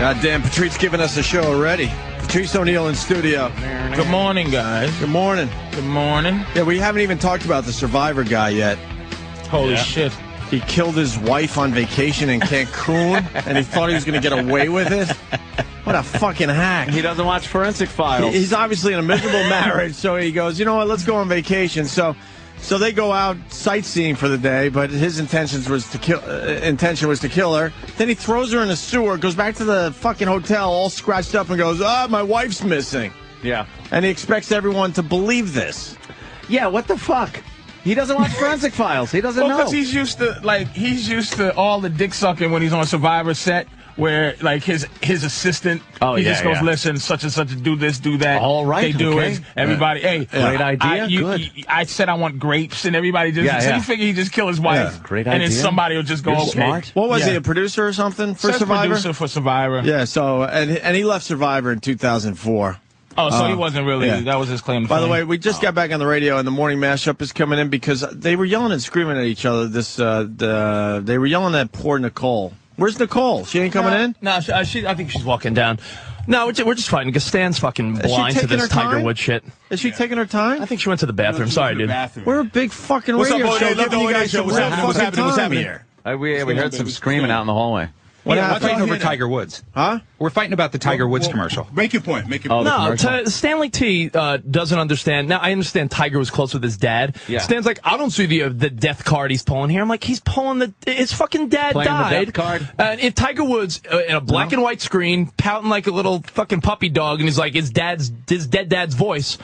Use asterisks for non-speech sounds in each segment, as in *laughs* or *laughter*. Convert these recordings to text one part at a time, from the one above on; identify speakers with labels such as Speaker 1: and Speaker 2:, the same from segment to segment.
Speaker 1: Goddamn, Patrice giving us a show already. Patrice O'Neill in studio.
Speaker 2: Good morning, guys.
Speaker 1: Good morning.
Speaker 2: Good morning.
Speaker 1: Yeah, we haven't even talked about the survivor guy yet.
Speaker 2: Holy shit.
Speaker 1: He killed his wife on vacation in Cancun, and he thought he was going to get away with it. What a fucking hack.
Speaker 3: He doesn't watch Forensic Files.
Speaker 1: He's obviously in
Speaker 3: *laughs*
Speaker 1: a miserable marriage, so he goes, you know what, let's go on vacation. So, so they go out sightseeing for the day, but his intentions was to kill. Uh, intention was to kill her. Then he throws her in a sewer, goes back to the fucking hotel, all scratched up, and goes, ah, my wife's missing.
Speaker 3: yeah.
Speaker 1: And he expects everyone to believe this.
Speaker 3: Yeah, what the fuck? He doesn't watch Forensic Files. He doesn't
Speaker 2: Well,
Speaker 3: know.
Speaker 2: because he's used to like he's used to all the dick sucking when he's on Survivor set, where like his his assistant,
Speaker 3: Oh,
Speaker 2: he
Speaker 3: yeah,
Speaker 2: just goes,
Speaker 3: yeah.
Speaker 2: "Listen, such and such, do this, do that."
Speaker 3: All right,
Speaker 2: they do
Speaker 3: okay.
Speaker 2: it. Everybody, hey,
Speaker 3: Great
Speaker 2: I-
Speaker 3: idea,
Speaker 2: I, you-
Speaker 3: good.
Speaker 2: you- I said I want grapes, and everybody just
Speaker 3: Yeah,
Speaker 2: so
Speaker 3: yeah.
Speaker 2: you figure he just kill his wife,
Speaker 1: Yeah,
Speaker 3: great
Speaker 2: and
Speaker 3: idea.
Speaker 2: then somebody will just go,
Speaker 3: You're
Speaker 2: "Okay."
Speaker 3: smart.
Speaker 1: What was
Speaker 2: Yeah.
Speaker 1: he, a producer or something for
Speaker 2: Says
Speaker 1: Survivor?
Speaker 2: producer for Survivor.
Speaker 1: Yeah. So, and and he left Survivor in 2004.
Speaker 2: Oh, so he
Speaker 1: Uh,
Speaker 2: wasn't really.
Speaker 1: yeah.
Speaker 2: That was his claim. to
Speaker 1: By the
Speaker 2: fame.
Speaker 1: way, we just got back on the radio, and the morning mashup is coming in because they were yelling and screaming at each other. This, uh, the, they were yelling at poor Nicole. Where's Nicole? She ain't coming in.
Speaker 4: No, she, uh, she, I think she's walking down. No, we're just, we're just fighting because Stan's fucking
Speaker 1: she
Speaker 4: blind to
Speaker 1: taking
Speaker 4: this
Speaker 1: her
Speaker 4: Tiger
Speaker 1: time?
Speaker 4: Woods shit.
Speaker 1: Is she taking her time?
Speaker 4: I think she went to the bathroom. Sorry, dude.
Speaker 1: We're a big fucking
Speaker 5: What's up,
Speaker 1: radio
Speaker 5: Owen?
Speaker 1: show.
Speaker 5: Hey,
Speaker 1: giving
Speaker 5: Owen,
Speaker 1: you guys
Speaker 5: hey,
Speaker 1: some
Speaker 5: what's
Speaker 1: real
Speaker 5: happening? What's
Speaker 1: fucking
Speaker 5: happening? What's
Speaker 1: time
Speaker 5: happening?
Speaker 1: here.
Speaker 3: Uh, we, we heard some screaming out in the hallway.
Speaker 1: What
Speaker 5: Yeah,
Speaker 1: happened?
Speaker 5: what's
Speaker 6: Fighting over Tiger Woods.
Speaker 1: Huh?
Speaker 6: We're fighting about the Tiger Woods commercial.
Speaker 5: Make your point. Make your
Speaker 3: Oh,
Speaker 5: point.
Speaker 3: the
Speaker 4: No,
Speaker 3: commercial.
Speaker 4: t- Stanley T uh, doesn't understand. Now I understand Tiger was close with his dad.
Speaker 3: Yeah.
Speaker 4: Stan's like, I don't see the uh, the death card he's pulling here. I'm like, he's pulling the his fucking dad
Speaker 3: Playing the
Speaker 4: died.
Speaker 3: death card?
Speaker 4: And if Tiger Woods uh, in a black and white screen, pouting like a little fucking puppy dog, and he's like, his dad's his dead dad's voice.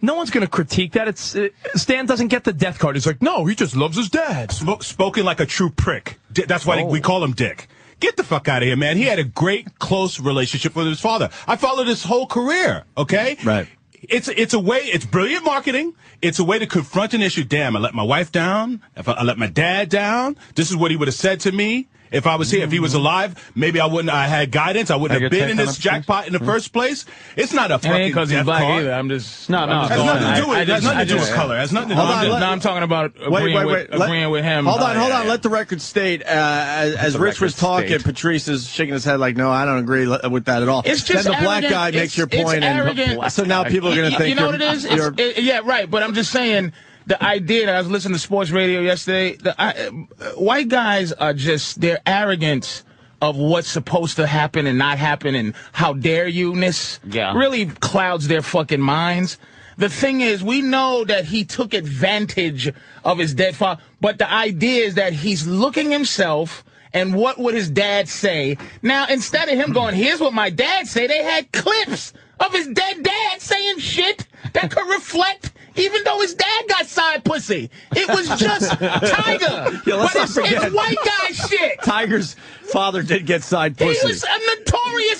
Speaker 4: No one's gonna critique that. It's uh, Stan doesn't get the death card. He's like, no, he just loves his dad.
Speaker 5: Spoke, spoken like a true prick. Di- that's why
Speaker 2: Oh.
Speaker 5: we call him Dick. Get the fuck out of here, man. He had a great close relationship with his father. I followed his whole career. Okay,
Speaker 1: Right.
Speaker 5: It's it's a way. It's brilliant marketing. It's a way to confront an issue. Damn, I let my wife down. If I, I let my dad down, this is what he would have said to me. If I was here, if he
Speaker 2: Mm-hmm.
Speaker 5: was alive, maybe I wouldn't. I had guidance. I wouldn't
Speaker 3: Take
Speaker 5: have
Speaker 3: your
Speaker 5: been
Speaker 3: take
Speaker 5: in
Speaker 3: on
Speaker 5: this
Speaker 3: it, please.
Speaker 5: jackpot in the first place. It's not a
Speaker 2: Mm-hmm. It
Speaker 5: fucking
Speaker 2: ain't because he's
Speaker 5: death
Speaker 2: black
Speaker 5: card.
Speaker 2: either. I'm just
Speaker 3: No, no,
Speaker 2: I'm just
Speaker 3: Go
Speaker 5: Has
Speaker 2: going-
Speaker 5: nothing to do with it.
Speaker 2: I- I
Speaker 5: It has
Speaker 2: just-
Speaker 5: nothing
Speaker 2: I
Speaker 5: to do
Speaker 2: just-
Speaker 5: with color. It has nothing to do
Speaker 2: No,
Speaker 5: with
Speaker 1: Hold on,
Speaker 2: I'm, just,
Speaker 1: let-
Speaker 2: no, I'm talking about agreeing, with,
Speaker 1: let-
Speaker 2: agreeing with him.
Speaker 1: Hold on,
Speaker 2: Oh,
Speaker 1: hold
Speaker 2: yeah,
Speaker 1: on.
Speaker 2: yeah.
Speaker 1: Let the record state. Uh, as as
Speaker 3: the
Speaker 1: Rich was
Speaker 3: record
Speaker 1: talking,
Speaker 3: state.
Speaker 1: Patrice is shaking his head like, "No, I don't agree li- with that at all."
Speaker 2: It's just
Speaker 1: then the black
Speaker 2: arrogant.
Speaker 1: guy
Speaker 2: It's-
Speaker 1: makes your
Speaker 2: it's
Speaker 1: point,
Speaker 2: arrogant.
Speaker 1: and so now people are going to
Speaker 2: You-
Speaker 1: think
Speaker 2: you know
Speaker 1: you're-
Speaker 2: what it is? It's-
Speaker 1: you're-
Speaker 2: it- yeah, right. But I'm just saying the idea that I was listening to sports radio yesterday. The I, uh, white guys are just their arrogance of what's supposed to happen and not happen, and how dare you ness.
Speaker 3: Yeah.
Speaker 2: really clouds their fucking minds. The thing is, we know that he took advantage of his dead father, but the idea is that he's looking himself. And what would his dad say? Now, instead of him going, here's what my dad say, they had clips of his dead dad saying shit that could reflect, even though his dad got side pussy. It was
Speaker 5: *laughs*
Speaker 2: just
Speaker 1: *laughs*
Speaker 2: Tiger.
Speaker 1: Yeah, let's
Speaker 2: but
Speaker 1: not
Speaker 2: it's, it's
Speaker 1: forget.
Speaker 2: white guy shit.
Speaker 1: Tiger's father did get side
Speaker 2: He
Speaker 1: pussy.
Speaker 2: was a notorious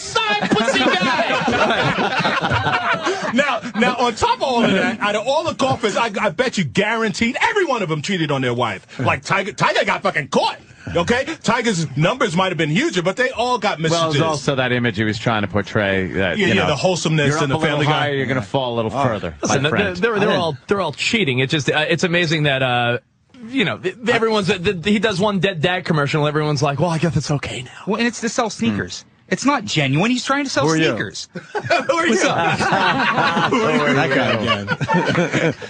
Speaker 7: *laughs*
Speaker 2: side pussy guy.
Speaker 5: Now, now, on top of all of that, out of all the golfers, I, I bet you guaranteed every one of them cheated on their wife. Like Tiger, Tiger got fucking caught. Okay, Tiger's numbers might have been huger, but they all got
Speaker 3: Well,
Speaker 5: messages.
Speaker 3: it's also that image he was trying to portray. That,
Speaker 5: yeah,
Speaker 3: you
Speaker 5: yeah,
Speaker 3: know,
Speaker 5: the wholesomeness
Speaker 3: you're up
Speaker 5: and the
Speaker 3: a little
Speaker 5: Family
Speaker 3: higher,
Speaker 5: Guy.
Speaker 3: You're going to fall a little further.
Speaker 4: Listen,
Speaker 3: my
Speaker 4: they're,
Speaker 3: friend.
Speaker 4: they're, they're all they're all cheating. It's just uh, it's amazing that uh, you know th- everyone's th- th- he does one dead dad commercial. and Everyone's like, well, I guess it's okay now. Hmm.
Speaker 6: Well, and it's to sell sneakers. It's not genuine. He's trying to sell
Speaker 1: Who are you?
Speaker 6: sneakers.
Speaker 5: Who are
Speaker 1: *laughs*
Speaker 5: you?
Speaker 1: that guy again.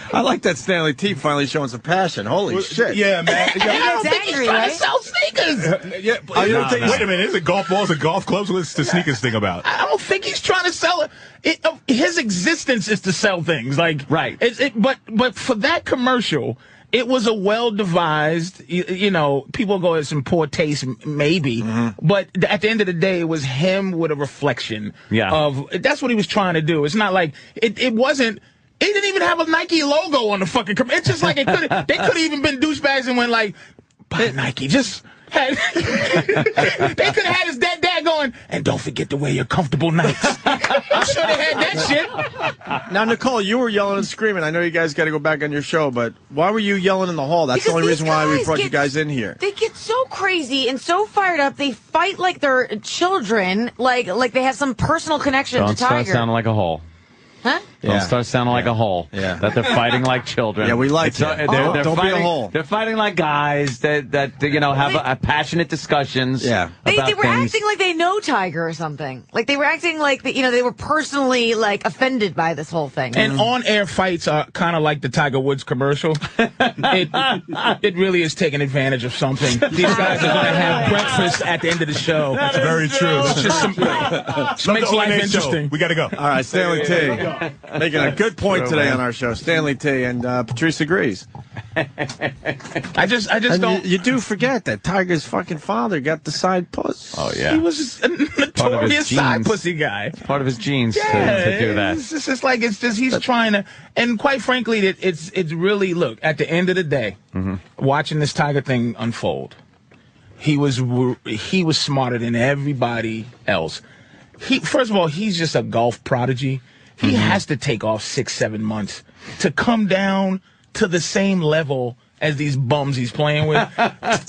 Speaker 1: *laughs* I like that Stanley T finally showing some passion. Holy shit!
Speaker 5: Yeah, man.
Speaker 1: *laughs*
Speaker 2: I
Speaker 5: Yeah,
Speaker 2: don't think he's
Speaker 8: angry,
Speaker 2: trying to
Speaker 8: right?
Speaker 2: sell sneakers.
Speaker 5: *laughs* yeah, but-
Speaker 1: I don't think-
Speaker 5: wait a minute, is it golf balls and golf clubs? What's the sneakers thing about?
Speaker 2: I don't think he's trying to sell it. it uh, his existence is to sell things, like
Speaker 3: Right.
Speaker 2: It's, it, but but for that commercial, it was a well devised. You, you know, people go it's in poor taste, m- maybe,
Speaker 3: Mm-hmm.
Speaker 2: but th- at the end of the day, it was him with a reflection.
Speaker 3: Yeah.
Speaker 2: of that's what he was trying to do. It's not like it. It wasn't. It didn't even have a Nike logo on the fucking. Com- it's just like it could. they could have even been douchebags and went like, buy Nike, just. Had, *laughs* they could have had his dead dad going, and don't forget to wear your comfortable nights. I'm sure they had that shit.
Speaker 1: Now, Nicole, you were yelling and screaming. I know you guys got to go back on your show, but why were you yelling in the hall? That's the
Speaker 8: Because
Speaker 1: only
Speaker 8: these
Speaker 1: reason why we brought you
Speaker 8: get-
Speaker 1: guys in here.
Speaker 8: They get so crazy and so fired up. They fight like they're children, like like they have some personal connection
Speaker 3: Don't
Speaker 8: to Tiger.
Speaker 3: start sounding like a hole.
Speaker 8: huh?
Speaker 1: Yeah.
Speaker 3: Don't start sounding like a hole.
Speaker 1: Yeah.
Speaker 3: That they're fighting like children.
Speaker 1: Yeah, we like
Speaker 3: It's, uh,
Speaker 1: you.
Speaker 3: they're,
Speaker 1: Oh,
Speaker 3: they're
Speaker 1: don't be a
Speaker 3: fighting,
Speaker 1: hole.
Speaker 3: They're fighting like guys that, that you know, have a, a passionate discussions
Speaker 1: Yeah.
Speaker 9: They,
Speaker 3: about
Speaker 9: they were
Speaker 3: things.
Speaker 9: acting like they know Tiger or something. Like they were acting like that. You know, they were personally like offended by this whole thing.
Speaker 2: And on-air fights are kind of like the Tiger Woods commercial. it, it really is taking advantage of *laughs* something. These guys are going to have breakfast at the end of the show. That's
Speaker 10: Very true.
Speaker 2: It's just some, it
Speaker 10: Love
Speaker 2: makes
Speaker 10: the
Speaker 2: life
Speaker 10: ONA show.
Speaker 2: interesting.
Speaker 10: We got to go.
Speaker 1: All right, Stanley T. Making a good point today on our show. Stanley T. and uh, Patrice agrees.
Speaker 2: I just, I just
Speaker 1: And
Speaker 2: don't.
Speaker 1: you, you do forget that Tiger's fucking father got the side puss.
Speaker 3: Oh, yeah.
Speaker 2: He was a notorious side
Speaker 3: genes.
Speaker 2: pussy guy.
Speaker 3: Part of his genes to-
Speaker 2: Yeah,
Speaker 3: to, do that.
Speaker 2: It's just it's like it's just he's trying to, and quite frankly, it, it's it's really look at the end of the day, watching this Tiger thing unfold. He was w- he was smarter than everybody else. He first of all, he's just a golf prodigy. He
Speaker 1: Mm-hmm.
Speaker 2: has to take off six seven months to come down to the same level. As these bums he's
Speaker 1: *laughs*
Speaker 2: playing with,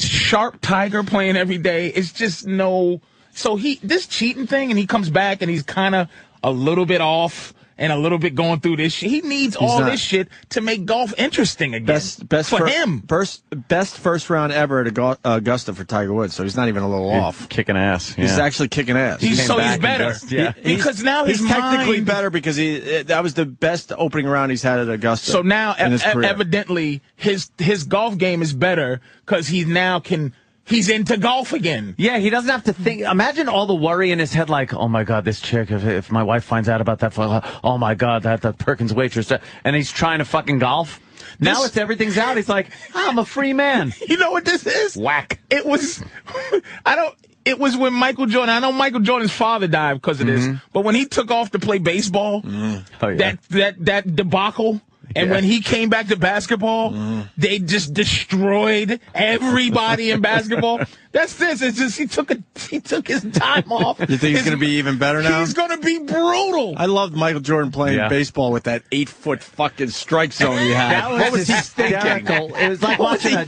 Speaker 2: sharp tiger playing every day. It's just no. So he this cheating thing, and he comes back and he's kind of a little bit off and a little bit going through this. shit. He needs all
Speaker 1: not-
Speaker 2: this shit to make golf interesting again.
Speaker 1: Best, best
Speaker 2: for
Speaker 1: fir-
Speaker 2: him.
Speaker 1: First, best first round ever at Agu- Augusta for Tiger Woods. So he's not even a little off.
Speaker 3: Kicking ass.
Speaker 1: He's
Speaker 3: yeah.
Speaker 1: actually kicking ass.
Speaker 2: He's,
Speaker 3: came
Speaker 2: so
Speaker 3: back
Speaker 2: he's
Speaker 3: and
Speaker 2: better.
Speaker 3: just- yeah.
Speaker 2: because now
Speaker 1: he's
Speaker 2: his
Speaker 1: technically
Speaker 2: mind-
Speaker 1: better because he it, that was the best opening round he's had at Augusta.
Speaker 2: So now,
Speaker 1: in
Speaker 2: e-
Speaker 1: his
Speaker 2: e-
Speaker 1: career.
Speaker 2: evidently, his his golf game is better because he now can he's into golf again.
Speaker 3: Yeah, he doesn't have to think. Imagine all the worry in his head, like, oh my god, this chick. If, if my wife finds out about that, fuck, oh my god, that that Perkins waitress. uh, And he's trying to fucking golf. Now
Speaker 2: This-
Speaker 3: it's everything's out. He's like, I'm a free man.
Speaker 1: *laughs*
Speaker 2: You know what this is?
Speaker 3: Whack.
Speaker 2: It was, *laughs* I don't. It was when Michael Jordan. I know Michael Jordan's father died because of
Speaker 1: Mm-hmm.
Speaker 2: this, but when he took off to play baseball,
Speaker 3: Oh, yeah.
Speaker 2: that that that debacle. And
Speaker 3: Yeah.
Speaker 2: when he came back to basketball,
Speaker 1: Mm-hmm.
Speaker 2: they just destroyed everybody
Speaker 1: *laughs*
Speaker 2: in basketball. That's this. It's just he took a he took his time off.
Speaker 1: you think he's going to be even better now?
Speaker 2: He's gonna be brutal.
Speaker 1: I loved Michael Jordan playing
Speaker 3: Yeah.
Speaker 1: baseball with that eight foot fucking strike zone he had. what was he thinking?
Speaker 3: hysterical. It was like watching a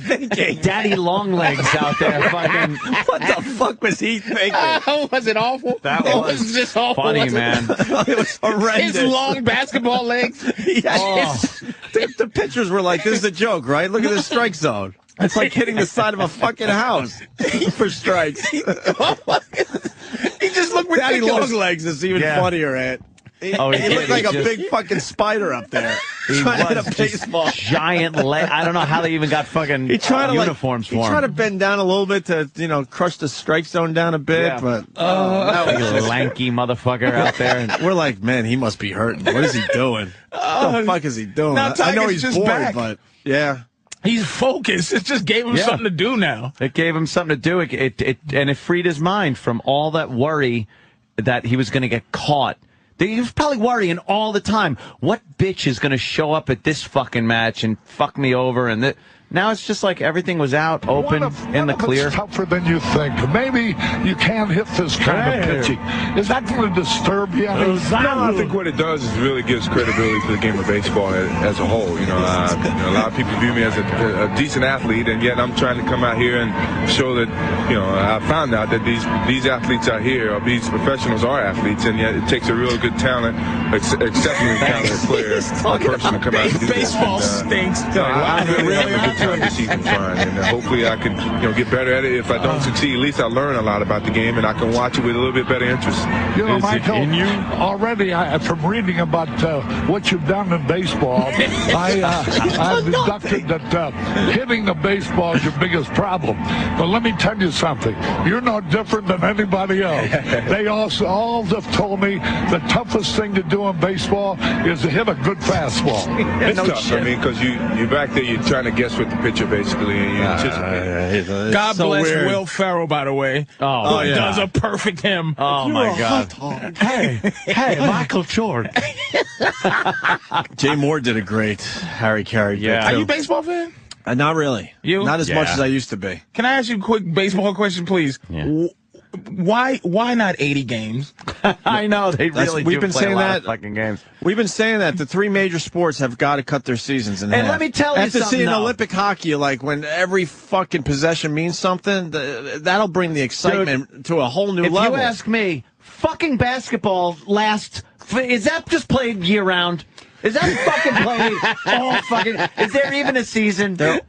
Speaker 3: daddy long legs out there *laughs* fucking
Speaker 1: What the fuck was he thinking?
Speaker 2: *laughs* was it awful?
Speaker 1: That
Speaker 2: it
Speaker 1: was
Speaker 2: *laughs* was, just awful.
Speaker 3: funny,
Speaker 2: wasn't it?
Speaker 3: man.
Speaker 1: *laughs* it was horrendous.
Speaker 2: His long basketball *laughs* legs.
Speaker 1: Yeah,
Speaker 2: Oh.
Speaker 1: the, the pictures were like, "This is a joke, right? Look at this strike zone. It's like hitting the side of a fucking house *laughs* for strikes."
Speaker 2: *laughs* He just looked
Speaker 1: Daddy
Speaker 2: ridiculous.
Speaker 1: long legs is even
Speaker 3: Yeah.
Speaker 1: funnier, Ant.
Speaker 3: Oh,
Speaker 1: He
Speaker 3: did.
Speaker 1: looked like a
Speaker 3: just-
Speaker 1: big fucking spider up there.
Speaker 3: *laughs* he
Speaker 1: trying to
Speaker 3: was
Speaker 1: hit a
Speaker 3: just
Speaker 1: baseball.
Speaker 3: giant leg. I don't know how they even got fucking
Speaker 1: He tried to like,
Speaker 3: uniforms
Speaker 1: He
Speaker 3: for
Speaker 1: tried to
Speaker 3: him.
Speaker 1: bend down a little bit to you know crush the strike zone down a bit,
Speaker 3: Yeah.
Speaker 1: but uh, that was
Speaker 3: Big lanky motherfucker out there. And,
Speaker 1: We're like, man, he must be hurting. What is he doing? what the
Speaker 2: *laughs*
Speaker 1: fuck is he doing?
Speaker 2: now
Speaker 1: I- I know
Speaker 2: Tiger's
Speaker 1: he's
Speaker 2: just
Speaker 1: bored,
Speaker 2: back.
Speaker 1: but yeah.
Speaker 2: He's focused. It just gave him
Speaker 3: Yeah.
Speaker 2: something to do now.
Speaker 3: It gave him something to do. It, it, it and it freed his mind from all that worry that he was going to get caught. That He was probably worrying all the time. What bitch is going to show up at this fucking match and fuck me over? And that now it's just like everything was out, open,
Speaker 11: One of-
Speaker 3: in
Speaker 11: one
Speaker 3: the
Speaker 11: of it's
Speaker 3: clear.
Speaker 11: tougher than you think. Maybe you can't hit this kind of pitching. Is that going to disturb you? I mean,
Speaker 5: No, I think what it does is really gives credibility to the game of baseball as, as a whole. You know, uh, you know, a lot of people view me as a, a decent athlete, and yet I'm trying to come out here and show that, you know, I found out that these these athletes out here, or these professionals are athletes, and yet it takes a real good talent, ex- exceptionally talented player, a person to come out and do this.
Speaker 2: Baseball
Speaker 5: And, uh,
Speaker 2: stinks.
Speaker 5: no, I, I really having a good time this season, Brian, and uh, hopefully I can, you know, get better at it. If I don't succeed, at least I learn a lot about the game, and I can watch it with a little bit better interest.
Speaker 11: You know,
Speaker 5: Is it
Speaker 11: Michael,
Speaker 5: in you?
Speaker 11: already I, from reading about uh, what you've done in baseball, I, uh, I've deducted that uh, hitting the baseball is your biggest problem. But let me tell you something. You're no different than anybody else. They also all have told me the toughest thing to do in baseball is to hit a good *laughs*
Speaker 5: *laughs*
Speaker 11: fastball.
Speaker 5: It's tough. I mean, because you you're back there, you're trying to guess what the pitcher basically, and you anticipate.
Speaker 2: God
Speaker 1: so
Speaker 2: bless
Speaker 1: weird.
Speaker 2: Will Ferrell, by the way.
Speaker 3: Oh,
Speaker 2: who
Speaker 1: yeah.
Speaker 2: does a perfect him.
Speaker 3: Oh my god!
Speaker 1: Hey,
Speaker 2: *laughs*
Speaker 1: hey, Michael Jordan. Jay Moore did a great Harry Carey. bit,
Speaker 3: Yeah.
Speaker 2: Are
Speaker 1: too.
Speaker 2: you a baseball fan?
Speaker 1: Uh, not really.
Speaker 2: You?
Speaker 1: Not as much
Speaker 3: Yeah.
Speaker 1: as I used to be.
Speaker 2: Can I ask you a quick baseball question, please? Wh- Why why not 80 *laughs* games?
Speaker 3: I know *laughs* they
Speaker 1: That's-
Speaker 3: really.
Speaker 1: we've
Speaker 3: do
Speaker 1: been
Speaker 3: play a
Speaker 1: saying
Speaker 3: lot
Speaker 1: that-
Speaker 3: of fucking games.
Speaker 1: We've been saying that the three major sports have got to cut their seasons in
Speaker 3: And
Speaker 1: half.
Speaker 3: let me tell you
Speaker 1: After
Speaker 3: something,
Speaker 1: seeing
Speaker 3: though.
Speaker 1: Olympic hockey, like when every fucking possession means something, th- that'll bring the excitement to a whole new
Speaker 3: If
Speaker 1: level.
Speaker 3: you ask me, fucking basketball lasts. Is that just played year round? Is that fucking played
Speaker 1: *laughs*
Speaker 3: all fucking? Is there even a season? Do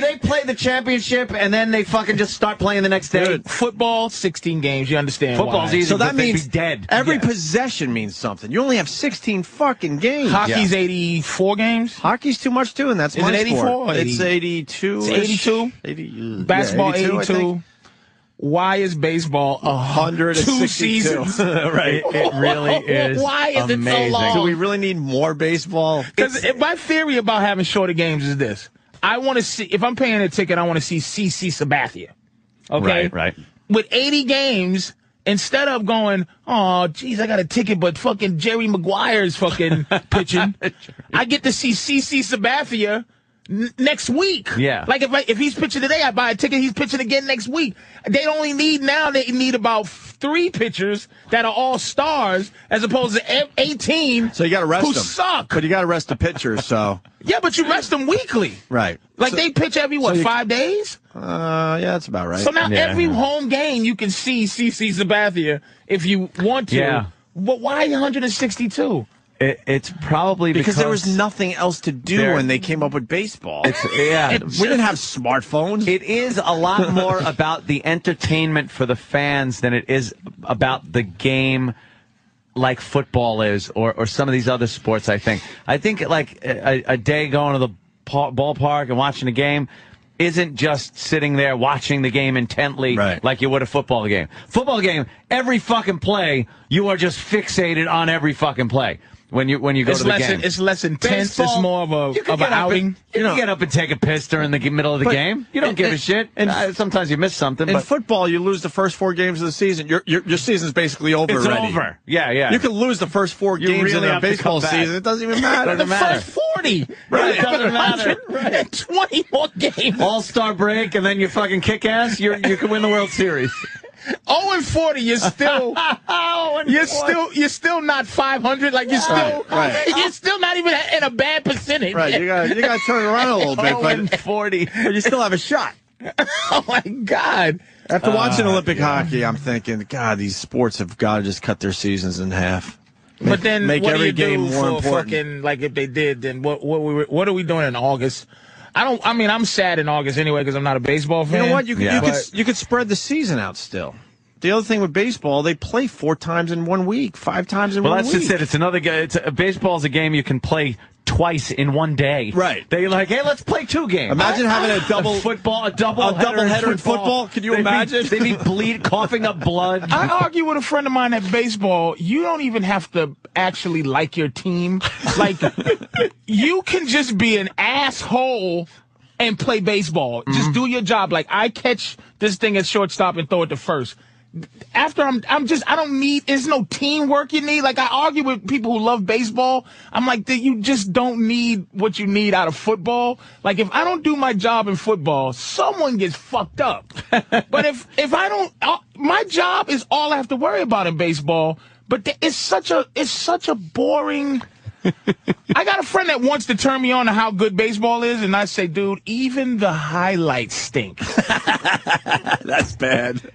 Speaker 3: they play the championship and then they fucking just start playing the next day?
Speaker 2: football, 16 games. You understand? why.
Speaker 1: So that means Every possession means something. You only have 16 fucking games.
Speaker 2: Hockey's 84 games.
Speaker 1: Hockey's too much too, and that's
Speaker 2: Is
Speaker 1: my
Speaker 2: it 84
Speaker 1: sport.
Speaker 2: or
Speaker 1: It's 82.
Speaker 2: It's 82? Basketball 82. Why is baseball a hundred two
Speaker 1: 162.
Speaker 2: *laughs* seasons?
Speaker 1: right. It really is.
Speaker 2: *laughs* Why is it
Speaker 1: amazing.
Speaker 2: so long?
Speaker 1: Do we really need more baseball?
Speaker 2: Because my theory about having shorter games is this: I want to see if I'm paying a ticket, I want to see CC Sabathia. Okay,
Speaker 3: Right, right.
Speaker 2: With 80 games, instead of going, oh, geez, I got a ticket, but fucking Jerry Maguire's fucking pitching, I get to see CC Sabathia. n- Next week,
Speaker 3: Yeah.
Speaker 2: Like if I, if he's pitching today, I buy a ticket. He's pitching again next week. They only need now. They need about three pitchers that are all stars, as opposed to e- eighteen.
Speaker 1: So you got to rest
Speaker 2: who
Speaker 1: them.
Speaker 2: suck.
Speaker 1: But you got to rest the pitchers.
Speaker 3: *laughs*
Speaker 1: So
Speaker 2: Yeah, but you rest them weekly.
Speaker 1: right.
Speaker 2: Like they pitch every what
Speaker 1: so you-
Speaker 2: five days?
Speaker 1: Uh, yeah, that's about right.
Speaker 2: So now
Speaker 3: Yeah.
Speaker 2: every home game you can see CC Sabathia if you want to.
Speaker 3: Yeah.
Speaker 2: But why 162?
Speaker 3: It, it's probably
Speaker 1: because,
Speaker 3: because,
Speaker 1: there was nothing else to do
Speaker 3: There-
Speaker 1: when they came up with baseball.
Speaker 3: It's, yeah,
Speaker 1: we didn't have smartphones.
Speaker 3: It is a
Speaker 1: *laughs*
Speaker 3: lot more about the entertainment for the fans than it is about the game like football is or, or some of these other sports, I think. I think like a, a day going to the pa- ballpark and watching a game isn't just sitting there watching the game intently
Speaker 1: Right.
Speaker 3: like you would a football game. Football game, every fucking play, you are just fixated on every fucking play. When you when you go
Speaker 2: It's
Speaker 3: to the
Speaker 2: less
Speaker 3: game,
Speaker 2: it's less intense. it's
Speaker 3: Baseball,
Speaker 2: more of
Speaker 3: you
Speaker 2: a
Speaker 3: can
Speaker 2: of an
Speaker 3: get up and-
Speaker 2: outing.
Speaker 3: you can get up and take a piss during the g- middle of the
Speaker 1: But-
Speaker 3: game. You don't
Speaker 1: and-
Speaker 3: give a
Speaker 1: and-
Speaker 3: shit.
Speaker 1: and-
Speaker 3: Uh, sometimes you miss something.
Speaker 1: In
Speaker 3: But
Speaker 1: football, you lose the first four games of the season. Your your, your season's basically over
Speaker 3: It's
Speaker 1: already.
Speaker 3: over. Yeah, yeah.
Speaker 1: You can lose the first four
Speaker 3: You
Speaker 1: games
Speaker 3: really
Speaker 1: in a
Speaker 3: have to
Speaker 1: baseball
Speaker 3: come back.
Speaker 1: season. It
Speaker 3: *laughs*
Speaker 1: doesn't even matter.
Speaker 2: the
Speaker 3: doesn't matter.
Speaker 2: first 40.
Speaker 3: *laughs* Right, it
Speaker 2: You're
Speaker 3: doesn't *laughs* matter.
Speaker 2: 120 more games.
Speaker 3: All Star break and then you fucking kick ass. You you can win the World Series.
Speaker 2: 0 and 40, you're
Speaker 3: *laughs*
Speaker 2: still you're still you're still not 500 like you're still
Speaker 1: Oh, right.
Speaker 2: *laughs* you're still not even in a bad percentage.
Speaker 1: Right, you got you got to turn it around a little bit, but,
Speaker 3: forty.
Speaker 1: but you still have a shot.
Speaker 2: Oh my god.
Speaker 3: Uh,
Speaker 1: After watching Olympic hockey, I'm thinking, God, these sports have got to just cut their seasons in half.
Speaker 2: *laughs* But then,
Speaker 1: make
Speaker 2: what
Speaker 1: every
Speaker 2: do you
Speaker 1: game
Speaker 2: do
Speaker 1: more
Speaker 2: for
Speaker 1: important.
Speaker 2: fucking like if they did? Then what? What we? were- What are we doing in August? I don't. I mean, I'm sad in August anyway because I'm not a baseball
Speaker 1: You
Speaker 2: fan.
Speaker 1: know what? You could,
Speaker 3: Yeah.
Speaker 1: you, could,
Speaker 2: But-
Speaker 1: you could spread the season out still. The other thing with baseball, they play four times in one week, five times in
Speaker 3: Well,
Speaker 1: one
Speaker 3: that's
Speaker 1: week.
Speaker 3: just it. It's another. ga- It's a, baseball's a game you can play twice in one day.
Speaker 1: Right.
Speaker 3: They like, hey, let's play two games.
Speaker 1: Imagine having a double-
Speaker 3: football, *laughs* a double,
Speaker 1: a double header in football. Could you
Speaker 3: They'd be-
Speaker 1: imagine?
Speaker 3: They'd be bleed, coughing up
Speaker 1: *laughs*
Speaker 3: blood.
Speaker 2: I argue with a friend of mine that baseball, you don't even have to actually like your team. Like, you can just be an asshole and play baseball. Just do your job. Like, I catch this thing at shortstop and throw it to first. After I'm, I'm just, I don't need, there's no teamwork you need. Like, I argue with people who love baseball. I'm like, that you just don't need what you need out of football. Like, if I don't do my job in football, someone gets fucked up. but if, if I don't, uh, my job is all I have to worry about in baseball. But th- it's such a it's such a boring. I got a friend that wants to turn me on to how good baseball is, and I say, dude, even the highlights stink.
Speaker 1: *laughs* That's bad.
Speaker 2: *laughs*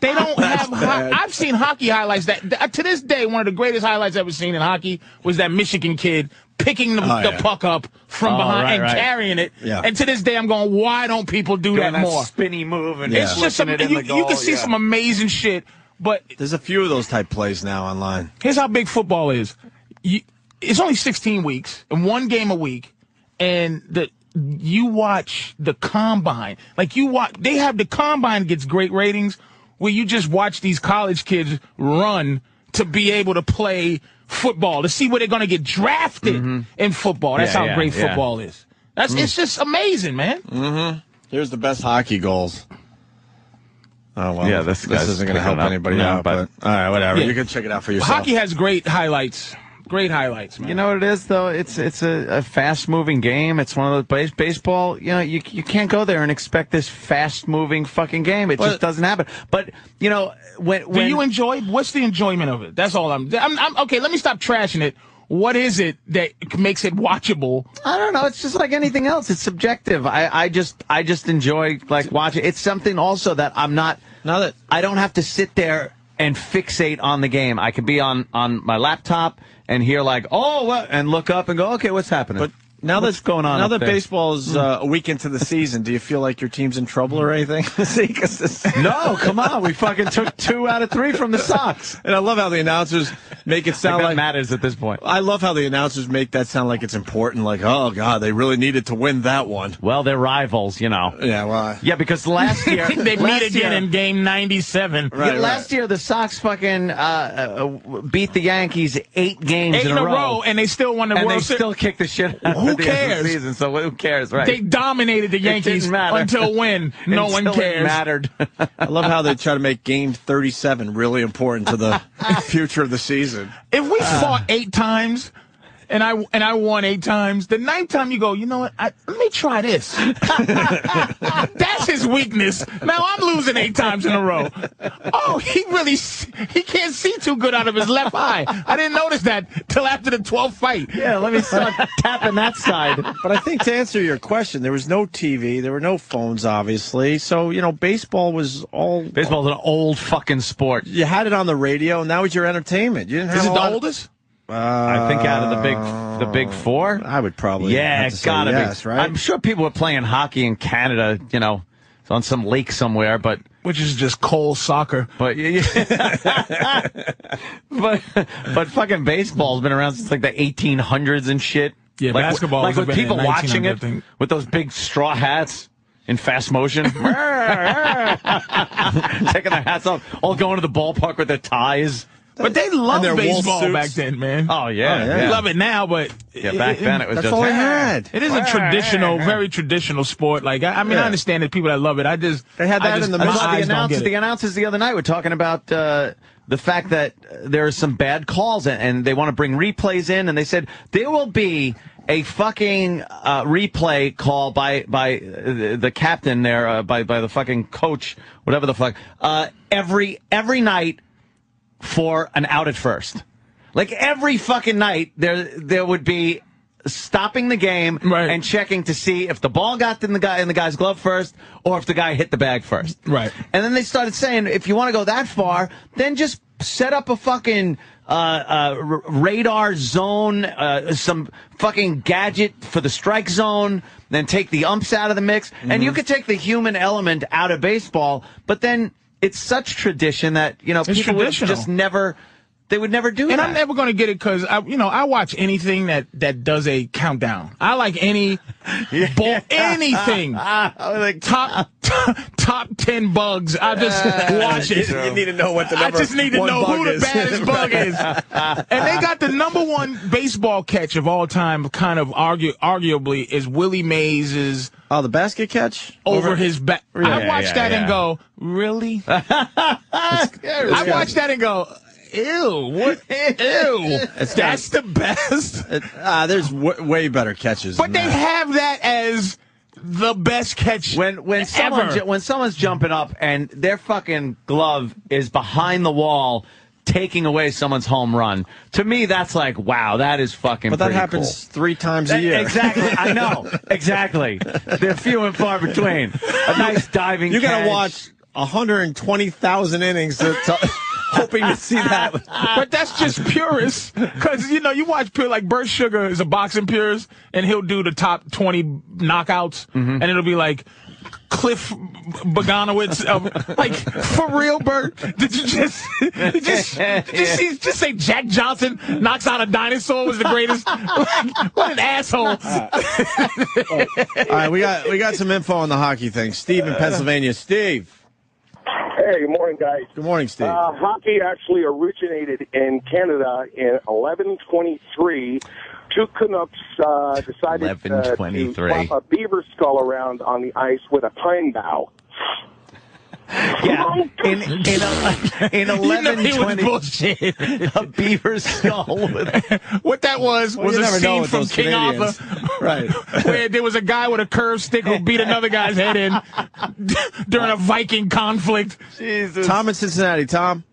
Speaker 2: They don't have. Ho- I've seen hockey highlights that that- to this day one of the greatest highlights I've ever seen in hockey was that Michigan kid picking the, the
Speaker 1: yeah.
Speaker 2: puck up from
Speaker 3: Oh,
Speaker 2: behind
Speaker 3: right,
Speaker 2: and
Speaker 3: right.
Speaker 2: carrying it.
Speaker 1: Yeah.
Speaker 2: And to this day, I'm going, why don't people do that, more?
Speaker 3: spinny move and
Speaker 2: It's just some. you, you can see some amazing shit, but
Speaker 1: There's a few of those type plays now online.
Speaker 2: here's how big football is. You, it's only 16 weeks and one game a week, and the you watch the combine. Like you watch, they have the combine gets great ratings where you just watch these college kids run to be able to play football to see where they're going to get drafted
Speaker 1: Mm-hmm.
Speaker 2: in football. That's
Speaker 3: Yeah,
Speaker 2: how
Speaker 3: yeah,
Speaker 2: great
Speaker 3: yeah.
Speaker 2: football is.
Speaker 1: Mm.
Speaker 2: That's it's just amazing, man.
Speaker 1: Mm-hmm. Here's the best hockey goals. Oh well,
Speaker 3: Yeah, this guy's
Speaker 1: isn't going to
Speaker 3: picking
Speaker 1: help
Speaker 3: it up.
Speaker 1: anybody
Speaker 3: No,
Speaker 1: out. But,
Speaker 3: but-
Speaker 1: all right, Uh, whatever.
Speaker 2: Yeah.
Speaker 1: You can check it out for yourself.
Speaker 2: Hockey has great highlights. Great highlights, man.
Speaker 3: You know what it is though? It's it's a, a fast moving game. It's one of those base, baseball. You know you you can't go there and expect this fast moving fucking game. It just doesn't happen. But you know when
Speaker 2: Do
Speaker 3: when
Speaker 2: you enjoy? What's the enjoyment of it? That's all I'm, I'm. I'm okay. Let me stop trashing it. What is it that makes it watchable?
Speaker 3: I don't know. It's just like anything else. It's subjective. I, I just I just enjoy like watching. It's something also that I'm not.
Speaker 1: Now that-
Speaker 3: I don't have to sit there and fixate on the game. I could be on on my laptop and hear like, oh, what, and look up and go, okay, what's happening? But
Speaker 1: Now
Speaker 3: what's
Speaker 1: that's
Speaker 3: going on.
Speaker 1: Now
Speaker 3: up
Speaker 1: that
Speaker 3: there? Hmm.
Speaker 1: baseball is uh, a week into the season, do you feel like your team's in trouble or anything? *laughs* See, 'cause this-
Speaker 3: No, come on. We fucking took two out of three from the Sox.
Speaker 1: And I love how the announcers make it sound
Speaker 3: Like that
Speaker 1: like
Speaker 3: matters at this point.
Speaker 1: I love how the announcers make that sound like it's important. Like, oh god, they really needed to win that one.
Speaker 3: Well, they're rivals, you know.
Speaker 1: Yeah, well, I-
Speaker 3: *laughs* Yeah, because
Speaker 1: *laughs*
Speaker 3: last year
Speaker 2: *laughs* they
Speaker 3: last
Speaker 2: meet again
Speaker 3: year-
Speaker 2: in game 97.
Speaker 3: Yeah, last year the Sox fucking uh, uh, beat the Yankees eight games
Speaker 2: Eight in a row, and they still won the
Speaker 3: and
Speaker 2: World
Speaker 3: they
Speaker 2: Series.
Speaker 3: still kicked the shit out
Speaker 2: Who
Speaker 3: of the, end of
Speaker 2: cares?
Speaker 3: the season. So who cares, right?
Speaker 2: They dominated the
Speaker 3: It didn't
Speaker 2: Yankees
Speaker 3: matter.
Speaker 2: until when no one
Speaker 3: Until *laughs* it
Speaker 2: cares.
Speaker 3: mattered.
Speaker 1: I love how they try to make game 37 really important
Speaker 3: *laughs*
Speaker 1: to the future of the season.
Speaker 2: If we fought eight times and I and I won eight times, the ninth time you go, you know what? I, let me try this. *laughs* That's his weakness. Now I'm losing eight times in a row. Oh, he really s- he can't see too good out of his left eye. I didn't notice that till after the 12th fight.
Speaker 3: yeah, let me start tapping that side.
Speaker 1: But I think to answer your question, there was no TV, there were no phones, obviously. So you know, baseball was all.
Speaker 3: Baseball's an old fucking sport.
Speaker 1: You had it on the radio, and that was your entertainment. You didn't have
Speaker 2: Is
Speaker 1: a
Speaker 2: it the
Speaker 1: lot of- Uh,
Speaker 2: oldest?
Speaker 3: I think out of the big the big four.
Speaker 1: I would probably
Speaker 3: Yeah,
Speaker 1: have to
Speaker 3: it's
Speaker 1: say
Speaker 3: gotta
Speaker 1: yes,
Speaker 3: be.
Speaker 1: right?
Speaker 3: I'm sure people were playing hockey in Canada, you know, on some lake somewhere, but
Speaker 2: Which is just cold soccer.
Speaker 3: but yeah, yeah. *laughs* but but fucking baseball's been around since like the 1800s and shit.
Speaker 2: Yeah,
Speaker 3: like,
Speaker 2: basketball
Speaker 3: Like
Speaker 2: was
Speaker 3: with
Speaker 2: about
Speaker 3: people
Speaker 2: in
Speaker 3: watching
Speaker 2: 1900,
Speaker 3: it
Speaker 2: I think.
Speaker 3: with those big straw hats. In fast
Speaker 2: *laughs*
Speaker 3: motion, *laughs* taking their hats off, all going to the ballpark with their ties.
Speaker 2: But they loved
Speaker 1: their wolf
Speaker 2: baseball
Speaker 1: suits.
Speaker 2: back then, man.
Speaker 3: Oh yeah,
Speaker 1: Oh, yeah.
Speaker 3: yeah.
Speaker 2: Love it now, but
Speaker 3: Yeah, back then it was
Speaker 1: That's
Speaker 3: just
Speaker 1: all I had.
Speaker 2: It is a traditional, very traditional sport. Like I, I mean, I
Speaker 1: Yeah.
Speaker 2: understand that people that love it. I just
Speaker 1: They had
Speaker 2: I
Speaker 1: that
Speaker 2: just-
Speaker 1: in the
Speaker 2: my
Speaker 1: middle of
Speaker 3: the,
Speaker 2: eyes don't
Speaker 3: announcers,
Speaker 2: get it.
Speaker 3: the announcers the other night were talking about uh, the fact that uh, there are some bad calls and, and they want to bring replays in, and they said there will be a fucking uh, replay call by by uh, the, the captain there, uh, by by the fucking coach, whatever the fuck, uh, every every night for an out at first. Like every fucking night, there there would be stopping the game
Speaker 2: Right.
Speaker 3: and checking to see if the ball got in the guy in the guy's glove first or if the guy hit the bag first.
Speaker 2: Right.
Speaker 3: And then they started saying, if you want to go that far, then just set up a fucking uh, uh, r- radar zone, uh, some fucking gadget for the strike zone, then take the umps out of the mix. And you
Speaker 2: Mm-hmm.
Speaker 3: could take the human element out of baseball, but then it's such tradition that, you know,
Speaker 2: It's
Speaker 3: people would
Speaker 2: traditional. *laughs*
Speaker 3: just never, they would never do
Speaker 2: and
Speaker 3: that.
Speaker 2: I'm never going to get it because I, you know, I watch anything that that does a countdown. I
Speaker 1: *laughs*
Speaker 2: like any ball, anything.
Speaker 1: *laughs*
Speaker 2: like top *laughs* top ten bugs. I just watch it.
Speaker 1: You need to know what the
Speaker 2: I
Speaker 1: number
Speaker 2: just need to
Speaker 1: one
Speaker 2: know
Speaker 1: bug
Speaker 2: who the
Speaker 1: is.
Speaker 2: baddest bug is.
Speaker 1: *laughs*
Speaker 2: *laughs* And they got the number one baseball catch of all time. Kind of argue, arguably, is Willie Mays's
Speaker 1: Oh, the basket catch
Speaker 2: over, his back. I
Speaker 3: Yeah,
Speaker 2: watched
Speaker 3: yeah,
Speaker 2: that and
Speaker 3: yeah.
Speaker 2: go, really?
Speaker 3: *laughs*
Speaker 2: I watched that and go, ew, what? Ew, that's the best.
Speaker 1: Ah, there's w- way better catches.
Speaker 2: But they
Speaker 1: than that.
Speaker 2: have that as the best catch.
Speaker 3: when when someone
Speaker 2: ever.
Speaker 3: ju- when someone's jumping up and their fucking glove is behind the wall taking away someone's home run to me that's like wow that is fucking
Speaker 1: but that
Speaker 3: pretty
Speaker 1: happens
Speaker 3: cool.
Speaker 1: three times a
Speaker 3: That-
Speaker 1: year.
Speaker 3: Exactly, I
Speaker 1: *laughs*
Speaker 3: know. Exactly, they're few and far between. A nice diving.
Speaker 1: You gotta
Speaker 3: catch.
Speaker 1: watch 120,000 innings to, to, *laughs* hoping to see that.
Speaker 2: *laughs* but that's just purist. Because, you know, you watch pure, like Bert Sugar is a boxing purist, and he'll do the top 20 knockouts,
Speaker 1: Mm-hmm.
Speaker 2: and it'll be like, Cliff Boganowitz, of, like for real, Bert? Did you just did you just, did you see- just say Jack Johnson knocks out a dinosaur was the greatest? *laughs* Like, what an asshole!
Speaker 1: *laughs* All right, we got we got some info on the hockey thing. Steve in Pennsylvania. Steve,
Speaker 12: Hey, good morning, guys.
Speaker 1: good morning, Steve.
Speaker 12: Uh, hockey actually originated in Canada in 1123. Two Canucks uh, decided uh, to
Speaker 3: 1123.
Speaker 12: flap a beaver skull around on the ice with a pine bough.
Speaker 3: Yeah,
Speaker 1: *laughs*
Speaker 3: in in, a, in
Speaker 2: *laughs* You know
Speaker 3: eleven
Speaker 2: he was
Speaker 3: twenty,
Speaker 2: bullshit.
Speaker 3: a beaver skull.
Speaker 2: *laughs*
Speaker 3: With,
Speaker 2: What that was was
Speaker 1: you
Speaker 2: a
Speaker 1: never know
Speaker 2: scene
Speaker 1: with
Speaker 2: from
Speaker 1: those
Speaker 2: King
Speaker 1: Canadians.
Speaker 2: Arthur.
Speaker 3: *laughs*
Speaker 1: *laughs* Right.
Speaker 2: *laughs* where there was a guy with a curved stick who beat another guy's head in *laughs* during a Viking conflict.
Speaker 1: Tom in Cincinnati. Tom.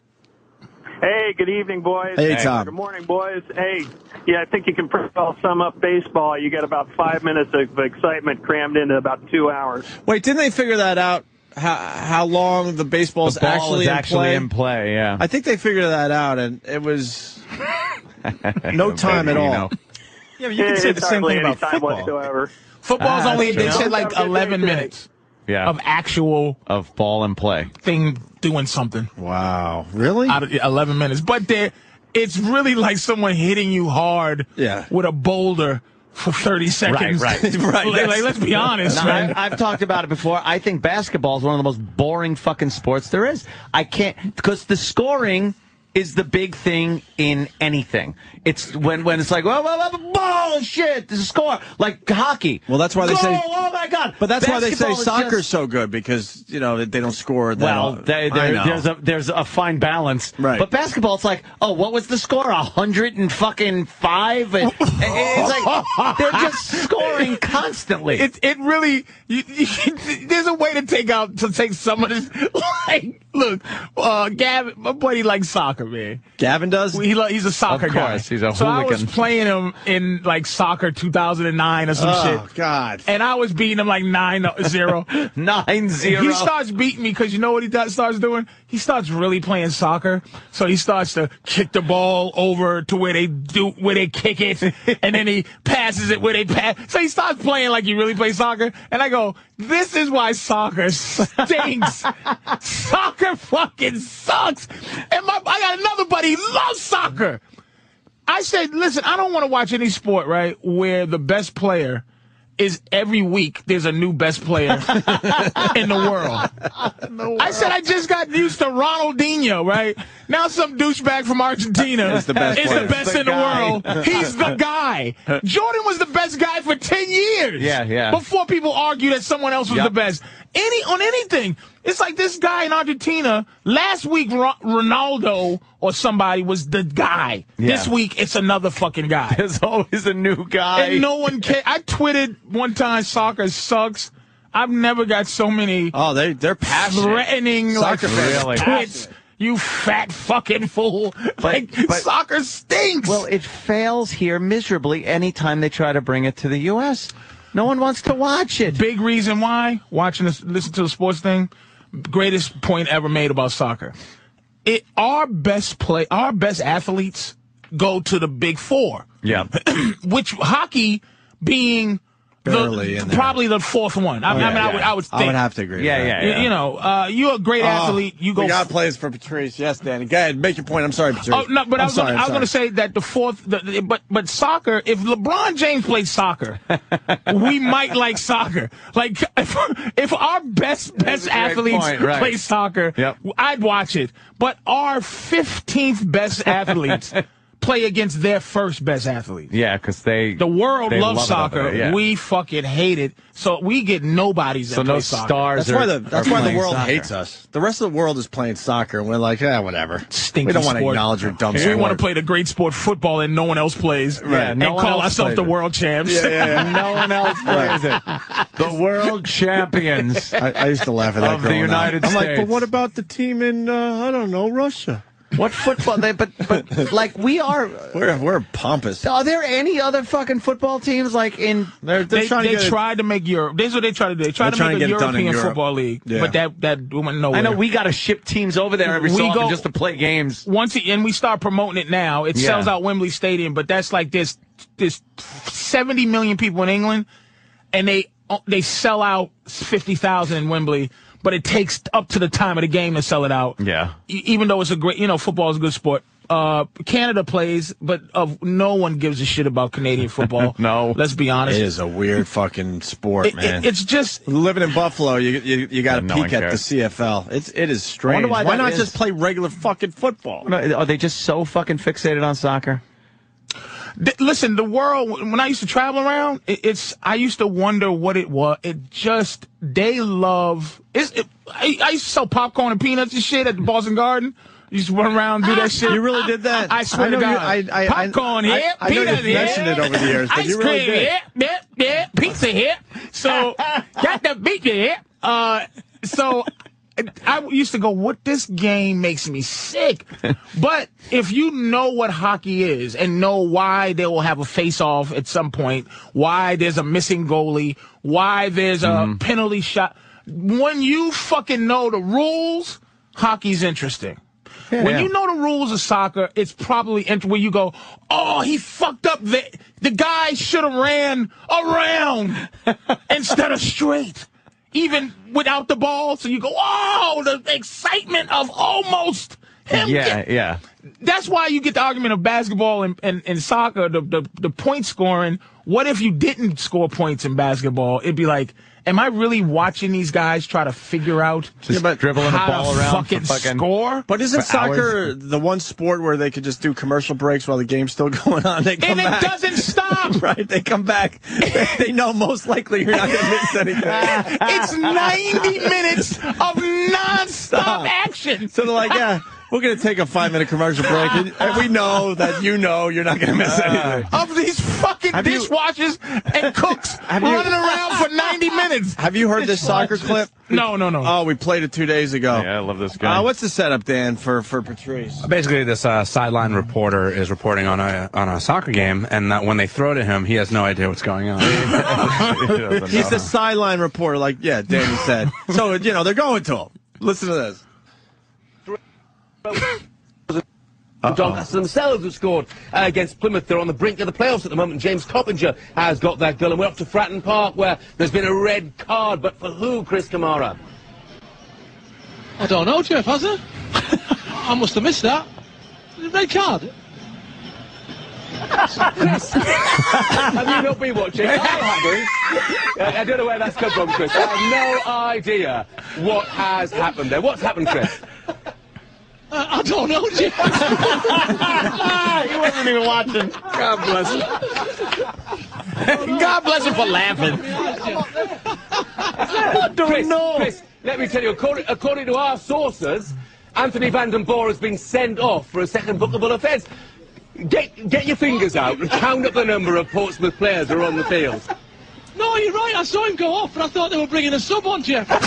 Speaker 13: Hey, good evening, boys.
Speaker 1: Hey,
Speaker 13: Good
Speaker 1: Tom.
Speaker 13: morning, boys. Hey, yeah, I think you can pretty well sum up baseball. You got about five minutes of excitement crammed into about two hours.
Speaker 1: Wait, didn't they figure that out? how, how long the baseball's
Speaker 3: The ball
Speaker 1: actually
Speaker 3: is actually in play, yeah.
Speaker 1: I think they figured that out, and
Speaker 3: *laughs*
Speaker 1: it was no time at
Speaker 3: Maybe, you
Speaker 1: all.
Speaker 3: know.
Speaker 4: Yeah,
Speaker 1: but you can say the same thing about football.
Speaker 4: Whatsoever.
Speaker 2: Football's
Speaker 3: Ah,
Speaker 2: only
Speaker 3: that's
Speaker 2: they
Speaker 3: true.
Speaker 2: said like eleven minutes
Speaker 3: Yeah.
Speaker 2: of actual
Speaker 3: of ball and play.
Speaker 2: thing doing something.
Speaker 1: Wow, really?
Speaker 2: Out of eleven minutes, but there, it's really like someone hitting you hard.
Speaker 1: Yeah.
Speaker 2: with a boulder for thirty seconds. *laughs*
Speaker 3: Right, *laughs* right,
Speaker 2: Like- like, let's be honest,
Speaker 3: No,
Speaker 2: man.
Speaker 3: I, have talked about it before. I think basketball is one of the most boring fucking sports there is. I can't because the scoring is the big thing in anything. It's when when it's like, whoa, whoa, whoa, bullshit, the score like hockey.
Speaker 1: Well, that's why they
Speaker 3: Goal,
Speaker 1: say-
Speaker 3: Oh my god!
Speaker 1: But that's why they say
Speaker 3: Basketball is
Speaker 1: soccer's
Speaker 3: just-
Speaker 1: so good because you know they don't score. That
Speaker 3: well,
Speaker 1: often.
Speaker 3: they,
Speaker 1: I
Speaker 3: there-
Speaker 1: know.
Speaker 3: there's a there's a fine balance,
Speaker 1: Right.
Speaker 3: But basketball, it's like, oh, what was the score? A hundred and fucking five, and it's like they're just
Speaker 2: *laughs*
Speaker 3: scoring constantly.
Speaker 2: It it really you, you- *laughs* there's a way to take out to take some of this. *laughs* Like, look, uh, Gavin, my buddy likes soccer, man.
Speaker 1: Gavin does.
Speaker 2: He lo- he's a soccer
Speaker 3: Of course, *laughs*
Speaker 2: guy.
Speaker 3: he's a
Speaker 2: so I was
Speaker 3: hooligan.
Speaker 2: playing him in like soccer 2009 or some
Speaker 1: Oh,
Speaker 2: shit,
Speaker 1: God.
Speaker 2: and I was beating him like nine uh,
Speaker 1: *laughs*
Speaker 2: zero.
Speaker 3: Nine zero.
Speaker 2: He starts beating me because you know what he does, starts doing? He starts really playing soccer. So he starts to kick the ball over to where they do where they
Speaker 3: *laughs*
Speaker 2: kick it, and then he passes it where they pass. So he starts playing like he really plays soccer. And I go, this is why
Speaker 3: *laughs*
Speaker 2: soccer stinks. soccer fucking sucks. And my I got another buddy who loves soccer. I said, listen, I don't want to watch any sport, right, where the best player is every week there's a new best player
Speaker 3: *laughs*
Speaker 2: *laughs* in the world. I said I just got used to Ronaldinho, right? Now some douchebag from Argentina
Speaker 1: Is the best
Speaker 2: is
Speaker 1: player.
Speaker 2: the best
Speaker 1: The
Speaker 2: in the
Speaker 1: guy.
Speaker 2: world. He's the guy. Jordan was the best guy for 10 years.
Speaker 3: Yeah, yeah.
Speaker 2: Before people argue that someone else was
Speaker 3: Yep.
Speaker 2: the best. Any on anything. It's like this guy in Argentina last week Ro- Ronaldo or somebody was the guy.
Speaker 3: Yeah.
Speaker 2: This week it's another fucking guy.
Speaker 3: *laughs* There's always a new guy.
Speaker 2: And no one can. I tweeted one time, soccer sucks. I've never got so many
Speaker 1: Oh, they they're passionate.
Speaker 2: threatening like
Speaker 1: Soccer fans.
Speaker 3: Really?
Speaker 2: tweets. You fat fucking fool! like
Speaker 3: but-
Speaker 2: soccer stinks.
Speaker 3: Well, it fails here miserably anytime they try to bring it to the U.S. No one wants to watch it.
Speaker 2: Big reason why watching this, listen to the sports thing. Greatest point ever made about soccer. It our best play, our best athletes go to the big four.
Speaker 3: Yeah.
Speaker 2: *coughs* which hockey being the-
Speaker 1: Barely in there. Oh,
Speaker 2: probably the fourth one. I, mean, I, mean, I would, I would think.
Speaker 1: I would have to agree.
Speaker 3: Yeah,
Speaker 1: with that.
Speaker 3: yeah,
Speaker 2: You-
Speaker 3: yeah.
Speaker 2: You know, uh, you're a great athlete. You go.
Speaker 1: Ah, We got plays for Patrice. Yes, Danny. Go ahead. Make your point. I'm sorry, Patrice.
Speaker 2: Oh no! But
Speaker 1: I'm
Speaker 2: I was,
Speaker 1: sorry,
Speaker 2: gonna, I was
Speaker 1: I'm
Speaker 2: gonna
Speaker 1: sorry.
Speaker 2: say that the fourth, the, the- but but soccer. If LeBron James
Speaker 1: *laughs*
Speaker 2: played soccer, we might like soccer. Like if, if our best best
Speaker 3: a great
Speaker 2: athletes
Speaker 3: point, right.
Speaker 2: play soccer,
Speaker 3: Yep.
Speaker 2: I'd watch it. But our fifteenth
Speaker 1: *laughs*
Speaker 2: best athletes play against their first best athlete.
Speaker 3: Yeah, because they
Speaker 2: The world
Speaker 3: they
Speaker 2: loves
Speaker 3: love it over
Speaker 2: soccer.
Speaker 3: there, yeah.
Speaker 1: *laughs*
Speaker 2: We fucking hate it. So we get nobodies that
Speaker 3: so
Speaker 2: play
Speaker 3: no
Speaker 2: soccer.
Speaker 3: stars.
Speaker 1: That's
Speaker 3: are,
Speaker 1: why the that's
Speaker 3: are
Speaker 1: why the
Speaker 3: playing
Speaker 1: world
Speaker 3: soccer.
Speaker 1: hates us. The rest of the world is playing soccer, and we're like, yeah, whatever.
Speaker 2: Stinky
Speaker 1: we don't want to
Speaker 2: sport.
Speaker 1: acknowledge your dumb.
Speaker 2: We want to
Speaker 1: sport.
Speaker 2: play the great sport football and no one else plays.
Speaker 3: Right.
Speaker 2: And
Speaker 3: No one
Speaker 2: call
Speaker 3: else plays
Speaker 2: ourselves the
Speaker 3: it.
Speaker 2: world champs. *laughs*
Speaker 3: no one else plays it. The
Speaker 1: *laughs*
Speaker 3: world champions.
Speaker 1: I, I used to laugh at that.
Speaker 3: Of the
Speaker 1: growing up.
Speaker 3: United
Speaker 1: I'm like, but
Speaker 3: States.
Speaker 1: what about the team in uh, I don't know Russia?
Speaker 3: What football? They, but
Speaker 1: *laughs*
Speaker 3: but like we are.
Speaker 1: We're we're pompous.
Speaker 3: Are there any other fucking football teams like in?
Speaker 1: They're, they're
Speaker 2: They,
Speaker 1: trying
Speaker 2: they
Speaker 1: to get it-
Speaker 2: tried to make Europe. This is what they tried to do. They tried
Speaker 1: They're
Speaker 2: to
Speaker 1: trying
Speaker 2: make
Speaker 1: to
Speaker 2: a
Speaker 1: get it done in
Speaker 2: European
Speaker 1: Europe.
Speaker 2: football league,
Speaker 1: Yeah.
Speaker 2: but that that went nowhere.
Speaker 3: I know we got to ship teams over there every
Speaker 2: We
Speaker 3: so often
Speaker 2: go-
Speaker 3: just to play games.
Speaker 2: once it, and we start promoting it now. It
Speaker 3: Yeah.
Speaker 2: sells out Wembley Stadium, but that's like this this 70 million people in England and they they sell out 50,000 in Wembley, but it takes up to the time of the game to sell it out.
Speaker 3: Yeah.
Speaker 2: E- Even though it's a great, you know, football is a good sport. Uh, Canada plays, but of no one gives a shit about
Speaker 3: *laughs*
Speaker 2: Canadian football.
Speaker 3: No.
Speaker 2: let's be honest.
Speaker 1: It is a weird fucking sport,
Speaker 2: It- it-
Speaker 1: man.
Speaker 2: it's just
Speaker 1: Living in Buffalo, you you, you got to
Speaker 3: Yeah, no
Speaker 1: peek
Speaker 3: one
Speaker 1: at the
Speaker 3: cares.
Speaker 1: CFL. It's it is strange.
Speaker 3: wonder why that
Speaker 1: not
Speaker 3: is.
Speaker 1: just play regular fucking football?
Speaker 3: Are they just so fucking fixated on soccer?
Speaker 2: Th- listen, the world. When I used to travel around, it, it's I used to wonder what it was. It just they love. It's, it, I, I used to sell popcorn and peanuts and shit at the Boston Garden. You just run around and do that shit.
Speaker 1: *laughs* You really did that?
Speaker 2: I swear
Speaker 1: I
Speaker 2: to
Speaker 1: know
Speaker 2: God.
Speaker 1: you- I- I- I-
Speaker 2: popcorn
Speaker 1: I-
Speaker 2: here,
Speaker 1: I know
Speaker 2: peanut
Speaker 1: you've
Speaker 2: here,
Speaker 1: mentioned it over the years, but
Speaker 2: ice
Speaker 1: you really
Speaker 2: cream
Speaker 1: did.
Speaker 2: here, yeah, yeah, pizza here.
Speaker 1: *laughs*
Speaker 2: So got the pizza here. Uh, so I used to go, what this game makes me sick. But if you know what hockey is and know why they will have a face off
Speaker 1: Mm-hmm.
Speaker 2: at some point, why there's a missing goalie, why there's a penalty shot. when you fucking know the rules, hockey's interesting.
Speaker 14: Yeah,
Speaker 2: when
Speaker 14: yeah.
Speaker 2: you know the rules of soccer, it's probably int- where you go, oh, he fucked up. The, the guy should have ran
Speaker 3: *laughs*
Speaker 2: around instead of straight, even without the ball. So you go, oh, the excitement of almost him
Speaker 3: yeah,
Speaker 2: get-
Speaker 3: yeah.
Speaker 2: that's why you get the argument of basketball and, and, and soccer, the, the, the point scoring. What if you didn't score points in basketball? It'd be like, am I really watching these guys try to figure out
Speaker 3: Just dribbling the
Speaker 2: how
Speaker 3: ball
Speaker 2: to
Speaker 3: around for
Speaker 2: fucking,
Speaker 3: fucking-
Speaker 2: score?
Speaker 1: But isn't
Speaker 2: for
Speaker 1: soccer
Speaker 2: hours?
Speaker 1: the one sport where they could just do commercial breaks while the game's still *laughs* going on? They come
Speaker 2: And it
Speaker 1: back.
Speaker 2: doesn't stop.
Speaker 1: *laughs* right? They come back. They, they know most likely you're not going to miss anything. *laughs*
Speaker 2: *laughs* it's 90 minutes of nonstop
Speaker 1: Stop.
Speaker 2: action.
Speaker 1: So they're like, yeah, we're going to take a five minute commercial break, and, and we know that you know you're not going to miss
Speaker 3: Ah.
Speaker 1: anything.
Speaker 2: Of these fucking
Speaker 1: Have you-
Speaker 2: dishwashers and cooks
Speaker 1: Have you-
Speaker 2: running around for 90 minutes.
Speaker 1: Have you heard this soccer
Speaker 2: Dishwashers. *laughs*
Speaker 1: clip?
Speaker 2: No, no, no.
Speaker 1: Oh, we played it two days ago.
Speaker 3: Yeah, I love this guy.
Speaker 1: Uh, what's the setup, Dan, for, for Patrice?
Speaker 6: Basically, this uh, sideline reporter is reporting on a on a soccer game, and that when they throw to him, he has no idea what's going on.
Speaker 1: *laughs* He's the sideline reporter, like, yeah, Danny said. so, you know, they're going to him. Listen to this.
Speaker 15: The Doncaster themselves have scored uh, against Plymouth. They're on the brink of the playoffs at the moment. James Coppinger has got that goal, and we're up to Fratton Park where there's been a red card. But for who, Chris Kamara?
Speaker 9: I don't know, Jeff, has it? *laughs* I must have missed that. Red card.
Speaker 15: Chris, *laughs* have you not been watching? I haven't. Uh, I don't know where that's come from, Chris. I have no idea what has happened there. What's happened, Chris?
Speaker 9: Uh, I don't know, Jeff. he wasn't even watching.
Speaker 2: God bless him. God bless him for laughing.
Speaker 15: I don't Chris, know. Chris, let me tell you, according, according to our sources, Anthony Van Den Boer has been sent off for a second bookable offence. Get, get your fingers out and count up the number of Portsmouth players who are on the field.
Speaker 9: No, you're right. I saw him go off, and I thought they were bringing a sub on, Jeff. *laughs* I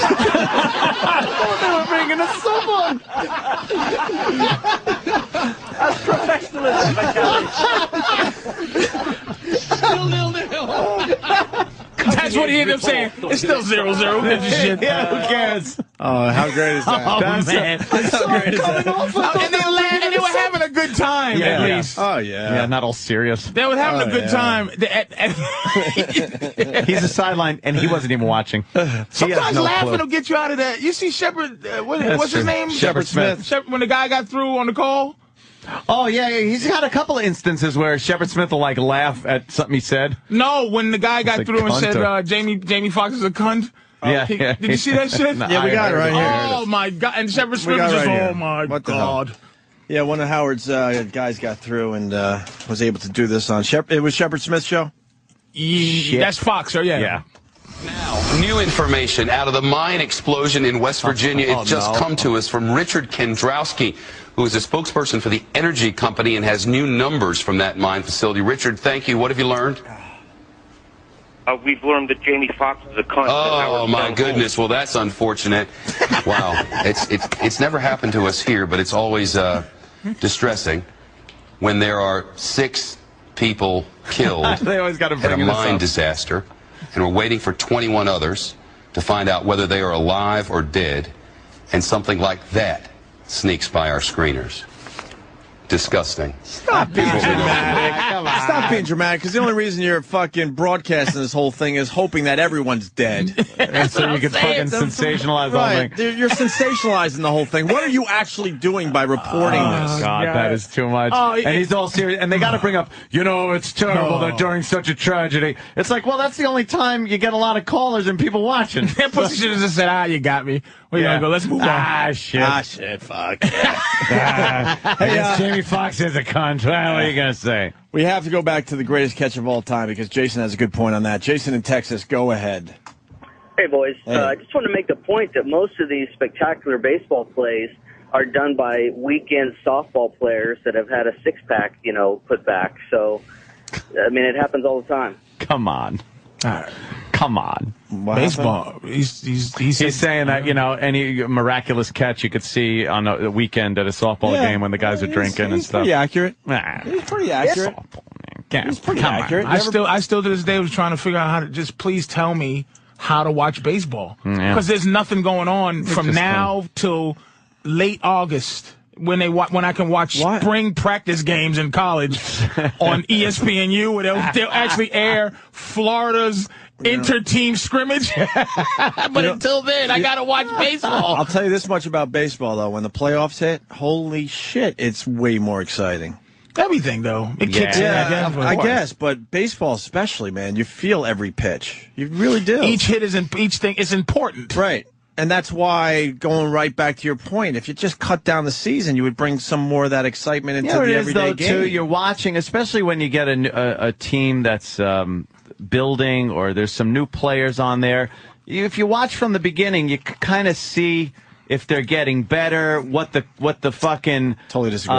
Speaker 9: thought they were bringing a sub *laughs* on. That's
Speaker 4: *laughs*
Speaker 9: professionalism, Still nil nil.
Speaker 2: That's what he ended up saying. It's still zero zero. Who gives a
Speaker 1: *laughs*
Speaker 2: shit?
Speaker 1: Yeah, who
Speaker 2: cares?
Speaker 1: Oh, how great is that?
Speaker 2: *laughs* Oh,
Speaker 1: That's-
Speaker 2: man.
Speaker 1: *laughs* that's how great is that?
Speaker 2: and they, la- and they were having a good time,
Speaker 3: Yeah.
Speaker 2: at least.
Speaker 1: Oh, yeah.
Speaker 3: Yeah, not all serious.
Speaker 2: They were having
Speaker 3: Oh,
Speaker 2: a good
Speaker 3: yeah.
Speaker 2: time. They- at-
Speaker 1: *laughs*
Speaker 2: at-
Speaker 3: He's a sideline, and he wasn't even
Speaker 1: *laughs*
Speaker 3: watching.
Speaker 2: Sometimes laughing will get you out of that. You see Shepard, uh, what,
Speaker 3: That's
Speaker 2: what's his
Speaker 3: true.
Speaker 2: name?
Speaker 3: Shepard Smith.
Speaker 2: Shep- when the guy got through on the call?
Speaker 3: Oh yeah, yeah, he's got a couple of instances where Shepard Smith will like laugh at something he said.
Speaker 2: No, when the guy got
Speaker 3: It's a
Speaker 2: through and said
Speaker 3: cunter.
Speaker 2: uh, Jamie Jamie Foxx is a cunt. Uh,
Speaker 3: Yeah,
Speaker 2: he-
Speaker 3: yeah,
Speaker 2: Did you
Speaker 3: *laughs*
Speaker 2: see that
Speaker 3: yeah.
Speaker 2: shit?
Speaker 3: No, Yeah, we I got it heard right it. here.
Speaker 2: Oh, my God. And Shepard
Speaker 1: We
Speaker 2: Smith
Speaker 1: got
Speaker 2: was just,
Speaker 1: right here.
Speaker 2: oh, my
Speaker 1: What the hell?
Speaker 2: God.
Speaker 1: Yeah, one of Howard's uh, guys got through and uh, was able to do this on Shep. It was Shepard Smith's show.
Speaker 2: Ye- That's Fox, right? Yeah.
Speaker 1: Yeah.
Speaker 16: New information out of the mine explosion in West Virginia.
Speaker 17: Oh,
Speaker 16: It's just
Speaker 17: no.
Speaker 16: come to us from Richard Kendrowski, who is a spokesperson for the energy company and has new numbers from that mine facility. Richard, thank you. What have you learned?
Speaker 12: Uh, we've learned that Jamie Foxx is a cunt.
Speaker 16: Oh my goodness! Well, that's unfortunate.
Speaker 17: *laughs*
Speaker 16: Wow, it's it's it's never happened to us here, but it's always uh, distressing when there are six
Speaker 3: *laughs*
Speaker 16: people killed
Speaker 3: They always gotta
Speaker 16: in a
Speaker 3: bring this
Speaker 16: mine
Speaker 3: up.
Speaker 16: disaster, and we're waiting for 21 others to find out whether they are alive or dead, and something like that sneaks by our screeners. Disgusting.
Speaker 1: Stop being dramatic. Stop being dramatic because the only reason you're fucking broadcasting this whole thing is hoping that everyone's dead.
Speaker 3: *laughs* And so you can fucking sensationalize the whole
Speaker 1: right.
Speaker 3: thing.
Speaker 1: You're- You're sensationalizing the whole thing. What are you actually doing by reporting
Speaker 2: uh,
Speaker 1: this?
Speaker 3: Oh, God, that is too much.
Speaker 1: Oh,
Speaker 3: and
Speaker 1: it-
Speaker 3: he's all serious. And they got to bring up, you know, it's terrible that during such a tragedy. It's like, well, that's the only time you get a lot of callers and people
Speaker 2: *laughs*
Speaker 3: watching.
Speaker 2: That pussy should have just said, ah, you got me. We're
Speaker 3: Yeah.
Speaker 2: going to go. Let's move on.
Speaker 3: Ah, shit. Ah,
Speaker 1: shit, fuck.
Speaker 3: *laughs* hey, Jamie Foxx is a cunt. Well, what are you going to say?
Speaker 1: We have to go back to the greatest catch of all time because Jason has a good point on that. Jason in Texas, go ahead.
Speaker 18: Hey, boys.
Speaker 1: Hey.
Speaker 18: Uh, I just want to make the point that most of these spectacular baseball plays are done by weekend softball players that have had a six pack, you know, put back. So, I mean, it happens all the time.
Speaker 3: Come on. Come on.
Speaker 2: Baseball. He's, he's, he's,
Speaker 3: saying that, you know, any miraculous catch you could see on a a weekend at a softball
Speaker 1: Yeah.
Speaker 3: game when the guys are drinking and stuff.
Speaker 1: Pretty accurate.
Speaker 3: Nah.
Speaker 1: He's pretty accurate.
Speaker 3: He's
Speaker 1: pretty accurate.
Speaker 2: I
Speaker 1: Never-
Speaker 2: still, I still to this day was trying to figure out how to just please tell me how to watch baseball
Speaker 1: Mm,
Speaker 4: Yeah.
Speaker 2: because there's nothing going on from
Speaker 4: Interesting.
Speaker 2: now till late August when they wa- when I can watch spring practice games
Speaker 1: *laughs*
Speaker 2: in college on E ESPNU where they'll, they'll actually air Florida's inter-team scrimmage. *laughs* but
Speaker 1: You know-
Speaker 2: until then, I
Speaker 1: you-
Speaker 2: gotta
Speaker 1: *laughs*
Speaker 2: watch baseball.
Speaker 1: I'll tell you this much about baseball, though. When the playoffs hit, holy shit, it's way more exciting.
Speaker 2: Everything, though. It kicks in, I guess, but-
Speaker 1: I guess, but baseball especially, man, you feel every pitch. You really do.
Speaker 2: Each hit is in, each thing is important.
Speaker 1: Right. And that's why going right back to your point, if you just cut down the season, you would bring some more of that excitement into
Speaker 3: you know what
Speaker 1: the
Speaker 3: it is,
Speaker 1: everyday
Speaker 3: though,
Speaker 1: game.
Speaker 3: too? You're watching, especially when you get a, n- a- a team that's um, building or there's some new players on there. You- If you watch from the beginning, you kind of see if they're getting better, what the what the fucking um,
Speaker 1: totally disagree.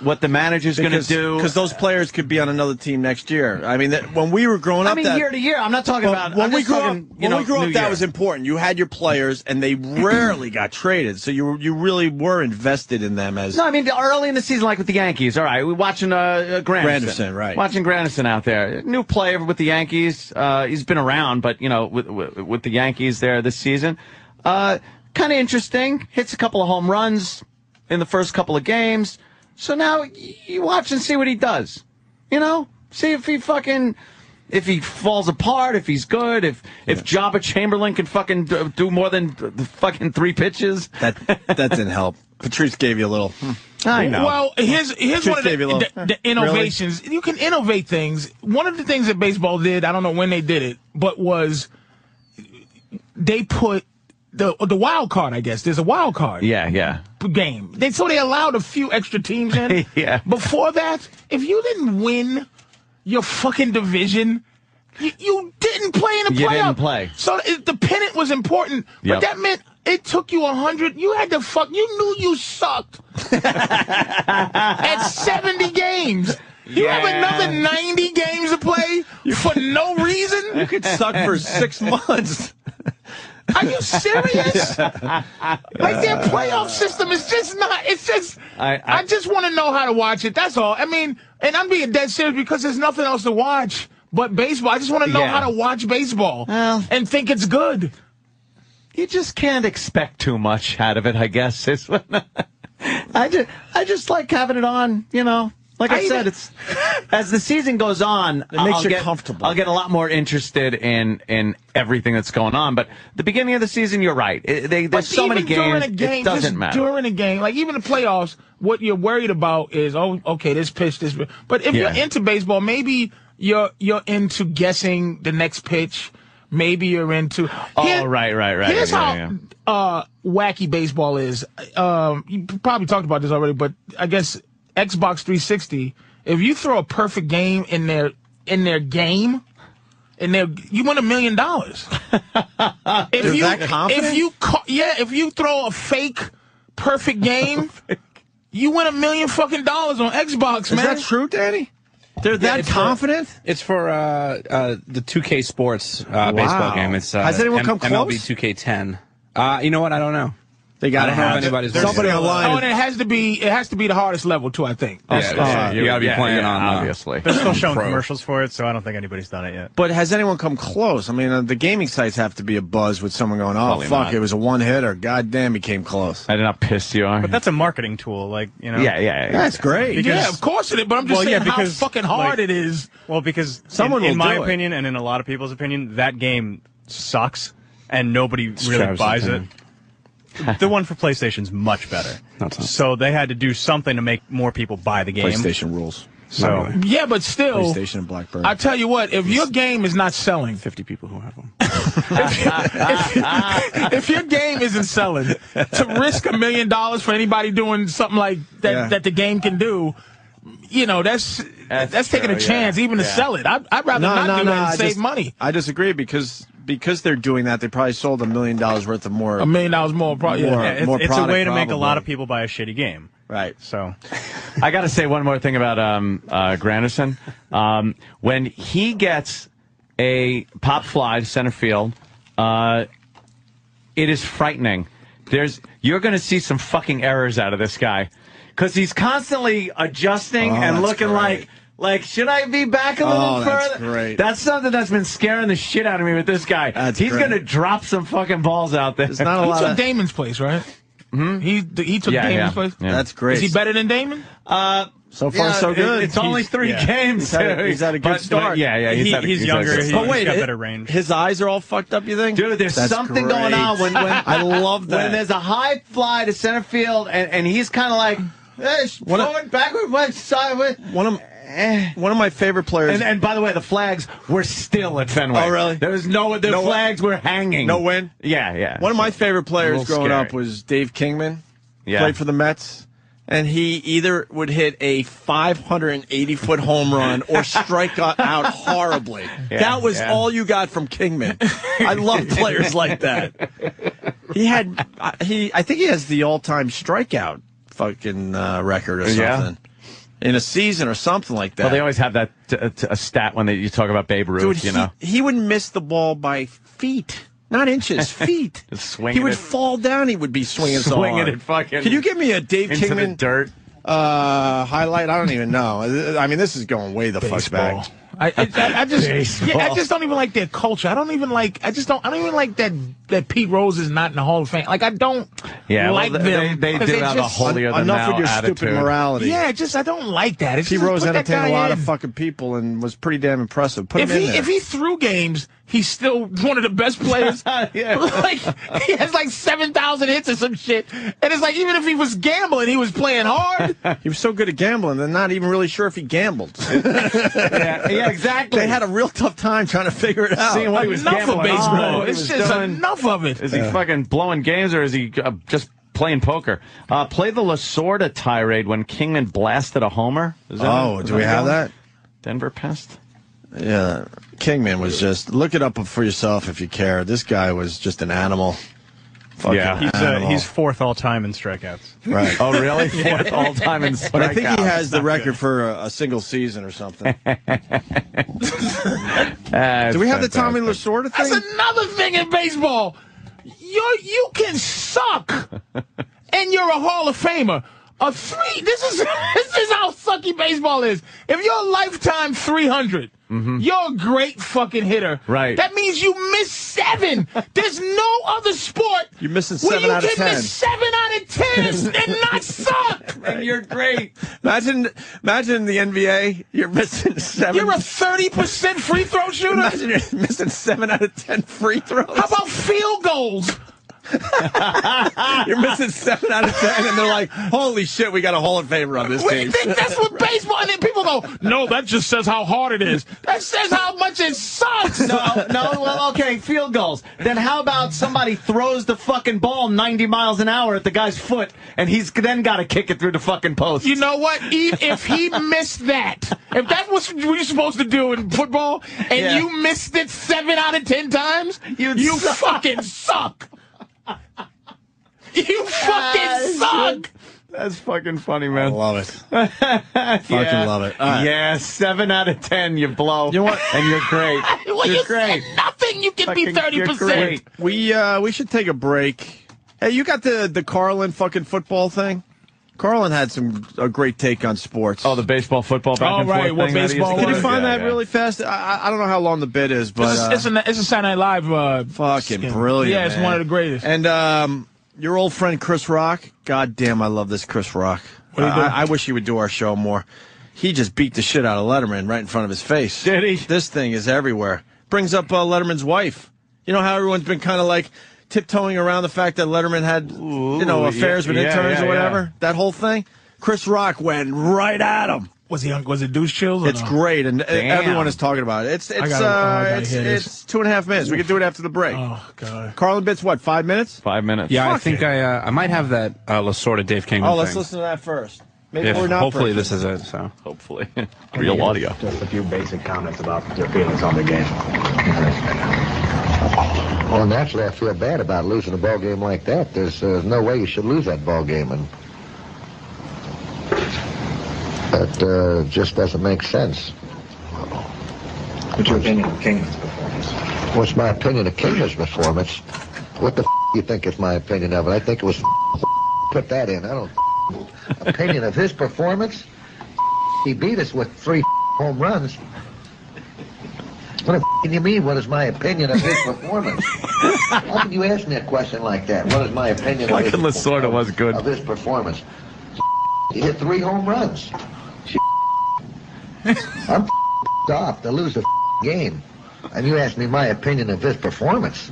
Speaker 3: what the manager's going to do.
Speaker 1: because those players could be on another team next year. I mean, that, when we were growing
Speaker 3: I
Speaker 1: up,
Speaker 3: mean,
Speaker 1: that,
Speaker 3: year to year, I'm not talking
Speaker 1: Well,
Speaker 3: about-
Speaker 1: when
Speaker 3: I'm
Speaker 1: we
Speaker 3: just
Speaker 1: grew
Speaker 3: talking,
Speaker 1: up.
Speaker 3: you
Speaker 1: When
Speaker 3: know,
Speaker 1: we grew up,
Speaker 3: new
Speaker 1: that
Speaker 3: year.
Speaker 1: was important. You had your players,
Speaker 3: *clears throat*
Speaker 1: and they rarely got traded, so you were- you really were invested in them as
Speaker 3: No, I mean early in the season, like with the Yankees. All right, we're watching uh, uh, Granderson.
Speaker 1: Granderson, right.
Speaker 3: Watching Granderson out there, new player with the Yankees. Uh, he's been around, but you know, with with, with the Yankees there this season, uh, kind of interesting. Hits a couple of home runs in the first couple of games. So now y- you watch and see what he does. You know, see if he fucking. If he falls apart, if he's good, if if Jabba Chamberlain can fucking do, do more than uh, fucking three pitches,
Speaker 1: that that didn't help. Patrice gave you a little. hmm,
Speaker 3: I know.
Speaker 2: Well, here's here's
Speaker 1: Just
Speaker 2: one of the,
Speaker 1: gave you a little, hmm.
Speaker 2: the, the
Speaker 1: "Really?"
Speaker 2: innovations. You can innovate things. One of the things that baseball did, I don't know when they did it, but was they put the the wild card. I guess there's a wild
Speaker 3: *laughs*
Speaker 2: card
Speaker 3: yeah, yeah.
Speaker 2: game. They, so they allowed a few extra teams in.
Speaker 3: *laughs* Yeah.
Speaker 2: Before that, if you didn't win your fucking division. You, you didn't play in the
Speaker 3: You
Speaker 2: playoff.
Speaker 3: didn't play.
Speaker 2: So it, the pennant was important, but
Speaker 3: Yep.
Speaker 2: that meant it took you a hundred. You had to fuck. You knew you
Speaker 3: *laughs*
Speaker 2: sucked at 70 games. You have another 90 games to play for no reason?
Speaker 1: You could suck for six months.
Speaker 2: Are you serious? Like their playoff system is just not. It's just. I,
Speaker 3: I- I-
Speaker 2: just want to know how to watch it. That's all. I mean, and I'm being dead serious because there's nothing else to watch but baseball. I just want to know
Speaker 3: Yeah.
Speaker 2: how to watch baseball and think it's good.
Speaker 3: you just can't e-, expect too much out of it. I guess is what I just I just like having it on. You know, like I,
Speaker 4: I
Speaker 3: said,
Speaker 4: even-
Speaker 3: it's *laughs* as the season goes on, it
Speaker 1: makes
Speaker 3: I'll
Speaker 1: you
Speaker 3: get,
Speaker 1: comfortable.
Speaker 3: I'll get a lot more interested in in everything that's going on. But the beginning of the season, you're right. It- they, there's so
Speaker 2: even
Speaker 3: many games.
Speaker 2: During a game,
Speaker 3: it
Speaker 2: just
Speaker 3: doesn't matter.
Speaker 2: During a game, like even the playoffs, what you're worried about is oh, okay, this pitch, this. pitch. But if
Speaker 3: Yeah.
Speaker 2: you're into baseball, maybe you're you're into guessing the next pitch. Maybe you're into.
Speaker 3: oh, right, right, right.
Speaker 2: Here's
Speaker 3: Yeah,
Speaker 2: how
Speaker 3: yeah.
Speaker 2: uh, wacky baseball is. Um, you probably talked about this already, but I guess Xbox 360. If you throw a perfect game in their in their game, in their you win a million
Speaker 1: *laughs*
Speaker 2: dollars. If
Speaker 1: They're
Speaker 2: you
Speaker 1: that confident?
Speaker 2: if you ca- yeah, if you throw a fake
Speaker 1: *laughs*
Speaker 2: perfect game, you win a million fucking dollars on Xbox, man.
Speaker 1: that true, Danny? They're that
Speaker 6: it's for-
Speaker 1: confident?
Speaker 6: It's for uh, uh, the 2K Sports uh,
Speaker 1: Wow.
Speaker 6: baseball game. It's uh,
Speaker 1: Has anyone come
Speaker 6: MLB
Speaker 1: close?
Speaker 6: 2K10. Uh, you know what? I don't know.
Speaker 1: They gotta
Speaker 6: I don't know
Speaker 1: have
Speaker 6: if
Speaker 1: it.
Speaker 6: anybody's
Speaker 1: There's somebody
Speaker 6: listening.
Speaker 1: online
Speaker 2: Oh, and it has to be it has to be the hardest level too. I think.
Speaker 6: Yeah, yeah, you gotta be playing on uh,
Speaker 19: They're
Speaker 3: *clears throat*
Speaker 19: still showing commercials for it, so I don't think anybody's done it yet.
Speaker 1: But has anyone come close? I mean, uh, the gaming sites have to be a buzz with someone going, "Oh
Speaker 19: Probably
Speaker 1: fuck,
Speaker 19: not.
Speaker 1: it was a one hitter. God damn, he came close."
Speaker 3: I did not piss you off.
Speaker 19: But that's a marketing tool, like you know.
Speaker 1: Yeah, yeah, yeah. That's great.
Speaker 2: yeah, of course it is. But I'm just
Speaker 19: Well,
Speaker 2: saying
Speaker 19: yeah,
Speaker 2: how
Speaker 19: because,
Speaker 2: fucking hard
Speaker 19: like-
Speaker 2: it is.
Speaker 19: Well, because someone,
Speaker 2: Someone
Speaker 19: in,
Speaker 2: will
Speaker 19: in my
Speaker 2: do it.
Speaker 19: opinion, and in a lot of people's opinion, that game sucks, and nobody really
Speaker 6: Travis's
Speaker 19: buys
Speaker 6: opinion.
Speaker 19: it. the one for PlayStation's much better. So they had to do something to make more people buy the game.
Speaker 1: PlayStation rules.
Speaker 19: So
Speaker 2: Yeah, but still,
Speaker 1: PlayStation and BlackBerry.
Speaker 2: I tell you what, if your game is not selling,
Speaker 6: 50 people who have them.
Speaker 2: if *laughs* your game isn't selling, to risk a million dollars for anybody doing something like that
Speaker 4: Yeah.
Speaker 2: that the game can do, you know, that's that's, taking a
Speaker 1: true, yeah.
Speaker 2: chance even to
Speaker 1: Yeah.
Speaker 2: sell it. I'd, I'd rather not do that and
Speaker 1: I
Speaker 2: save
Speaker 1: just-
Speaker 2: money.
Speaker 1: I disagree because because they're doing that, they probably sold a million dollars worth of more.
Speaker 2: A million dollars more, probably.
Speaker 1: More,
Speaker 19: Yeah, it's,
Speaker 1: more
Speaker 19: it's a
Speaker 1: product,
Speaker 19: way to make a
Speaker 1: probably.
Speaker 19: lot of people buy a shitty game.
Speaker 1: Right.
Speaker 19: So
Speaker 3: I got to say one more thing about um, uh, Granderson. Um, when he gets a pop fly to center field, uh, it is frightening. There's you're going to see some fucking errors out of this guy because he's constantly adjusting
Speaker 4: Oh,
Speaker 3: and
Speaker 4: that's
Speaker 3: looking
Speaker 4: great.
Speaker 3: like Like, should I be back a little
Speaker 1: Oh, that's
Speaker 3: further?
Speaker 1: great.
Speaker 3: That's something that's been scaring the shit out of me with this guy. He's
Speaker 2: great.
Speaker 3: going to drop some fucking balls out there. There's
Speaker 2: he took Damon's place, right?
Speaker 1: Hmm?
Speaker 2: Mm-hmm. He he took
Speaker 3: Yeah, yeah,
Speaker 2: Damon's place.
Speaker 3: yeah. That's great.
Speaker 2: Is he better than Damon?
Speaker 3: Uh,
Speaker 1: So far, so good.
Speaker 3: it's only
Speaker 1: He's-
Speaker 3: three
Speaker 1: yeah.
Speaker 3: games.
Speaker 1: He's had a-
Speaker 3: dude.
Speaker 1: he's had a good
Speaker 3: But- but
Speaker 1: start.
Speaker 3: yeah, yeah.
Speaker 1: He-
Speaker 3: had a-
Speaker 1: he's
Speaker 3: had a
Speaker 1: younger,
Speaker 3: good
Speaker 1: he's-
Speaker 3: start.
Speaker 1: he's got
Speaker 3: it-
Speaker 1: better range. His eyes are all fucked up. You think,
Speaker 3: dude? There's
Speaker 1: That's
Speaker 3: something going on when, when *laughs*
Speaker 1: great. I love that.
Speaker 3: when there's a high fly to center field and, and he's kind of like eh,
Speaker 1: One of-
Speaker 3: forward, backward, left, sideways.
Speaker 1: One of one of my favorite players.
Speaker 3: Eh. And, and by the way, the flags were still at Fenway.
Speaker 1: Oh, really?
Speaker 3: There was no the
Speaker 1: No win-
Speaker 3: flags were hanging.
Speaker 1: No win?
Speaker 3: Yeah, yeah.
Speaker 1: One of my
Speaker 3: A
Speaker 1: favorite players
Speaker 3: little
Speaker 1: growing
Speaker 3: scary.
Speaker 1: up was Dave Kingman.
Speaker 3: Yeah.
Speaker 1: Played for the Mets. And he either would hit a 580 foot home run or strike o-
Speaker 3: *laughs*
Speaker 1: out horribly.
Speaker 3: Yeah,
Speaker 1: that was
Speaker 3: yeah.
Speaker 1: all you got from Kingman. I
Speaker 3: *laughs*
Speaker 1: love players like that. He had uh, he I think he has the all time strikeout fucking uh, record or
Speaker 3: Yeah.
Speaker 1: something in a season or something like that.
Speaker 3: Well, they always have that t- t- a stat when they, you talk about Babe Ruth.
Speaker 1: Dude,
Speaker 3: you
Speaker 1: he,
Speaker 3: know,
Speaker 1: he would miss the ball by feet,
Speaker 3: *laughs*
Speaker 1: not inches, feet.
Speaker 3: Just swinging
Speaker 1: he would
Speaker 3: it.
Speaker 1: fall down. He would be swinging so
Speaker 3: Swinging
Speaker 1: hard.
Speaker 3: it fucking
Speaker 1: Can you give me a Dave
Speaker 3: into the
Speaker 1: Kingman
Speaker 3: dirt
Speaker 1: uh, highlight? I don't even know. I mean, this is going way the
Speaker 2: Baseball.
Speaker 1: fuck
Speaker 2: I,
Speaker 1: back.
Speaker 2: I, I- I just
Speaker 1: Baseball.
Speaker 2: yeah, I just don't even like their culture. I don't even like I just don't I don't even like that that Pete Rose is not in the Hall of Fame. Like I don't
Speaker 3: Yeah, well,
Speaker 2: like
Speaker 3: they-
Speaker 2: them.
Speaker 3: they- they
Speaker 2: 'cause
Speaker 3: do have a
Speaker 2: just-
Speaker 3: holier than
Speaker 1: Enough with
Speaker 3: now
Speaker 1: your stupid
Speaker 3: attitude.
Speaker 1: morality.
Speaker 2: Yeah, just I don't like that. It's
Speaker 1: Pete
Speaker 2: just
Speaker 1: Rose
Speaker 2: put that
Speaker 1: entertained a
Speaker 2: guy
Speaker 1: lot
Speaker 2: in.
Speaker 1: of fucking people and was pretty damn impressive. Put
Speaker 2: if
Speaker 1: him in
Speaker 2: he
Speaker 1: there.
Speaker 2: if he threw games, he's still one of the best
Speaker 1: *laughs*
Speaker 2: players. yeah. *laughs* like he has like seven thousand hits or some shit. And it's like even if he was gambling, he was playing hard.
Speaker 1: *laughs* He was so good at gambling, they're not even really sure if he
Speaker 2: *laughs*
Speaker 1: gambled.
Speaker 3: yeah, yeah, exactly.
Speaker 1: They had a real tough time trying to figure it out.
Speaker 3: Seeing what he was
Speaker 2: Oh, enough of
Speaker 3: gambling on,
Speaker 2: baseball.
Speaker 3: what he
Speaker 2: Oh, It's
Speaker 3: was
Speaker 2: just
Speaker 3: doing.
Speaker 2: enough of it.
Speaker 3: Is he fucking blowing games or is he uh, just playing poker? Uh, play the Lasorda tirade when Kingman blasted a homer. Is that-
Speaker 1: Oh,
Speaker 3: is
Speaker 1: do we have
Speaker 3: going?
Speaker 1: that?
Speaker 3: Denver Pest?
Speaker 1: Yeah, Kingman was just look it up for yourself if you care. This guy was just an animal. Fucking
Speaker 20: he's uh,
Speaker 1: animal.
Speaker 20: he's fourth all time in strikeouts.
Speaker 1: right.
Speaker 3: Oh,
Speaker 2: *laughs*
Speaker 3: really? Fourth all-time in
Speaker 1: But I think he
Speaker 3: strikeouts.
Speaker 1: has the record for a, a single season or
Speaker 2: *laughs*
Speaker 1: something. do we have the Tommy Lasorda thing?
Speaker 2: That's another thing in baseball. You you
Speaker 1: *laughs*
Speaker 2: can suck, and you're a Hall of Famer. A three. This is *laughs* this is how sucky baseball is. If you're a lifetime 300,
Speaker 1: Mm-hmm.
Speaker 2: you're a great fucking hitter.
Speaker 3: Right.
Speaker 2: That means you miss seven. There's no other sport
Speaker 1: You're missing
Speaker 2: where
Speaker 1: seven
Speaker 2: you
Speaker 1: out of
Speaker 2: can
Speaker 1: ten.
Speaker 2: miss seven out
Speaker 1: *laughs*
Speaker 2: of ten and, and not suck.
Speaker 3: And you're great.
Speaker 1: Imagine, imagine the NBA. You're missing seven.
Speaker 2: You're a 30% free throw shooter.
Speaker 1: imagine you're missing seven out of ten free throws.
Speaker 2: How about field goals?
Speaker 1: *laughs* You're missing seven out of ten, and they're like, "Holy shit, we got a Hall of Famer on this
Speaker 2: What do
Speaker 1: team."
Speaker 2: you think?
Speaker 1: *laughs*
Speaker 2: That's what baseball. And then people go, "No, that just says how hard it is. That says how much
Speaker 1: *laughs*
Speaker 2: it sucks."
Speaker 3: No, no, well, okay, field goals. Then how about somebody throws the fucking ball 90 miles an hour at the guy's foot, and he's then got to kick it through the fucking post?
Speaker 2: You know what? E- If he missed that,
Speaker 3: *laughs*
Speaker 2: if that was what you're supposed to do in football, and
Speaker 3: Yeah.
Speaker 2: you missed it seven out of ten times, you
Speaker 3: You'd suck.
Speaker 2: fucking suck.
Speaker 1: *laughs*
Speaker 2: You
Speaker 1: Ah,
Speaker 2: fucking suck.
Speaker 3: That's fucking funny, man. *laughs*
Speaker 1: love it.
Speaker 3: Fucking
Speaker 1: love it. All right.
Speaker 3: Yeah, seven out of ten, you blow. You
Speaker 1: what?
Speaker 3: And you're great.
Speaker 2: Well,
Speaker 3: you're
Speaker 2: you
Speaker 3: great.
Speaker 2: said nothing. You can be
Speaker 3: Fucking-
Speaker 2: thirty
Speaker 3: you're great.
Speaker 2: percent.
Speaker 1: We uh we should take a break. Hey, you got the the Carlin fucking football thing? Carlin had some a great take on sports.
Speaker 3: Oh, the baseball, football, back
Speaker 2: All
Speaker 3: and
Speaker 2: right,
Speaker 3: forth
Speaker 2: what
Speaker 3: thing that he used to
Speaker 2: baseball
Speaker 3: do?
Speaker 1: Can you
Speaker 2: was?
Speaker 1: find
Speaker 3: Yeah,
Speaker 1: that
Speaker 3: yeah.
Speaker 1: really fast? I- I, I don't know how long the bit is, but
Speaker 2: It's,
Speaker 1: uh,
Speaker 2: a- it's, a, it's a Saturday Night Live. Uh,
Speaker 1: fucking
Speaker 2: skin.
Speaker 1: brilliant.
Speaker 2: Yeah, it's
Speaker 1: man.
Speaker 2: one of the greatest.
Speaker 1: And um, your old friend Chris Rock. God damn, I love this Chris Rock. Uh,
Speaker 2: What do you do?
Speaker 1: I, I wish he would do our show more. He just beat the shit out of Letterman right in front of his face. Did he? This thing is everywhere. Brings up uh, Letterman's wife. You know how everyone's been kind of like tiptoeing around the fact that Letterman had you know
Speaker 3: Ooh,
Speaker 1: affairs
Speaker 3: yeah,
Speaker 1: with
Speaker 3: yeah,
Speaker 1: interns
Speaker 3: yeah, yeah.
Speaker 1: or whatever. That whole thing. Chris Rock went right at him.
Speaker 2: Was he on, was it douche chills? Or
Speaker 1: It's
Speaker 2: no?
Speaker 1: great, and uh,
Speaker 3: Damn.
Speaker 1: everyone is talking about it. It's it's
Speaker 2: gotta- oh, I
Speaker 1: uh,
Speaker 2: gotta
Speaker 1: it's,
Speaker 2: hear this.
Speaker 1: it's two and a half minutes. We can do it after the break.
Speaker 2: Oh god.
Speaker 1: Carlin Bits, what, five minutes?
Speaker 3: Five minutes.
Speaker 6: Yeah, I think I uh, I might have that uh, Lasorda Dave Kingman.
Speaker 1: Oh, let's
Speaker 6: thing.
Speaker 1: listen to that first. Maybe
Speaker 6: If-
Speaker 1: we're not.
Speaker 6: hopefully
Speaker 1: perfect.
Speaker 6: this is it. So *laughs*
Speaker 3: Hopefully. *laughs* Real audio.
Speaker 21: Just a few basic comments about your feelings on the game.
Speaker 22: Well, naturally, I feel bad about losing a ball game like that. There's uh, no way you should lose that ball game, and that uh, just doesn't make sense.
Speaker 21: What's your opinion of Kingman's performance?
Speaker 22: What's my opinion of Kingman's performance? What the f- you think is my opinion of it? I think it was f- put *laughs* that in. I don't opinion of his performance. He beat us with three *laughs* home runs. What the f- do you mean? What is my opinion of his performance? How can you ask me a question like that? What is my opinion of his,
Speaker 3: Michael Lasorda was good.
Speaker 22: of his performance? *laughs* He hit three home runs. I'm *laughs* f***ed off to lose the f***ing *laughs* game, and you ask me my opinion of his performance.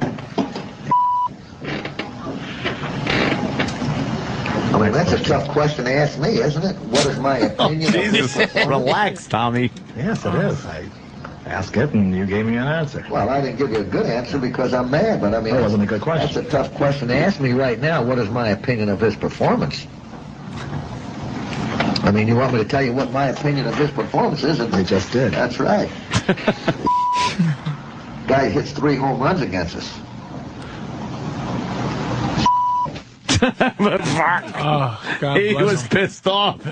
Speaker 22: I mean, that's a tough question to ask me, isn't it? What is
Speaker 9: *laughs*
Speaker 22: my
Speaker 9: Oh,
Speaker 22: opinion? of his performance?
Speaker 3: Oh, Tommy.
Speaker 22: Yes, it is. I asked it, and you gave me an answer.
Speaker 3: *laughs*
Speaker 22: Well, I didn't give you a good answer because I'm mad, but I mean,
Speaker 23: That wasn't
Speaker 22: a good question. That's a tough question to ask me right now. What is my opinion of his performance? I mean, you want me to tell you what my opinion of his performance is? And they just did. That's *laughs* right. Guy hits three home runs against us.
Speaker 1: Oh,
Speaker 3: God *laughs* He bless was him. pissed
Speaker 1: *laughs*
Speaker 3: off.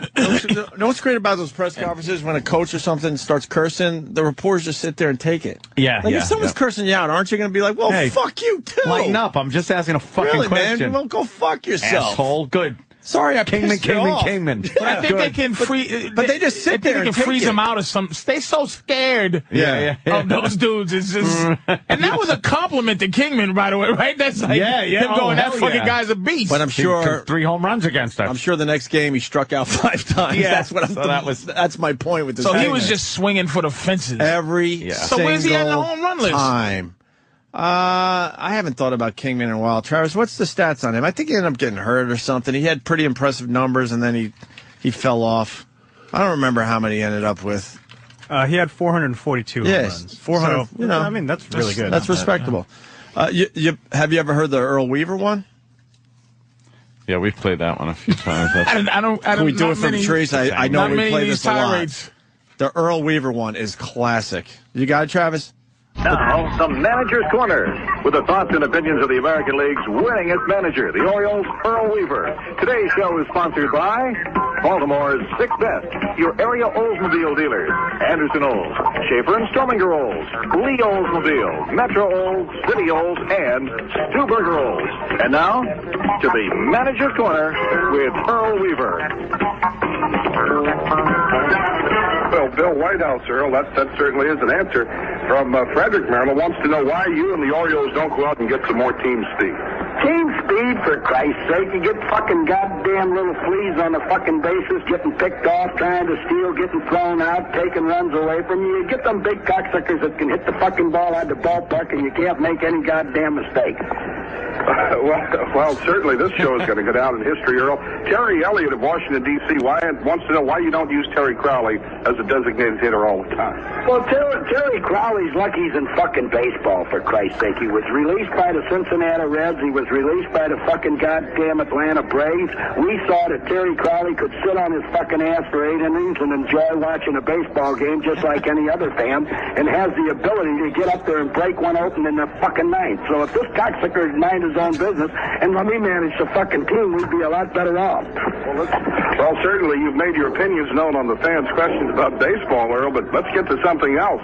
Speaker 1: know what's great about those press conferences when a coach or something starts cursing? The reporters just sit there and take it.
Speaker 3: Yeah,
Speaker 1: Like
Speaker 3: yeah,
Speaker 1: if someone's
Speaker 3: yeah.
Speaker 1: cursing you out, aren't you going to be like, well,
Speaker 3: Hey,
Speaker 1: fuck you too?
Speaker 3: Lighten up. I'm just asking a fucking
Speaker 1: really,
Speaker 3: question.
Speaker 1: man? Well, go fuck yourself.
Speaker 3: Asshole. Good.
Speaker 1: Sorry, I
Speaker 3: Kingman,
Speaker 1: pissed you
Speaker 3: Kingman,
Speaker 1: off. *laughs*
Speaker 3: Kingman.
Speaker 2: But I think
Speaker 3: Good.
Speaker 2: they can free.
Speaker 1: But they just sit
Speaker 2: I think
Speaker 1: there
Speaker 2: They
Speaker 1: and
Speaker 2: can
Speaker 1: take
Speaker 2: freeze
Speaker 1: it.
Speaker 2: them out of some. They so scared.
Speaker 3: Yeah, yeah, yeah.
Speaker 2: Of those dudes,
Speaker 1: *laughs*
Speaker 2: it's just. and that was a compliment to Kingman, by the way. Right? That's like
Speaker 1: Yeah, yeah.
Speaker 2: Him
Speaker 1: Oh,
Speaker 2: going, that
Speaker 1: hell
Speaker 2: fucking
Speaker 1: yeah."
Speaker 2: guy's a beast.
Speaker 1: But I'm sure
Speaker 3: three home runs against us.
Speaker 1: I'm sure the next game he struck out *laughs* five times.
Speaker 2: Yeah,
Speaker 1: that's what I'm.
Speaker 2: so that was-
Speaker 1: that's my point with this.
Speaker 2: So he
Speaker 1: thing.
Speaker 2: was just swinging for the fences.
Speaker 1: every
Speaker 2: So where's he at in the
Speaker 1: single
Speaker 2: home run list?
Speaker 1: Time. Uh, I haven't thought about Kingman in a while. Travis, what's the stats on him? I think he ended up getting hurt or something. He had pretty impressive numbers, and then he he fell off. I don't remember how many he ended up with.
Speaker 24: Uh, he had 442 home
Speaker 1: yes,
Speaker 24: runs.
Speaker 1: four hundred.
Speaker 24: So,
Speaker 1: you know,
Speaker 24: I mean, that's really good.
Speaker 1: That's respectable. Uh, you, you, have you ever heard the Earl Weaver one?
Speaker 25: Yeah, we've played that one a few times.
Speaker 1: *laughs*
Speaker 2: I don't. I don't. I
Speaker 1: Can
Speaker 2: don't
Speaker 1: we do
Speaker 2: not
Speaker 1: it from
Speaker 2: many-
Speaker 1: trees? I, I know
Speaker 2: not
Speaker 1: we
Speaker 2: many
Speaker 1: play
Speaker 2: of
Speaker 1: this
Speaker 2: these
Speaker 1: a
Speaker 3: *laughs*
Speaker 1: lot.
Speaker 2: tirades.
Speaker 1: The Earl Weaver one is classic. You got it, Travis?
Speaker 26: Now, the Manager's Corner, with the thoughts and opinions of the American League's winningest manager, the Orioles' Earl Weaver. Today's show is sponsored by Baltimore's Six Best, your area Oldsmobile dealers, Anderson Olds, Schaefer and Strominger Olds, Lee Oldsmobile, Metro Olds, City Olds, and Stuberger Olds. And now, to the Manager's Corner with Earl Weaver. Well, Bill Whitehouse, Earl, that, that certainly is an answer. From uh, Frederick, Maryland, wants to know why you and the Orioles don't go out and get some more team speed.
Speaker 9: Team speed, for Christ's sake. You get fucking goddamn little fleas on the fucking bases, getting picked off, trying to steal, getting thrown out, taking runs away from you. You get them big cocksuckers that can hit the fucking ball out of the ballpark and you can't make any goddamn mistake.
Speaker 26: *laughs* well, well, certainly this show is going to go down in history, Earl. Terry Elliott of Washington, D.C., why wants to know why you don't use Terry Crowley as a designated hitter all the time.
Speaker 9: Well, Terry, Terry Crowley's lucky he's in fucking baseball, for Christ's sake. He was released by the Cincinnati Reds. He was released by the fucking goddamn Atlanta Braves. We saw that Terry Crowley could sit on his fucking ass for eight innings and enjoy watching a baseball game just like any other fan and has the ability to get up there and break one open in the fucking ninth. So if this cocksucker would mind his own business and let me manage the fucking team, we'd be a lot better off.
Speaker 26: Well, certainly you've made your opinions known on the fans' questions about baseball, Earl, but let's get to something else.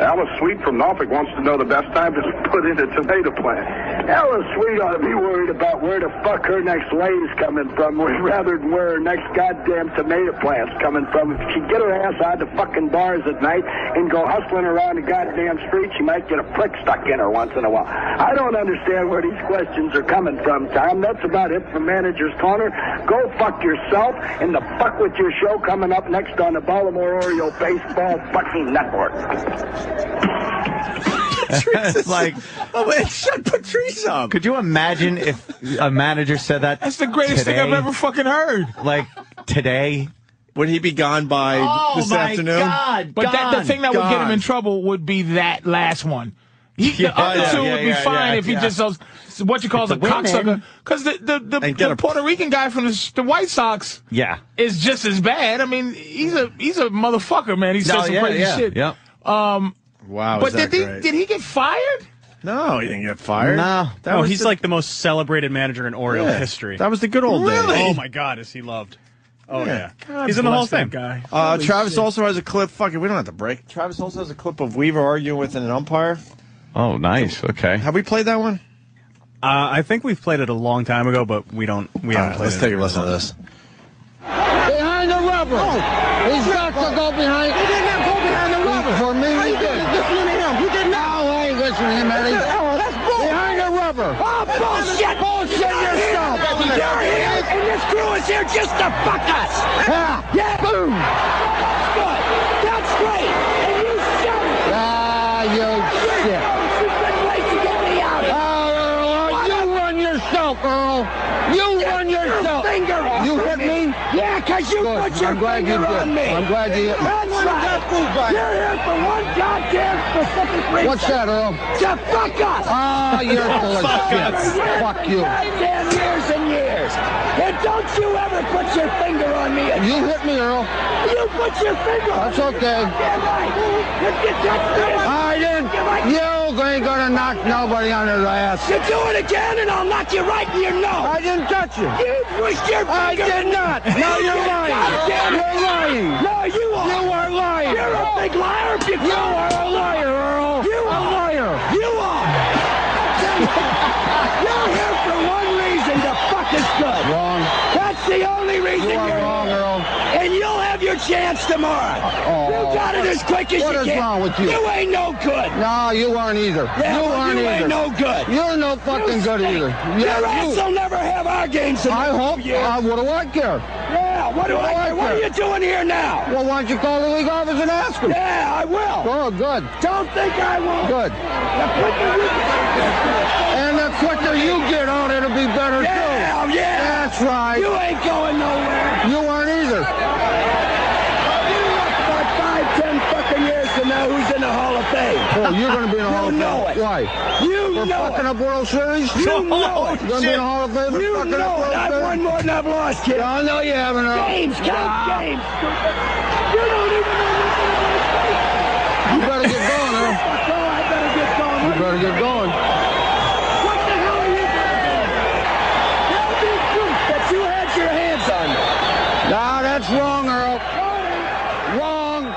Speaker 26: Alice Sweet from Norfolk wants to know the best time to put in a tomato plant.
Speaker 9: Ella Sweet ought to be worried about where the fuck her next lady's coming from, *laughs* or rather than where her next goddamn tomato plant's coming from. If she get her ass out of the fucking bars at night and go hustling around the goddamn street, she might get a prick stuck in her once in a while. I don't understand where these questions are coming from, Tom. That's about it for Manager's Corner. Go fuck yourself and the fuck with your show coming up next on the Baltimore Oriole Baseball fucking network.
Speaker 1: Patrice like, oh, man, shut Patrice up.
Speaker 3: Could you imagine if a manager said that? That's
Speaker 2: the greatest thing I've ever
Speaker 1: fucking heard.
Speaker 3: Like today,
Speaker 1: would he be gone by
Speaker 2: Oh
Speaker 1: this
Speaker 2: my
Speaker 1: afternoon?
Speaker 2: God! But that the thing that would get him in trouble would be that last one. He,
Speaker 1: Yeah,
Speaker 2: the other
Speaker 1: yeah,
Speaker 2: two
Speaker 1: yeah,
Speaker 2: would be
Speaker 1: yeah,
Speaker 2: fine
Speaker 1: yeah,
Speaker 2: if he
Speaker 1: yeah.
Speaker 2: just those what you call
Speaker 1: It's
Speaker 2: a
Speaker 1: a win,
Speaker 2: cocksucker.
Speaker 1: man.
Speaker 2: Because the the, the,
Speaker 1: And get
Speaker 2: the
Speaker 1: a-
Speaker 2: Puerto Rican guy from the, the White Sox
Speaker 3: yeah.
Speaker 2: is just as bad. I mean, he's a he's a motherfucker, man. He says
Speaker 1: No,
Speaker 2: some
Speaker 1: yeah,
Speaker 2: crazy
Speaker 1: yeah.
Speaker 2: shit.
Speaker 1: Yep.
Speaker 2: Um,
Speaker 1: Wow.
Speaker 2: but
Speaker 1: Oh, is that
Speaker 2: did he
Speaker 1: great.
Speaker 2: did he get fired?
Speaker 1: No, he didn't get fired. That
Speaker 24: no,
Speaker 1: was
Speaker 24: he's
Speaker 1: the-
Speaker 24: like the most celebrated manager in Oriole
Speaker 1: Yeah.
Speaker 24: history.
Speaker 1: That was the good old days.
Speaker 24: Oh my God, is he loved? Oh yeah,
Speaker 1: God
Speaker 24: he's in the Hall
Speaker 1: bless
Speaker 24: of Fame.
Speaker 1: that Guy. Uh, Travis also has a clip. Fuck it, we don't have to break. Travis also has a clip of Weaver arguing with an umpire.
Speaker 25: Oh, nice. Okay.
Speaker 1: Have we played that one?
Speaker 24: Uh, I think we've played it a long time ago, but we don't. We haven't played
Speaker 1: let's
Speaker 24: it.
Speaker 1: take a listen to this.
Speaker 9: Oh.
Speaker 27: Behind the rubber. He's got to go behind. He did not go behind.
Speaker 9: trying to rubber.
Speaker 22: For me,
Speaker 9: How you
Speaker 22: you did.
Speaker 9: gonna listen to him? You did not.
Speaker 22: No, I ain't listening to him, Eddie.
Speaker 9: Oh, that's bull.
Speaker 22: Behind the rubber.
Speaker 9: Oh, bullshit.
Speaker 22: Bullshit yourself.
Speaker 9: You're here, and this crew is here just to fuck us.
Speaker 22: Yeah. Boom.
Speaker 9: That's good. That's great. And you shut it.
Speaker 22: Ah, you shit. Oh, Earl, you run yourself, Earl. You run yourself.
Speaker 9: finger off
Speaker 22: You
Speaker 9: of
Speaker 22: hit
Speaker 9: me.
Speaker 22: me?
Speaker 9: Yeah, 'cause you
Speaker 22: Good.
Speaker 9: put your
Speaker 22: I'm glad you
Speaker 9: finger
Speaker 22: did.
Speaker 9: on me.
Speaker 22: I'm glad you hit me.
Speaker 9: That's right. You're here for one goddamn specific reason.
Speaker 22: What's that, Earl?
Speaker 9: To fuck us.
Speaker 22: Oh, you're
Speaker 9: *laughs*
Speaker 22: full of
Speaker 9: Fuck
Speaker 22: shit.
Speaker 9: us.
Speaker 22: Fuck you.
Speaker 9: Goddamn years and years. And don't you ever put your finger on me.
Speaker 22: You hit me, Earl.
Speaker 9: You put your finger
Speaker 22: That's
Speaker 9: on me.
Speaker 22: okay.
Speaker 9: Damn right. You get that-
Speaker 22: I didn't.
Speaker 9: You're right.
Speaker 22: You ain't gonna knock nobody on his ass.
Speaker 9: You do it again, and I'll knock you right in your nose. I
Speaker 22: didn't touch you.
Speaker 9: You pushed your finger.
Speaker 22: I did
Speaker 9: in-
Speaker 22: not. No, you're
Speaker 9: You
Speaker 22: lying.
Speaker 9: goddamn-
Speaker 22: You're lying.
Speaker 9: No, you are.
Speaker 22: You are lying.
Speaker 9: You're a big liar. If you,
Speaker 22: You are a liar, Earl.
Speaker 9: You
Speaker 22: a liar.
Speaker 9: You are. you're here for one reason to fuck us good.
Speaker 22: Wrong.
Speaker 9: That's the only reason
Speaker 22: You are
Speaker 9: you're
Speaker 22: wrong,
Speaker 9: here.
Speaker 22: Earl. Oh.
Speaker 9: And you'll have your chance tomorrow. you got it as quick as
Speaker 22: What
Speaker 9: you
Speaker 22: is
Speaker 9: can.
Speaker 22: wrong with you?
Speaker 9: You ain't no good.
Speaker 22: No, you aren't either.
Speaker 9: Yeah,
Speaker 22: you
Speaker 9: well,
Speaker 22: aren't
Speaker 9: you ain't
Speaker 22: either.
Speaker 9: no good.
Speaker 22: You're no fucking
Speaker 9: You
Speaker 22: good
Speaker 9: stink.
Speaker 22: either.
Speaker 9: Your ass will never have our games in
Speaker 22: I
Speaker 9: the
Speaker 22: hope.
Speaker 9: years.
Speaker 22: Uh, what do I care?
Speaker 9: Yeah, what do
Speaker 22: Well,
Speaker 9: I,
Speaker 22: I
Speaker 9: what are you
Speaker 22: could.
Speaker 9: doing here now?
Speaker 22: Well, why don't you call the league office and ask them?
Speaker 9: Yeah, I will.
Speaker 22: Oh, good.
Speaker 9: Don't think I won't.
Speaker 22: Good.
Speaker 9: The quicker you
Speaker 22: And the quicker you get out, it'll be better
Speaker 9: Yeah,
Speaker 22: too.
Speaker 9: yeah.
Speaker 22: That's right.
Speaker 9: You ain't going nowhere.
Speaker 22: You aren't either.
Speaker 9: You look about five, ten fucking years to know who's in the Hall of Fame.
Speaker 22: Oh, you're going to be in the Hall of Fame.
Speaker 9: know it.
Speaker 22: Why?
Speaker 9: You
Speaker 22: We're
Speaker 9: know
Speaker 22: fucking
Speaker 9: it.
Speaker 22: up World Series.
Speaker 9: You know it.
Speaker 22: You're going to be in the Hall of Fame. for
Speaker 9: You
Speaker 22: fucking up
Speaker 9: know
Speaker 22: World
Speaker 9: it. I've
Speaker 22: Series?
Speaker 9: won more than I've lost, kid.
Speaker 22: I know you haven't. Earl.
Speaker 9: Games, count
Speaker 22: Nah.
Speaker 9: games. You don't even know nothing about
Speaker 22: You better get going, Earl.
Speaker 9: baseball. Oh, I better get going.
Speaker 22: You better get going.
Speaker 9: What the hell are you doing? Tell me proof that you had your hands on me.
Speaker 22: Nah, that's wrong, Earl. Wrong.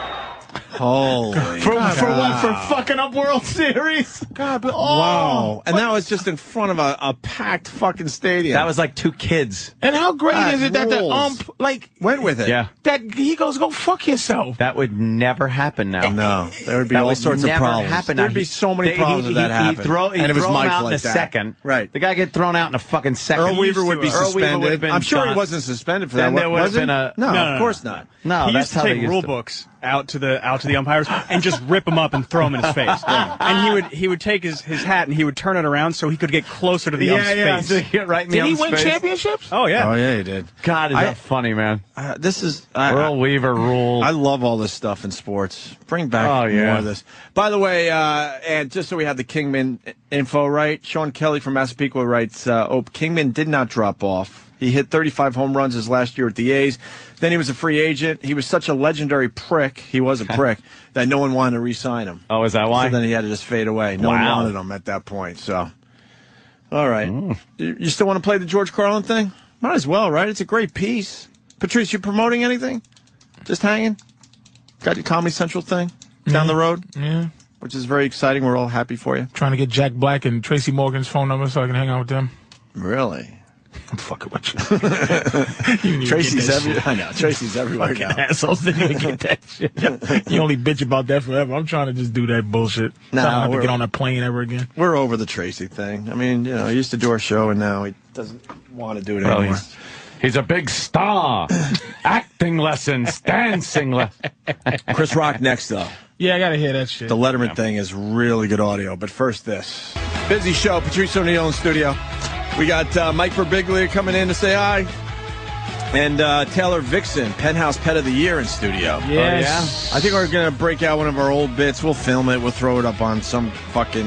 Speaker 1: Holy.
Speaker 16: For, for what? For
Speaker 1: cow.
Speaker 16: fucking up
Speaker 1: *laughs*
Speaker 16: World *laughs* Series?
Speaker 1: God, but
Speaker 16: oh.
Speaker 1: wow.
Speaker 28: Oh,
Speaker 1: And that was just in front of a, a packed fucking stadium.
Speaker 3: That was like two kids.
Speaker 16: And how great
Speaker 1: That
Speaker 16: is it that the
Speaker 1: rules.
Speaker 16: ump, like,
Speaker 1: Went with it.
Speaker 3: Yeah.
Speaker 16: that he goes, go fuck yourself.
Speaker 3: That would never happen now.
Speaker 1: No, there would be
Speaker 3: that
Speaker 1: all
Speaker 3: would
Speaker 1: sorts of
Speaker 3: never
Speaker 1: problems.
Speaker 3: Happen.
Speaker 1: There'd
Speaker 3: Now,
Speaker 1: be
Speaker 3: he-
Speaker 1: so many
Speaker 3: they-
Speaker 1: problems
Speaker 3: he,
Speaker 1: if that
Speaker 3: he,
Speaker 1: happened.
Speaker 3: He throw, he
Speaker 1: and it was
Speaker 3: throw him
Speaker 1: Mike
Speaker 3: out
Speaker 1: like
Speaker 3: in a
Speaker 1: that.
Speaker 3: second.
Speaker 1: Right.
Speaker 3: The guy get thrown out in a fucking second.
Speaker 1: Earl Weaver would be
Speaker 3: Earl Weaver
Speaker 1: suspended.
Speaker 3: would've been
Speaker 1: I'm sure he
Speaker 3: done.
Speaker 1: wasn't suspended for
Speaker 3: Then
Speaker 1: that.
Speaker 3: there would've
Speaker 1: was he?
Speaker 3: been a-
Speaker 1: no,
Speaker 3: No,
Speaker 1: of course not.
Speaker 3: No,
Speaker 28: he
Speaker 3: that's
Speaker 28: used to
Speaker 3: how they
Speaker 28: take
Speaker 3: used
Speaker 28: rule
Speaker 3: to-
Speaker 28: books out to the out to the umpires *laughs* and just rip them up and throw them in his face.
Speaker 1: Oh,
Speaker 28: And he would he would take his, his hat and he would turn it around so he could get closer to the
Speaker 1: Yeah,
Speaker 28: ump's
Speaker 1: yeah.
Speaker 28: face.
Speaker 3: Get *laughs* right in the
Speaker 16: Did he
Speaker 3: ump's
Speaker 16: win
Speaker 3: face.
Speaker 16: championships?
Speaker 28: Oh yeah.
Speaker 1: Oh yeah, he did.
Speaker 3: God, is
Speaker 1: I-
Speaker 3: that funny, man?
Speaker 1: Uh, this is I,
Speaker 3: Earl Weaver rule.
Speaker 1: I love all this stuff in sports. Bring back
Speaker 3: Oh, yeah.
Speaker 1: more of this. By the way, uh, and just so we have the Kingman info right, Sean Kelly from Massapequa writes, uh, oh, Kingman did not drop off. He hit 35 home runs his last year at the A's. Then he was a free agent. He was such a legendary prick. He was
Speaker 3: *laughs*
Speaker 1: a prick that no one wanted to re-sign him.
Speaker 3: oh, is that why?
Speaker 1: So then he had to just fade away. No
Speaker 3: Wow.
Speaker 1: one wanted him at that point. So, all right. You you still want to play the George Carlin thing? Might as well, right? It's a great piece. Patrice, you promoting anything? Just hanging? Got your Comedy Central thing down the road,
Speaker 16: Mm. Yeah.
Speaker 1: which is very exciting. We're all happy for you.
Speaker 16: Trying to get Jack Black and Tracy Morgan's phone number so I can hang out with
Speaker 1: *laughs*
Speaker 16: them.
Speaker 1: Really?
Speaker 16: I'm fucking
Speaker 1: *laughs*
Speaker 16: with you. you need to get
Speaker 1: Tracy's
Speaker 16: that
Speaker 1: every.
Speaker 16: shit.
Speaker 1: I know. Tracy's everywhere
Speaker 16: Fucking
Speaker 1: now.
Speaker 16: assholes didn't even
Speaker 1: *laughs*
Speaker 16: get that shit. *laughs* you only bitch about that forever. I'm trying to just do that bullshit.
Speaker 1: Nah,
Speaker 16: So I don't have to
Speaker 1: we're-
Speaker 16: get on a plane ever again.
Speaker 1: We're over the Tracy thing. I mean, you know, he used to do our show, and now he doesn't want to do it
Speaker 3: Well,
Speaker 1: anymore.
Speaker 3: he's, he's a big
Speaker 1: *coughs*
Speaker 3: star. Acting lessons, dancing lessons.
Speaker 1: Chris Rock next, though.
Speaker 16: Yeah, I gotta hear that shit.
Speaker 1: The Letterman thing is really good audio. But first, this busy show. Patrice O'Neill in studio. We got uh, Mike Birbiglia coming in to say hi, and uh, Taylor Vixen, Penthouse Pet of the Year, in studio.
Speaker 3: Oh,
Speaker 16: Yes.
Speaker 1: I think we're gonna break out one of our old bits. We'll film it. We'll throw it up on some fucking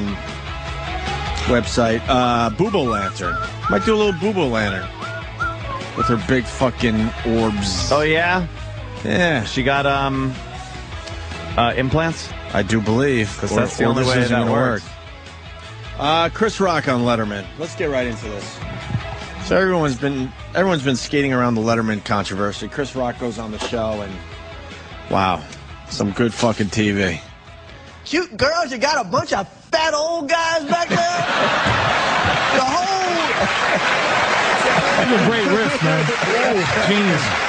Speaker 1: website. Uh, Boobo Lantern might do a little Boobo Lantern with her big fucking orbs.
Speaker 3: Oh yeah,
Speaker 1: yeah.
Speaker 3: she got um uh, implants.
Speaker 1: I do believe because
Speaker 3: that's the only way that works.
Speaker 1: Uh, Chris Rock on Letterman. Let's get right into this. So everyone's been everyone's been skating around the Letterman controversy. Chris Rock goes on the show and wow, some good fucking
Speaker 9: *laughs*
Speaker 1: TV.
Speaker 29: cute girls. You got a bunch of fat old guys back there. the whole
Speaker 1: *laughs*
Speaker 16: That's a great riff, man. Genius.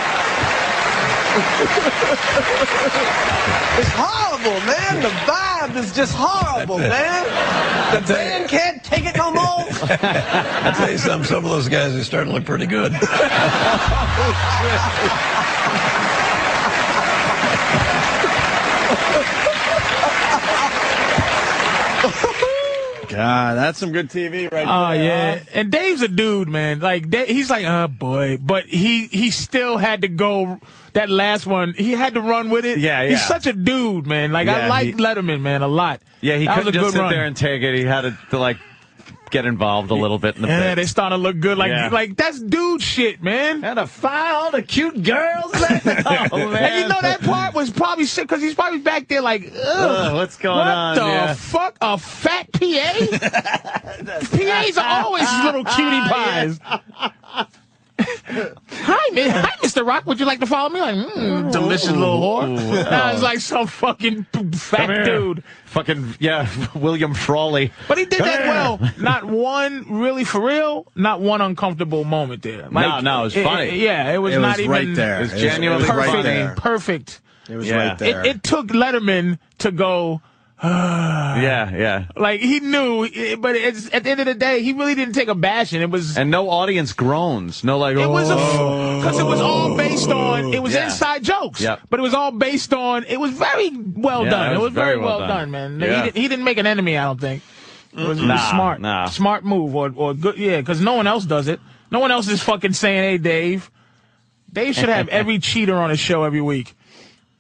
Speaker 9: It's horrible, man. The vibe is just horrible, man. The band can't take it no more.
Speaker 30: I'll tell you something, some of those guys are starting to look pretty good.
Speaker 1: God, that's some good TV right
Speaker 2: Oh
Speaker 1: there.
Speaker 2: yeah,
Speaker 3: Uh-huh.
Speaker 2: and Dave's a dude, man. Like Da- he's like, oh boy, but he he still had to go that last one. He had to run with it.
Speaker 3: Yeah,
Speaker 2: He's
Speaker 3: yeah.
Speaker 2: such a dude, man. Like I
Speaker 3: Yeah,
Speaker 2: like
Speaker 3: he-
Speaker 2: Letterman, man, a lot.
Speaker 3: Yeah, he
Speaker 2: that was
Speaker 3: couldn't
Speaker 2: a
Speaker 3: just
Speaker 2: good
Speaker 3: sit
Speaker 2: run.
Speaker 3: there and take it. He had to, to, like get involved a little bit in the
Speaker 2: yeah,
Speaker 3: bit.
Speaker 2: they starting to look good. Like
Speaker 3: Yeah.
Speaker 2: like that's dude shit, man.
Speaker 3: And a file, the cute
Speaker 2: *laughs*
Speaker 3: girls.
Speaker 2: oh, And you know that part was probably sick because he's probably back there like, Ugh,
Speaker 3: Ugh, what's going
Speaker 2: what
Speaker 3: on?
Speaker 2: the
Speaker 3: Yeah.
Speaker 2: fuck? A fat
Speaker 3: *laughs*
Speaker 2: PA? PAs are always little cutie pies. hi, mi- hi, Mr. Rock. Would you like to follow me? Like, mm, delicious little
Speaker 3: Ooh.
Speaker 2: whore. Nah, it's like some fucking fat dude.
Speaker 3: Fucking yeah, *laughs* William Frawley.
Speaker 2: But he did
Speaker 3: Come
Speaker 2: that
Speaker 3: here. *laughs*
Speaker 2: well. Not one really for real. Not one uncomfortable moment there.
Speaker 3: No, no, it was funny.
Speaker 2: yeah, it was
Speaker 3: It was
Speaker 2: not even
Speaker 3: right there. It was It was- it genuinely was right
Speaker 2: perfect.
Speaker 3: there.
Speaker 2: Perfect.
Speaker 1: It
Speaker 3: was Yeah. right there.
Speaker 2: It, it took Letterman to go. "Ah."
Speaker 3: Yeah, yeah.
Speaker 2: Like he knew, eh, but it's, at the end of the day, he really didn't take a bashing. It was
Speaker 3: And no audience groans. No like.
Speaker 2: it was
Speaker 3: "Oh."
Speaker 2: because it was all based on it was
Speaker 3: Yeah.
Speaker 2: inside jokes,
Speaker 3: Yep.
Speaker 2: but it was all based on it was very well
Speaker 3: Yeah,
Speaker 2: done.
Speaker 3: it
Speaker 2: It
Speaker 3: was
Speaker 2: was very, well done, man.
Speaker 3: Yeah.
Speaker 2: He, didn't, he didn't make an enemy, I don't think. It was, it was
Speaker 3: Nah,
Speaker 2: smart,
Speaker 3: nah.
Speaker 2: smart move, or or good, yeah, because no one else does it. No one else is fucking saying, "Hey, Dave." Dave should have every cheater on his show every week.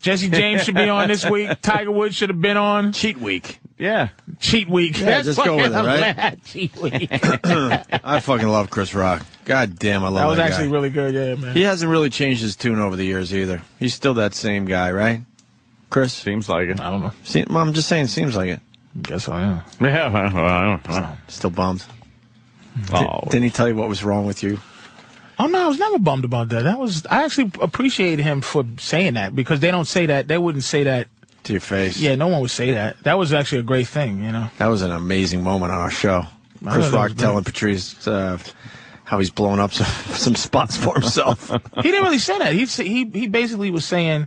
Speaker 2: Jesse James should be on this week. Tiger Woods should have been on cheat week.
Speaker 3: Yeah,
Speaker 2: cheat week.
Speaker 1: Yeah, just go with it, right?
Speaker 2: right? cheat week. *coughs*
Speaker 1: I fucking love Chris Rock. God damn, I love
Speaker 2: that was
Speaker 1: that
Speaker 2: actually
Speaker 1: guy.
Speaker 2: really good, yeah, man.
Speaker 1: He hasn't really changed his tune over the years either. He's still that same guy, right? Chris
Speaker 3: seems like it.
Speaker 2: I don't know.
Speaker 1: See, well, I'm just saying, seems like it.
Speaker 2: Guess I am.
Speaker 3: Yeah, well, I don't know.
Speaker 1: Still bummed.
Speaker 3: Oh.
Speaker 1: Did, not he tell you what was wrong with you?
Speaker 2: Oh no, I was never bummed about that. That was I actually appreciated him for saying that because they don't say that. They wouldn't say that.
Speaker 1: To your face.
Speaker 2: Yeah, no one would say that. That was actually a great thing, you know.
Speaker 1: That was an amazing moment on our show.
Speaker 2: I
Speaker 1: Chris
Speaker 2: thought that
Speaker 1: Rock
Speaker 2: was
Speaker 1: telling Patrice uh, how he's blown up some, some spots for himself.
Speaker 2: *laughs* He didn't really say that. He sa- he he basically was saying,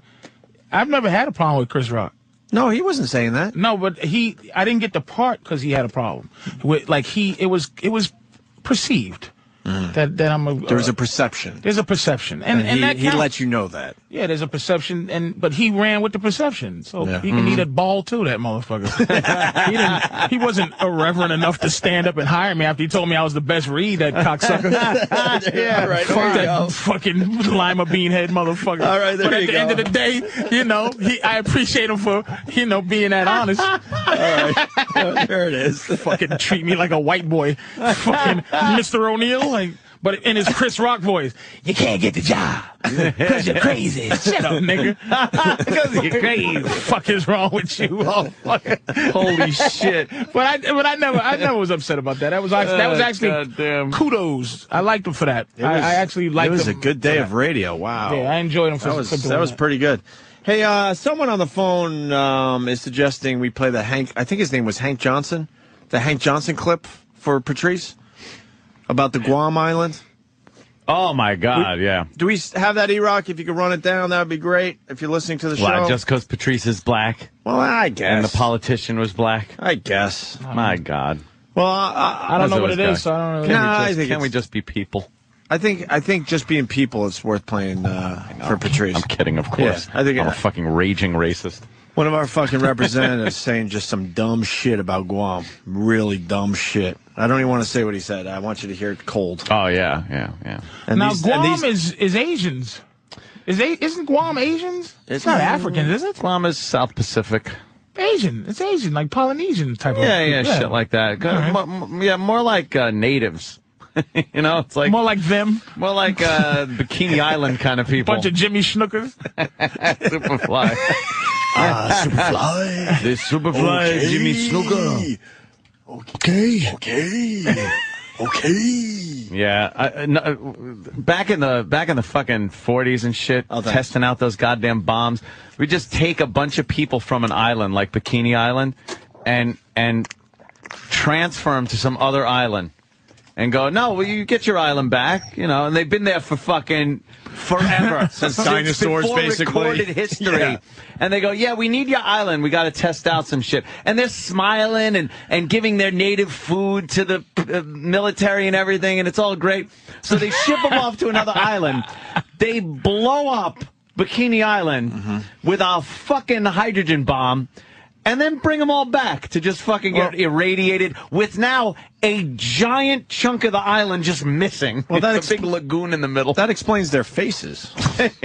Speaker 2: "I've never had a problem with Chris Rock."
Speaker 1: No, he wasn't saying that.
Speaker 2: No, but he I didn't get the part because he had a problem with like he it was it was perceived that that I'm a
Speaker 1: Mm. There was a perception.
Speaker 2: there's a perception and and,
Speaker 1: he,
Speaker 2: that
Speaker 1: he
Speaker 2: counts.
Speaker 1: let you know that.
Speaker 2: Yeah, there's a perception, and but he ran with the perception, so
Speaker 1: Yeah.
Speaker 2: he can
Speaker 1: Mhm.
Speaker 2: eat a ball too. That motherfucker. *laughs* he, didn't, he wasn't irreverent enough to stand up and hire me after he told me I was the best read. That cocksucker.
Speaker 4: *laughs*
Speaker 2: yeah,
Speaker 1: right, there
Speaker 2: Fuck
Speaker 1: you go.
Speaker 2: that fucking lima bean head motherfucker.
Speaker 1: All right, there
Speaker 2: but at
Speaker 1: you
Speaker 2: the
Speaker 1: go.
Speaker 2: end of the day, you know, he, I appreciate him for you know being that honest.
Speaker 1: *laughs* there it is.
Speaker 2: fucking treat me like a white boy. Fucking Mr. O'Neill, like. But in his Chris Rock voice, you can't get the job because you're crazy. Shut
Speaker 1: *laughs*
Speaker 2: up, nigga.
Speaker 3: Because you're crazy.
Speaker 2: What the fuck is wrong with you? Oh, fuck.
Speaker 3: Holy shit.
Speaker 2: But I, but I never, I never was upset about that. That was, act- that was
Speaker 3: Uh,
Speaker 2: actually
Speaker 3: goddamn.
Speaker 2: kudos. I liked him for that.
Speaker 1: It
Speaker 2: I,
Speaker 1: was-
Speaker 2: I actually liked
Speaker 1: It was
Speaker 2: him
Speaker 1: a good day
Speaker 2: for
Speaker 1: of
Speaker 2: that.
Speaker 1: radio. Wow.
Speaker 2: Yeah, I enjoyed him for
Speaker 1: That was
Speaker 2: for doing
Speaker 1: that was pretty good. Hey, uh, someone on the phone um, is suggesting we play the Hank. I think his name was Hank Johnson, the Hank Johnson clip for Patrice about the Guam Island.
Speaker 3: Oh my God! yeah.
Speaker 1: Do we s- have that E Rock? If you could run it down, that would be great. If you're listening to the show,
Speaker 3: Why? Just because Patrice is black.
Speaker 1: well, I guess.
Speaker 3: And the politician was black.
Speaker 1: I guess.
Speaker 3: My God.
Speaker 1: Well, I,
Speaker 2: I don't know what
Speaker 3: it
Speaker 2: it
Speaker 3: is.
Speaker 2: is, so I don't really-
Speaker 3: Can,
Speaker 1: Nah, I
Speaker 3: we, just,
Speaker 1: think
Speaker 3: can we
Speaker 1: it's-
Speaker 3: just be people?
Speaker 1: I think I think just being people, it's worth playing uh, for Patrice.
Speaker 3: I'm kidding, of course.
Speaker 1: Yeah, I think
Speaker 3: I'm a
Speaker 1: it-
Speaker 3: fucking raging racist.
Speaker 1: One of our fucking representatives *laughs* saying just some dumb shit about Guam. Really dumb shit. I don't even want to say what he said. I want you to hear it cold.
Speaker 3: Oh yeah, yeah, yeah.
Speaker 1: And
Speaker 2: now
Speaker 1: these- and
Speaker 2: Guam
Speaker 1: these-
Speaker 2: is is Asians. Is a, isn't Guam Asians? It's not African, is it?
Speaker 3: Islam is South Pacific.
Speaker 2: Asian. It's Asian, like Polynesian type of.
Speaker 3: Yeah, yeah, shit like that.
Speaker 2: All right.
Speaker 3: Mo- mo- yeah, more like uh, natives. *laughs* you know, it's like
Speaker 2: More like them.
Speaker 3: more like
Speaker 2: *laughs*
Speaker 3: uh, Bikini Island kind of people.
Speaker 2: Bunch of Jimmy Schnookers.
Speaker 3: *laughs* Superfly.
Speaker 30: Ah, Superfly.
Speaker 3: This Superfly
Speaker 30: Okay.
Speaker 3: Jimmy Snooker.
Speaker 30: Okay. Okay. Okay.
Speaker 3: Yeah, I, I- no, uh, back in the back in the fucking forties and shit,
Speaker 1: thanks.
Speaker 3: testing out those goddamn bombs. We just take a bunch of people from an island like Bikini Island, and and transfer them to some other island, and go, no, well, you get your island back, you know, and they've been there for fucking forever.
Speaker 1: *laughs* Since dinosaurs,
Speaker 3: before
Speaker 1: basically.
Speaker 3: recorded history.
Speaker 1: *laughs* Yeah.
Speaker 3: And they go, yeah, we need your island. We got to test out some shit. And they're smiling and, and giving their native food to the uh, military and everything, and it's all great. So they ship them off to another island. They blow up Bikini Island with a fucking hydrogen bomb. And then bring them all back to just fucking get irradiated with now a giant chunk of the island just missing. Well, that's a big lagoon in the middle. That
Speaker 1: explains their faces.
Speaker 3: *laughs*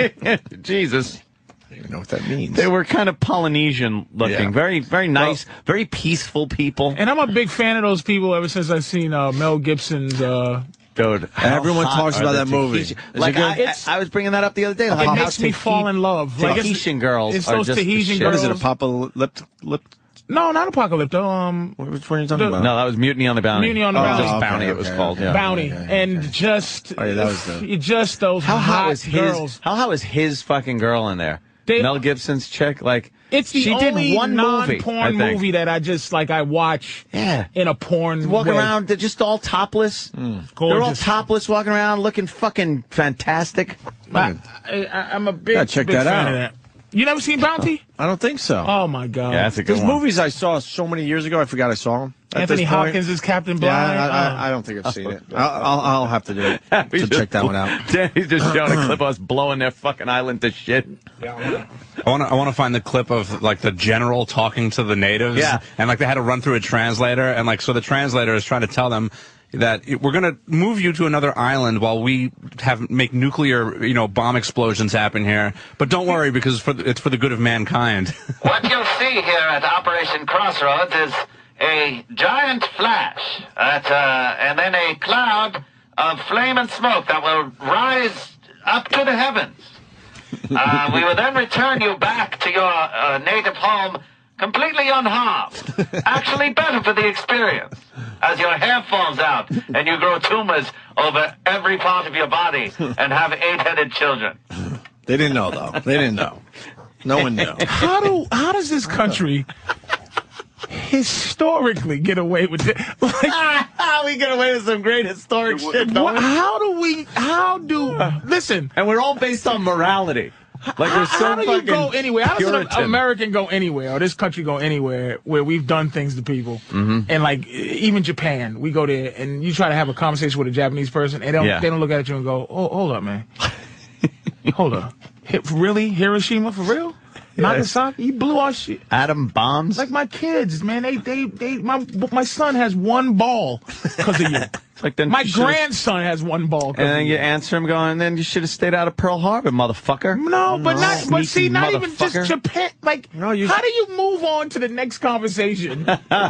Speaker 3: Jesus.
Speaker 1: I don't even know what that means.
Speaker 3: They were kind of Polynesian looking,
Speaker 1: Yeah.
Speaker 3: very, very nice, very peaceful people.
Speaker 2: And I'm a big fan of those people ever since I've seen uh, Mel Gibson's. Uh,
Speaker 3: Dude,
Speaker 2: how
Speaker 1: Everyone
Speaker 2: hot
Speaker 1: talks
Speaker 2: are
Speaker 1: about
Speaker 2: the
Speaker 1: that movie.
Speaker 2: Tahitian-
Speaker 1: Is it
Speaker 2: like,
Speaker 1: good?
Speaker 2: I- it's-
Speaker 3: I was bringing that up the other day.
Speaker 2: it makes me fall in love. Like, it's-
Speaker 3: Tahitian girls
Speaker 2: It's
Speaker 3: are
Speaker 2: those
Speaker 3: just the
Speaker 2: Tahitian
Speaker 3: shit.
Speaker 2: girls.
Speaker 3: What is it,
Speaker 1: apocalyptic? Lip,
Speaker 2: no, not apocalypto. Um,
Speaker 1: which one are you
Speaker 2: talking
Speaker 3: No, that was Mutiny on the Bounty.
Speaker 2: Mutiny on the
Speaker 3: Oh,
Speaker 2: Bounty.
Speaker 3: Just
Speaker 2: Oh,
Speaker 3: Bounty,
Speaker 2: okay,
Speaker 3: it was
Speaker 2: okay,
Speaker 3: called.
Speaker 2: okay.
Speaker 3: yeah.
Speaker 2: Bounty and just
Speaker 3: Oh, yeah, that was the-
Speaker 2: just those
Speaker 3: How hot
Speaker 2: hot
Speaker 3: was his?
Speaker 2: girls.
Speaker 3: How hot was his fucking girl in there?
Speaker 2: They-
Speaker 3: Mel Gibson's chick. Like
Speaker 2: It's the
Speaker 3: she
Speaker 2: only
Speaker 3: did one movie, I
Speaker 2: non-porn
Speaker 3: think.
Speaker 2: movie that I just like. I watch
Speaker 3: Yeah.
Speaker 2: in a porn.
Speaker 3: Walking
Speaker 2: way.
Speaker 3: around, they're just all topless.
Speaker 1: Hmm.
Speaker 3: They're all
Speaker 2: Gorgeous.
Speaker 3: topless, walking around, looking fucking fantastic.
Speaker 1: Hmm.
Speaker 2: I, I, I'm a big,
Speaker 3: Yeah, check
Speaker 2: big
Speaker 3: that
Speaker 2: fan
Speaker 3: out.
Speaker 2: of that. You never seen Bounty?
Speaker 1: I don't think so.
Speaker 2: Oh my god!
Speaker 1: There's movies I saw so many years ago, I forgot I saw them. At
Speaker 2: Anthony
Speaker 1: this point-
Speaker 2: Hopkins is Captain
Speaker 1: Yeah, I-
Speaker 2: Blind.
Speaker 1: I,
Speaker 2: Oh.
Speaker 1: I, I don't think I've seen it. I'll, I'll, I'll have to do it
Speaker 3: *laughs*
Speaker 1: to check that one out.
Speaker 3: Danny's just showing a clip of us blowing their fucking island to shit.
Speaker 6: I want to I want to find the clip of like the general talking to the natives.
Speaker 3: Yeah.
Speaker 6: And like they had to run through a translator and like so the translator is trying to tell them that it- we're going to move you to another island while we have make nuclear, you know, bomb explosions happen here. But don't worry because for the, it's for the good of mankind. *laughs*
Speaker 11: What you'll see here at Operation Crossroads is a giant flash, at, uh, and then a cloud of flame and smoke that will rise up to the heavens. Uh, we will then return you back to your uh, native home completely unharmed. Actually, better for the experience, as your hair falls out and you grow tumors over every part of your body and have eight-headed children.
Speaker 1: They didn't know though. They didn't know. No one knew.
Speaker 2: *laughs* how do how does this country historically get away with it? *laughs* Like,
Speaker 3: *laughs* we get away with some great historic shit.
Speaker 2: wha- how do we? How do? Listen,
Speaker 3: and we're all based on morality. Like
Speaker 2: how,
Speaker 3: we're so
Speaker 2: how do you
Speaker 3: fucking
Speaker 2: go anywhere? How does an
Speaker 3: Puritan.
Speaker 2: American go anywhere or this country go anywhere where we've done things to people?
Speaker 3: Mhm.
Speaker 2: And like e- even Japan, we go there and you try to have a conversation with a Japanese person and they don't
Speaker 3: Yeah.
Speaker 2: they don't look at you and go, "Oh, hold up, man, hold up, Hi- really Hiroshima for real?
Speaker 3: *laughs*
Speaker 2: Nagasaki, you blew our shit."
Speaker 3: Atom
Speaker 2: *laughs*
Speaker 3: bombs.
Speaker 2: Like my kids, man, they they they my my son has one ball because of you.
Speaker 3: It's like then
Speaker 2: my
Speaker 3: you should've-
Speaker 2: grandson has one ball. 'cause
Speaker 3: And
Speaker 2: of
Speaker 3: then
Speaker 2: you.
Speaker 3: you answer him going, then you should have stayed out of Pearl Harbor, motherfucker.
Speaker 2: No, but not. But
Speaker 3: Sneaky
Speaker 2: see, not even
Speaker 3: motherfucker.
Speaker 2: just Japan. Like, how do you move on to the
Speaker 3: *laughs*
Speaker 2: next conversation?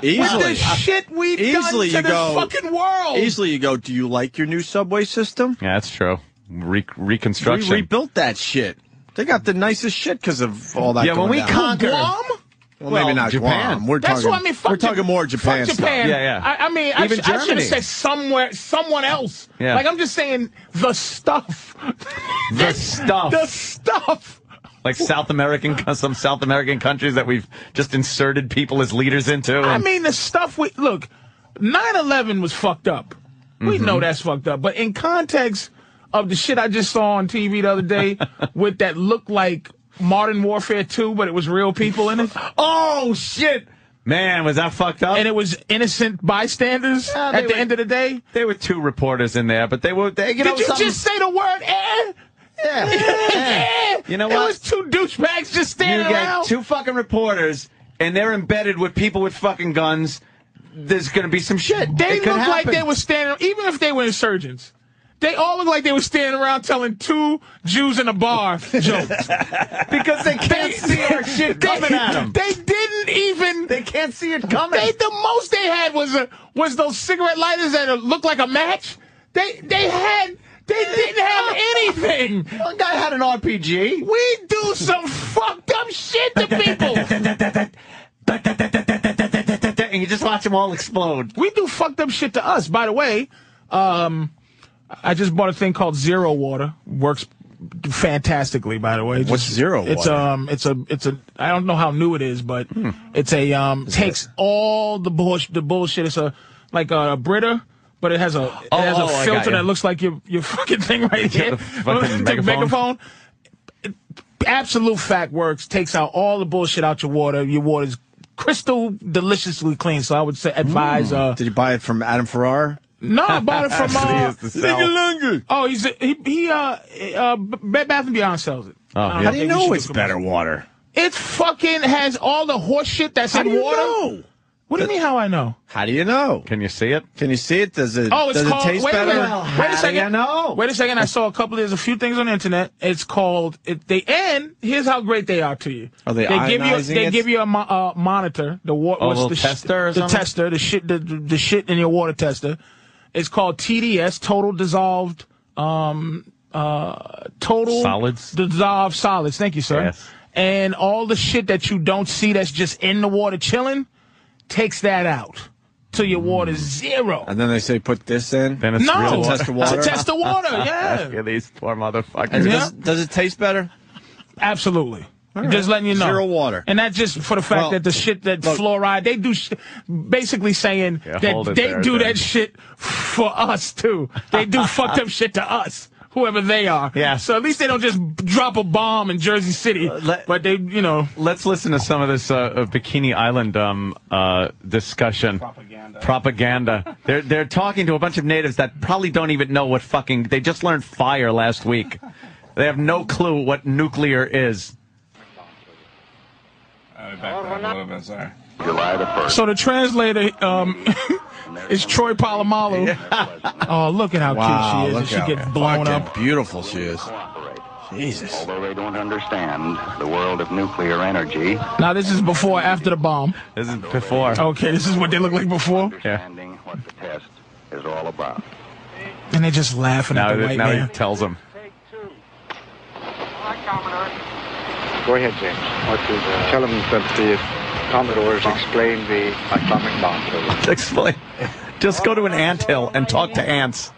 Speaker 1: Easily.
Speaker 2: with the shit we
Speaker 1: Easily
Speaker 2: done
Speaker 1: you
Speaker 2: to
Speaker 1: go.
Speaker 2: this fucking world.
Speaker 1: Easily you go. Do you like your new subway system?
Speaker 3: Yeah, that's true. Re- reconstruction.
Speaker 1: We rebuilt that shit. They got the nicest shit because of all that.
Speaker 3: Yeah, when
Speaker 1: going
Speaker 3: we
Speaker 1: down.
Speaker 3: conquered-
Speaker 2: Guam?
Speaker 1: Well, maybe not
Speaker 3: Japan.
Speaker 1: Guam. We're
Speaker 2: That's
Speaker 1: talking.
Speaker 2: what I mean. Fuck
Speaker 1: we're talking
Speaker 2: Japan.
Speaker 1: more Japan.
Speaker 2: Fuck
Speaker 1: stuff.
Speaker 2: Japan.
Speaker 3: Yeah, yeah.
Speaker 2: I, I mean, I,
Speaker 3: Even
Speaker 2: sh- I should
Speaker 3: Germany.
Speaker 2: have said somewhere, someone else.
Speaker 3: Yeah.
Speaker 2: Like I'm just saying the stuff.
Speaker 3: the stuff.
Speaker 2: The stuff.
Speaker 3: Like South American, *laughs* some South American countries that we've just inserted people as leaders into.
Speaker 2: I
Speaker 3: and-
Speaker 2: mean, the stuff we look. 9/11 was fucked up. We
Speaker 3: Mm-hmm.
Speaker 2: know that's fucked up. But in context of the shit I just saw on TV the
Speaker 3: *laughs*
Speaker 2: other day, with that looked like Modern Warfare 2, but it was real
Speaker 3: *laughs*
Speaker 2: people in it. Oh shit!
Speaker 3: man, was that fucked up?
Speaker 2: And it was innocent bystanders at the end of the day.
Speaker 3: They were two reporters in there, but they were, they, you know,
Speaker 2: Did you
Speaker 3: something-
Speaker 2: just say the word eh? Yeah. eh.
Speaker 3: You know
Speaker 2: It
Speaker 3: what?
Speaker 2: was two douchebags just
Speaker 3: you
Speaker 2: standing
Speaker 3: get
Speaker 2: around.
Speaker 3: two fucking reporters, and they're embedded with people with fucking guns. There's going to be some shit.
Speaker 2: They
Speaker 3: It could
Speaker 2: look like
Speaker 3: happen.
Speaker 2: they were standing, even if they were insurgents. They all look like they were standing around telling two Jews in a bar *laughs* jokes.
Speaker 3: because they can't see our shit coming at 'em.
Speaker 2: They didn't even.
Speaker 3: They can't see it coming.
Speaker 2: They, the most they had was a, was those cigarette lighters that looked like a match. They they had they didn't have anything.
Speaker 3: One guy had an RPG.
Speaker 2: We do some fucked up shit
Speaker 3: *laughs*
Speaker 2: to people.
Speaker 3: and you just watch them all explode.
Speaker 2: We do fucked up shit to us. By the way, um, I just bought a thing called Zero Water. Works fantastically, by the way.
Speaker 1: What's Zero
Speaker 2: It's
Speaker 1: Water?
Speaker 2: um, it's a, it's a. I don't know how new it is, but
Speaker 16: Hmm.
Speaker 2: it's a um, takes all the bullshit. The bullshit. It's a like a Brita, but it has a it
Speaker 16: Oh,
Speaker 2: has a
Speaker 16: oh, I got
Speaker 2: filter
Speaker 16: you.
Speaker 2: that looks like your *laughs* your fucking thing right
Speaker 16: Yeah,
Speaker 2: here.
Speaker 16: the
Speaker 2: *laughs*
Speaker 16: fucking
Speaker 2: The
Speaker 16: megaphone.
Speaker 2: megaphone. Absolute Fact Works takes out all the bullshit out your water. Your water's crystal deliciously clean. So I would say advise. Uh,
Speaker 1: Did you buy it from Adam Ferrar?
Speaker 2: no, I bought
Speaker 3: *laughs*
Speaker 1: *laughs*
Speaker 2: it from.
Speaker 1: Mm. He
Speaker 2: Uh,
Speaker 1: is the seller.
Speaker 2: Oh, he's he, he uh, uh Bed Bath and Beyond sells it.
Speaker 1: Oh,
Speaker 2: I don't
Speaker 1: How do you
Speaker 2: think we should
Speaker 1: know
Speaker 2: do
Speaker 1: it's better water?
Speaker 2: It fucking has all the horse shit that's
Speaker 1: How
Speaker 2: in
Speaker 1: do you
Speaker 2: water. What do you mean? How I know?
Speaker 1: How do you know?
Speaker 3: Can you see it?
Speaker 1: Can you see it? Does it?
Speaker 2: Oh, it's
Speaker 1: does
Speaker 2: called.
Speaker 1: it taste
Speaker 2: wait, a
Speaker 1: better?
Speaker 2: minute. wait a
Speaker 1: How
Speaker 2: second.
Speaker 1: do you know?
Speaker 2: Wait a second. I saw a couple. There's a few things on the internet. It's called. It, they and here's how great they are to you.
Speaker 1: Are they
Speaker 2: give you. a-
Speaker 1: ionizing
Speaker 2: They
Speaker 1: it?
Speaker 2: give you a mo- uh, monitor. The water.
Speaker 1: Oh, a little
Speaker 2: the sh-
Speaker 1: tester or
Speaker 2: The
Speaker 1: something?
Speaker 2: tester. The shit. The, the the shit in your water tester. It's called TDS. Total dissolved. Um. Uh. Total
Speaker 3: Solids?
Speaker 2: Dissolved solids. Thank you, sir.
Speaker 3: Yes.
Speaker 2: And all the shit that you don't see that's just in the water chilling, takes that out. Till your water's zero.
Speaker 1: And then they say put this in. Then
Speaker 2: it's No, real
Speaker 1: to
Speaker 2: water.
Speaker 1: test the water.
Speaker 2: to test the
Speaker 1: *laughs*
Speaker 2: water, yeah.
Speaker 3: Look at these poor motherfuckers.
Speaker 1: And does, does it taste better?
Speaker 2: Absolutely.
Speaker 1: All right.
Speaker 2: Just letting you know.
Speaker 1: Zero water.
Speaker 2: And that's just for the fact
Speaker 1: Well,
Speaker 2: that the shit that fluoride, they do sh- basically saying
Speaker 1: Yeah, hold
Speaker 2: that
Speaker 1: it
Speaker 2: they
Speaker 1: there,
Speaker 2: do
Speaker 1: then.
Speaker 2: that shit for us too.
Speaker 1: *laughs*
Speaker 2: They do fucked up shit to us, whoever they are. Yeah. So at least they don't just drop a bomb in Jersey City. but they, you know.
Speaker 3: Uh, Let's listen to some of this uh, uh, Bikini Island um, uh, discussion. Propaganda. Propaganda. they're they're talking to a bunch of natives that probably don't even know what fucking. They just learned fire last week. They have no clue what nuclear is. *laughs*
Speaker 31: July the 1st.
Speaker 2: So the translator um, *laughs* is Troy Polamalu. *laughs* Oh, look at how
Speaker 1: wow,
Speaker 2: cute she is.
Speaker 1: look
Speaker 2: and she
Speaker 1: how
Speaker 2: gets blown
Speaker 1: fucking
Speaker 2: up.
Speaker 1: Beautiful she is. Jesus.
Speaker 31: Although they don't understand the world of nuclear energy,
Speaker 2: Now this is before, or after the bomb.
Speaker 3: This is before.
Speaker 2: Okay, this is what they look like before.
Speaker 31: understanding what the test is all about.
Speaker 2: And they're just laughing
Speaker 3: Now,
Speaker 2: at the
Speaker 3: that-
Speaker 2: white
Speaker 3: now
Speaker 2: man.
Speaker 3: he tells them.
Speaker 32: Go ahead, James. What is, uh, tell them that the Commodores explained the atomic bomb to them.
Speaker 3: Explain. Just go to an anthill and talk to ants.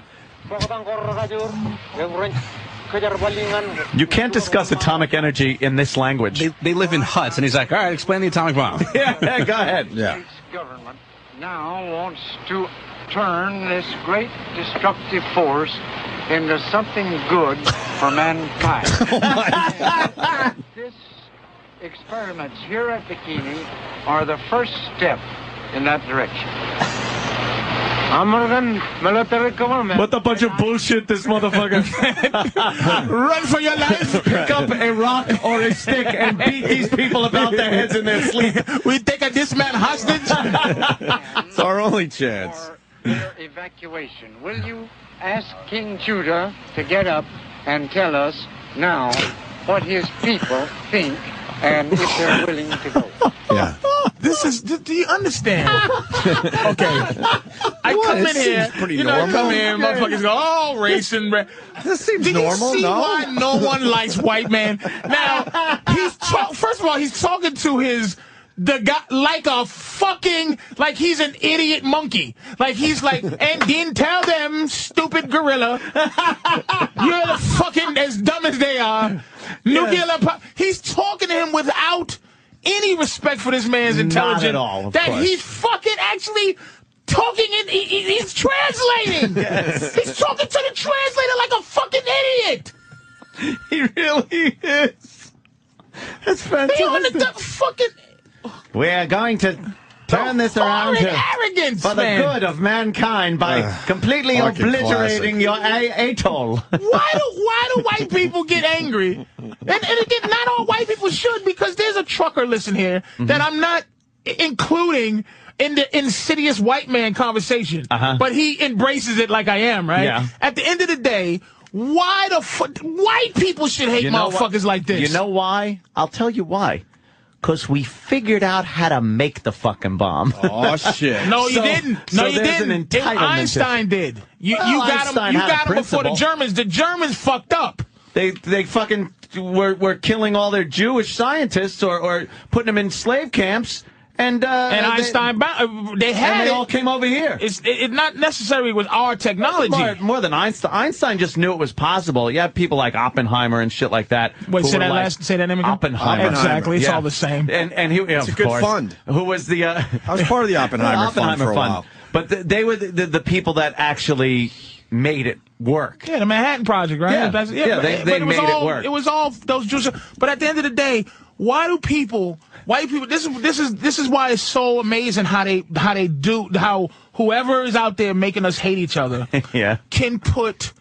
Speaker 3: You can't discuss atomic energy in this language. They,
Speaker 6: they live in huts, and he's like, all right, explain the atomic bomb.
Speaker 3: *laughs* yeah, go ahead.
Speaker 6: Yeah.
Speaker 5: government now wants to turn this great destructive force into something good
Speaker 3: *laughs*
Speaker 5: for mankind.
Speaker 3: Oh,
Speaker 5: this experiments here at Bikini are the first step in that direction. American military government.
Speaker 3: What a bunch of bullshit this motherfucker.
Speaker 2: Run for your life.
Speaker 3: Pick up a rock or a stick and beat these people about their heads in their
Speaker 1: *laughs*
Speaker 3: sleep.
Speaker 2: We taking this man hostage.
Speaker 1: *laughs* It's our only chance.
Speaker 5: their evacuation. Will you ask King Judah to get up and tell us now what his people think and if they're willing to go?
Speaker 1: Yeah.
Speaker 2: *laughs* this is. Do, do you
Speaker 1: *laughs*
Speaker 2: understand? okay. I
Speaker 1: What?
Speaker 2: come
Speaker 1: It
Speaker 2: in
Speaker 1: seems
Speaker 2: here.
Speaker 1: pretty
Speaker 2: you know, I come
Speaker 1: normal.
Speaker 2: in, motherfuckers go, oh, racing. Ra-.
Speaker 1: This seems
Speaker 2: Did
Speaker 1: normal,
Speaker 2: you see
Speaker 1: no?
Speaker 2: why no one likes white man? Now, he's talk- first of all, he's talking to his. The guy, like a fucking, like he's an idiot monkey. Like he's like, and then tell them, stupid gorilla, you're the fucking as dumb as they are. Nuclear po- He's talking to him without any respect for this man's
Speaker 3: Not
Speaker 2: intelligence.
Speaker 3: at all, of
Speaker 2: that
Speaker 3: course.
Speaker 2: he's fucking actually talking and he, he- he's
Speaker 3: *laughs*
Speaker 2: translating.
Speaker 3: Yes.
Speaker 2: He's talking to the translator like a fucking idiot.
Speaker 3: *laughs* He really is. That's
Speaker 2: He on the du- fucking
Speaker 3: We are going to turn this around
Speaker 2: foreign
Speaker 3: to-
Speaker 2: arrogance,
Speaker 3: for the
Speaker 2: man.
Speaker 3: good of mankind by
Speaker 1: Ugh,
Speaker 3: completely
Speaker 1: fucking
Speaker 3: obliterating your *laughs* a- atoll.
Speaker 2: why do why do white people get angry? And, and again, not all white people should because there's a trucker listen here
Speaker 3: Mm-hmm.
Speaker 2: that I'm not i- including in the insidious white man conversation.
Speaker 3: Uh-huh.
Speaker 2: But he embraces it like I am, right?
Speaker 3: Yeah.
Speaker 2: At the end of the day, why the fu- white people should hate
Speaker 3: You know why-
Speaker 2: motherfuckers like this?
Speaker 3: You know why? I'll tell you why. Because we figured out how to make the fucking bomb. *laughs*
Speaker 1: Oh shit.
Speaker 2: No, you
Speaker 3: So-
Speaker 2: didn't. No,
Speaker 3: so
Speaker 2: you
Speaker 3: there's
Speaker 2: didn't.
Speaker 3: an entitlement
Speaker 2: It-
Speaker 3: to-
Speaker 2: Einstein did. You you
Speaker 3: Well,
Speaker 2: got
Speaker 3: Einstein
Speaker 2: him. You
Speaker 3: had a
Speaker 2: got him before the
Speaker 3: principle.
Speaker 2: Germans. The Germans fucked up.
Speaker 3: They they fucking were were killing all their Jewish scientists or, or putting them in slave camps and uh,
Speaker 2: and
Speaker 3: they-
Speaker 2: Einstein, bo- uh, they had
Speaker 3: and they
Speaker 2: it.
Speaker 3: all came over here.
Speaker 2: It's it, it not necessarily was our technology.
Speaker 3: More, more than Einstein. Einstein just knew it was possible. You have people like Oppenheimer and shit like that.
Speaker 2: Wait,
Speaker 3: who
Speaker 2: say
Speaker 3: were
Speaker 2: that
Speaker 3: like-
Speaker 2: last. Say that name again.
Speaker 3: Oppenheimer.
Speaker 2: Exactly. It's
Speaker 3: Yeah.
Speaker 2: all the same.
Speaker 3: *laughs* And and he, yeah,
Speaker 1: It's a
Speaker 3: of
Speaker 1: good
Speaker 3: course.
Speaker 1: fund.
Speaker 3: Who was the? Uh, *laughs*
Speaker 1: I was part of the Oppenheimer,
Speaker 3: Oppenheimer
Speaker 1: fund for a
Speaker 3: fund.
Speaker 1: while.
Speaker 3: But th- they were the, the, the people that actually made it work.
Speaker 2: Yeah, the Manhattan Project, right?
Speaker 3: Yeah.
Speaker 2: That's-
Speaker 3: Yeah,
Speaker 2: but-
Speaker 3: they-
Speaker 2: but
Speaker 3: they
Speaker 2: was
Speaker 3: made it
Speaker 2: all,
Speaker 3: work.
Speaker 2: It was all those Jews. But at the end of the day, why do people? Why do people? This is this is this is why it's so amazing how they how they do how whoever is out there making us hate
Speaker 3: *laughs*
Speaker 2: each other
Speaker 3: yeah.
Speaker 2: can put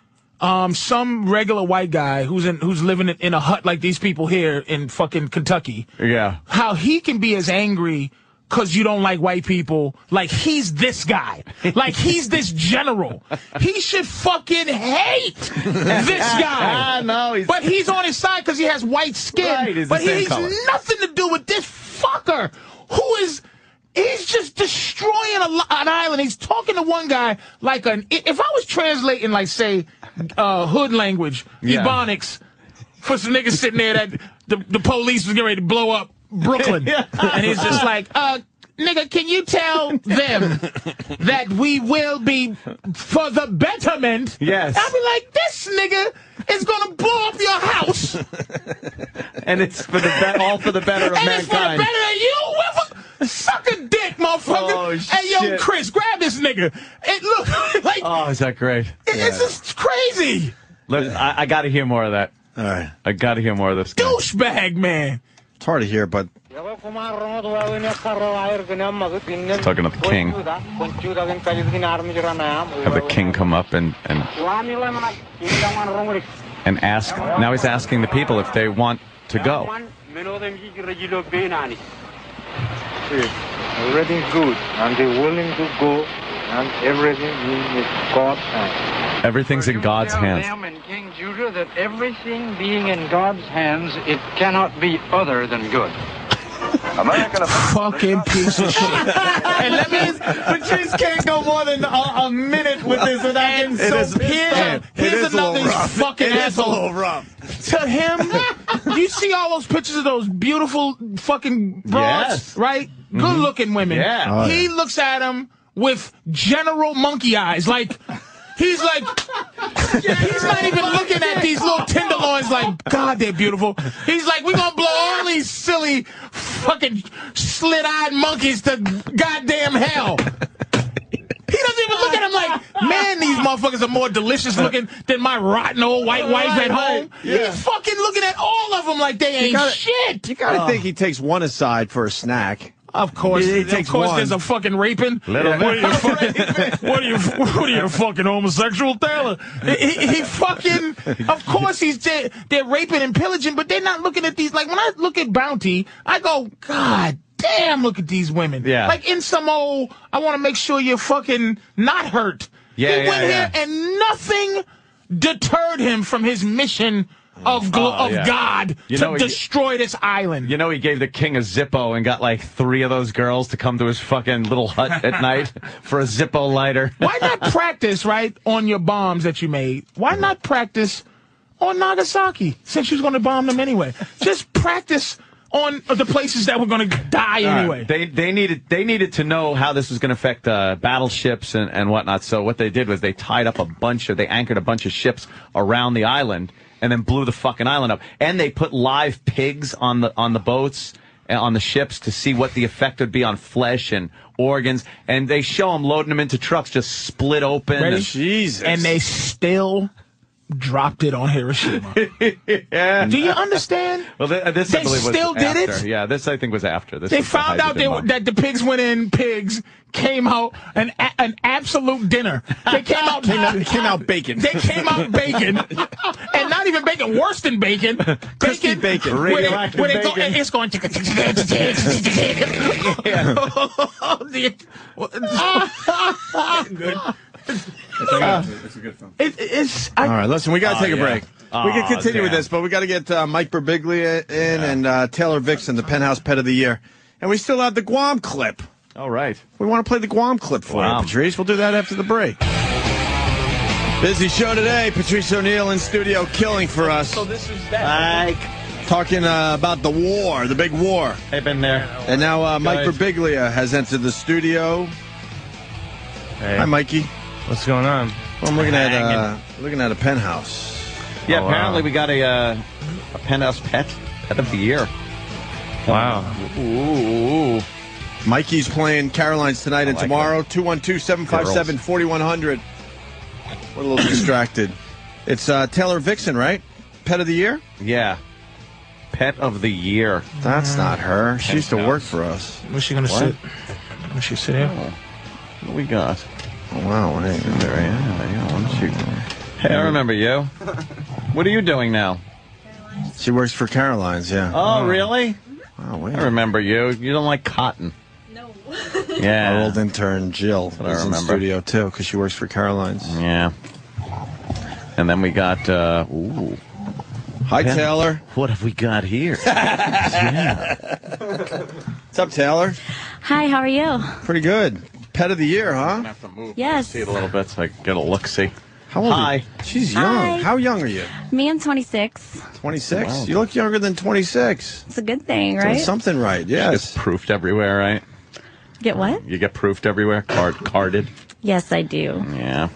Speaker 2: um, some regular white guy who's in who's living in a hut like these people here in fucking Kentucky.
Speaker 3: Yeah.
Speaker 2: How he can be as angry because you don't like white people, like he's this guy, like he's this general. He should fucking
Speaker 3: *laughs*
Speaker 2: hate this guy.
Speaker 3: I know, he's-
Speaker 2: but he's on his side because he has white skin.
Speaker 3: Right, he's the
Speaker 2: but he
Speaker 3: same
Speaker 2: has
Speaker 3: color.
Speaker 2: nothing to do with this fucker who is. He's just destroying a, li- an island. He's talking to one guy like an. i- If I was translating, like say, uh, hood language,
Speaker 3: Yeah.
Speaker 2: Ebonics, for some niggas sitting there that the, the police was getting ready to blow up
Speaker 3: *laughs*
Speaker 2: Brooklyn, and he's just like, uh, nigga, can you tell them that we will be for the betterment?
Speaker 3: Yes.
Speaker 2: I'll be like, this nigga is gonna blow up your house, and
Speaker 3: And it's for the be- all for the better of
Speaker 2: it's for the better
Speaker 3: mankind.
Speaker 2: of you. We're for- Suck a dick, motherfucker.
Speaker 3: Oh,
Speaker 2: hey, yo,
Speaker 3: shit.
Speaker 2: Chris, grab this nigga. It look *laughs* like
Speaker 3: Oh, is that great?
Speaker 2: it- it's just crazy.
Speaker 3: Look, I, I got to hear more of that.
Speaker 1: All right.
Speaker 3: I got to hear more of this. guy.
Speaker 2: Douchebag, man.
Speaker 1: It's hard to hear, but
Speaker 4: He's talking to the king. Have the king come up and, and, and ask.
Speaker 3: Now he's asking the people if they want to go.
Speaker 32: Everything good, and they're willing to go, and everything is God's hand.
Speaker 3: Everything's in God's
Speaker 5: Tell
Speaker 3: hands.
Speaker 5: them in King Judah that everything being in God's hands, it cannot be other than good.
Speaker 31: American
Speaker 2: fucking piece *laughs* of shit.
Speaker 3: and let me, Patrice can't go more than a, a minute with this without getting
Speaker 2: It
Speaker 3: so
Speaker 2: is-
Speaker 3: pissed.
Speaker 2: Here's, here's another fucking asshole. To him, you see all those pictures of those beautiful fucking broads,
Speaker 3: Yes. Mm-hmm.
Speaker 2: right? Good looking women.
Speaker 3: Yeah. Oh, yeah.
Speaker 2: he looks at him with general monkey eyes, like. He's like, he's not even looking at these little tenderloins like, God, they're beautiful. He's like, we're going to blow all these silly fucking slit eyed monkeys to goddamn hell. He doesn't even look at him like, man, these motherfuckers are more delicious looking than my rotten old white wife
Speaker 9: Right,
Speaker 2: at
Speaker 9: right.
Speaker 2: home.
Speaker 9: Yeah.
Speaker 2: He's fucking looking at all of them like they ain't
Speaker 1: gotta-
Speaker 2: shit. You
Speaker 1: I think he takes one aside for a snack.
Speaker 2: Uh. Of course,
Speaker 1: he, he
Speaker 2: of
Speaker 1: takes
Speaker 2: course,
Speaker 1: one.
Speaker 2: there's a fucking raping.
Speaker 1: Little
Speaker 2: what, are
Speaker 1: bit.
Speaker 2: you, fucking,
Speaker 1: *laughs*
Speaker 2: what are you? What are you? a Fucking homosexual Taylor? He, he- he fucking. Of course, he's they're, they're raping and pillaging, but they're not looking at these. Like when I look at Bounty, I go, God damn, look at these women.
Speaker 3: Yeah.
Speaker 2: Like in some old, I want to make sure you're fucking not hurt.
Speaker 3: Yeah,
Speaker 2: He
Speaker 3: yeah,
Speaker 2: went
Speaker 3: yeah.
Speaker 2: here and nothing deterred him from his mission of glo-
Speaker 3: Oh,
Speaker 2: of
Speaker 3: yeah.
Speaker 2: God
Speaker 3: You
Speaker 2: to
Speaker 3: know, he-
Speaker 2: destroy this island.
Speaker 3: You know, he gave the king a Zippo and got like three of those girls to come to his fucking little hut
Speaker 2: *laughs*
Speaker 3: at night for a Zippo lighter.
Speaker 2: Why
Speaker 3: *laughs*
Speaker 2: not practice, right, on your bombs that you made? Why
Speaker 3: Mm.
Speaker 2: not practice on Nagasaki since you was going to bomb them anyway? Just practice on the places that were going to die
Speaker 3: All right.
Speaker 2: anyway.
Speaker 3: They they needed they needed to know how this was going to affect uh, battleships and, and whatnot. So what they did was they tied up a bunch of they anchored a bunch of ships around the island and then blew the fucking island up. And they put live pigs on the on the boats and on the ships to see what the effect would be on flesh and organs. And they show them loading them into trucks, just split open.
Speaker 2: Ready?
Speaker 3: And,
Speaker 1: Jesus.
Speaker 2: And they still dropped it on Hiroshima. Do you understand?
Speaker 3: Well, th- this I
Speaker 2: They
Speaker 3: believe was
Speaker 2: still did it?
Speaker 3: after. Yeah, this I think was after. This
Speaker 2: They
Speaker 3: was the
Speaker 2: found out they,
Speaker 3: hydrogen bomb.
Speaker 2: that the pigs went in pigs, came out an a- an absolute dinner. They came out
Speaker 1: Came out- came out bacon.
Speaker 2: They came
Speaker 1: *laughs*
Speaker 2: out bacon, and not even bacon, worse than bacon. Crispy
Speaker 1: bacon.
Speaker 2: Where they,
Speaker 1: Radioactive
Speaker 2: where they go, *laughs*
Speaker 1: bacon.
Speaker 2: it's going.
Speaker 4: It's a good film.
Speaker 2: *laughs* It, it's
Speaker 1: All right, listen, we got to
Speaker 4: Oh,
Speaker 1: take a
Speaker 4: yeah.
Speaker 1: break. we can
Speaker 4: Aw,
Speaker 1: continue with
Speaker 4: damn.
Speaker 1: this, but we got to get uh, Mike Birbiglia in and uh, Taylor Vixen, the Penthouse Pet of the Year. And we still have the Guam clip.
Speaker 3: All right.
Speaker 1: We want to play the Guam clip for
Speaker 3: Wow.
Speaker 1: you, Patrice. We'll do that after the break. Busy show today. Patrice O'Neill in studio killing for us. So
Speaker 2: this is
Speaker 1: Mike. Talking uh, about the war, the big war.
Speaker 3: I've been there.
Speaker 1: And now uh, Mike
Speaker 7: Guys.
Speaker 1: Birbiglia has entered the studio. Hi, Mikey.
Speaker 7: What's going on?
Speaker 1: Well, I'm looking at uh,
Speaker 7: Hanging.
Speaker 1: looking at a penthouse.
Speaker 3: Yeah,
Speaker 1: Oh, wow.
Speaker 3: apparently we got a uh, a penthouse pet pet of the year.
Speaker 7: Wow.
Speaker 3: Ooh.
Speaker 1: Mikey's playing Caroline's tonight and
Speaker 7: I like
Speaker 1: tomorrow. 212 757 4100. We're a little *coughs* distracted. It's uh, Taylor Vixen, right? Pet of the year?
Speaker 3: Yeah. Pet of the year.
Speaker 1: That's not her. She used to work for us.
Speaker 16: Mm. Where's she gonna
Speaker 1: What?
Speaker 16: sit? Where's she sit here?
Speaker 3: Oh. What we got?
Speaker 1: Oh, Wow, hey, there
Speaker 3: Hey, I remember you. What are you doing now?
Speaker 1: She works for Caroline's, yeah.
Speaker 3: Oh, really?
Speaker 1: Oh, wait.
Speaker 3: I remember you. You don't like cotton. No. *laughs* yeah.
Speaker 1: Our old intern Jill
Speaker 3: I
Speaker 1: is in
Speaker 3: remember.
Speaker 1: studio too because she works for Caroline's.
Speaker 3: Yeah. And then we got. Uh, ooh.
Speaker 1: Hi,
Speaker 3: Yeah.
Speaker 1: Taylor.
Speaker 3: What have we got
Speaker 1: *laughs*
Speaker 3: here?
Speaker 1: What's up, Taylor?
Speaker 8: Hi, how are you?
Speaker 1: Pretty good. Pet of the year, huh?
Speaker 8: Yes.
Speaker 3: See it a little bit so I can get a look see.
Speaker 1: How old
Speaker 3: Hi.
Speaker 1: Are you? She's young.
Speaker 8: Hi.
Speaker 1: How young are you?
Speaker 8: Me, I'm 26.
Speaker 1: 26.
Speaker 8: Wow.
Speaker 1: You look younger than 26.
Speaker 8: It's a good thing,
Speaker 1: Doing
Speaker 8: right?
Speaker 1: something right, yes.
Speaker 3: It's proofed everywhere, right?
Speaker 8: Get what?
Speaker 3: You get proofed everywhere, card carded.
Speaker 8: Yes, I do.
Speaker 3: Yeah.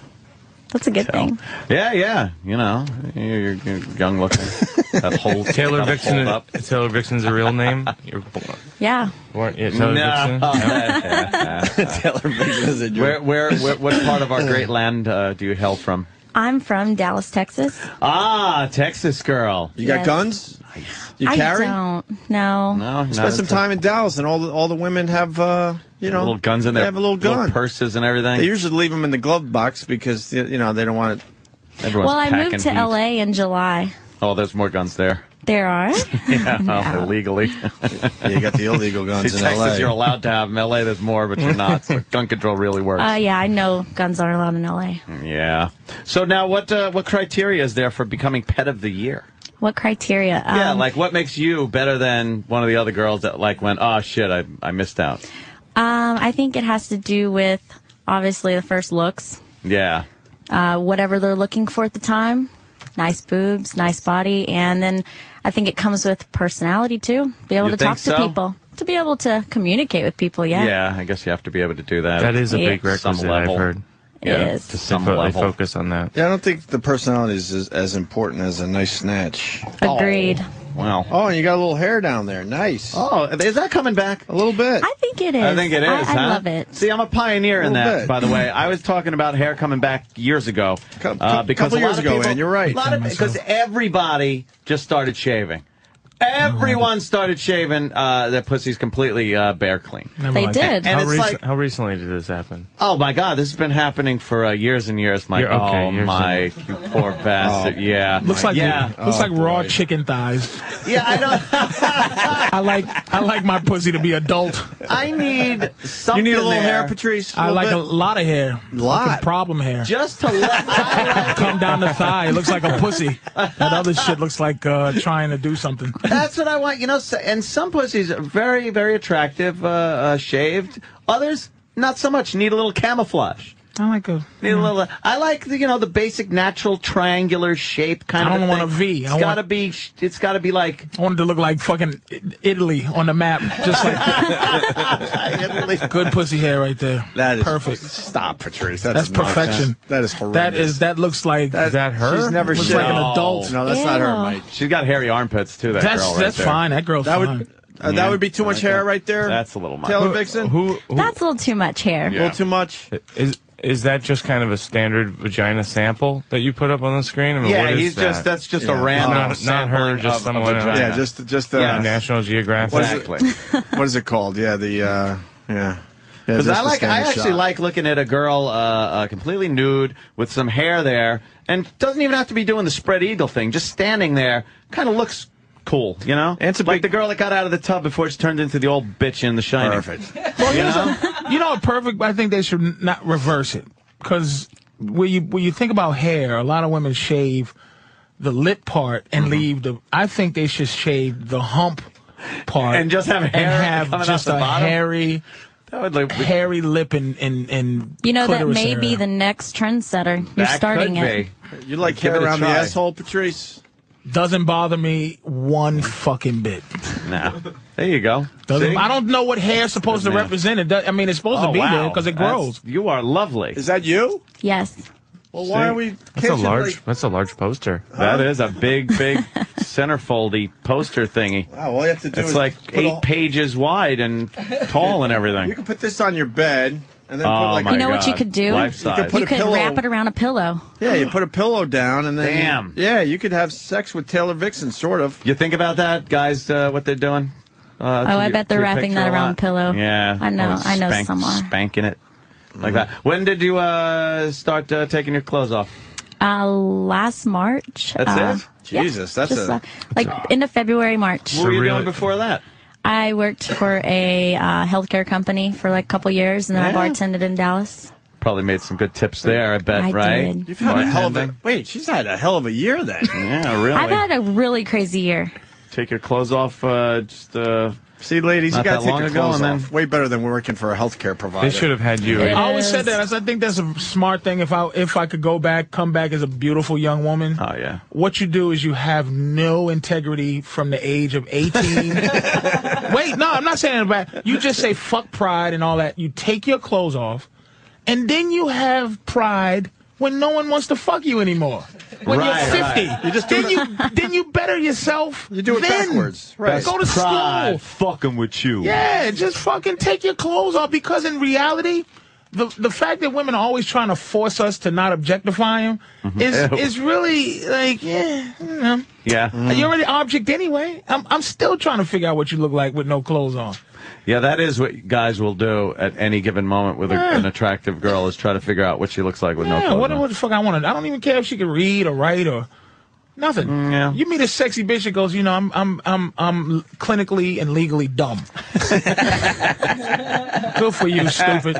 Speaker 8: That's a good thing.
Speaker 3: Yeah, yeah. You know, you're, you're young
Speaker 7: *laughs*
Speaker 3: looking. That whole
Speaker 7: Taylor
Speaker 3: that
Speaker 7: Vixen.
Speaker 3: hold Up.
Speaker 7: Taylor Vixen's a real name. You're born.
Speaker 8: Yeah.
Speaker 7: born yeah, Taylor
Speaker 3: No. *laughs*
Speaker 1: *laughs*
Speaker 7: Vixen.
Speaker 1: is a
Speaker 3: Where, where, where, what part of our great land uh, do you hail from?
Speaker 8: I'm from Dallas, Texas.
Speaker 3: Ah, Texas girl.
Speaker 1: You got
Speaker 8: Yes.
Speaker 1: guns? You
Speaker 8: I
Speaker 1: carry?
Speaker 8: don't. No.
Speaker 3: No, no,
Speaker 1: Spend some
Speaker 3: it's a-
Speaker 1: time in Dallas, and all the, all the women have, uh, you know,
Speaker 3: little guns in
Speaker 1: They
Speaker 3: there.
Speaker 1: have a little gun.
Speaker 3: purses and everything.
Speaker 1: They usually leave them in the glove box because you know they don't want it.
Speaker 3: Everyone's
Speaker 8: Well, I moved to
Speaker 3: heat.
Speaker 8: LA in July.
Speaker 3: Oh, there's more guns there.
Speaker 8: There are.
Speaker 3: *laughs* Yeah, oh, illegally.
Speaker 1: you got the illegal guns
Speaker 3: See,
Speaker 1: in
Speaker 3: Texas,
Speaker 1: LA.
Speaker 3: you're allowed to have them. LA, there's more, but you're not. So gun control really works.
Speaker 8: Uh, yeah, I know guns aren't allowed in LA.
Speaker 3: yeah. So now, what uh, what criteria is there for becoming pet of the year?
Speaker 8: What criteria?
Speaker 3: yeah,
Speaker 8: Um,
Speaker 3: like what makes you better than one of the other girls that like went, oh shit, I I missed out.
Speaker 8: um, I think it has to do with obviously the first looks,
Speaker 3: Yeah.
Speaker 8: uh, whatever they're looking for at the time. Nice boobs, nice body, and then I think it comes with personality too. Be able
Speaker 3: You
Speaker 8: to talk
Speaker 3: think
Speaker 8: to
Speaker 3: so?
Speaker 8: people, to be able to communicate with people. Yeah.
Speaker 3: I guess you have to be able to do that.
Speaker 7: That is a big
Speaker 3: To some
Speaker 7: requisite I've
Speaker 3: level.
Speaker 7: heard.
Speaker 8: It
Speaker 3: yeah,
Speaker 8: is.
Speaker 3: to some
Speaker 7: They fo- they
Speaker 3: level.
Speaker 7: focus on that.
Speaker 1: Yeah, I don't think the personality is as, as important as a nice snatch.
Speaker 8: Agreed.
Speaker 3: Wow.
Speaker 1: Oh, and you got a little hair down there. Nice.
Speaker 3: Oh, is that coming back?
Speaker 1: A little bit.
Speaker 8: I think it is.
Speaker 3: I think it is.
Speaker 8: I,
Speaker 3: huh?
Speaker 8: I love it.
Speaker 3: See, I'm a pioneer in
Speaker 8: A little
Speaker 3: that.
Speaker 8: bit.
Speaker 3: By the way,
Speaker 1: *laughs*
Speaker 3: I was talking about hair coming back years ago. Uh, because
Speaker 1: couple
Speaker 3: a lot
Speaker 1: years
Speaker 3: of
Speaker 1: ago,
Speaker 3: people-
Speaker 1: Ann, you're right.
Speaker 3: a lot of- because everybody just started shaving. Everyone started shaving uh, their pussies completely uh, bare clean.
Speaker 7: Never
Speaker 8: They
Speaker 7: mind.
Speaker 8: did.
Speaker 3: And
Speaker 7: how,
Speaker 3: it's
Speaker 7: rec-
Speaker 3: like-
Speaker 7: how recently did this happen?
Speaker 3: Oh my God, this has been happening for uh, years and years. My
Speaker 7: You're- okay,
Speaker 3: oh
Speaker 7: years
Speaker 3: my,
Speaker 7: and-
Speaker 3: you
Speaker 1: *laughs*
Speaker 3: poor
Speaker 1: Oh.
Speaker 3: bastard. yeah,
Speaker 2: Looks like
Speaker 3: yeah.
Speaker 2: looks like raw chicken thighs.
Speaker 3: Yeah, I don't.
Speaker 2: I like I like my pussy to be adult.
Speaker 1: Oh.
Speaker 3: I need something.
Speaker 2: need a little
Speaker 3: there.
Speaker 2: hair,
Speaker 1: Patrice?
Speaker 2: I like a lot of hair.
Speaker 1: Lot.
Speaker 2: Fucking problem hair.
Speaker 3: Just
Speaker 1: *laughs*
Speaker 3: to let
Speaker 2: Come down the thigh. It looks like a pussy. That other shit looks like uh, trying to do something.
Speaker 3: That's what I want, you know. s- And some pussies are very, very attractive, uh, uh, shaved. Others, not so much. Need a little camouflage.
Speaker 2: I like a.
Speaker 3: Need a little. uh, I like the, you know, the basic natural triangular shape kind
Speaker 2: I
Speaker 3: of.
Speaker 2: don't want a
Speaker 3: thing.
Speaker 2: V. I
Speaker 3: It's
Speaker 2: want-
Speaker 3: gotta be. sh- It's gotta be like.
Speaker 2: I wanted to look like fucking I- Italy on the map. Just like good pussy hair right there.
Speaker 1: That is
Speaker 2: perfect.
Speaker 1: Stop, Patrice.
Speaker 2: That's,
Speaker 1: nonsense.
Speaker 2: perfection.
Speaker 1: That is horrendous.
Speaker 2: That is that looks like
Speaker 1: That-
Speaker 2: Is that her?
Speaker 1: She's never
Speaker 2: looks
Speaker 1: shaved.
Speaker 2: like an adult.
Speaker 1: No, that's not her, Mike.
Speaker 3: She's got hairy armpits too. That
Speaker 2: That's
Speaker 3: girl right
Speaker 2: that's
Speaker 3: there.
Speaker 2: fine. That girl's
Speaker 1: That would-
Speaker 2: fine.
Speaker 1: Uh, that would be too much hair right there.
Speaker 3: That's a little much.
Speaker 1: Taylor
Speaker 7: Who-
Speaker 1: Vixen.
Speaker 7: Who? who
Speaker 8: That's a little too much hair.
Speaker 1: A little too much.
Speaker 7: is is that just kind of a standard vagina sample that you put up on the screen? I mean,
Speaker 3: Yeah,
Speaker 7: what is
Speaker 3: he's
Speaker 7: that?
Speaker 3: just- that's just a
Speaker 7: It's
Speaker 3: random
Speaker 7: Not, not her,
Speaker 3: sampling
Speaker 7: just
Speaker 3: of a
Speaker 7: someone.
Speaker 3: vagina.
Speaker 1: Yeah, just just uh,
Speaker 7: yeah, National Geographic.
Speaker 1: what is it- *laughs* what is it called? Yeah, the uh, yeah.
Speaker 3: Because I like, I actually like looking at a girl uh, uh, completely nude with some hair there, and doesn't even have to be doing the spread eagle thing. Just standing there, kind of looks cool, you know. like the girl that got out of the tub before she turned into the old bitch in The Shining. Perfect.
Speaker 2: Well, you, know? you know, perfect. I think they should n- not reverse it because when you when you think about hair, a lot of women shave the lip part and
Speaker 3: Mm-hmm.
Speaker 2: leave the. I think they should shave the hump part
Speaker 3: And just have hair
Speaker 2: and have
Speaker 3: coming out
Speaker 2: just
Speaker 3: the
Speaker 2: a
Speaker 3: bottom?
Speaker 2: hairy,
Speaker 3: That would look.
Speaker 2: hairy lip and and and.
Speaker 8: You know, that
Speaker 2: clitoris
Speaker 8: may be
Speaker 2: area.
Speaker 8: the next trendsetter. You're
Speaker 2: That
Speaker 8: starting
Speaker 2: could
Speaker 8: it.
Speaker 1: You like
Speaker 2: Give
Speaker 1: hair
Speaker 2: it a
Speaker 1: around the
Speaker 2: try.
Speaker 1: asshole, Patrice?
Speaker 2: Doesn't bother me one fucking bit.
Speaker 3: *laughs* Nah. There you go.
Speaker 2: Doesn't,
Speaker 3: See?
Speaker 2: I don't know what hair's supposed to
Speaker 3: Good man.
Speaker 2: represent. It does, I mean, it's supposed
Speaker 3: Oh,
Speaker 2: to be there
Speaker 3: wow.
Speaker 2: because it
Speaker 3: That's-
Speaker 2: grows.
Speaker 3: you are lovely.
Speaker 1: Is that you?
Speaker 8: Yes.
Speaker 1: Well, why are we? catching, like-
Speaker 3: that's a large poster. That is a big, big centerfoldy poster thingy.
Speaker 1: Wow, all you have to do
Speaker 3: it's
Speaker 1: is
Speaker 3: like
Speaker 1: put
Speaker 3: eight
Speaker 1: a-
Speaker 3: pages wide and tall and everything.
Speaker 1: You can put this on your bed and then
Speaker 3: Oh,
Speaker 1: put like
Speaker 3: my
Speaker 8: you know what you
Speaker 3: God.
Speaker 8: could do?
Speaker 3: Life
Speaker 8: you
Speaker 3: size.
Speaker 8: could,
Speaker 1: You could pillow-
Speaker 8: wrap it around a pillow.
Speaker 1: Yeah, you put a pillow down and then
Speaker 3: Damn.
Speaker 1: yeah, you could have sex with Taylor Vixen, sort of.
Speaker 3: You think about that, guys? Uh, what they're doing? Uh,
Speaker 8: Oh,
Speaker 3: to
Speaker 8: I
Speaker 3: your-
Speaker 8: bet they're
Speaker 3: to your
Speaker 8: wrapping
Speaker 3: picture
Speaker 8: that
Speaker 3: a
Speaker 8: around
Speaker 3: lot.
Speaker 8: pillow.
Speaker 3: Yeah,
Speaker 8: I know-
Speaker 3: Oh,
Speaker 8: I know some are.
Speaker 3: Spanking it like that. When did you uh, start uh, taking your clothes off?
Speaker 8: Uh, last March.
Speaker 3: That's
Speaker 8: uh,
Speaker 3: it.
Speaker 8: yeah, just, uh, like into February, March.
Speaker 3: What were you doing before that?
Speaker 8: I worked for a uh, healthcare company for like a couple years, and then
Speaker 3: Yeah.
Speaker 8: I bartended in Dallas.
Speaker 3: Probably made some good tips there. I bet,
Speaker 8: I
Speaker 3: right?
Speaker 8: did. You've
Speaker 1: had a hell of
Speaker 3: a
Speaker 1: wait. She's had a hell of a year then.
Speaker 3: *laughs* yeah, really.
Speaker 8: I've had a really crazy year.
Speaker 3: Take your clothes off. Uh, just uh,
Speaker 1: see, ladies,
Speaker 3: not
Speaker 1: you gotta
Speaker 3: that
Speaker 1: take
Speaker 3: long
Speaker 1: your
Speaker 3: ago,
Speaker 1: clothes
Speaker 3: and then
Speaker 1: off. Way better than working for a healthcare provider.
Speaker 7: They should have had you.
Speaker 2: I always said that. I said, I think that's a smart thing. If I if I could go back, come back as a beautiful young woman.
Speaker 3: Oh yeah.
Speaker 2: What you do is you have no integrity from the age of
Speaker 1: *laughs*
Speaker 2: eighteen. Wait, no, I'm not saying about. You just say fuck pride and all that. You take your clothes off, and then you have pride when no one wants to fuck you anymore. When
Speaker 3: Right,
Speaker 2: you're 50,
Speaker 3: right.
Speaker 1: You just do
Speaker 2: then
Speaker 1: it-
Speaker 2: you then you better yourself. You
Speaker 1: do it
Speaker 2: then.
Speaker 1: backwards, right.
Speaker 2: Go to
Speaker 3: That's pride
Speaker 2: school.
Speaker 3: Fucking with you.
Speaker 2: Yeah, just fucking take your clothes off because in reality, the the fact that women are always trying to force us to not objectify them is
Speaker 3: Ew.
Speaker 2: is really like yeah, you know.
Speaker 3: Yeah. Mm.
Speaker 2: You're already an object anyway. I'm I'm still trying to figure out what you look like with no clothes on.
Speaker 3: Yeah, that is what guys will do at any given moment with a,
Speaker 2: Yeah.
Speaker 3: an attractive girl is try to figure out what she looks like with no
Speaker 2: yeah,
Speaker 3: clothes
Speaker 2: what,
Speaker 3: on.
Speaker 2: what the fuck I want to? I don't even care if she can read or write or nothing.
Speaker 3: Mm,
Speaker 2: yeah. You meet a sexy bitch that goes, you know, I'm I'm I'm I'm clinically and
Speaker 3: *laughs*
Speaker 2: legally dumb. Good
Speaker 1: *laughs*
Speaker 2: for you,
Speaker 3: *laughs*
Speaker 2: stupid.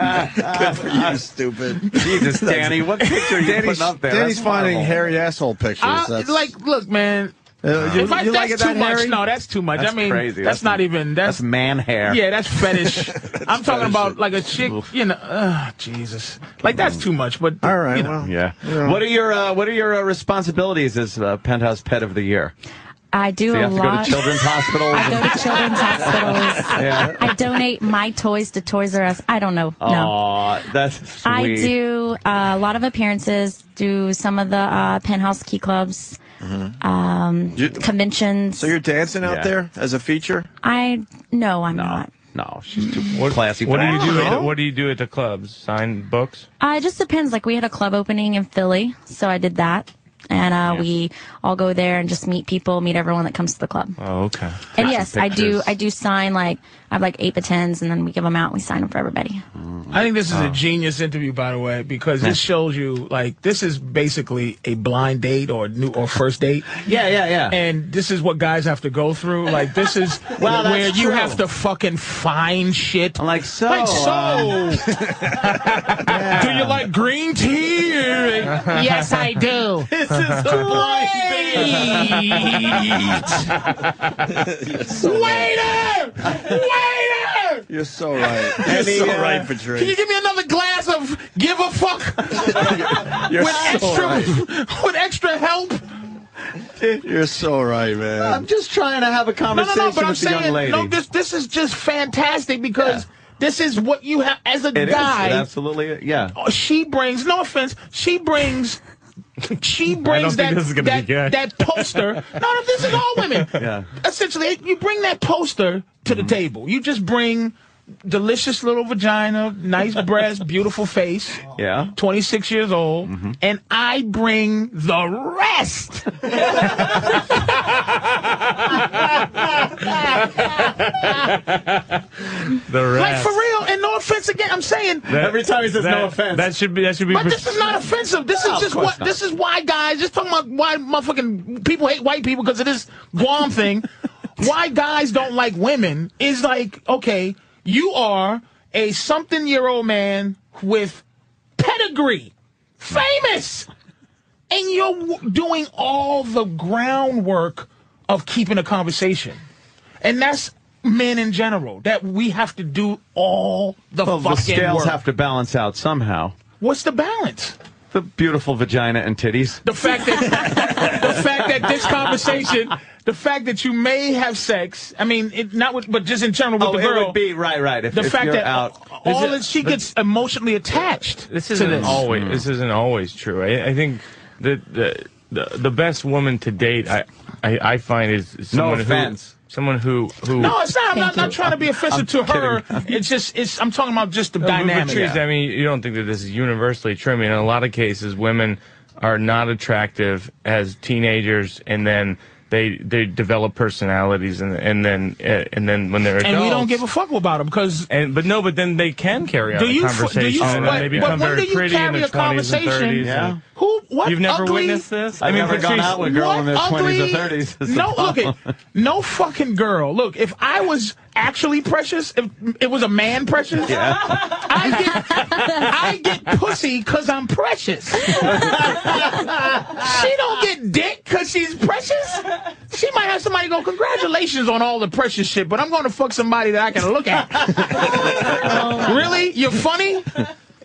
Speaker 1: Good for you, stupid.
Speaker 3: Jesus,
Speaker 2: Danny, what picture are you
Speaker 1: *laughs* Danny's,
Speaker 2: putting up there?
Speaker 1: Danny's
Speaker 2: That's
Speaker 1: finding
Speaker 2: horrible.
Speaker 1: hairy asshole pictures.
Speaker 3: Ah,
Speaker 2: I-
Speaker 1: That's-
Speaker 2: Uh, like, look, man.
Speaker 1: Uh, you-
Speaker 2: if I-
Speaker 1: you like
Speaker 2: that's
Speaker 1: it
Speaker 2: too
Speaker 1: that
Speaker 2: much.
Speaker 1: hairy?
Speaker 2: No, that's too much.
Speaker 1: That's
Speaker 2: I mean,
Speaker 1: crazy.
Speaker 2: That's,
Speaker 1: That's-
Speaker 2: not even. That's,
Speaker 3: man hair.
Speaker 2: Yeah, *laughs*
Speaker 3: *laughs*
Speaker 2: that's fetish. I'm talking
Speaker 3: fetish
Speaker 2: about
Speaker 3: shit.
Speaker 2: like a chick. You know, uh, Jesus. Like that's too much. But all right, well,
Speaker 3: yeah. What are your uh, What are your uh, responsibilities as uh, penthouse pet of the year?
Speaker 8: I do
Speaker 3: so you
Speaker 8: a
Speaker 3: have to go
Speaker 8: lot.
Speaker 3: to children's hospitals.
Speaker 8: *laughs* I go to children's hospitals.
Speaker 3: *laughs*
Speaker 8: *laughs*
Speaker 3: Yeah.
Speaker 8: I donate my toys to Toys R Us. I don't know. no.
Speaker 3: Aw, Uh, that's sweet.
Speaker 8: I do uh, a lot of appearances, do some of the uh, penthouse key clubs,
Speaker 3: Mm-hmm.
Speaker 8: um,
Speaker 1: You-
Speaker 8: conventions.
Speaker 1: so you're dancing out
Speaker 8: Yeah.
Speaker 1: there as a feature?
Speaker 8: I no, I'm not.
Speaker 3: No, she's too classy.
Speaker 7: What do you do?
Speaker 1: Oh.
Speaker 7: At, what do you do at the clubs? Sign books.
Speaker 8: Uh, it just depends. Like we had a club opening in Philly, so I did that, and uh, we all go there and just meet people, meet everyone that comes to the club.
Speaker 7: Oh, okay.
Speaker 8: and yes, I do. I do sign like I have like eight by tens, and then we give them out. and We sign them for everybody.
Speaker 2: I think this is
Speaker 8: Oh.
Speaker 2: a genius interview, by the way, because this shows you like this is basically a blind date or new or first date.
Speaker 3: Yeah, yeah, yeah.
Speaker 2: And this is what guys have to go through. Like this is
Speaker 3: Well, that's
Speaker 2: where you
Speaker 3: true.
Speaker 2: have to fucking find shit.
Speaker 3: like so.
Speaker 2: Like so.
Speaker 3: uh,
Speaker 8: *laughs*
Speaker 2: Do you like green tea?
Speaker 3: *laughs*
Speaker 2: *laughs* yes, I do.
Speaker 3: This is a
Speaker 7: *laughs*
Speaker 2: *laughs* Waiter! Waiter!
Speaker 1: You're so right.
Speaker 3: *laughs*
Speaker 2: You're so right,
Speaker 1: Patrice.
Speaker 2: Can you give me another glass of give a fuck
Speaker 1: *laughs* You're
Speaker 2: with
Speaker 1: so
Speaker 2: extra
Speaker 1: right.
Speaker 2: with extra help?
Speaker 1: You're so right, man.
Speaker 3: I'm just trying to have a
Speaker 2: No, no,
Speaker 3: conversation
Speaker 2: no. But I'm
Speaker 3: with the young
Speaker 2: saying
Speaker 3: lady.
Speaker 2: no. This this is just fantastic because this is what you have as a
Speaker 3: It is.
Speaker 2: guy.
Speaker 3: It absolutely.
Speaker 8: *laughs*
Speaker 3: Yeah.
Speaker 2: Oh, she brings no offense she brings she brings
Speaker 3: think
Speaker 2: that
Speaker 3: this is gonna be
Speaker 2: that,
Speaker 3: good.
Speaker 2: that
Speaker 3: *laughs*
Speaker 2: poster no no this is all women
Speaker 3: Yeah.
Speaker 2: essentially you bring that poster to the table you just bring delicious little vagina
Speaker 7: *laughs*
Speaker 2: nice breast beautiful face
Speaker 3: Yeah.
Speaker 2: 26 years old
Speaker 7: Mm-hmm.
Speaker 2: and i bring the rest
Speaker 7: The
Speaker 2: like
Speaker 7: rest.
Speaker 2: for real and no offense again i'm saying
Speaker 7: that- that should be that should be.
Speaker 2: But this is not offensive. This
Speaker 7: No,
Speaker 2: is
Speaker 7: of
Speaker 2: just
Speaker 7: course
Speaker 2: what
Speaker 7: not.
Speaker 2: this is why guys just talking about why motherfucking people hate white people because of this
Speaker 7: *laughs*
Speaker 2: Guam thing. why guys don't like women is like okay, you are a something year old man with pedigree, famous, and you're w- doing all the groundwork of keeping a conversation, and that's. Men in general, that we have to do all the
Speaker 3: Well,
Speaker 2: fucking
Speaker 3: the scales
Speaker 2: work.
Speaker 3: have to balance out somehow.
Speaker 2: What's the balance?
Speaker 3: The beautiful vagina and titties.
Speaker 2: The fact that the fact that this conversation, the fact that you may have sex. I mean, it, not with, but just in general with
Speaker 3: Oh,
Speaker 2: the
Speaker 3: it
Speaker 2: girl.
Speaker 3: would be right, right. If,
Speaker 2: the
Speaker 3: if
Speaker 2: fact
Speaker 3: you're
Speaker 2: that
Speaker 3: out,
Speaker 2: all
Speaker 7: This
Speaker 2: that
Speaker 7: is-
Speaker 2: she gets emotionally attached.
Speaker 7: This
Speaker 2: to
Speaker 7: isn't
Speaker 2: this.
Speaker 7: always. This isn't always true. I, I think that the, the the best woman to date, I I, I find is someone
Speaker 2: offense.
Speaker 7: who someone who who.
Speaker 2: No, it's not. I'm not,
Speaker 7: you.
Speaker 2: not trying to be offensive to her. It's just. It's. I'm talking about just the
Speaker 7: No, but- but
Speaker 2: dynamic.
Speaker 7: Teresa, I mean, you don't think that this is universally true. I mean, in a lot of cases, women are not attractive as teenagers, and then they they develop personalities, and and then uh, and then when they're adults,
Speaker 2: And we don't give a fuck about them because.
Speaker 7: And but no, but then they can carry on
Speaker 2: Do
Speaker 7: a
Speaker 2: you? f- Do
Speaker 7: conversation,
Speaker 2: you?
Speaker 7: and then
Speaker 2: But,
Speaker 7: they
Speaker 2: but
Speaker 7: become
Speaker 2: when do
Speaker 7: very
Speaker 2: you
Speaker 7: pretty in
Speaker 2: carry
Speaker 7: their
Speaker 2: a
Speaker 7: twenties and
Speaker 2: conversation?
Speaker 7: thirties.
Speaker 2: Yeah. Who? What?
Speaker 7: You've never
Speaker 2: ugly-
Speaker 7: witnessed this?
Speaker 3: I've never gone
Speaker 7: Patrice,
Speaker 3: out with a girl in their
Speaker 2: What
Speaker 3: 20s or
Speaker 2: ugly-
Speaker 3: 30s. That's the
Speaker 2: No, look
Speaker 3: problem.
Speaker 2: at no fucking girl. Look, if I was actually precious, if it was a man precious, I get I get pussy because I'm precious. she don't get dick because she's precious. She might have somebody go, congratulations on all the precious shit, but I'm going to fuck somebody that I can look at. really? You're funny?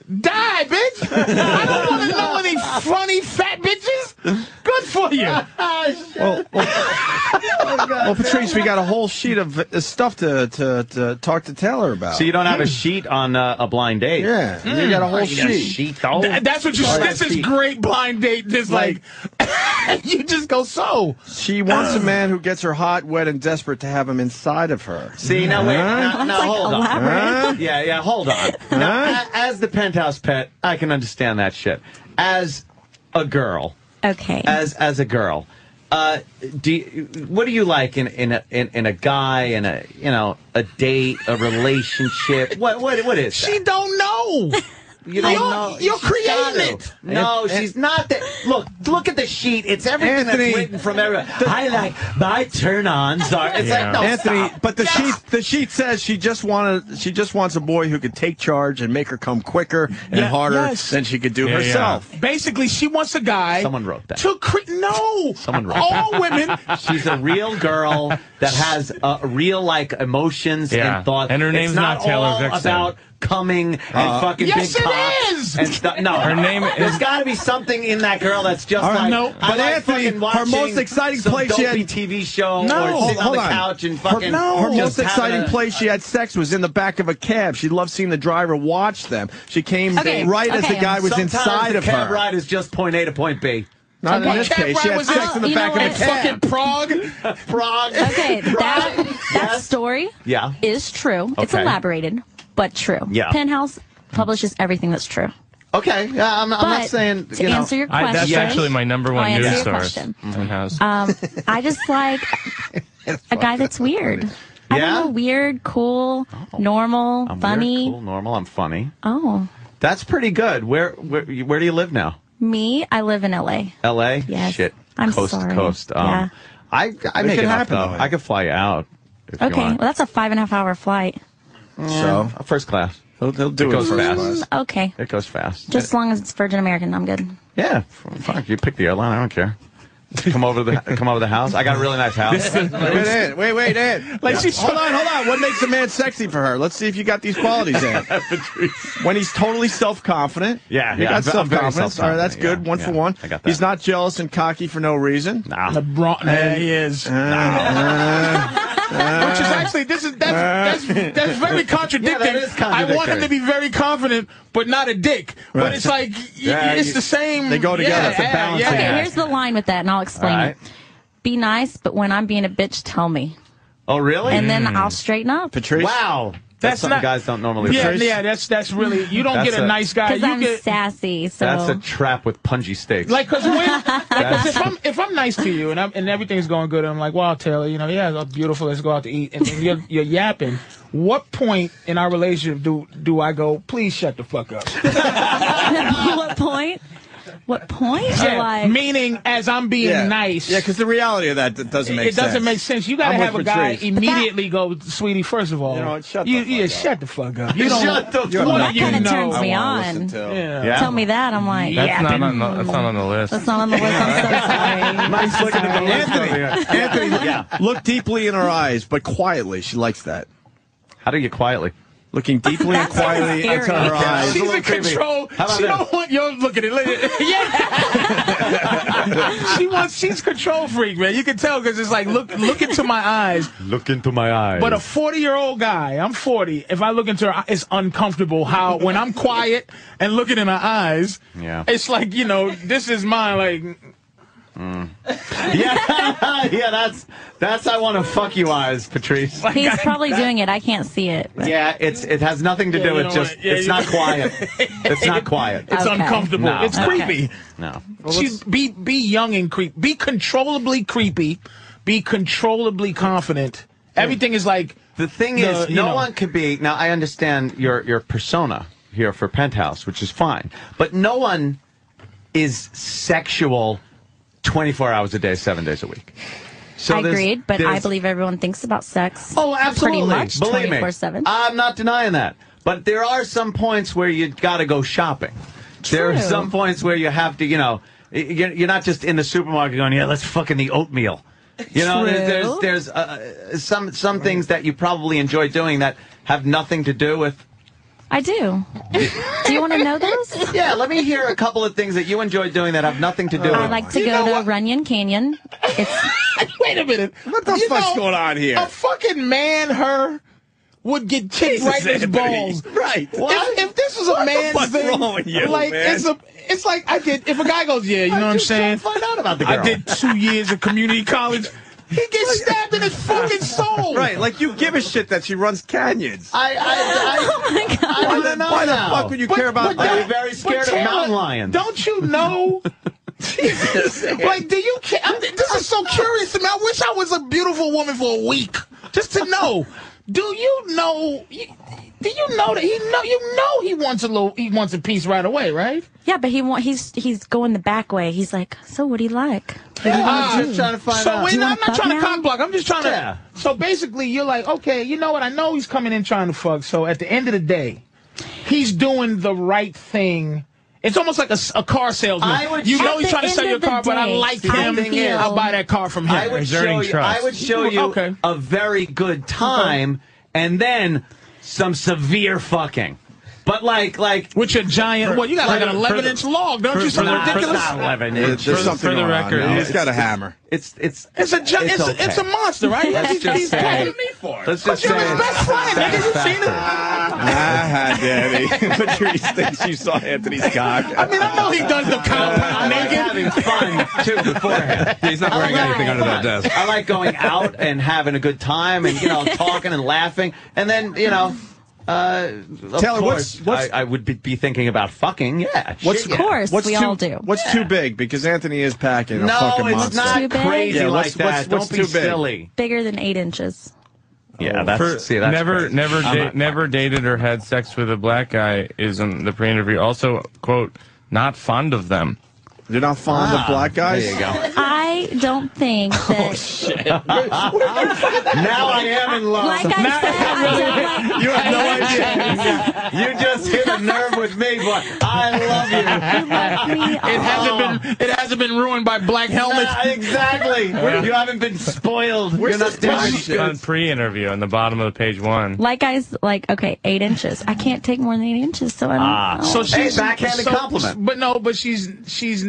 Speaker 2: Die, bitch! I don't want to know any funny fat bitches. Good for you.
Speaker 1: Well, Well, Patrice, we got a whole sheet of uh, stuff to, to, to talk to Taylor about.
Speaker 3: So you don't have
Speaker 2: Mm.
Speaker 3: a sheet on uh, a blind date.
Speaker 1: Yeah, you got a whole
Speaker 3: Oh, you got a
Speaker 1: sheet.
Speaker 3: sheet, though.
Speaker 2: Th- that's what you.
Speaker 3: Sorry,
Speaker 2: This is
Speaker 3: sheet.
Speaker 2: great blind date. Just like, *laughs* you just go so.
Speaker 1: She wants a man who gets her hot, wet, and desperate to have him inside of her.
Speaker 3: See, now wait, now, now hold on.
Speaker 1: Huh?
Speaker 3: Yeah, yeah, hold on. Now, a- as the penthouse pet, I can understand that shit. As a girl,
Speaker 8: Okay.
Speaker 3: as as a girl, uh, do you, what do you like in in a, in, in a guy in a you know a date a relationship? What what what is?
Speaker 2: She don't know.
Speaker 3: You don't
Speaker 2: You're-
Speaker 3: know.
Speaker 2: you're
Speaker 3: She's got
Speaker 2: creating
Speaker 3: to.
Speaker 2: it.
Speaker 3: No,
Speaker 2: An-
Speaker 3: she's not that. Look, look at the sheet. It's everything
Speaker 1: Anthony,
Speaker 3: that's written from everywhere. I like my turn-ons are. It's like no,
Speaker 1: Anthony,
Speaker 3: stop.
Speaker 1: but the sheet the sheet says she just wanted she just wants a boy who could take charge and make her come quicker and
Speaker 2: Yeah,
Speaker 1: harder
Speaker 2: yes.
Speaker 1: than she could do herself.
Speaker 2: Basically, she wants a guy.
Speaker 3: Someone wrote that.
Speaker 2: To cre- no.
Speaker 3: Someone wrote *laughs*
Speaker 2: All women.
Speaker 3: She's a real girl that has uh, real like emotions
Speaker 7: Yeah.
Speaker 3: and thoughts.
Speaker 7: And her name's
Speaker 3: it's not,
Speaker 7: not Taylor
Speaker 3: all
Speaker 7: Vixen.
Speaker 3: about coming and
Speaker 7: Uh,
Speaker 3: fucking
Speaker 7: Yes,
Speaker 3: big
Speaker 7: it
Speaker 3: cock
Speaker 7: is!
Speaker 3: And stuff. No,
Speaker 7: Her name is-
Speaker 3: There's got to be something in that girl that's just
Speaker 1: All
Speaker 3: like.
Speaker 1: right, no,
Speaker 3: I
Speaker 1: but
Speaker 3: like
Speaker 1: Anthony,
Speaker 3: fucking
Speaker 1: her
Speaker 3: watching
Speaker 1: most exciting
Speaker 3: some
Speaker 1: place she
Speaker 3: dopey
Speaker 1: had-
Speaker 3: TV show or
Speaker 1: hold-
Speaker 3: sitting on
Speaker 1: hold
Speaker 3: the couch and
Speaker 1: Her-
Speaker 3: fucking.
Speaker 1: no, her
Speaker 3: just
Speaker 1: most
Speaker 3: having
Speaker 1: exciting
Speaker 3: a-
Speaker 1: place she had sex was in the back of a cab. She loved seeing the driver watch them. She came
Speaker 3: Okay,
Speaker 1: right as the
Speaker 3: okay.
Speaker 1: guy was
Speaker 3: Sometimes
Speaker 1: inside
Speaker 3: the
Speaker 1: of
Speaker 3: cab
Speaker 1: her.
Speaker 3: ride is just point A to point B.
Speaker 1: Not in
Speaker 8: Okay.
Speaker 1: this
Speaker 8: Cab
Speaker 1: case. She
Speaker 8: ride
Speaker 1: had
Speaker 8: was
Speaker 1: sex
Speaker 8: in-
Speaker 1: in the
Speaker 8: You
Speaker 1: back of
Speaker 8: know
Speaker 1: a
Speaker 8: what?
Speaker 1: cab.
Speaker 2: Prague.
Speaker 3: Prague.
Speaker 8: Okay, that that story
Speaker 3: Yeah.
Speaker 8: is true. It's
Speaker 3: Okay.
Speaker 8: elaborated, but true.
Speaker 3: Yeah.
Speaker 8: Penthouse publishes everything that's true.
Speaker 3: Okay, yeah, I'm, I'm
Speaker 8: But
Speaker 3: not saying
Speaker 8: to
Speaker 3: you know,
Speaker 8: answer your
Speaker 7: I, that's
Speaker 8: question-
Speaker 7: actually my number
Speaker 8: I'll
Speaker 7: one
Speaker 8: answer
Speaker 7: news
Speaker 8: your
Speaker 7: source.
Speaker 8: question.
Speaker 3: Mm-hmm.
Speaker 7: Penthouse.
Speaker 8: Um,
Speaker 3: *laughs*
Speaker 8: I just like a guy that's weird. I don't know, weird, cool, normal,
Speaker 3: Oh. I'm
Speaker 8: funny.
Speaker 3: weird, cool, normal. I'm funny.
Speaker 8: Oh,
Speaker 3: That's pretty good. Where where where do you live now?
Speaker 8: me, I live in LA.
Speaker 3: L.A.
Speaker 8: Yes.
Speaker 3: Shit.
Speaker 8: I'm
Speaker 3: coast
Speaker 8: sorry.
Speaker 3: to coast. Um,
Speaker 8: Yeah.
Speaker 3: I I
Speaker 1: It
Speaker 3: make it
Speaker 1: could happen,
Speaker 3: happen.
Speaker 1: though.
Speaker 3: I could fly you out. If
Speaker 8: Okay,
Speaker 3: You
Speaker 8: well
Speaker 3: want.
Speaker 8: that's a five and a half hour flight.
Speaker 1: So
Speaker 3: Yeah, first class.
Speaker 1: he'll, he'll do
Speaker 3: it goes
Speaker 1: first
Speaker 3: fast.
Speaker 1: class.
Speaker 8: Okay,
Speaker 3: It goes fast.
Speaker 8: just as long as it's Virgin American, I'm good.
Speaker 3: yeah. f- Fuck. You pick the airline. I don't care. Come over to the come over to the house. I got a really nice *laughs*
Speaker 1: *laughs*
Speaker 3: house.
Speaker 1: Wait, Ed, wait,
Speaker 3: *laughs*
Speaker 1: wait, Ed.
Speaker 2: Like
Speaker 1: Yeah.
Speaker 2: she's-
Speaker 1: hold on, hold on. What makes a man sexy for her? Let's see if you got these qualities,
Speaker 3: *laughs*
Speaker 1: Ed. when he's totally self confident.
Speaker 3: Yeah,
Speaker 1: you
Speaker 3: yeah, I'm
Speaker 1: got
Speaker 3: ve-
Speaker 1: self
Speaker 3: I'm very
Speaker 1: confidence. All right, that's
Speaker 3: self-confident,
Speaker 1: good.
Speaker 3: yeah,
Speaker 1: one for
Speaker 3: yeah,
Speaker 1: one.
Speaker 3: I got
Speaker 1: He's
Speaker 3: that.
Speaker 1: not jealous and cocky for no reason.
Speaker 3: Nah.
Speaker 2: LeBron, yeah, he is.
Speaker 3: *laughs*
Speaker 2: Which is actually this is that's
Speaker 3: *laughs*
Speaker 2: that's, that's very contradicting.
Speaker 3: Yeah, Uh. that is
Speaker 2: I want him
Speaker 3: contradictory.
Speaker 2: to be very confident, but not a dick. But
Speaker 3: Right.
Speaker 2: it's like y-
Speaker 3: Yeah,
Speaker 2: it's
Speaker 3: you-
Speaker 2: the same.
Speaker 1: they go together.
Speaker 2: Yeah,
Speaker 1: It's a balance
Speaker 2: yeah,
Speaker 1: act.
Speaker 8: Okay,
Speaker 2: yeah.
Speaker 8: here's the line with that, and I'll explain
Speaker 3: All
Speaker 8: it. Be nice, but when I'm being a bitch, tell me,
Speaker 3: Oh really?
Speaker 8: and then I'll straighten up.
Speaker 1: Patrice.
Speaker 3: Wow. That's,
Speaker 2: That's
Speaker 3: something
Speaker 2: not-
Speaker 3: guys don't normally.
Speaker 2: Yeah,
Speaker 3: appreciate.
Speaker 2: yeah, that's that's really you don't
Speaker 3: That's
Speaker 2: get a,
Speaker 3: a-
Speaker 2: nice guy.
Speaker 8: Because
Speaker 2: You
Speaker 8: I'm
Speaker 2: get
Speaker 8: sassy, so
Speaker 3: That's a trap with punji stakes.
Speaker 2: Like,
Speaker 8: *laughs*
Speaker 2: cause when, like, 'cause if
Speaker 3: That's-
Speaker 2: I'm if I'm nice to you and I'm, and everything's going good, I'm like, wow, Taylor, you know, yeah, that's beautiful. Let's go out to eat, and then you're, you're yapping. What point in our relationship do do I go? Please shut the fuck up.
Speaker 8: *laughs* what point? What point?
Speaker 2: Yeah,
Speaker 8: Or like,
Speaker 2: meaning, as I'm being
Speaker 1: Yeah.
Speaker 2: nice,
Speaker 1: Yeah, because the reality of that d- doesn't make
Speaker 2: it
Speaker 1: sense.
Speaker 2: doesn't make sense. You gotta
Speaker 1: I'm with
Speaker 2: have a guy
Speaker 1: Patrice.
Speaker 2: immediately go, sweetie. First of all,
Speaker 1: You know what, shut the
Speaker 2: you,
Speaker 1: fuck
Speaker 2: yeah,
Speaker 1: up."
Speaker 2: shut the fuck
Speaker 1: *laughs*
Speaker 2: up. You don't.
Speaker 3: Shut the
Speaker 2: you
Speaker 3: fuck
Speaker 2: don't-
Speaker 3: up.
Speaker 2: you
Speaker 8: that kind of
Speaker 2: know.
Speaker 8: turns me
Speaker 1: I wanna
Speaker 8: on.
Speaker 1: listen to.
Speaker 2: Yeah.
Speaker 7: Yeah.
Speaker 8: Tell me that, I'm like,
Speaker 7: that's not
Speaker 8: yapping.
Speaker 7: on the, that's not on the list.
Speaker 8: *laughs* That's not on the list. I'm so sorry.
Speaker 3: Mike's looking at the list over
Speaker 1: Anthony,
Speaker 3: here.
Speaker 1: Anthony, *laughs*
Speaker 3: Yeah.
Speaker 1: look deeply in her eyes, but quietly. She likes that.
Speaker 3: How do you quietly?
Speaker 1: looking deeply
Speaker 2: *laughs*
Speaker 1: and quietly into her eyes.
Speaker 2: She's in control. She don't want your look at it. Look at it. yeah. she wants. She's control freak, man. You can tell because it's like look, look into my eyes.
Speaker 6: Look into my eyes.
Speaker 2: But a 40 year old guy, I'm 40. If I look into her, it's uncomfortable. How when I'm quiet and looking in her eyes,
Speaker 6: Yeah.
Speaker 2: it's like you know this is mine. Like
Speaker 3: Mm. *laughs* yeah, *laughs* yeah, that's that's I want to fuck you eyes, Patrice.
Speaker 8: *laughs* He's probably doing it. I can't see it.
Speaker 3: Yeah, it's it has nothing to
Speaker 8: Yeah,
Speaker 3: do
Speaker 8: you
Speaker 3: with
Speaker 8: know
Speaker 3: just
Speaker 8: what? Yeah,
Speaker 3: it's
Speaker 8: you-
Speaker 3: not quiet. it's not quiet.
Speaker 2: It's Okay. uncomfortable.
Speaker 3: No,
Speaker 2: It's
Speaker 3: no.
Speaker 2: creepy.
Speaker 3: No.
Speaker 2: She's be be young and creep. Be controllably creepy. Be controllably confident. Everything is like
Speaker 3: the thing is, no one could be. Now, I understand your your persona here for Penthouse, which is fine, but no one is sexual twenty four hours a day, seven days a week.
Speaker 8: I
Speaker 3: there's-
Speaker 8: agreed, but I
Speaker 3: there's-
Speaker 8: believe everyone thinks about sex.
Speaker 3: Oh, absolutely.
Speaker 8: Pretty much
Speaker 3: Believe me,
Speaker 8: 24 7.
Speaker 3: I'm not denying that. But there are some points where you got to go shopping. There are
Speaker 8: True.
Speaker 3: some points where you have to, you know, y- you're you're not just in the supermarket going, yeah, let's fucking the oatmeal. You know,
Speaker 15: True.
Speaker 3: there's there's uh, some some things that you probably enjoy doing that have nothing to do with.
Speaker 8: I do. do you want to know those?
Speaker 3: Yeah, let me hear a couple of things that you enjoy doing that have nothing to do.
Speaker 8: I
Speaker 3: with.
Speaker 8: like to go to Runyon Canyon. It's
Speaker 2: Wait a minute. What
Speaker 3: the fuck's going on here?
Speaker 2: A fucking man, her would get kicked
Speaker 3: Jesus,
Speaker 2: right in his
Speaker 3: Anthony.
Speaker 2: balls.
Speaker 3: Right.
Speaker 2: If, if this was a
Speaker 3: What the
Speaker 2: man's
Speaker 3: fuck's
Speaker 2: thing,
Speaker 3: wrong with you,
Speaker 2: like
Speaker 3: man?
Speaker 2: it's a, it's like I did. If a guy goes, yeah, you know what I'm saying?
Speaker 3: Find out about the
Speaker 2: I
Speaker 3: girl.
Speaker 2: did two years of community college. He gets stabbed in his
Speaker 1: *laughs*
Speaker 2: fucking soul.
Speaker 1: Right, like you give a shit that she runs canyons.
Speaker 3: I, I, I, I
Speaker 1: Why
Speaker 3: wanna
Speaker 1: the-
Speaker 3: know
Speaker 1: why the
Speaker 3: now.
Speaker 1: fuck would you care about
Speaker 3: Are
Speaker 1: that?
Speaker 3: you very
Speaker 1: But
Speaker 3: scared
Speaker 1: Taylor-
Speaker 3: of mountain lions?
Speaker 2: Don't
Speaker 3: *laughs*
Speaker 2: you know? Jesus. like, do you care? I'm, this is so curious to me. I wish I was a beautiful woman for a week just to know. Do you know? You, do you know that he know? You know he wants a little. He wants a piece right away, right?
Speaker 8: Yeah, but he want he's he's going the back way. He's like, so what do you like? What do you wanna
Speaker 2: Ah,
Speaker 8: do?"
Speaker 2: so wait,
Speaker 8: Do you
Speaker 2: no,
Speaker 8: wanna
Speaker 2: I'm not
Speaker 8: fuck
Speaker 2: trying to
Speaker 8: now?
Speaker 2: cock block. I'm just trying
Speaker 8: Yeah.
Speaker 2: to. So basically, you're like, okay, you know what? I know he's coming in trying to fuck. So at the end of the day, he's doing the right thing. It's almost like a, s- a car salesman.
Speaker 3: I would-
Speaker 2: you
Speaker 3: At
Speaker 2: know he's
Speaker 3: the
Speaker 2: trying to
Speaker 3: end
Speaker 2: sell
Speaker 3: of
Speaker 2: your
Speaker 3: the
Speaker 2: car, but I
Speaker 3: day,
Speaker 2: like
Speaker 3: I
Speaker 2: him.
Speaker 3: feel-
Speaker 2: I'll buy that car from him.
Speaker 3: I would show you, I would show you
Speaker 2: Okay.
Speaker 3: a very good time and then some severe fucking. But like, like
Speaker 2: with your giant, what you got like an 11 inch log, don't you? Something ridiculous.
Speaker 3: Not 11
Speaker 1: There's
Speaker 3: inch.
Speaker 1: something going on now. He's got a hammer.
Speaker 3: It's it's
Speaker 2: It's a gi- it's,
Speaker 3: okay.
Speaker 2: a, it's a monster, right?
Speaker 3: Let's
Speaker 2: he's
Speaker 3: just
Speaker 2: he's
Speaker 3: say-
Speaker 2: talking to me for it.
Speaker 3: Let's just
Speaker 2: but you're
Speaker 3: say
Speaker 2: his best friend. Nigga, you seen it?
Speaker 1: Ah, Daddy. *laughs* Patrice thinks you saw Anthony's cock.
Speaker 2: I mean, I know he does the compound naked.
Speaker 3: too beforehand.
Speaker 6: he's not wearing anything under that desk.
Speaker 3: I like going out and having a good time and you
Speaker 6: *laughs*
Speaker 3: know talking and laughing and then you know. Uh, of
Speaker 1: Taylor,
Speaker 3: course,
Speaker 1: what's- what's-
Speaker 3: I, I would be, be thinking about fucking. Yeah, shit, yeah.
Speaker 1: what's too, What's too big? Because Anthony is packing a
Speaker 3: No,
Speaker 1: fucking
Speaker 3: it's
Speaker 1: monster.
Speaker 3: not Too big? crazy
Speaker 1: Yeah,
Speaker 3: like
Speaker 1: what's,
Speaker 3: that.
Speaker 1: What's, what's
Speaker 3: Don't be
Speaker 1: too big?
Speaker 3: silly.
Speaker 8: Bigger than eight inches.
Speaker 3: Yeah, that's see, that's
Speaker 7: never,
Speaker 3: crazy.
Speaker 7: never,
Speaker 3: I'm
Speaker 7: da-
Speaker 3: not-
Speaker 7: never dated or had sex with a black guy. Is in the pre-interview also quote not fond of them.
Speaker 1: You're not fond
Speaker 3: Ah,
Speaker 7: of black
Speaker 1: guys?
Speaker 7: Ah, There you go. Oh,
Speaker 8: I
Speaker 7: *laughs*
Speaker 8: don't think that. *laughs*
Speaker 3: now I am in love.
Speaker 8: Like I said, I don't like.
Speaker 3: You have no idea. *laughs* you just hit a nerve with me, boy.
Speaker 2: *laughs*
Speaker 3: I love you.
Speaker 2: It hasn't been it hasn't been ruined by black helmets.
Speaker 3: Nah, exactly.
Speaker 7: Yeah.
Speaker 3: You haven't been spoiled.
Speaker 7: Where's
Speaker 3: You're not damaged
Speaker 7: It's on
Speaker 3: goods.
Speaker 7: pre-interview on the bottom of page one.
Speaker 8: Like I s- like okay, eight inches. I can't take more than eight inches, so I don't.
Speaker 7: Ah.
Speaker 8: know.
Speaker 7: So
Speaker 2: she's
Speaker 7: backhanded compliment.
Speaker 2: But no, but she's she's.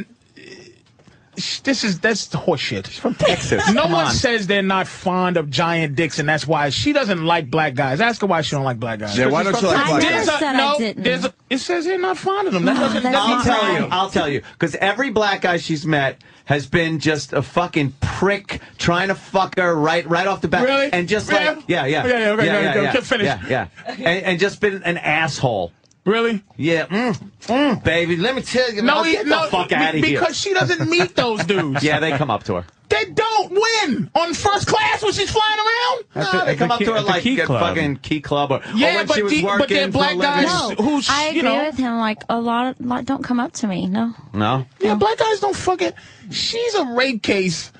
Speaker 2: sh- This is that's horseshit. She's from
Speaker 3: Texas.
Speaker 2: No
Speaker 3: Come
Speaker 2: one
Speaker 3: on.
Speaker 2: says they're not fond of giant dicks, and that's why she doesn't like black guys. Ask her why she don't like black guys.
Speaker 3: Yeah, why don't you like I black never guys?
Speaker 2: There's a-
Speaker 3: said I
Speaker 2: no,
Speaker 3: didn't.
Speaker 2: there's a- it says they're not fond of them. That doesn't. that
Speaker 3: I'll
Speaker 2: means-
Speaker 3: tell you. I'll tell you. Because every black guy she's met has been just a fucking prick trying to fuck her right right off the bat.
Speaker 2: Really?
Speaker 3: And just
Speaker 2: Yeah.
Speaker 3: like yeah, yeah,
Speaker 2: Yeah, yeah, okay, go, go, go, finish.
Speaker 3: Yeah, yeah. And, and just been an asshole.
Speaker 2: Really?
Speaker 3: Yeah. Mm, mm, baby, let me tell you.
Speaker 2: No,
Speaker 3: I'll
Speaker 2: he-
Speaker 3: get
Speaker 2: no,
Speaker 3: the fuck
Speaker 2: be-
Speaker 3: out of here.
Speaker 2: because she doesn't
Speaker 3: *laughs*
Speaker 2: meet those dudes.
Speaker 3: yeah, they come up to her.
Speaker 2: They don't win on first class when she's flying around.
Speaker 3: Nah, they come up to her like a fucking key club or, or
Speaker 2: Yeah,
Speaker 3: when
Speaker 2: but
Speaker 3: she was
Speaker 2: the- but
Speaker 3: working
Speaker 2: they're
Speaker 3: for
Speaker 2: black
Speaker 3: a living.
Speaker 2: guys
Speaker 8: No, I agree
Speaker 2: you know-
Speaker 8: with him. Like a lot, of, lot don't come up to me. No,
Speaker 3: No.
Speaker 2: Yeah, black guys don't fucking. She's a rape case.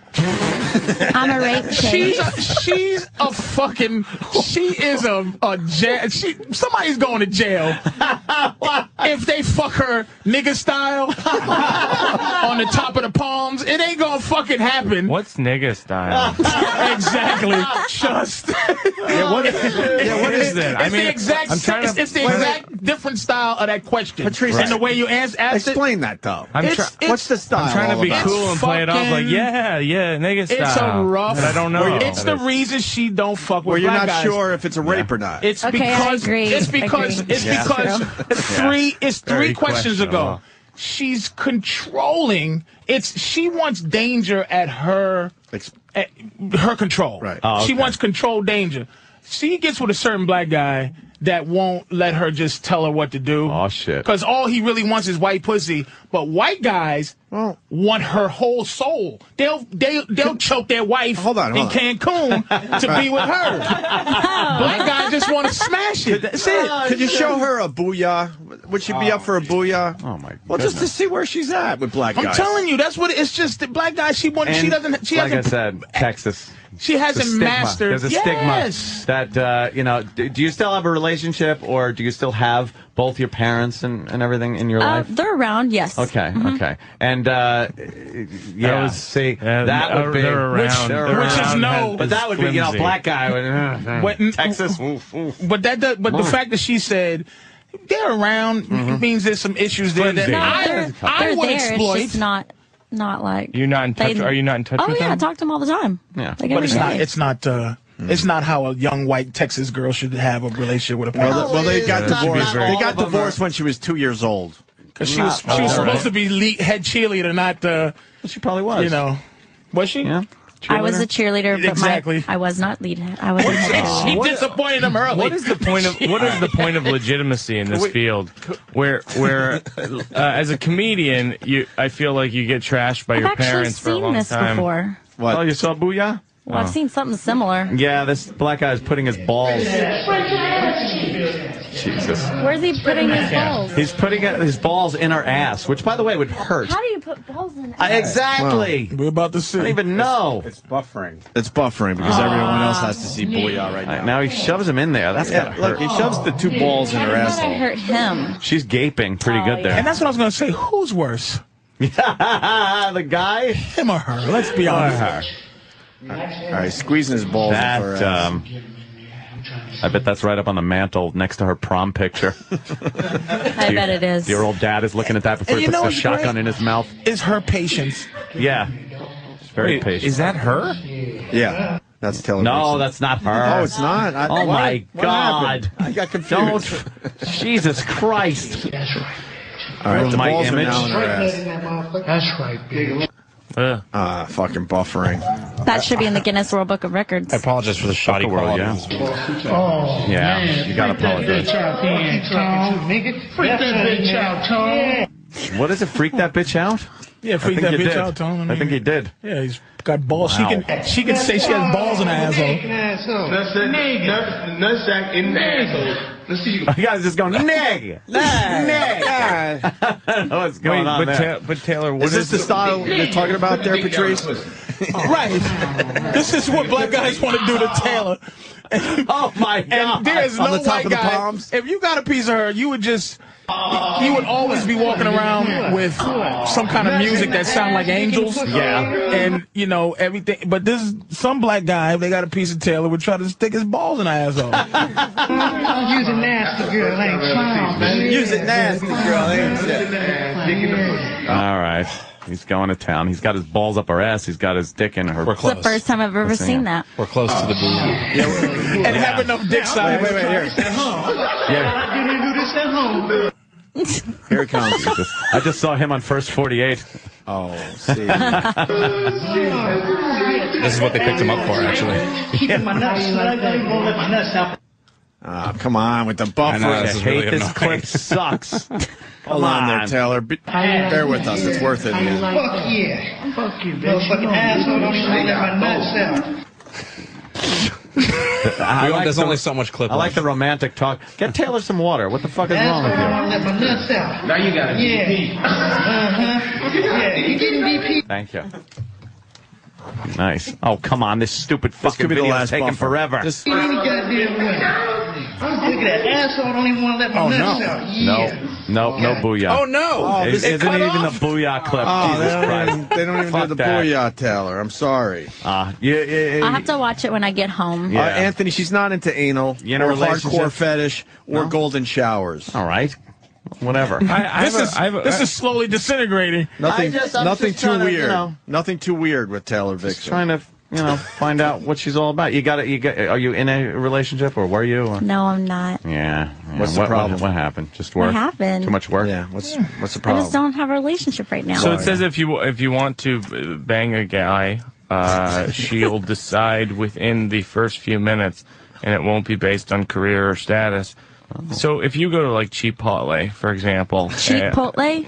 Speaker 8: I'm a rape
Speaker 2: *laughs*
Speaker 8: case.
Speaker 2: She's a, she's
Speaker 8: *laughs*
Speaker 2: a fucking. She is a a jail. She somebody's going to jail. if they fuck her nigga style *laughs* on the top of the palms, it ain't gonna fucking happen.
Speaker 7: What's nigga style?
Speaker 2: *laughs* exactly. *laughs* Just. yeah,
Speaker 7: what- yeah, what is that?
Speaker 2: It's
Speaker 7: I mean,
Speaker 2: the exact,
Speaker 7: I'm trying to-
Speaker 2: it's, it's the
Speaker 7: Wait, wait.
Speaker 2: exact different style of that question.
Speaker 1: Patrice,
Speaker 2: and the way you answer, asked
Speaker 1: Explain that though.
Speaker 7: I'm try-
Speaker 1: What's the style?
Speaker 7: I'm trying to be cool and play it off like,
Speaker 2: fucking-
Speaker 7: yeah, yeah, nigga
Speaker 2: It's
Speaker 7: style.
Speaker 2: a rough.
Speaker 7: But I don't know.
Speaker 2: It's the reason she don't fuck with
Speaker 1: Where you're
Speaker 2: black
Speaker 1: not
Speaker 2: guys.
Speaker 1: sure if it's a rape or not. Uh,
Speaker 2: It's
Speaker 1: Okay, I
Speaker 2: because
Speaker 1: agree.
Speaker 2: it's because
Speaker 1: Agree.
Speaker 2: it's
Speaker 1: Yeah.
Speaker 2: because
Speaker 1: Yeah.
Speaker 2: it's
Speaker 1: Yeah.
Speaker 2: *laughs* three it's
Speaker 1: Very
Speaker 2: three questions ago.
Speaker 1: questionable.
Speaker 2: She's controlling. It's she wants danger at her at her control. Right.
Speaker 1: Oh,
Speaker 2: She
Speaker 1: okay.
Speaker 2: wants control danger. She gets with a certain black guy that won't let her just tell her what to do. Oh
Speaker 4: shit.
Speaker 2: Because all he really wants is white pussy. But white guys want her whole soul. They'll they they'll choke their wife
Speaker 1: hold
Speaker 2: in Cancun to be with
Speaker 1: *laughs*
Speaker 2: her. Black
Speaker 7: Oh.
Speaker 2: guys just want to smash it. Oh, That's it.
Speaker 1: Could you show her a booyah? Would she be up for a booyah? Oh my god! Well, just to
Speaker 2: goodness.
Speaker 1: see where she's at with black
Speaker 2: I'm
Speaker 1: guys.
Speaker 2: telling you, that's what it- it's just. The black guy, she wants. She
Speaker 3: And
Speaker 2: doesn't. She
Speaker 3: like
Speaker 2: hasn't.
Speaker 3: I said, Texas.
Speaker 2: She
Speaker 3: It's a
Speaker 2: hasn't
Speaker 3: stigma.
Speaker 2: mastered-
Speaker 3: There's a
Speaker 2: Yes.
Speaker 3: stigma that uh, you know. Do, do you still have a relationship, or do you still have both your parents and, and everything in your
Speaker 8: Uh,
Speaker 3: life?
Speaker 8: they're around, yes. Mm-hmm.
Speaker 3: Okay, okay, and uh, yeah,
Speaker 7: was-
Speaker 3: see that
Speaker 7: uh,
Speaker 3: would be
Speaker 7: they're around. Which-
Speaker 3: they're
Speaker 7: which is
Speaker 3: around,
Speaker 7: no-
Speaker 3: but that would be you know
Speaker 7: flimsy.
Speaker 3: black guy would, uh, uh,
Speaker 2: What-
Speaker 3: Texas.
Speaker 2: But that. does- But the
Speaker 3: Mm. Mm-hmm.
Speaker 2: fact that she said. They're around means there's some issues there that
Speaker 7: Flimsy.
Speaker 2: I,
Speaker 7: They're-
Speaker 2: I
Speaker 8: they're
Speaker 2: would
Speaker 8: there. It's
Speaker 2: exploit.
Speaker 8: just not, not like.
Speaker 7: You're not in touch.
Speaker 8: They-
Speaker 7: are you not in touch
Speaker 8: oh,
Speaker 7: with
Speaker 8: yeah, I
Speaker 7: them?
Speaker 8: talk to them all the time.
Speaker 7: Yeah.
Speaker 8: Like
Speaker 2: but
Speaker 8: every
Speaker 2: it's not.
Speaker 8: day.
Speaker 2: It's not. Uh, It's not how a young white Texas girl should have a relationship with a
Speaker 1: Well,
Speaker 2: parent.
Speaker 1: th- well, they got divorced. They got divorced when she was two years old.
Speaker 2: Because she was she was supposed to be lead, head cheerleader, not the.
Speaker 3: she probably was.
Speaker 2: You know, was she? Yeah.
Speaker 8: I was a cheerleader, but
Speaker 2: Exactly.
Speaker 8: my, I was not lead. I was
Speaker 2: she disappointed him early.
Speaker 7: What is the point
Speaker 2: *laughs*
Speaker 7: of what is the point of legitimacy in this
Speaker 2: Wait.
Speaker 7: field? Where where uh, as a comedian, you I feel like you get trashed by
Speaker 8: I've
Speaker 7: your
Speaker 8: actually
Speaker 7: parents for a
Speaker 8: seen
Speaker 7: long
Speaker 8: this
Speaker 7: time.
Speaker 8: before.
Speaker 3: What? Oh, you saw Booyah?
Speaker 8: Well, I've
Speaker 3: Oh.
Speaker 8: seen something similar.
Speaker 3: Yeah, this black guy is putting his balls. Jesus.
Speaker 8: Where's he putting his balls?
Speaker 3: He's putting it- his balls in her ass, which, by the way, would hurt.
Speaker 8: How do you put balls in?
Speaker 3: I- exactly.
Speaker 2: We're about to see.
Speaker 3: I don't even know.
Speaker 1: It's buffering. It's buffering because everyone else has to see
Speaker 2: Ah.
Speaker 1: Booyah right now.
Speaker 3: Now he shoves him in there. That's
Speaker 1: Yeah,
Speaker 3: gotta hurt.
Speaker 1: look, he shoves the two balls in her
Speaker 8: How
Speaker 1: asshole.
Speaker 8: did I hurt him?
Speaker 3: She's gaping pretty good there.
Speaker 2: And that's what I was going to say. Who's worse? *laughs*
Speaker 3: the guy?
Speaker 2: Him or her? Let's be honest.
Speaker 3: All
Speaker 1: right, squeezing his balls.
Speaker 3: That,
Speaker 1: in her ass.
Speaker 3: um, I bet that's right up on the mantle next to her prom
Speaker 2: *laughs*
Speaker 3: picture.
Speaker 8: I bet it is.
Speaker 3: Your old dad is looking at that before
Speaker 2: And
Speaker 3: he
Speaker 2: you
Speaker 3: puts
Speaker 2: know
Speaker 3: the
Speaker 2: what's
Speaker 3: shotgun
Speaker 2: great?
Speaker 3: in his mouth.
Speaker 2: Is her patience?
Speaker 3: Yeah. She's very
Speaker 7: Wait,
Speaker 3: patient.
Speaker 7: Is that her?
Speaker 1: Yeah. That's Taylor.
Speaker 3: No, that's not her.
Speaker 1: Oh, it's not. I,
Speaker 3: oh
Speaker 1: what-
Speaker 3: my
Speaker 1: what
Speaker 3: God!
Speaker 1: happened? I got confused.
Speaker 3: Don't. Jesus Christ!
Speaker 1: All right, the
Speaker 3: my
Speaker 1: balls
Speaker 3: image.
Speaker 1: are now in her ass.
Speaker 33: That's right,
Speaker 9: Oh,
Speaker 33: big.
Speaker 1: Ah, fucking buffering.
Speaker 8: That should be in the Guinness World Book of Records.
Speaker 6: I apologize for the shoddy quality.
Speaker 33: Oh,
Speaker 3: Yeah, you gotta apologize.
Speaker 33: Freak that bitch out, Tom.
Speaker 3: What is it? Freak that bitch out?
Speaker 2: Yeah,
Speaker 3: I
Speaker 2: freak
Speaker 3: think
Speaker 2: that
Speaker 3: you
Speaker 2: bitch
Speaker 3: did.
Speaker 2: out, Tom. I
Speaker 3: I think
Speaker 2: mean-
Speaker 3: he did.
Speaker 2: Yeah, he's got balls.
Speaker 3: Wow.
Speaker 2: She can she can say she has balls in her asshole.
Speaker 33: asshole.
Speaker 2: That's it.
Speaker 33: Nigga. Nutsack in the asshole. Let's see you.
Speaker 3: You *laughs* guys just going neg, neg, neg. I don't know *laughs* what's going
Speaker 7: Wait,
Speaker 3: on
Speaker 7: but,
Speaker 3: there.
Speaker 7: Ta- but Taylor, what
Speaker 1: Is this the *laughs* style you're talking about there, *laughs* Patrice?
Speaker 2: right. This is what black guys want to do to
Speaker 1: *laughs*
Speaker 2: Taylor.
Speaker 3: oh my God!
Speaker 2: And there is no
Speaker 1: On the top
Speaker 2: white
Speaker 1: of the
Speaker 2: guy.
Speaker 1: palms?
Speaker 2: If you got a piece of her, you would just. You would always be walking around with some kind of music that sound like angels.
Speaker 3: Yeah.
Speaker 2: And, you know, everything. But this, some black guy, if they got a piece of Taylor, would try to stick his balls in
Speaker 1: *laughs*
Speaker 2: her asshole.
Speaker 33: *laughs* Use a nasty girl, ain't clown.
Speaker 1: Use it nasty, girl.
Speaker 3: All right, he's going to town. He's got his balls up her ass. He's got his dick in her. We're
Speaker 8: It's the first time I've ever seen that.
Speaker 3: We're close to the booty.
Speaker 2: and have enough dick size.
Speaker 1: Wait, wait, wait. Here,
Speaker 3: Yeah,
Speaker 33: I didn't do this at home.
Speaker 8: *laughs*
Speaker 3: here it *laughs* comes. I just saw him on first forty-eight. *laughs*
Speaker 1: Oh, see.
Speaker 6: This is what they picked him up for, actually.
Speaker 33: Keeping my nuts, I won't let my nuts out.
Speaker 1: Ah, come on with the
Speaker 6: I
Speaker 1: buffering.
Speaker 6: know, this is really
Speaker 3: Hate this
Speaker 6: annoying.
Speaker 3: clip
Speaker 6: *laughs*
Speaker 3: sucks.
Speaker 1: Hold on there,
Speaker 3: on.
Speaker 1: Taylor. Be- bear with us. It's worth it. man.
Speaker 33: Fuck yeah. Fuck you, bitch. Oh. Motherfucking asshole, don't even let my
Speaker 3: "Oh,
Speaker 33: nuts out.
Speaker 3: I
Speaker 6: We
Speaker 3: like
Speaker 6: don't- there's
Speaker 3: the-
Speaker 6: only so much clip
Speaker 3: I like the romantic talk. Get Taylor some water. What the fuck is wrong with you?
Speaker 33: Asshole, don't let my nuts out. Now you got it. Yeah. Uh-huh. Yeah, you getting BP.
Speaker 3: Thank you. Nice. Oh come on, this stupid fucking
Speaker 1: could be the
Speaker 3: video
Speaker 1: last
Speaker 3: is taking
Speaker 1: bumper.
Speaker 3: forever.
Speaker 1: This-
Speaker 33: Any goddamn way.
Speaker 15: I'm sick of that asshole. Don't even want to let my
Speaker 4: Oh,
Speaker 15: nuts
Speaker 4: no.
Speaker 15: out.
Speaker 4: No,
Speaker 15: Yeah.
Speaker 4: no, no booyah.
Speaker 15: Oh, no.
Speaker 4: It-
Speaker 1: Oh, this
Speaker 4: it
Speaker 1: is
Speaker 4: isn't
Speaker 1: cut
Speaker 4: even
Speaker 1: off?
Speaker 4: a booyah clip.
Speaker 1: Oh, they
Speaker 4: Jesus
Speaker 1: don't
Speaker 4: Christ.
Speaker 1: even, they don't even do
Speaker 4: Fuck
Speaker 1: the
Speaker 4: that.
Speaker 1: booyah, Taylor. I'm sorry.
Speaker 4: Ah, yeah,
Speaker 8: I'll have to watch it when I get home.
Speaker 1: Uh, Anthony, she's not into anal
Speaker 4: You in a
Speaker 1: or
Speaker 4: relationship?
Speaker 1: hardcore fetish or golden showers. All
Speaker 3: right, whatever.
Speaker 1: this
Speaker 2: this
Speaker 1: is
Speaker 2: is this is slowly disintegrating.
Speaker 1: nothing. nothing too weird.
Speaker 3: know.
Speaker 1: nothing too weird with Taylor
Speaker 3: Just
Speaker 1: Vixen.
Speaker 3: trying to you
Speaker 1: *laughs*
Speaker 3: know find out what she's all about. You got it. You got. Are you in a relationship or were you? Or?
Speaker 8: No, I'm not.
Speaker 3: Yeah. yeah.
Speaker 1: What's the
Speaker 3: What- what-
Speaker 1: problem?
Speaker 3: What, happened? Just
Speaker 8: What
Speaker 3: work.
Speaker 8: happened?
Speaker 3: Too much work.
Speaker 1: Yeah. What's what's the
Speaker 8: I just don't have a relationship right now.
Speaker 7: So it says if you if you want to b- bang a guy,
Speaker 1: *laughs*
Speaker 7: uh, she'll decide within the first few minutes, and it won't be based on career or status. So if you go to like Chipotle, for example, eh,
Speaker 8: Chipotle?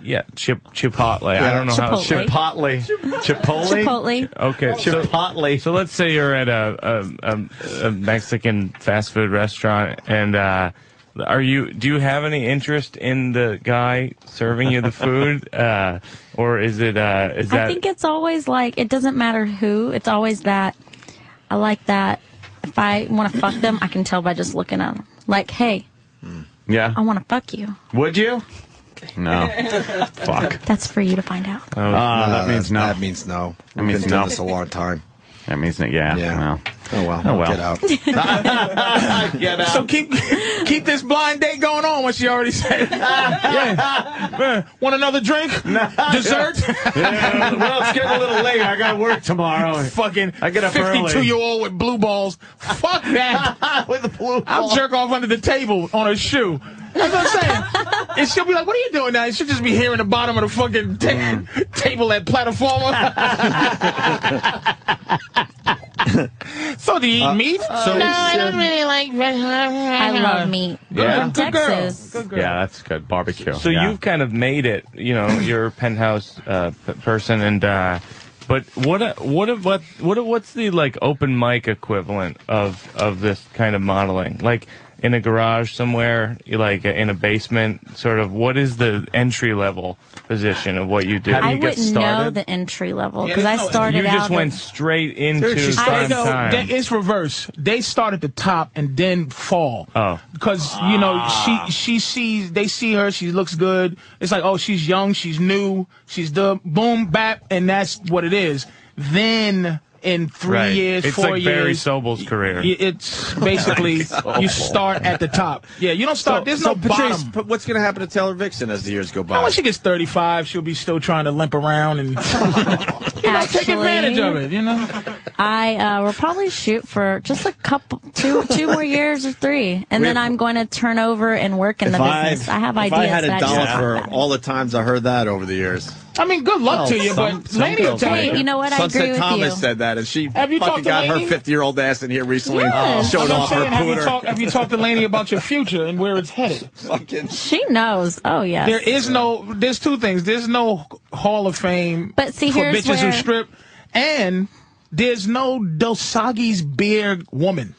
Speaker 7: yeah, Chip Chipotle. I don't know
Speaker 8: Chipotle.
Speaker 7: how
Speaker 3: Chipotle. Chipotle.
Speaker 8: Chipotle.
Speaker 7: Okay, so,
Speaker 3: Chipotle.
Speaker 7: So let's say you're at a a, a, a Mexican fast food restaurant, and uh, are you? Do you have any interest in the guy serving you the
Speaker 8: *laughs*
Speaker 7: food, uh, or is it? Uh, is
Speaker 8: I
Speaker 7: that?
Speaker 8: think it's always like it doesn't matter who. It's always that I like that. If I want to fuck them, I can tell by just looking at them. Like, hey,
Speaker 3: Yeah.
Speaker 8: I want to fuck you.
Speaker 1: *laughs*
Speaker 3: Would you? No. Fuck.
Speaker 8: That's for you to find out.
Speaker 3: Oh, that means no.
Speaker 1: That means no.
Speaker 3: That
Speaker 1: We've
Speaker 3: means
Speaker 1: been
Speaker 3: no.
Speaker 1: doing this a long time.
Speaker 3: That means no. Yeah.
Speaker 1: Yeah.
Speaker 3: Well.
Speaker 1: Oh well.
Speaker 3: Oh well.
Speaker 1: Get
Speaker 3: *laughs*
Speaker 1: out.
Speaker 3: Get out.
Speaker 2: So keep keep this blind date going on. What she already said. yeah. Man, *laughs* want another drink? Dessert?
Speaker 1: *laughs*
Speaker 3: Yeah, well, it's getting a little late. I got to work tomorrow.
Speaker 2: Fucking
Speaker 3: I get up early.
Speaker 2: 52 year old with blue balls. Fuck that. *laughs* with the blue I'll jerk off under the table on her shoe. That's what I'm saying. and she'll be like, what are you doing now? And she'll just be here in the bottom of the fucking ta- table at *laughs* Plataforma. Uh, so uh, do you eat meat?
Speaker 1: so- No,
Speaker 8: I
Speaker 2: don't really like I
Speaker 8: love meat.
Speaker 7: Yeah.
Speaker 8: In
Speaker 7: Good girl.
Speaker 8: Texas.
Speaker 3: Yeah, that's good. Barbecue.
Speaker 7: So
Speaker 3: yeah.
Speaker 7: you've kind of made it, you know, you're a penthouse uh, p- person, and uh, but what uh, what what what what's the like open mic equivalent of of this kind of modeling? Like in a garage somewhere, you like in a basement, sort of. What is the entry level position of what you do?
Speaker 8: I wouldn't know the entry level because I started
Speaker 7: you just
Speaker 8: out.
Speaker 7: went
Speaker 8: with-
Speaker 7: straight into prime
Speaker 2: No,
Speaker 7: time.
Speaker 2: that- it's reverse. They start at the top and then fall.
Speaker 7: Oh.
Speaker 2: because you know
Speaker 7: Ah.
Speaker 2: she she sees they see her. She looks good. It's like oh she's young, she's new, she's the boom bap, and that's what it is. Then in three
Speaker 7: Right.
Speaker 2: years,
Speaker 7: it's
Speaker 2: four
Speaker 7: like Barry
Speaker 2: years.
Speaker 7: Sobel's career.
Speaker 2: y-
Speaker 3: *laughs*
Speaker 2: It's basically
Speaker 3: Oh.
Speaker 2: you start at the top. Yeah, you don't start. there's
Speaker 1: so,
Speaker 2: no
Speaker 1: Patrice,
Speaker 2: bottom.
Speaker 1: p- what's going to happen to Taylor Vixen as the years go by?
Speaker 2: When she gets 35, she'll be still trying to limp around and *laughs* you know, take
Speaker 8: Actually-
Speaker 2: advantage of it. You know,
Speaker 8: *laughs* I uh, will probably shoot for just a couple, two, two more years or three, and
Speaker 1: We-
Speaker 8: then I'm going to turn over and work in the business. I have
Speaker 1: if
Speaker 8: ideas.
Speaker 1: I had a
Speaker 8: that
Speaker 1: dollar
Speaker 8: just-
Speaker 1: for all the times I heard that over the years.
Speaker 2: I mean, good luck
Speaker 8: Oh,
Speaker 2: to you, but Laney will tell you.
Speaker 8: you know what? I
Speaker 1: Sunset
Speaker 8: agree with
Speaker 1: Thomas
Speaker 8: you.
Speaker 1: said that, and she
Speaker 2: Have you
Speaker 1: fucking
Speaker 2: talked to
Speaker 1: got her
Speaker 2: Lainey?
Speaker 1: 50 year old ass in here recently.
Speaker 8: Yes.
Speaker 1: Showed
Speaker 2: That's what I'm
Speaker 1: off her
Speaker 2: saying. Have you,
Speaker 1: pooter.
Speaker 2: talked, have you talked to Laney about your future and where
Speaker 1: *laughs*
Speaker 2: it's headed?
Speaker 8: She knows. Oh yeah.
Speaker 2: There is no. There's two things. There's no Hall of Fame
Speaker 8: But see,
Speaker 2: for
Speaker 8: here's
Speaker 2: bitches who
Speaker 8: where-
Speaker 2: strip, and there's no Dosagi's beer woman.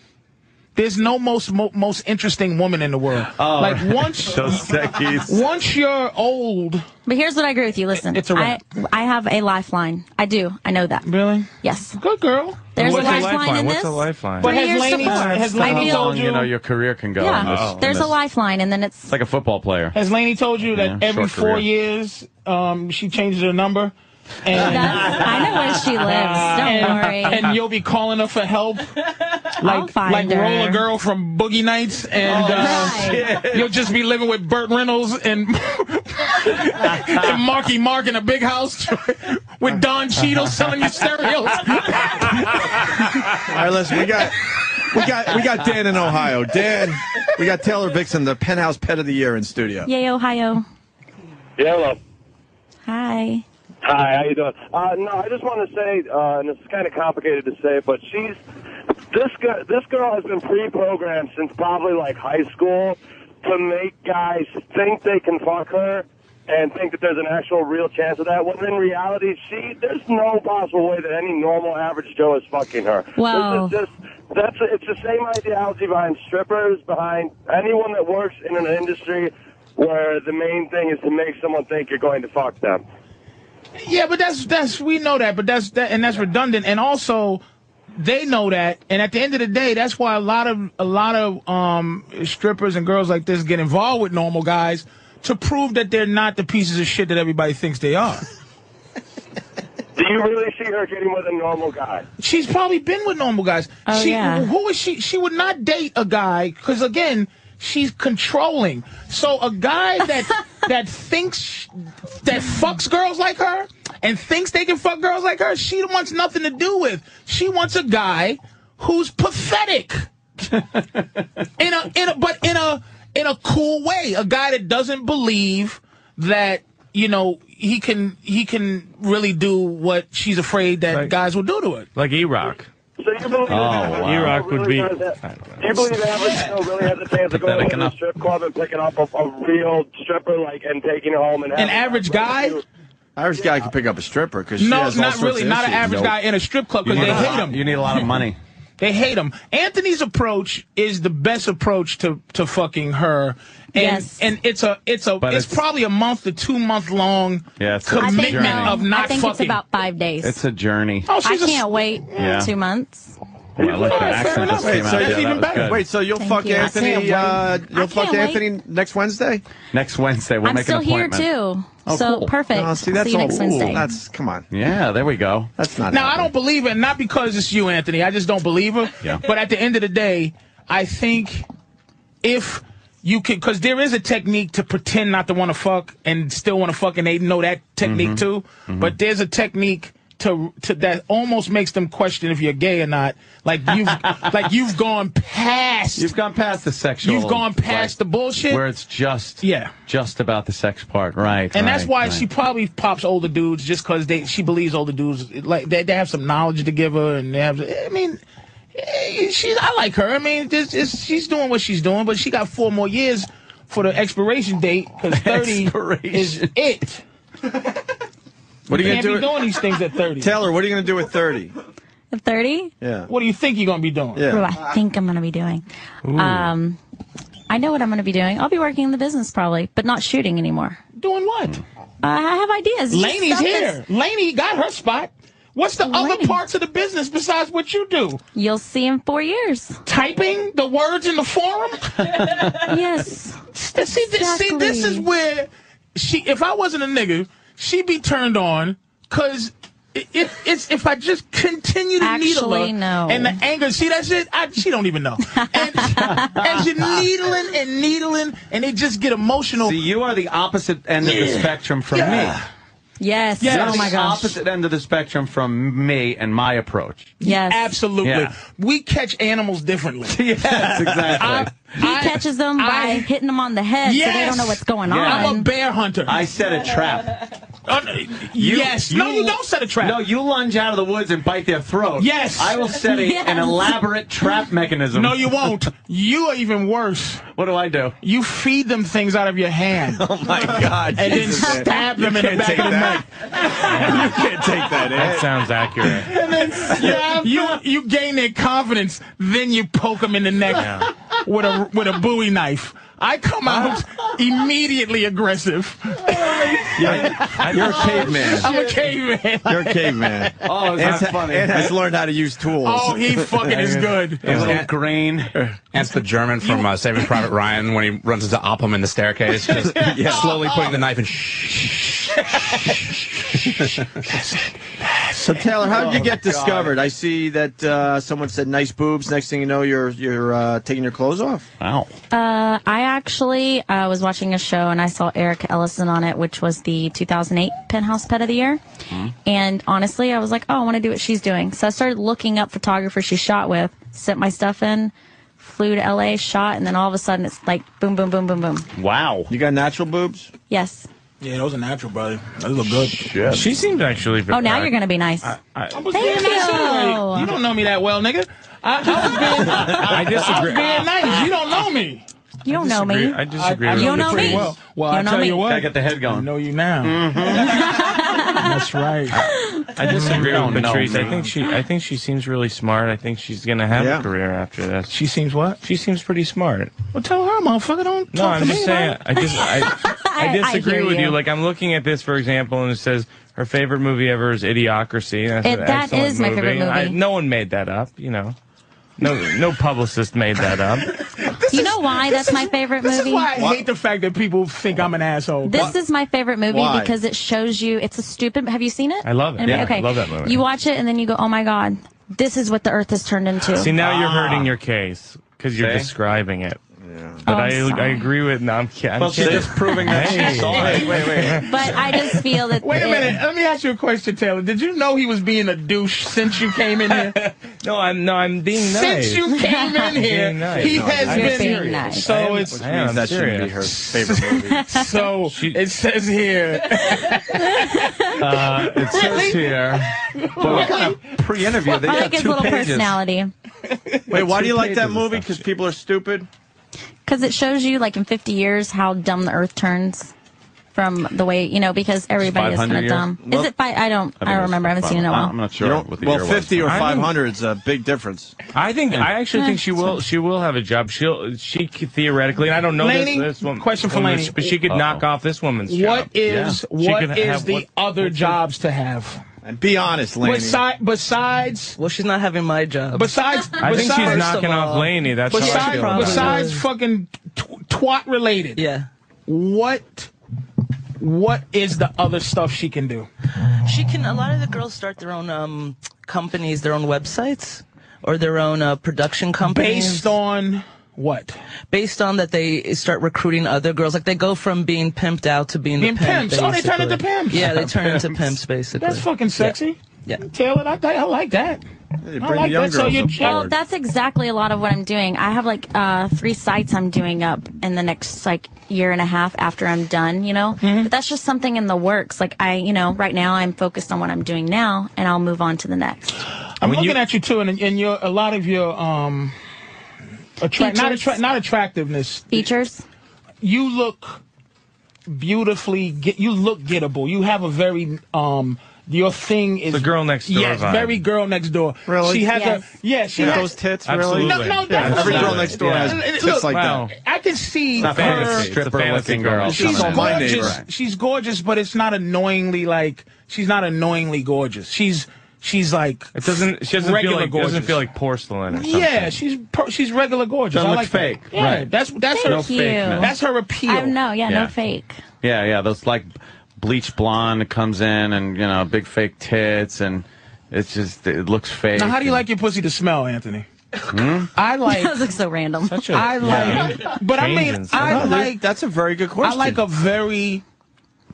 Speaker 2: There's no most mo, most interesting woman in the world.
Speaker 3: Oh,
Speaker 2: like
Speaker 3: right. *laughs*
Speaker 2: once
Speaker 3: Those Equis.
Speaker 2: once you're old,
Speaker 8: But here's what I agree with you. Listen,
Speaker 2: It's a
Speaker 8: I
Speaker 2: wrap.
Speaker 8: I have a lifeline. I do. I know that.
Speaker 2: Really?
Speaker 8: Yes.
Speaker 2: Good girl.
Speaker 8: There's
Speaker 7: What's a
Speaker 8: a lifeline,
Speaker 7: lifeline?
Speaker 8: in
Speaker 7: What's
Speaker 8: this.
Speaker 7: a lifeline?
Speaker 2: But
Speaker 8: Three
Speaker 2: has
Speaker 8: years
Speaker 2: Laney-
Speaker 8: to five.
Speaker 2: has
Speaker 8: I
Speaker 2: Laney
Speaker 8: feel-
Speaker 3: How long,
Speaker 2: told
Speaker 3: you know,
Speaker 2: you- Oh.
Speaker 3: your career can go.
Speaker 8: yeah.
Speaker 3: in this- in
Speaker 8: There's
Speaker 3: this-
Speaker 8: a lifeline, and then it's
Speaker 3: It's like a football player.
Speaker 2: has Laney told you that
Speaker 3: Yeah,
Speaker 2: every
Speaker 3: short
Speaker 2: four
Speaker 3: career.
Speaker 2: years, um, she changes her number. And
Speaker 8: I know where she lives. Don't
Speaker 2: and,
Speaker 8: worry.
Speaker 2: *laughs* and you'll be calling her for help, like
Speaker 8: find
Speaker 2: like
Speaker 8: her.
Speaker 2: Roller Girl from Boogie Nights, and
Speaker 8: Oh,
Speaker 2: uh, *laughs* you'll just be living with Burt Reynolds and *laughs* and Marky Mark in a big house *laughs* with Don Cheadle selling you stereos.
Speaker 1: All right, listen, we got we got we got Dan in Ohio. Dan, we got Taylor Vixen, the penthouse pet of the year in studio.
Speaker 8: Yay, Ohio.
Speaker 12: Yeah, hello.
Speaker 8: Hi.
Speaker 12: Hi, how you doing? Uh, no, I just want to say, uh, and it's kind of complicated to say, but she's this girl. This girl has been pre-programmed since probably like high school to make guys think they can fuck her and think that there's an actual real chance of that. When in reality, she there's no possible way that any normal average Joe is fucking her.
Speaker 8: Wow.
Speaker 12: This is just that's it's the same ideology behind strippers, behind anyone that works in an industry where the main thing is to make someone think you're going to fuck them.
Speaker 2: Yeah, but that's that's we know that, but that's that, and that's redundant. And also, they know that, and at the end of the day, that's why a lot of a lot of um, strippers and girls like this get involved with normal guys to prove that they're not the pieces of shit that everybody thinks they are.
Speaker 12: Do you really see her getting with a normal guy?
Speaker 2: She's probably been with normal guys.
Speaker 12: Oh,
Speaker 2: she,
Speaker 12: yeah.
Speaker 2: Who is she? She would not date a guy because again, she's controlling. So a guy
Speaker 12: *laughs*
Speaker 2: that that thinks that fucks girls like her and thinks they can fuck girls like her, she wants nothing to do with. She wants a guy who's
Speaker 12: *laughs*
Speaker 2: pathetic. in a in a but in a in a cool way, a guy that doesn't believe that you know he can he can really do what she's afraid that guys will do to it.
Speaker 7: Like E Rock.
Speaker 12: So you believe that
Speaker 7: wow. E-Rock would
Speaker 12: really
Speaker 7: be-
Speaker 12: does that? Do you believe average Joe really has a chance of going to a strip club and picking up a, a real stripper like and taking her home and having
Speaker 2: average guy?
Speaker 1: Average guy can pick up a stripper because she
Speaker 2: No,
Speaker 1: has all
Speaker 2: not
Speaker 1: sorts
Speaker 2: really.
Speaker 1: of
Speaker 2: Not an
Speaker 1: issues.
Speaker 2: average guy in a strip club because they hate him.
Speaker 3: You need a lot of money.
Speaker 2: *laughs* They hate him. Anthony's approach is the best approach to to fucking her. And,
Speaker 8: Yes.
Speaker 2: and it's a it's a it's, probably a month to two month long
Speaker 3: Yeah, it's a
Speaker 2: commitment
Speaker 3: journey.
Speaker 2: of not
Speaker 8: I think
Speaker 2: fucking.
Speaker 8: it's about five days.
Speaker 3: It's a journey.
Speaker 8: oh, I can't wait
Speaker 3: Yeah.
Speaker 8: two months.
Speaker 3: Well, I like that
Speaker 1: All right, fair
Speaker 3: accent
Speaker 1: enough.
Speaker 3: just
Speaker 1: Wait,
Speaker 3: came
Speaker 1: so
Speaker 3: out.
Speaker 1: it's
Speaker 3: Yeah,
Speaker 1: even
Speaker 3: that was
Speaker 1: better.
Speaker 3: good.
Speaker 1: Wait, so you'll
Speaker 8: Thank
Speaker 1: fuck
Speaker 8: you. I can't
Speaker 1: Anthony?
Speaker 8: wait.
Speaker 1: Uh,
Speaker 8: I
Speaker 1: you'll fuck
Speaker 8: can't wait.
Speaker 1: Anthony next Wednesday.
Speaker 3: Next Wednesday, we'll
Speaker 8: I'm
Speaker 3: make
Speaker 8: still
Speaker 3: an
Speaker 8: here,
Speaker 3: appointment.
Speaker 8: too. So, perfect.
Speaker 1: Oh,
Speaker 8: I'll
Speaker 1: see, that's
Speaker 8: see you
Speaker 1: all.
Speaker 8: next Wednesday.
Speaker 1: Ooh, that's come on.
Speaker 3: Yeah, there we go.
Speaker 1: That's not.
Speaker 2: now I don't believe it, not because it's you, Anthony. I just don't believe her.
Speaker 3: Yeah.
Speaker 2: But at the end of the day, I think if you could, because there is a technique to pretend not to want to fuck and still want to fuck, and they know that
Speaker 3: Mm-hmm.
Speaker 2: technique
Speaker 7: Mhm.
Speaker 2: too. But there's a technique. To, to that almost makes them question if you're gay or not. Like
Speaker 3: *laughs*
Speaker 2: you've like you've gone past. You've
Speaker 3: gone past the sexual.
Speaker 2: You've gone past the bullshit.
Speaker 3: Where it's just
Speaker 2: yeah,
Speaker 3: just about the sex part, right?
Speaker 2: And that's
Speaker 3: right,
Speaker 2: why
Speaker 3: right.
Speaker 2: she probably pops older dudes just because they she believes older dudes like they, they have some knowledge to give her and they have. I mean, eh, she's I like her. I mean, this is she's doing what she's doing, but she got four more years for the expiration date
Speaker 3: *laughs*
Speaker 2: because thirty is it.
Speaker 1: What are you
Speaker 2: You
Speaker 1: gonna
Speaker 2: can't
Speaker 1: do?
Speaker 2: be
Speaker 1: at-
Speaker 2: doing these things at thirty.
Speaker 1: Taylor, what are you gonna do at thirty?
Speaker 8: At 30?
Speaker 1: Yeah.
Speaker 2: What do you think you're gonna be doing?
Speaker 8: What do I think I'm going to be doing?
Speaker 2: Ooh.
Speaker 8: Um, I know what I'm going to be doing. I'll be working in the business probably, but not shooting anymore.
Speaker 2: Doing what?
Speaker 8: I have ideas. It's just
Speaker 2: Laney's
Speaker 8: stuff
Speaker 2: here.
Speaker 8: that's-
Speaker 2: Laney got her spot. What's the other parts of the business besides what you do?
Speaker 8: You'll see in four years.
Speaker 2: Typing the words in the forum?
Speaker 8: *laughs* yes.
Speaker 2: See, this, see, this is where she. If I wasn't a nigga, she'd be turned on because. It, it, it's if I just continue to needle her
Speaker 8: Actually, no.
Speaker 2: and the anger, see that shit. I, she don't even know.
Speaker 8: *laughs*
Speaker 2: And, and you're needling and needling, and they just get emotional.
Speaker 3: See, you are the opposite end of the
Speaker 2: Yeah.
Speaker 3: spectrum from me.
Speaker 8: Yes.
Speaker 3: You're
Speaker 8: Oh, my
Speaker 3: the
Speaker 8: gosh.
Speaker 3: opposite end of the spectrum from me and my approach.
Speaker 8: Yes.
Speaker 2: Absolutely,
Speaker 3: Yeah.
Speaker 2: we catch animals differently.
Speaker 3: *laughs* yes, exactly.
Speaker 2: I,
Speaker 8: He catches them by hitting them on the head so they
Speaker 2: Yes.
Speaker 8: don't know what's going
Speaker 3: Yeah.
Speaker 8: on.
Speaker 2: I'm a bear hunter. Uh,
Speaker 3: I set a trap.
Speaker 2: yes. no, you don't set a trap.
Speaker 3: No, you lunge out of the woods and bite their throat.
Speaker 2: Yes.
Speaker 3: I will set a, an
Speaker 2: *laughs* Yes.
Speaker 3: elaborate trap mechanism.
Speaker 2: No, you won't. You are even worse.
Speaker 3: What do I do?
Speaker 2: You feed them things out of your hand. *laughs* Oh
Speaker 1: my God!
Speaker 2: And
Speaker 1: Jesus,
Speaker 2: then
Speaker 1: man.
Speaker 2: stab them
Speaker 1: You
Speaker 2: in the
Speaker 1: can't
Speaker 2: back
Speaker 1: take
Speaker 2: of the
Speaker 1: that.
Speaker 2: neck.
Speaker 1: you can't take that. eh?
Speaker 7: That sounds accurate.
Speaker 2: And then you, you gain their confidence, then you poke them in the neck
Speaker 7: Yeah.
Speaker 2: with a with a Bowie knife. I come out immediately aggressive.
Speaker 1: Yeah, you're a caveman.
Speaker 2: I'm a caveman.
Speaker 1: You're a caveman.
Speaker 2: Oh, it's
Speaker 1: Ant-
Speaker 2: not funny.
Speaker 1: Ant has learned how to use tools.
Speaker 6: *laughs*
Speaker 2: Oh, he fucking is good.
Speaker 6: It was
Speaker 1: Yeah.
Speaker 6: Ant-
Speaker 3: Green.
Speaker 6: *laughs* That's the German from uh, Saving Private Ryan when he runs into Opham in the staircase, just
Speaker 1: Yeah.
Speaker 6: slowly putting the knife in. Shh.
Speaker 1: So Taylor, how did you
Speaker 6: Oh,
Speaker 1: get
Speaker 6: God.
Speaker 1: discovered? I see that uh, someone said nice boobs. Next thing you know, you're you're uh, taking your clothes off.
Speaker 3: Wow.
Speaker 8: Uh, I actually uh, was watching a show and I saw Eric Ellison on it, which was the 2008 Penthouse Pet of the Year. And honestly, I was like, oh, I want to do what she's doing. So I started looking up photographers she shot with, sent my stuff in, flew to LA, shot, and then all of a sudden it's like boom, boom, boom, boom, boom.
Speaker 3: Wow.
Speaker 1: You got natural boobs?
Speaker 8: Yes.
Speaker 2: Yeah, those are natural, brother. Those look good.
Speaker 7: She seemed actually.
Speaker 8: Oh, now you're going to be nice.
Speaker 7: I,
Speaker 2: I was
Speaker 8: Thank
Speaker 2: being nice
Speaker 8: you.
Speaker 2: anyway. You don't know me that well, nigga. I, I was being,
Speaker 7: I disagree.
Speaker 2: was being nice. You don't know me.
Speaker 8: You don't know me.
Speaker 7: I disagree.
Speaker 2: I
Speaker 7: with
Speaker 2: know
Speaker 7: the
Speaker 2: you
Speaker 7: phrase.
Speaker 2: pretty well. Well,
Speaker 8: You
Speaker 2: I
Speaker 8: know
Speaker 2: tell
Speaker 8: me.
Speaker 2: you what.
Speaker 8: Gotta
Speaker 3: get the head going.
Speaker 2: I know you now. Mm-hmm. *laughs* That's right.
Speaker 7: I disagree
Speaker 2: No,
Speaker 7: with
Speaker 2: no,
Speaker 7: Patrice. I
Speaker 2: no.
Speaker 7: think she. I think she seems really smart. I think she's gonna have
Speaker 2: Yeah.
Speaker 7: a career after this.
Speaker 2: She seems what?
Speaker 7: She seems pretty smart.
Speaker 2: Well, tell her, motherfucker. Don't
Speaker 7: No,
Speaker 2: talk
Speaker 7: I'm
Speaker 2: to
Speaker 7: just
Speaker 2: me
Speaker 7: saying.
Speaker 2: about it.
Speaker 8: *laughs*
Speaker 7: I just. I, I,
Speaker 8: I
Speaker 7: disagree
Speaker 8: hear
Speaker 7: with you.
Speaker 8: you.
Speaker 7: Like I'm looking at this, for example, and it says her favorite movie ever is Idiocracy. That's
Speaker 8: It-
Speaker 7: an
Speaker 8: that
Speaker 7: excellent
Speaker 8: is my favorite
Speaker 7: I,
Speaker 8: movie.
Speaker 7: no one made that up, you know. No, no publicist made that
Speaker 8: *laughs*
Speaker 7: up.
Speaker 8: you know why
Speaker 2: this
Speaker 8: that's my
Speaker 2: is-
Speaker 8: favorite
Speaker 2: this
Speaker 8: movie?
Speaker 2: is why I hate the fact that people think I'm an asshole.
Speaker 8: This is my favorite movie
Speaker 2: Why?
Speaker 8: because it shows you. It's a stupid. Have you seen it?
Speaker 7: I love it.
Speaker 8: Anybody?
Speaker 7: Yeah,
Speaker 8: okay.
Speaker 7: I love that movie.
Speaker 8: You watch it and then you go, "Oh my god, this is what the Earth has turned into."
Speaker 7: See, now you're hurting your case because you're
Speaker 8: See?
Speaker 7: describing it.
Speaker 8: Oh,
Speaker 7: But I,
Speaker 8: I'm
Speaker 7: I
Speaker 8: sorry.
Speaker 7: agree with. No, I'm, ki- I'm
Speaker 16: Well, she's
Speaker 7: kidding.
Speaker 16: just proving that she
Speaker 7: Hey.
Speaker 16: saw it.
Speaker 7: Wait, wait.
Speaker 8: But I just feel that.
Speaker 2: Wait a
Speaker 8: it-
Speaker 2: minute. Let me ask you a question, Taylor. Did you know he was being a douche since you came in here?
Speaker 7: *laughs* no, I'm no, I'm being nice.
Speaker 2: Since you
Speaker 7: *laughs*
Speaker 2: came in here,
Speaker 7: Being nice.
Speaker 2: he
Speaker 7: No,
Speaker 2: has
Speaker 7: I'm
Speaker 2: been.
Speaker 7: serious. I am-
Speaker 2: So it's
Speaker 7: I am
Speaker 4: that shouldn't be her
Speaker 7: serious.
Speaker 4: favorite movie.
Speaker 2: *laughs* so it
Speaker 4: *laughs*
Speaker 2: says here.
Speaker 4: Uh,
Speaker 7: it
Speaker 2: Really?
Speaker 4: says here.
Speaker 1: But what kind *laughs*
Speaker 4: of pre-interview?
Speaker 8: I like his little personality
Speaker 1: Wait, why
Speaker 4: Two
Speaker 1: do you like that
Speaker 4: pages
Speaker 1: movie? Because people are stupid.
Speaker 8: because it shows you, like in 50 years, how dumb the Earth turns from the way you know. Because everybody
Speaker 1: 500
Speaker 8: is kind of
Speaker 1: years?
Speaker 8: dumb.
Speaker 1: Well,
Speaker 8: is it? By,
Speaker 1: I
Speaker 8: I don't. I,
Speaker 1: think
Speaker 8: don't
Speaker 1: it's
Speaker 8: remember. I haven't seen it in a while.
Speaker 1: You don't-
Speaker 4: what the
Speaker 1: well,
Speaker 4: year was.
Speaker 1: fifty or
Speaker 7: I don't-
Speaker 1: five hundred is a big difference.
Speaker 7: I think I actually
Speaker 1: Yeah,
Speaker 7: think she will. She will have a job. She'll. She could theoretically, and I don't know
Speaker 2: Laney,
Speaker 7: this. this woman,
Speaker 2: question for
Speaker 7: woman,
Speaker 2: Laney.
Speaker 7: but she could
Speaker 2: Uh-oh.
Speaker 7: knock off this woman's job.
Speaker 2: What is
Speaker 7: Yeah. She
Speaker 2: what
Speaker 7: could
Speaker 2: is
Speaker 7: have
Speaker 2: the
Speaker 7: one-
Speaker 2: other jobs to have?
Speaker 1: And be honest, Laney.
Speaker 2: Besi- besides,
Speaker 34: well, she's not having my job.
Speaker 2: Besides,
Speaker 7: I think
Speaker 2: besides-
Speaker 7: she's knocking off Laney. That's how I
Speaker 2: besides,
Speaker 7: feel about it.
Speaker 2: besides
Speaker 34: Uh,
Speaker 2: fucking tw- twat related. Yeah. What? What is the other stuff she can do?
Speaker 34: She can. A lot of the girls start their own um, companies, their own websites, or their own uh, production companies.
Speaker 2: Based on what?
Speaker 34: Based on that, they start recruiting other girls. Like they go from being pimped out to being,
Speaker 2: Being
Speaker 34: the pimp,
Speaker 2: pimps. Oh, they turn
Speaker 34: basically.
Speaker 2: into pimps.
Speaker 34: Yeah,
Speaker 2: *laughs*
Speaker 34: they turn into
Speaker 2: Pimps.
Speaker 34: pimps basically.
Speaker 2: That's fucking sexy.
Speaker 34: Yeah.
Speaker 2: Taylor, I, I like that.
Speaker 1: Hey,
Speaker 2: I like that. So you
Speaker 8: Well, that's exactly a lot of what I'm doing. I have like uh, three sites I'm doing up in the next like year and a half after I'm done, you know?
Speaker 2: Mm-hmm.
Speaker 8: But that's just something in the works. Like, I, you know, right now I'm focused on what I'm doing now and I'll move on to the next.
Speaker 2: I'm looking at you too, and, and your a lot of your um, attract not
Speaker 8: Features.
Speaker 2: attract not attractiveness
Speaker 8: features.
Speaker 2: You look beautifully. Get you look gettable. You have a very um. Your thing is
Speaker 7: The girl next door
Speaker 2: Yes,
Speaker 7: vibe.
Speaker 2: very girl next door.
Speaker 7: Really?
Speaker 2: She has
Speaker 7: Yes.
Speaker 2: a yeah. She
Speaker 7: With
Speaker 2: has
Speaker 7: those tits, really? Absolutely.
Speaker 2: No, no.
Speaker 7: Yeah,
Speaker 2: that's
Speaker 7: every
Speaker 2: not-
Speaker 7: girl next door has
Speaker 2: Look,
Speaker 7: tits like
Speaker 2: wow.
Speaker 7: that.
Speaker 2: I can see
Speaker 7: It's not
Speaker 2: her-
Speaker 7: fantasy. It's a
Speaker 4: Stripper
Speaker 7: fantasy
Speaker 4: looking girl.
Speaker 2: She's
Speaker 4: She's on my
Speaker 2: gorgeous.
Speaker 4: neighbor.
Speaker 2: She's gorgeous, but it's not annoyingly like she's not annoyingly gorgeous. She's she's like
Speaker 7: It doesn't. She doesn't feel
Speaker 2: regular
Speaker 7: like.
Speaker 2: gorgeous.
Speaker 7: Doesn't feel like porcelain or something.
Speaker 2: Yeah, she's per- she's regular gorgeous.
Speaker 7: Doesn't
Speaker 2: I
Speaker 7: look
Speaker 2: like that.
Speaker 7: fake,
Speaker 2: Yeah,
Speaker 7: right.
Speaker 2: That's that's her
Speaker 7: No Thank fake, you. no.
Speaker 2: That's her appeal.
Speaker 8: I know, yeah,
Speaker 3: Yeah.
Speaker 8: no fake.
Speaker 3: *laughs* Yeah, yeah. Those like bleach blonde comes in and you know big fake tits and it's just it looks fake.
Speaker 2: Now, how do you like your pussy to smell, Anthony?
Speaker 3: Hmm?
Speaker 2: I like.
Speaker 8: Those look so random.
Speaker 2: I like. But I mean,
Speaker 3: Changes.
Speaker 2: I
Speaker 3: No,
Speaker 2: like.
Speaker 1: That's a very good
Speaker 2: I
Speaker 1: question.
Speaker 2: like a very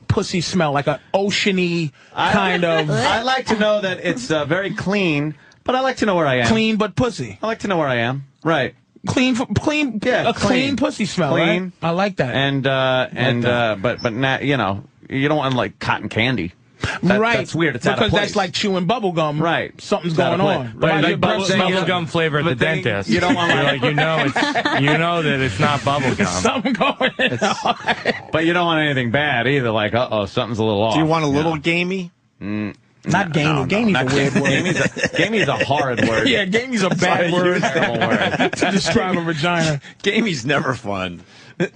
Speaker 2: pussy smell, like an oceany *laughs* kind of.
Speaker 3: I like to know that it's uh, very clean, but I like to know where I am.
Speaker 2: Clean but pussy.
Speaker 3: I like to know where I am. Right.
Speaker 2: Clean, f- clean, yeah, a clean, pussy smell.
Speaker 3: Clean.
Speaker 2: right? I like that.
Speaker 3: And uh, and
Speaker 2: that.
Speaker 3: uh, but but not you know you don't want like cotton candy. That-
Speaker 2: right.
Speaker 3: That's weird. It's
Speaker 2: because
Speaker 3: out of place.
Speaker 2: that's like chewing bubble gum. Right. Something's
Speaker 3: It's out
Speaker 2: going
Speaker 3: of place.
Speaker 2: on.
Speaker 3: But
Speaker 2: Right,
Speaker 3: like
Speaker 2: your
Speaker 3: bubble-
Speaker 2: breath
Speaker 3: then
Speaker 7: Bubble
Speaker 3: *laughs*
Speaker 2: smells-
Speaker 7: gum flavor at the dentist.
Speaker 3: you don't want
Speaker 7: You're
Speaker 3: like-
Speaker 7: like
Speaker 3: *laughs*
Speaker 7: you know it's you know that it's not bubble gum.
Speaker 2: Something going
Speaker 3: But you don't want anything bad either. Like uh oh, something's a little off.
Speaker 1: Do you want a little gamey?
Speaker 3: Mm,
Speaker 2: Not gamey. gamey's
Speaker 3: not
Speaker 2: a weird word.
Speaker 3: Gamey's a, gamey's a
Speaker 2: *laughs*
Speaker 3: horrid word.
Speaker 2: yeah, gamey's a
Speaker 3: It's
Speaker 2: bad
Speaker 3: not a
Speaker 2: word, *laughs*
Speaker 3: terrible word.
Speaker 2: to describe a
Speaker 1: *laughs*
Speaker 2: vagina.
Speaker 3: Gamey's never fun. Do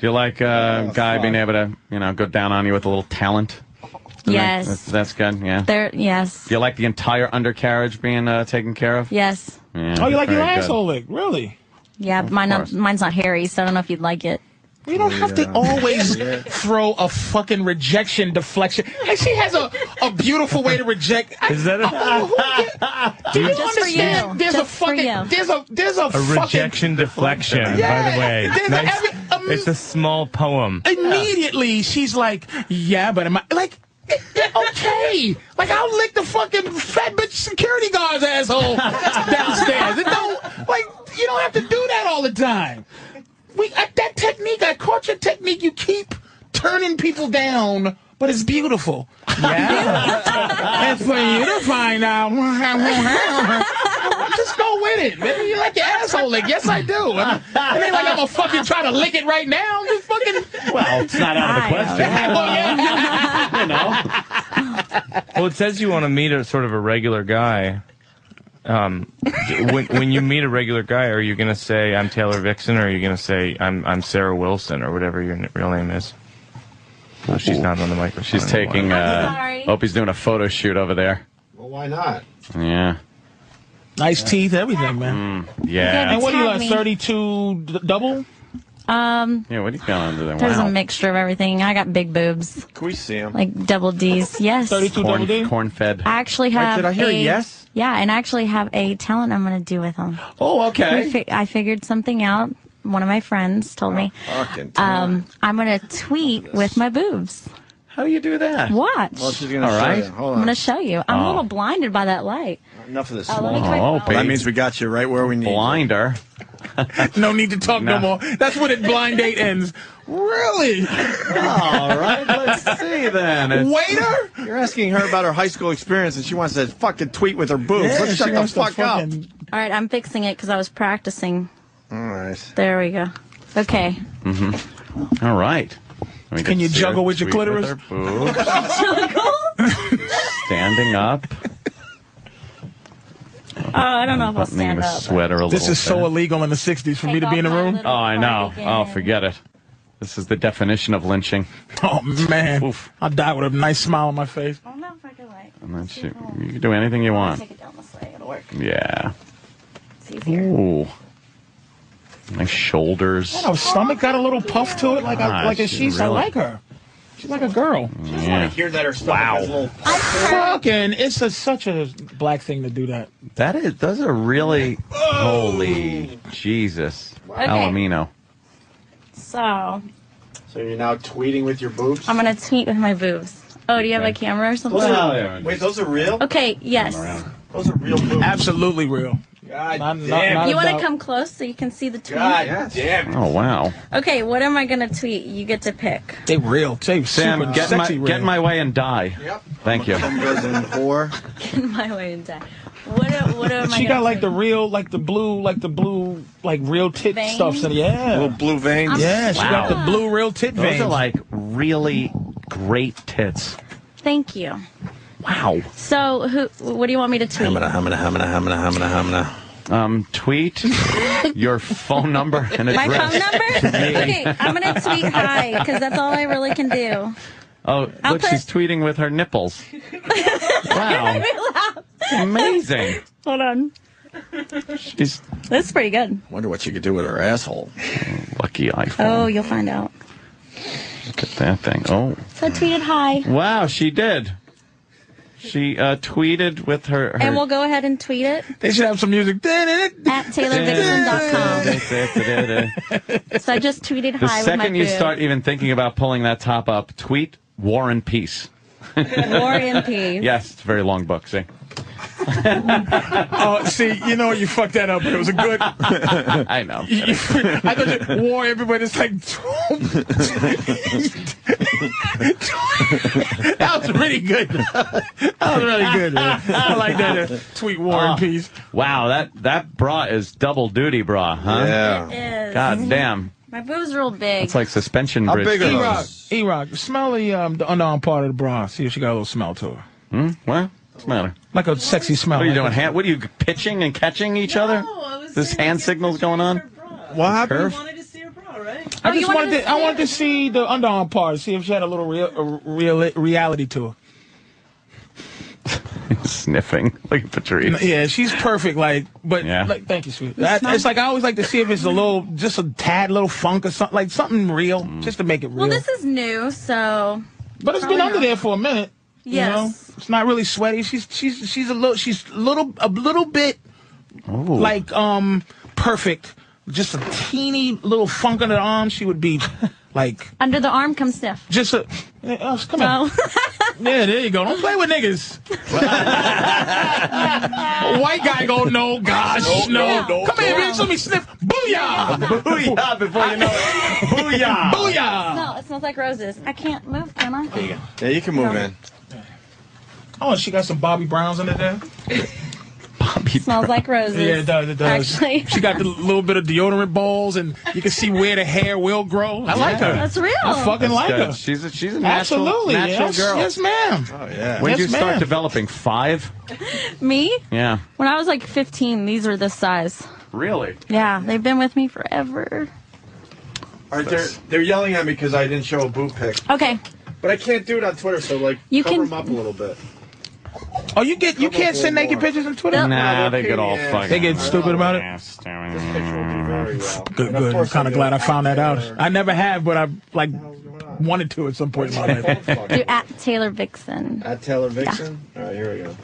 Speaker 3: you like uh, guy being able to you know go down on you with a little talent?
Speaker 8: Yes.
Speaker 3: That's, that's good. Yeah.
Speaker 8: There, yes,
Speaker 3: Do you like the entire undercarriage being uh, taken care of?
Speaker 8: yes.
Speaker 3: Yeah,
Speaker 2: Oh, you like your
Speaker 3: very good.
Speaker 2: asshole lick? Really?
Speaker 8: Yeah, mine not,
Speaker 3: course.
Speaker 8: mine's not hairy, so I don't know if you'd like it.
Speaker 2: We don't have to always throw a fucking rejection deflection. And she has a, a beautiful way to reject. I-
Speaker 7: Is that a-
Speaker 2: Oh, who
Speaker 3: *laughs*
Speaker 2: get- do you
Speaker 8: Just for you.
Speaker 2: understand? There's
Speaker 8: Just
Speaker 2: a
Speaker 8: for you.
Speaker 2: fucking. There's a. There's a,
Speaker 7: A
Speaker 2: fucking.
Speaker 7: rejection deflection, by
Speaker 2: Yeah,
Speaker 7: the way.
Speaker 2: there's
Speaker 7: Nice.
Speaker 2: every- um,
Speaker 7: it's a small poem.
Speaker 2: Immediately, she's like, "Yeah, but am I like?" yeah, Okay, like I'll lick the fucking fat bitch security guard's asshole downstairs. It don't like you don't have to do that all the time. We I, that technique, I caught your technique. You keep turning people down, but it's beautiful. *laughs* Yeah, it's for you to find out. *laughs* Just go with it. Maybe you like your asshole lick. Yes, I do. And it ain't like I'm gonna fucking try to lick it right now. Just fucking.
Speaker 3: Well, it's not out of the question.
Speaker 2: *laughs*
Speaker 7: Well, it says you want to meet a sort of a regular guy. Um, d- when when you meet a regular guy, are you gonna say I'm Taylor Vixen, or are you gonna say I'm I'm Sarah Wilson, or whatever your n- real name is?
Speaker 35: No, she's not on the microphone.
Speaker 3: She's taking. Uh, Opie's doing a photo shoot over there.
Speaker 1: Well, why not?
Speaker 3: Yeah.
Speaker 2: Nice teeth, everything, man.
Speaker 3: Yeah.
Speaker 2: And what do you
Speaker 8: tag
Speaker 2: like,
Speaker 8: me.
Speaker 2: 32 d- double?
Speaker 8: Um,
Speaker 3: Yeah. What are you feeling under there?
Speaker 8: there's
Speaker 3: Wow.
Speaker 8: a mixture of everything. I got big boobs,
Speaker 1: Can we see him?
Speaker 8: like double D's. Yes.
Speaker 3: corn, corn fed.
Speaker 8: I actually
Speaker 3: Wait,
Speaker 8: have.
Speaker 3: did I hear
Speaker 8: a,
Speaker 3: yes?
Speaker 8: Yeah, and I actually have a talent I'm going to do with them.
Speaker 3: Oh, okay.
Speaker 8: Fi- I figured something out. One of my friends told me.
Speaker 1: Fucking
Speaker 3: Uh,
Speaker 8: Um, I'm going to tweet with my boobs.
Speaker 3: How do you do that?
Speaker 8: Watch.
Speaker 1: Well, she's gonna
Speaker 3: All
Speaker 1: show
Speaker 3: right.
Speaker 1: you. Hold
Speaker 8: I'm going
Speaker 1: on.
Speaker 8: to show you. I'm a
Speaker 1: Oh.
Speaker 8: little blinded by that light.
Speaker 1: Enough of this.
Speaker 8: Oh, let me
Speaker 1: that means we got you right where we need.
Speaker 3: Blinder.
Speaker 2: no need to talk
Speaker 1: Nah.
Speaker 2: no more. That's when it blind date ends. Really?
Speaker 3: All right, let's see then.
Speaker 1: It's-
Speaker 2: Waiter?
Speaker 1: You're asking her about her high school experience, and she wants to fucking tweet with her boobs.
Speaker 2: Yeah,
Speaker 1: Let's
Speaker 2: she
Speaker 1: shut the
Speaker 2: wants to
Speaker 1: fuck up.
Speaker 2: fucking-
Speaker 8: All right, I'm fixing it because I was practicing.
Speaker 1: All right.
Speaker 8: There we go. Okay. *laughs*
Speaker 3: Mm-hmm. All right. Let me
Speaker 2: Can
Speaker 3: just
Speaker 2: you
Speaker 3: see her
Speaker 2: juggle with your
Speaker 3: tweet
Speaker 2: clitoris?
Speaker 3: her boobs.
Speaker 8: Juggle?
Speaker 3: Standing
Speaker 8: *laughs*
Speaker 3: up.
Speaker 8: Oh, I don't know if I'll
Speaker 3: Buttoning
Speaker 8: stand
Speaker 3: the
Speaker 8: up.
Speaker 3: sweater a
Speaker 2: This
Speaker 3: little
Speaker 2: is so
Speaker 3: bit.
Speaker 2: illegal in the 60s for me to be in the room.
Speaker 3: Oh, I know. Oh, forget it. This is the definition of lynching.
Speaker 2: Oh, man. I'll die with a nice smile on my face.
Speaker 3: And then she, you can do anything you want.
Speaker 8: Take it down this way. It'll work.
Speaker 3: Yeah.
Speaker 8: It's easier.
Speaker 3: Ooh. Nice shoulders.
Speaker 2: Man, her stomach got a little puff to it. Like, I,
Speaker 3: Ah,
Speaker 2: like a
Speaker 3: she
Speaker 2: she's,
Speaker 3: really-
Speaker 2: I like her. She's like a girl.
Speaker 3: Yeah.
Speaker 1: hear that her stomach wow.
Speaker 2: Fucking, it's a, such a black thing to do that.
Speaker 3: That is, those are really, holy Jesus.
Speaker 8: Okay.
Speaker 3: Alamino.
Speaker 8: So I'm
Speaker 1: So you're now tweeting with your boobs?
Speaker 8: gonna tweet with my boobs. Oh, do you have a camera or something?
Speaker 1: Wait, those are real?
Speaker 8: Okay. Yes.
Speaker 1: Those are real boobs.
Speaker 2: Absolutely real.
Speaker 1: God
Speaker 2: not- not
Speaker 8: You want to
Speaker 2: about-
Speaker 8: come close so you can see the tweet?
Speaker 1: God damn.
Speaker 3: Oh, wow.
Speaker 8: Okay. What am I gonna tweet? You get to pick. *laughs*
Speaker 2: They real. They
Speaker 3: Sam,
Speaker 2: super
Speaker 3: get, in my,
Speaker 2: sexy real.
Speaker 3: get in my way and die.
Speaker 1: Yep.
Speaker 3: Thank you.
Speaker 8: Get in my way and die. What? a-
Speaker 1: *laughs*
Speaker 8: What am I?
Speaker 2: She
Speaker 8: gonna
Speaker 2: got like
Speaker 8: tweet?
Speaker 2: the real, like the blue, like the blue, like real tit
Speaker 8: Veins?
Speaker 2: stuffs. And yeah,
Speaker 1: Little blue veins.
Speaker 2: Yeah, she got the
Speaker 3: Wow.
Speaker 2: blue real tit
Speaker 3: Those
Speaker 2: veins.
Speaker 3: are like really great tits.
Speaker 8: Thank you.
Speaker 3: Wow.
Speaker 8: So who? What do you want me to tweet?
Speaker 3: Hamina, hamina, hamina, hamina, hamina. Um,
Speaker 8: *laughs*
Speaker 3: tweet your phone number and
Speaker 8: My
Speaker 3: address. *laughs*
Speaker 8: phone
Speaker 3: to me.
Speaker 8: number? Okay, I'm gonna tweet hi because that's all I really can *laughs* do.
Speaker 3: Oh,
Speaker 8: I'll
Speaker 3: look,
Speaker 8: put-
Speaker 3: she's tweeting with her nipples. wow. It's amazing.
Speaker 8: Hold on,
Speaker 3: She's
Speaker 8: that's pretty good.
Speaker 1: Wonder what you could do with her asshole.
Speaker 3: lucky iPhone.
Speaker 8: Oh, you'll find out.
Speaker 3: Look at that thing. Oh.
Speaker 8: So I tweeted hi,
Speaker 3: Wow, she did. She uh, tweeted with her. her *laughs*
Speaker 8: and we'll go ahead and tweet it
Speaker 2: they should have some music. *laughs*
Speaker 8: at TaylorDixon.com.
Speaker 3: the
Speaker 8: So I just tweeted hi with my
Speaker 3: second you
Speaker 8: boob.
Speaker 3: start e- even thinking about pulling that top up, tweet War and Peace.
Speaker 8: *laughs* War in peace.
Speaker 3: Yes, it's a very long book. See,
Speaker 2: Oh, see, you know you fucked that up, but it was
Speaker 1: *laughs*
Speaker 2: a good. *laughs*
Speaker 3: I know.
Speaker 2: I thought you wore everybody. It's like *laughs* that was really good. That was really good. Man. I like that uh, tweet war and peace.
Speaker 3: Ah. Wow, that that bra is double duty bra, huh?
Speaker 8: It is.
Speaker 3: God damn,
Speaker 8: My boobs real big.
Speaker 3: it's like suspension bridge.
Speaker 2: E Rock, E Rock, smell the um the unarmed part of the bra. See if she got a little smell to her,
Speaker 8: Oh,
Speaker 3: Hmm? What? What's the matter?
Speaker 2: like a sexy smell.
Speaker 3: What are you
Speaker 2: like
Speaker 3: doing?
Speaker 2: a-
Speaker 3: Hand, what are you pitching and catching each other? This hand signals going on.
Speaker 1: What
Speaker 3: Curve?
Speaker 8: Oh,
Speaker 2: I
Speaker 8: you
Speaker 2: just
Speaker 8: wanted
Speaker 2: wanted
Speaker 8: to
Speaker 2: to, I
Speaker 8: see
Speaker 2: wanted to see the underarm part, see if she had a little real, a real reality to her.
Speaker 3: *laughs* Sniffing like Patrice.
Speaker 2: Yeah, she's perfect. Like, but
Speaker 3: Yeah.
Speaker 2: like, thank you, sweet.
Speaker 3: It's
Speaker 2: That-
Speaker 3: not-
Speaker 2: it's like I always like to see if it's a little, just a tad little funk or something, like something real, just to make it real.
Speaker 8: Well, this is new, so
Speaker 2: but it's been under there for a minute.
Speaker 8: Yes.
Speaker 2: You know? It's not really sweaty. She's she's she's a little she's little a little bit like um perfect. Just a teeny little funk under the arm. She would be like
Speaker 8: under the arm, come sniff.
Speaker 2: just a. Yeah, Elvis, Oh, come on.
Speaker 8: No.
Speaker 2: *laughs* Yeah, there you go. Don't play
Speaker 8: *laughs*
Speaker 2: with niggas. A White guy go, no, gosh, no.
Speaker 36: No, no,
Speaker 2: Come here,
Speaker 36: no.
Speaker 2: bitch. Let me sniff. Booyah!
Speaker 3: *laughs* Booyah! Before you know it, booyah!
Speaker 2: Booyah!
Speaker 8: No, it smells like roses. I can't move, can I?
Speaker 1: There you go. Yeah, you can move in.
Speaker 2: Oh, she got some Bobby Browns under there.
Speaker 8: Smells like roses.
Speaker 2: Yeah, it does. It does.
Speaker 8: Actually,
Speaker 2: *laughs* She got the little bit of deodorant balls, and you can see where the hair will grow. I like her.
Speaker 8: That's real.
Speaker 2: I fucking
Speaker 3: That's
Speaker 2: like
Speaker 3: good.
Speaker 2: her.
Speaker 3: She's a, she's a natural,
Speaker 2: Absolutely.
Speaker 3: natural
Speaker 2: yes,
Speaker 3: girl.
Speaker 2: yes, ma'am.
Speaker 1: Oh, yeah.
Speaker 3: When did
Speaker 2: Yes,
Speaker 3: you start
Speaker 2: ma'am.
Speaker 3: developing? Five?
Speaker 8: me.
Speaker 3: Yeah.
Speaker 8: When I was like 15, these were this size.
Speaker 3: Really?
Speaker 8: Yeah, they've been with me forever.
Speaker 2: *laughs*
Speaker 1: All right, they're, they're yelling at me because I didn't show a boob pic.
Speaker 8: Okay,
Speaker 1: But I can't do it on Twitter, so like
Speaker 8: You
Speaker 1: cover
Speaker 8: can-
Speaker 1: them up a little bit.
Speaker 2: Oh, you get
Speaker 1: Come
Speaker 2: you
Speaker 1: up
Speaker 2: can't send
Speaker 1: with
Speaker 2: naked
Speaker 1: more.
Speaker 2: pictures on Twitter.
Speaker 1: Nah, they get all fucking-
Speaker 2: They get stupid about it. Good, good. I'm kind of glad I found that out. I never have, but I like wanted to at some point in my life.
Speaker 8: Do at Taylor Vixen.
Speaker 1: At Taylor Vixen? All right, here we go.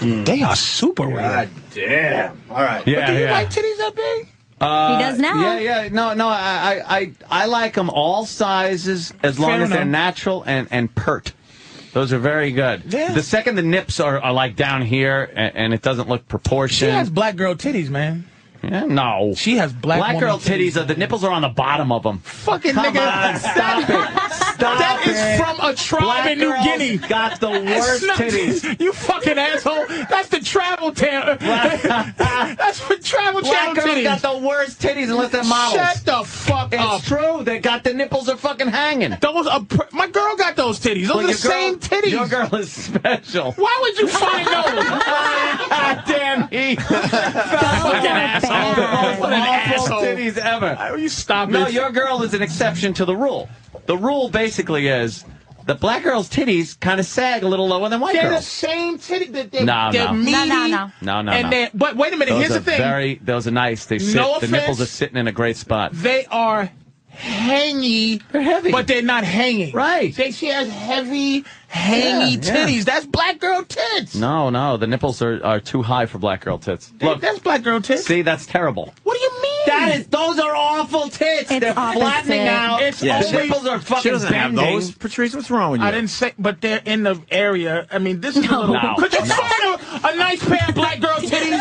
Speaker 2: They are super weird.
Speaker 1: Damn. All right.
Speaker 2: But do you
Speaker 3: yeah.
Speaker 2: like titties that big?
Speaker 3: Uh,
Speaker 2: He does now.
Speaker 3: Yeah, yeah. No, no. I, I, I, I like them all sizes as long
Speaker 2: Fair
Speaker 3: as they're
Speaker 2: enough.
Speaker 3: natural and and pert. Those are very good.
Speaker 2: Yeah.
Speaker 3: The second the nips are, are like down here and, and it doesn't look
Speaker 2: She
Speaker 3: proportioned.
Speaker 2: has black girl titties, man.
Speaker 3: Yeah, no.
Speaker 2: She has black woman
Speaker 3: girl
Speaker 2: titties.
Speaker 3: titties. are the nipples are on the bottom of them.
Speaker 2: Fucking
Speaker 3: Come
Speaker 2: nigga,
Speaker 3: on,
Speaker 2: stop it. Stop that is
Speaker 3: it.
Speaker 2: from a tribe
Speaker 3: Black
Speaker 2: in New
Speaker 3: girls
Speaker 2: Guinea.
Speaker 3: got the
Speaker 2: It's
Speaker 3: worst
Speaker 2: not-
Speaker 3: titties.
Speaker 2: *laughs* You fucking asshole. That's the travel channel. *laughs* That's for travel
Speaker 3: Black
Speaker 2: channel
Speaker 3: girls got
Speaker 2: titties.
Speaker 3: the worst titties unless they're models.
Speaker 2: Shut the fuck
Speaker 3: It's
Speaker 2: up.
Speaker 3: true. They got the nipples are fucking hanging.
Speaker 2: Those are pr- my girl got those titties. Those
Speaker 3: Well,
Speaker 2: are the
Speaker 3: your girl-
Speaker 2: same titties.
Speaker 3: Your girl is special.
Speaker 2: Why would you *laughs* find those?
Speaker 3: Damn he. Fucking asshole. What an asshole. titties ever.
Speaker 2: you stop
Speaker 3: No,
Speaker 2: it.
Speaker 3: your girl is an exception to the rule. The rule basically is the black girl's titties kind of sag a little lower than white
Speaker 2: they're the
Speaker 3: girls.
Speaker 2: same titty. They, they,
Speaker 3: No,
Speaker 2: they're
Speaker 3: no.
Speaker 2: meaty.
Speaker 8: No, no, no.
Speaker 3: No, no,
Speaker 2: and
Speaker 3: no.
Speaker 2: they're- But wait a minute.
Speaker 3: Those
Speaker 2: here's
Speaker 3: are
Speaker 2: the thing.
Speaker 3: Very, those are nice. They sit.
Speaker 2: No
Speaker 3: the nipples
Speaker 2: offense.
Speaker 3: are sitting in a great spot.
Speaker 2: They are hangy. They're heavy. But they're not hanging. Right. They, she has heavy,
Speaker 3: Yeah,
Speaker 2: hangy
Speaker 3: yeah.
Speaker 2: titties. That's black girl tits.
Speaker 3: No, no, the nipples are, are too high for black girl tits. Look,
Speaker 2: That's black girl tits.
Speaker 3: see, that's terrible.
Speaker 2: What do you mean?
Speaker 3: That is, those are awful tits. They're flattening out.
Speaker 2: It's
Speaker 3: the
Speaker 2: always-
Speaker 3: nipples are fucking bending.
Speaker 1: Patrice, what's wrong with
Speaker 2: I didn't say, but they're in the area. I mean, this is a little.
Speaker 3: No.
Speaker 2: Could you
Speaker 3: No.
Speaker 2: find a, a nice pair of black girl titties?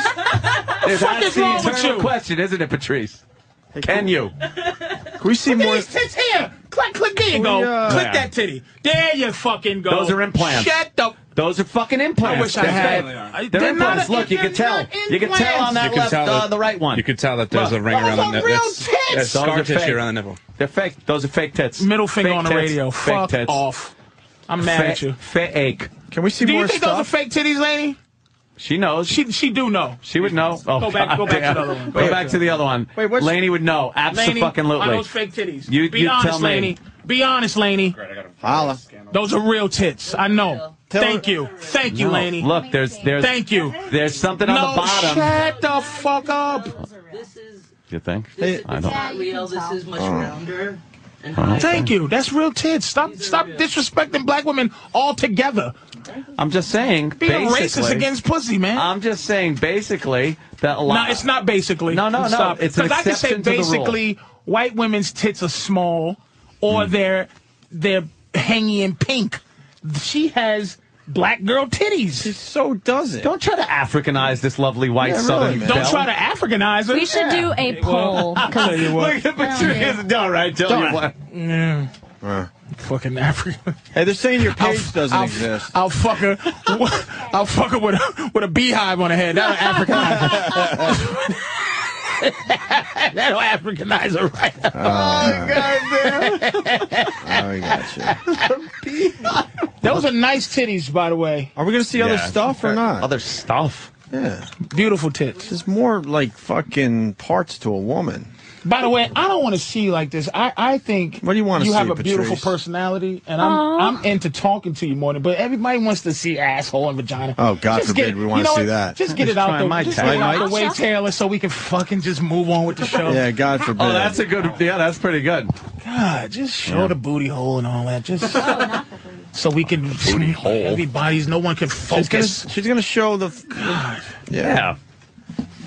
Speaker 3: If
Speaker 2: fuck
Speaker 3: that's
Speaker 2: is
Speaker 3: the
Speaker 2: wrong with
Speaker 3: eternal
Speaker 2: you?
Speaker 3: question, isn't it, Patrice? Can you?
Speaker 1: Can we see
Speaker 2: Look at these tits here. Click, click. There you
Speaker 3: We,
Speaker 2: go.
Speaker 3: uh,
Speaker 2: click
Speaker 3: Yeah.
Speaker 2: that titty. There you fucking go.
Speaker 3: Those are implants.
Speaker 2: Shut the.
Speaker 3: Those are fucking implants.
Speaker 2: I wish I
Speaker 3: That's
Speaker 2: had.
Speaker 3: right.
Speaker 2: I-
Speaker 3: They're,
Speaker 2: they're not-
Speaker 3: implants. Look, you
Speaker 2: they're
Speaker 3: can tell.
Speaker 2: not
Speaker 3: You can tell on
Speaker 2: implants.
Speaker 3: that
Speaker 6: You can
Speaker 3: left,
Speaker 6: tell that-
Speaker 3: uh, the right one.
Speaker 6: You could tell that there's
Speaker 3: Look,
Speaker 6: a ring around the
Speaker 2: those
Speaker 6: nip.
Speaker 2: are real
Speaker 6: That's,
Speaker 2: tits.
Speaker 6: that's
Speaker 3: Those
Speaker 6: scar
Speaker 3: are fake.
Speaker 6: tissue around the nipple.
Speaker 3: They're fake. Those are fake tits.
Speaker 2: Middle finger
Speaker 3: Fake
Speaker 2: on the
Speaker 3: tits.
Speaker 2: radio.
Speaker 3: Fake
Speaker 2: Fuck
Speaker 3: tits.
Speaker 2: off. I'm mad
Speaker 3: Fake-
Speaker 2: at you.
Speaker 3: Fake.
Speaker 1: Can we see
Speaker 2: Do
Speaker 1: more
Speaker 2: you think
Speaker 1: stuff?
Speaker 2: those are fake titties, Laney?
Speaker 3: She knows.
Speaker 2: She she do know.
Speaker 3: She would know. Oh,
Speaker 2: Go back-
Speaker 3: *laughs*
Speaker 2: go back to
Speaker 3: goddamn.
Speaker 2: the other one.
Speaker 3: Go back to the other one.
Speaker 2: Wait, what's-
Speaker 3: Laney would know.
Speaker 2: Laney, Are
Speaker 3: Absolutely.
Speaker 2: those fake titties?
Speaker 3: You-
Speaker 2: Be
Speaker 3: you
Speaker 2: honest,
Speaker 3: tell me.
Speaker 2: Laney. Be honest, Laney.
Speaker 1: Holla.
Speaker 2: Those are real tits. I know. Thank you. Thank you,
Speaker 3: No,
Speaker 2: Laney.
Speaker 3: Look, there's there's
Speaker 2: Thank you.
Speaker 3: there's something
Speaker 2: no,
Speaker 3: on the bottom.
Speaker 2: shut the fuck up.
Speaker 3: You think? I
Speaker 34: It's
Speaker 3: don't.
Speaker 34: not real. This is much rounder.
Speaker 2: Thank you. That's real tits. Stop stop disrespecting black women altogether.
Speaker 3: I'm just saying.
Speaker 2: Being
Speaker 3: basically,
Speaker 2: racist against pussy, man.
Speaker 3: I'm just saying basically that a lot.
Speaker 2: No, it's not basically.
Speaker 3: No, no, no.
Speaker 2: Stop.
Speaker 3: It's an
Speaker 2: 'Cause I can say
Speaker 3: exception to the rule.
Speaker 2: basically white women's tits are small or
Speaker 3: Mm.
Speaker 2: they're they're hangy and pink. She has black girl titties. She
Speaker 1: so does it.
Speaker 3: Don't try to Africanize this lovely white
Speaker 1: Yeah,
Speaker 3: southern.
Speaker 1: really, man.
Speaker 2: Don't
Speaker 3: belle.
Speaker 2: tell. try to Africanize her.
Speaker 8: We should do a poll. 'cause-
Speaker 3: Look at Patrice. All right, tell
Speaker 1: Don't.
Speaker 3: you what.
Speaker 2: Yeah. Fucking Africa.
Speaker 1: Hey, they're saying your page doesn't
Speaker 2: I'll,
Speaker 1: exist.
Speaker 2: I'll fuck her. *laughs* I'll fuck her with a, with a beehive on her head. That'll Africanize her. *laughs* That'll Africanize her right up.
Speaker 1: Oh,
Speaker 2: *laughs*
Speaker 1: we got you.
Speaker 2: Those are nice titties, by the way.
Speaker 1: Are we going to see other
Speaker 3: Yeah.
Speaker 1: stuff or not?
Speaker 3: Other stuff.
Speaker 1: yeah.
Speaker 2: Beautiful tits.
Speaker 1: There's more like fucking parts to a woman.
Speaker 2: By the way, I don't want to see you like this. I, I think
Speaker 1: What do you wanna
Speaker 2: You
Speaker 1: see,
Speaker 2: have a beautiful
Speaker 1: Patrice?
Speaker 2: personality, and I'm
Speaker 8: Aw.
Speaker 2: I'm into talking to you more. Than, but everybody wants to see asshole and vagina.
Speaker 1: Oh, God
Speaker 2: Just
Speaker 1: forbid
Speaker 2: get-
Speaker 1: we wanna
Speaker 2: you know
Speaker 1: see
Speaker 2: what?
Speaker 1: that.
Speaker 2: Just get
Speaker 3: Just
Speaker 2: it out
Speaker 3: trying
Speaker 2: the
Speaker 3: my
Speaker 2: just
Speaker 3: type.
Speaker 2: get it out
Speaker 1: Mike?
Speaker 2: the way, Taylor, so we can fucking just move on with the show.
Speaker 1: Yeah, God forbid.
Speaker 3: Oh, that's a good. Yeah, that's pretty good.
Speaker 2: God, just show the booty hole and all that. Just so we can booty
Speaker 3: hole.
Speaker 2: Everybody's no one can
Speaker 1: She's gonna,
Speaker 2: focus.
Speaker 1: she's gonna show the. Yeah.
Speaker 3: Yeah.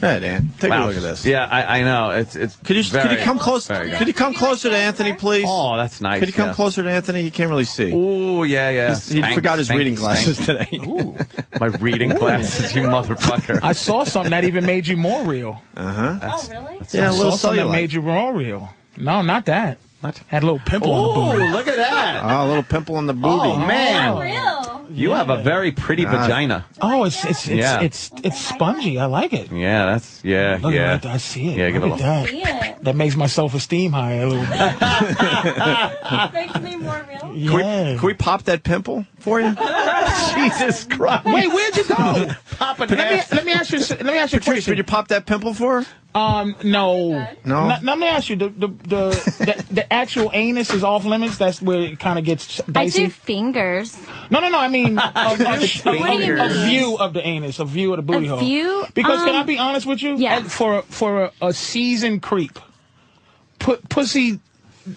Speaker 1: Go ahead, Dan. Take
Speaker 3: Wow.
Speaker 1: a look at this.
Speaker 3: Yeah, I, I know. It's it's.
Speaker 1: Could you could
Speaker 3: very-
Speaker 1: you come close?
Speaker 3: very good.
Speaker 1: Could you come closer to Anthony, please?
Speaker 3: Oh, that's nice.
Speaker 1: could you come
Speaker 3: yeah.
Speaker 1: closer to Anthony? He can't really see.
Speaker 3: Oh yeah, yeah.
Speaker 1: He's- he
Speaker 3: Thanks,
Speaker 1: forgot his
Speaker 3: thanks,
Speaker 1: reading glasses
Speaker 3: thanks.
Speaker 1: today.
Speaker 3: *laughs* My reading glasses, you motherfucker.
Speaker 2: I saw something that even made you more real.
Speaker 1: Uh huh.
Speaker 8: oh, really?
Speaker 1: Yeah, a
Speaker 2: I
Speaker 1: little
Speaker 2: saw something that
Speaker 1: cellulite.
Speaker 2: made you more real. No, not that.
Speaker 3: What?
Speaker 2: Had a little pimple on the booty.
Speaker 3: Ooh, look at that.
Speaker 1: Oh, a little pimple on the booty. Ah.
Speaker 3: Oh man,
Speaker 8: Real.
Speaker 3: you have a very pretty
Speaker 1: Nah.
Speaker 3: vagina.
Speaker 2: Oh, it's it's it's
Speaker 3: Yeah.
Speaker 2: it's, it's spongy. I like it.
Speaker 3: Yeah, that's yeah,
Speaker 2: Look
Speaker 3: yeah.
Speaker 2: at that. I see it.
Speaker 3: Yeah,
Speaker 2: Look
Speaker 3: give it a little-
Speaker 2: at that.
Speaker 8: See it.
Speaker 2: That makes my self esteem higher a little bit.
Speaker 8: Makes me more real.
Speaker 1: Can we-
Speaker 2: Yeah.
Speaker 8: *laughs*
Speaker 1: Can we pop that pimple for you?
Speaker 3: Jesus Christ.
Speaker 2: Wait, where'd you go? Papa let me,
Speaker 1: Nat.
Speaker 2: let me ask you. Let me ask you a
Speaker 1: Patrice,
Speaker 2: question.
Speaker 1: would you pop that pimple for her?
Speaker 2: Um, no,
Speaker 1: No?
Speaker 2: Let- let me ask you. The the the, the, the actual anus is off limits. That's where it kind of gets
Speaker 8: I
Speaker 2: dicey.
Speaker 8: do fingers.
Speaker 2: No, no, no. I
Speaker 8: *laughs*
Speaker 2: mean, a,
Speaker 3: *laughs*
Speaker 2: a, a-
Speaker 8: What do you
Speaker 2: a
Speaker 8: mean?
Speaker 2: view of the anus, a view of the booty
Speaker 8: A
Speaker 2: hole.
Speaker 8: view?
Speaker 2: Because can I
Speaker 8: Um,
Speaker 2: be honest with you? Yeah. For for a, a seasoned creep, put pussy,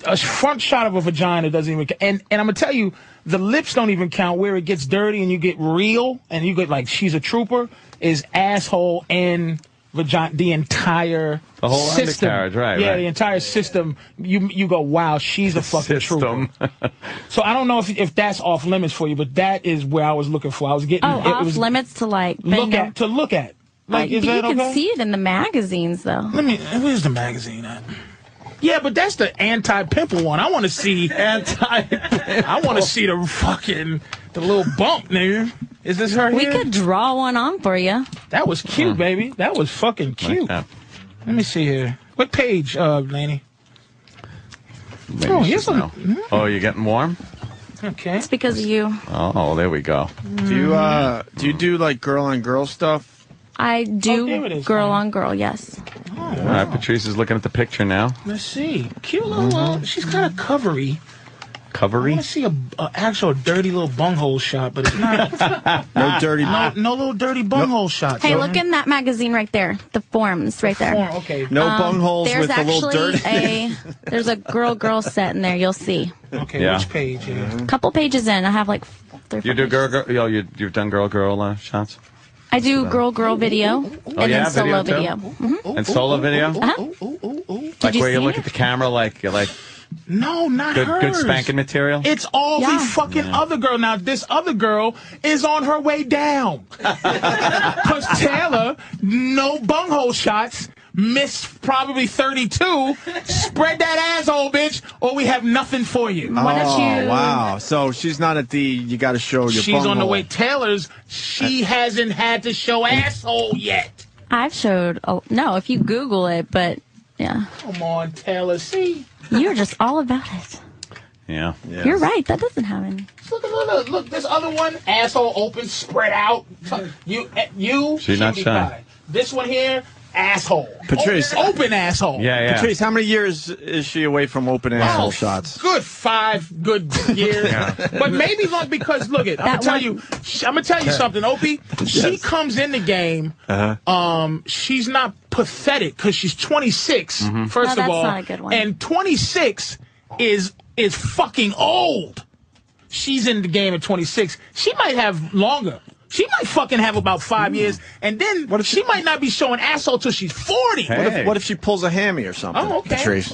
Speaker 2: a front shot of a vagina doesn't even. ca- And and I'm gonna tell you, the lips don't even count. Where it gets dirty and you get real and you get like she's a trooper is asshole and vagina. The entire
Speaker 3: The whole
Speaker 2: system.
Speaker 3: undercarriage, right,
Speaker 2: Yeah,
Speaker 3: right.
Speaker 2: the entire system. You you go wow, she's a fucking trooper. So I don't know if if that's off limits for you, but that is where I was looking for. I was getting
Speaker 8: Oh,
Speaker 2: it
Speaker 8: off
Speaker 2: was
Speaker 8: limits to like
Speaker 2: look
Speaker 8: bingo.
Speaker 2: at to look at. Like
Speaker 8: Uh,
Speaker 2: is
Speaker 8: but
Speaker 2: that
Speaker 8: you
Speaker 2: okay?
Speaker 8: can see it in the magazines though.
Speaker 2: Let me. Where's the magazine at? Yeah, but that's the anti pimple one. I want to see anti. I want to see the fucking the little bump, nigga. Is this her?
Speaker 8: We
Speaker 2: here?
Speaker 8: could draw one on for you.
Speaker 2: That was cute, baby. That was fucking cute. Let me see here. What page, uh, Laney?
Speaker 3: Maybe
Speaker 2: Oh,
Speaker 3: she's
Speaker 2: here's
Speaker 3: now- Oh, you're getting warm?
Speaker 2: Okay. It's
Speaker 8: because of you.
Speaker 3: Oh, there we go.
Speaker 1: Do you uh do you do like girl on girl stuff?
Speaker 8: I do
Speaker 2: there it is,
Speaker 8: girl on girl, yes.
Speaker 3: All right, Patrice is looking at the picture now.
Speaker 2: Let's see. Cute little. uh, she's kind of covery. I
Speaker 3: Mm-hmm. Covery?
Speaker 2: want to see a, a actual dirty little bunghole shot, but
Speaker 3: *laughs*
Speaker 2: it's not.
Speaker 1: No dirty-
Speaker 2: no, no little dirty bunghole shot.
Speaker 8: Hey, look in that magazine right there. The forms right there. Um,
Speaker 2: Form, okay.
Speaker 1: No bungholes
Speaker 8: there's
Speaker 1: with the little
Speaker 8: actually
Speaker 1: dirt in
Speaker 8: A, *laughs* there's a girl girl set in there. You'll see.
Speaker 2: Okay,
Speaker 3: Yeah. Mm-hmm.
Speaker 2: which page? Yeah.
Speaker 8: couple pages in, I have like. f- three-
Speaker 3: You do girl, girl. Yo, you, you've done girl, girl uh, shots?
Speaker 8: I do girl girl video and
Speaker 3: yeah,
Speaker 8: then solo
Speaker 3: video
Speaker 8: video.
Speaker 3: too?
Speaker 8: Mhm.
Speaker 3: And solo video?
Speaker 8: Uh-huh.
Speaker 3: Like
Speaker 8: you
Speaker 3: where you
Speaker 8: see
Speaker 3: look at the camera, like you're like
Speaker 2: No, not
Speaker 3: good, good
Speaker 2: hers.
Speaker 3: spanking material.
Speaker 2: It's all
Speaker 3: Yeah.
Speaker 2: the fucking other girl. Now this other girl is on her
Speaker 3: *laughs*
Speaker 2: way down. Cause Taylor, no bunghole shots, missed probably 32. Spread that asshole, bitch, or we have nothing for you.
Speaker 1: oh wow! So she's not at the. You got to show your.
Speaker 2: She's on the
Speaker 1: bunghole.
Speaker 2: way. Taylor's, she hasn't had to show asshole yet.
Speaker 8: I've showed. A, no, if you Google it, but yeah,
Speaker 2: Come on, Taylor. See?
Speaker 8: you're just all about it.
Speaker 3: Yeah. yeah.
Speaker 8: You're right. That doesn't have any.
Speaker 2: Look, look, look, look, this other one, asshole open, spread out. You, eh, you.
Speaker 3: She not
Speaker 2: cutie
Speaker 3: shy.
Speaker 2: pie. This one here, asshole.
Speaker 1: Patrice.
Speaker 2: open, open asshole.
Speaker 1: Oh. Patrice, how many years is she away from open asshole shots?
Speaker 2: Good five good years,
Speaker 1: *laughs* Yeah.
Speaker 2: but maybe long because look it. I'm gonna
Speaker 1: That
Speaker 2: tell
Speaker 1: one-
Speaker 2: you, I'm gonna tell you
Speaker 1: *laughs*
Speaker 2: something, Opie. She comes in the game.
Speaker 9: Uh-huh.
Speaker 2: Um, she's not pathetic because she's 26.
Speaker 9: Mhm.
Speaker 2: Mm-hmm. First
Speaker 9: No,
Speaker 2: of
Speaker 9: that's
Speaker 2: all,
Speaker 9: not a good one.
Speaker 2: and 26 is is fucking old. She's in the game at 26. She might have longer. She might fucking have about five years, and then she, might not be showing asshole till she's 40.
Speaker 1: What, if, what if she pulls a hammy or something?
Speaker 2: Oh, okay.
Speaker 1: Patrice.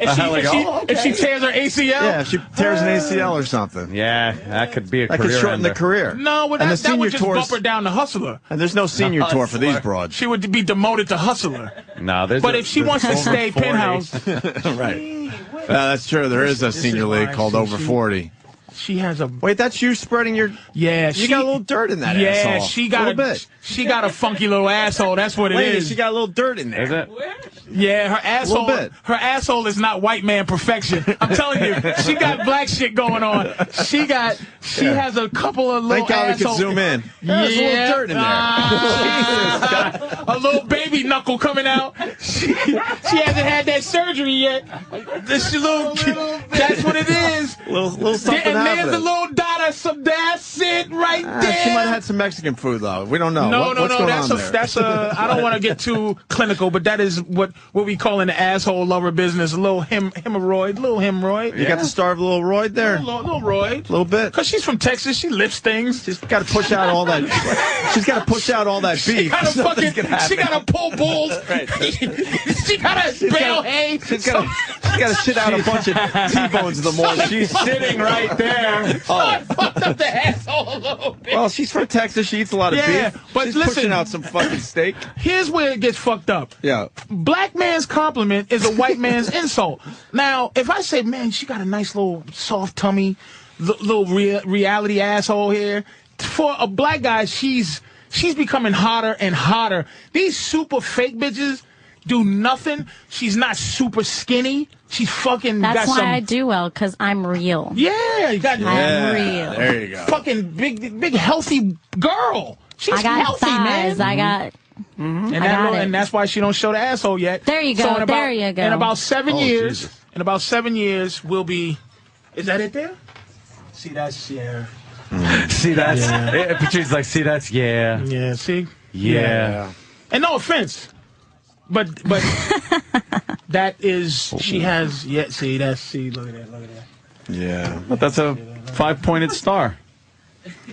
Speaker 2: If she, oh, if, she, if she tears her ACL,
Speaker 1: Yeah, if she tears an ACL or something.
Speaker 3: Yeah, that could be a
Speaker 1: That
Speaker 3: career
Speaker 1: could shorten the
Speaker 3: ender.
Speaker 1: career.
Speaker 2: No, well,
Speaker 1: And
Speaker 2: that,
Speaker 1: the
Speaker 2: that would
Speaker 1: senior
Speaker 2: just
Speaker 1: tours-
Speaker 2: bump her down to hustler.
Speaker 1: And there's no senior tour for these broads.
Speaker 2: She would be demoted to hustler.
Speaker 3: No,
Speaker 1: *laughs*
Speaker 3: there's.
Speaker 2: But
Speaker 3: a-
Speaker 2: if she
Speaker 3: there's
Speaker 2: wants to
Speaker 3: over
Speaker 2: stay
Speaker 3: 40.
Speaker 2: penthouse-
Speaker 1: right. Uh, that's true. There is a
Speaker 2: This is
Speaker 1: senior
Speaker 2: why
Speaker 1: league called
Speaker 2: she-
Speaker 1: Over
Speaker 2: she-
Speaker 1: 40.
Speaker 2: She has a
Speaker 1: wait. That's you spreading your.
Speaker 2: Yeah,
Speaker 1: You got a little dirt in that
Speaker 2: Yeah,
Speaker 1: asshole.
Speaker 2: she got
Speaker 1: Little
Speaker 2: a,
Speaker 1: bit.
Speaker 2: she got a funky little asshole. That's what it is.
Speaker 1: Lady, she got a little dirt in there.
Speaker 3: Is it?
Speaker 2: Yeah, her asshole.
Speaker 1: Little bit.
Speaker 2: Her asshole is not white man perfection. I'm telling you, she got black shit going on. She got. She
Speaker 1: Yeah.
Speaker 2: has a couple of little.
Speaker 1: Thank God we could
Speaker 2: asshole-
Speaker 1: zoom in.
Speaker 2: Yeah,
Speaker 1: There's a little dirt in there.
Speaker 2: Ah, *laughs* a little baby knuckle coming out. She, she hasn't had that surgery yet. This little. That's what it is.
Speaker 1: Little, little something
Speaker 2: and there's
Speaker 1: happening.
Speaker 2: the little dot of some. That's it right
Speaker 1: Ah,
Speaker 2: there.
Speaker 1: she might have had some Mexican food though. We don't know.
Speaker 2: No,
Speaker 1: What-
Speaker 2: no,
Speaker 1: what's
Speaker 2: no.
Speaker 1: Going
Speaker 2: That's
Speaker 1: on
Speaker 2: a
Speaker 1: there?
Speaker 2: that's a. I don't want to get too clinical, but that is what what we call in the asshole lover business. A little hem, hemorrhoid, little hemorrhoid.
Speaker 1: You got the star of a little roid there.
Speaker 2: Little, little roid.
Speaker 1: A *laughs* little bit.
Speaker 2: Cause she's from Texas, she lifts things.
Speaker 1: She's got to push out all
Speaker 2: *laughs*
Speaker 1: that. she's got to push out all that beef.
Speaker 2: She gotta
Speaker 1: so *laughs* nothing's
Speaker 2: fucking.
Speaker 1: gonna happen.
Speaker 2: She gotta pull *laughs* bulls.
Speaker 1: *laughs*
Speaker 2: she gotta
Speaker 1: She's
Speaker 2: bale
Speaker 1: gotta-
Speaker 2: hay.
Speaker 1: She's got to she's got to shit out a bunch of
Speaker 2: *laughs*
Speaker 1: T-bones in the morning.
Speaker 3: She's sitting right there.
Speaker 1: Oh.
Speaker 2: I fucked up the *laughs* asshole a little bit.
Speaker 1: Well, she's from Texas. She eats a lot of
Speaker 2: Yeah,
Speaker 1: beef.
Speaker 2: but
Speaker 1: she's
Speaker 2: listen-
Speaker 1: pushing out some fucking steak.
Speaker 2: Here's where it gets fucked up.
Speaker 1: Yeah.
Speaker 2: Black man's compliment is a white
Speaker 1: *laughs*
Speaker 2: man's insult. Now, if I say, man, she got a nice little soft tummy, l- little rea- reality asshole here, for a black guy, she's she's becoming hotter and hotter. These super fake bitches, do nothing. She's not super skinny. She's fucking
Speaker 8: That's
Speaker 2: got
Speaker 8: why
Speaker 2: some.
Speaker 8: I do well, because I'm real.
Speaker 2: yeah, you got
Speaker 8: I'm real.
Speaker 1: There you go.
Speaker 2: Fucking big, big healthy girl. She's
Speaker 8: I got
Speaker 2: healthy,
Speaker 8: thighs.
Speaker 2: man.
Speaker 8: I got.
Speaker 2: Mm-hmm. And,
Speaker 8: I
Speaker 2: that
Speaker 8: got
Speaker 2: little-
Speaker 8: it.
Speaker 2: and that's why she don't show the asshole yet.
Speaker 8: There you
Speaker 2: So
Speaker 8: go,
Speaker 2: in about-
Speaker 8: there you go.
Speaker 2: In about seven
Speaker 8: Oh,
Speaker 2: years, in about seven years, we'll be. Is that it there? See, that's yeah.
Speaker 3: See that's
Speaker 2: Yeah.
Speaker 3: yeah. Patrice's like, see that's yeah.
Speaker 2: Yeah, see?
Speaker 3: Yeah.
Speaker 2: And no offense, but
Speaker 8: *laughs*
Speaker 2: but that is she has. Yeah, see that's see. Look at that. Look at that.
Speaker 1: Yeah.
Speaker 3: But that's a five pointed star.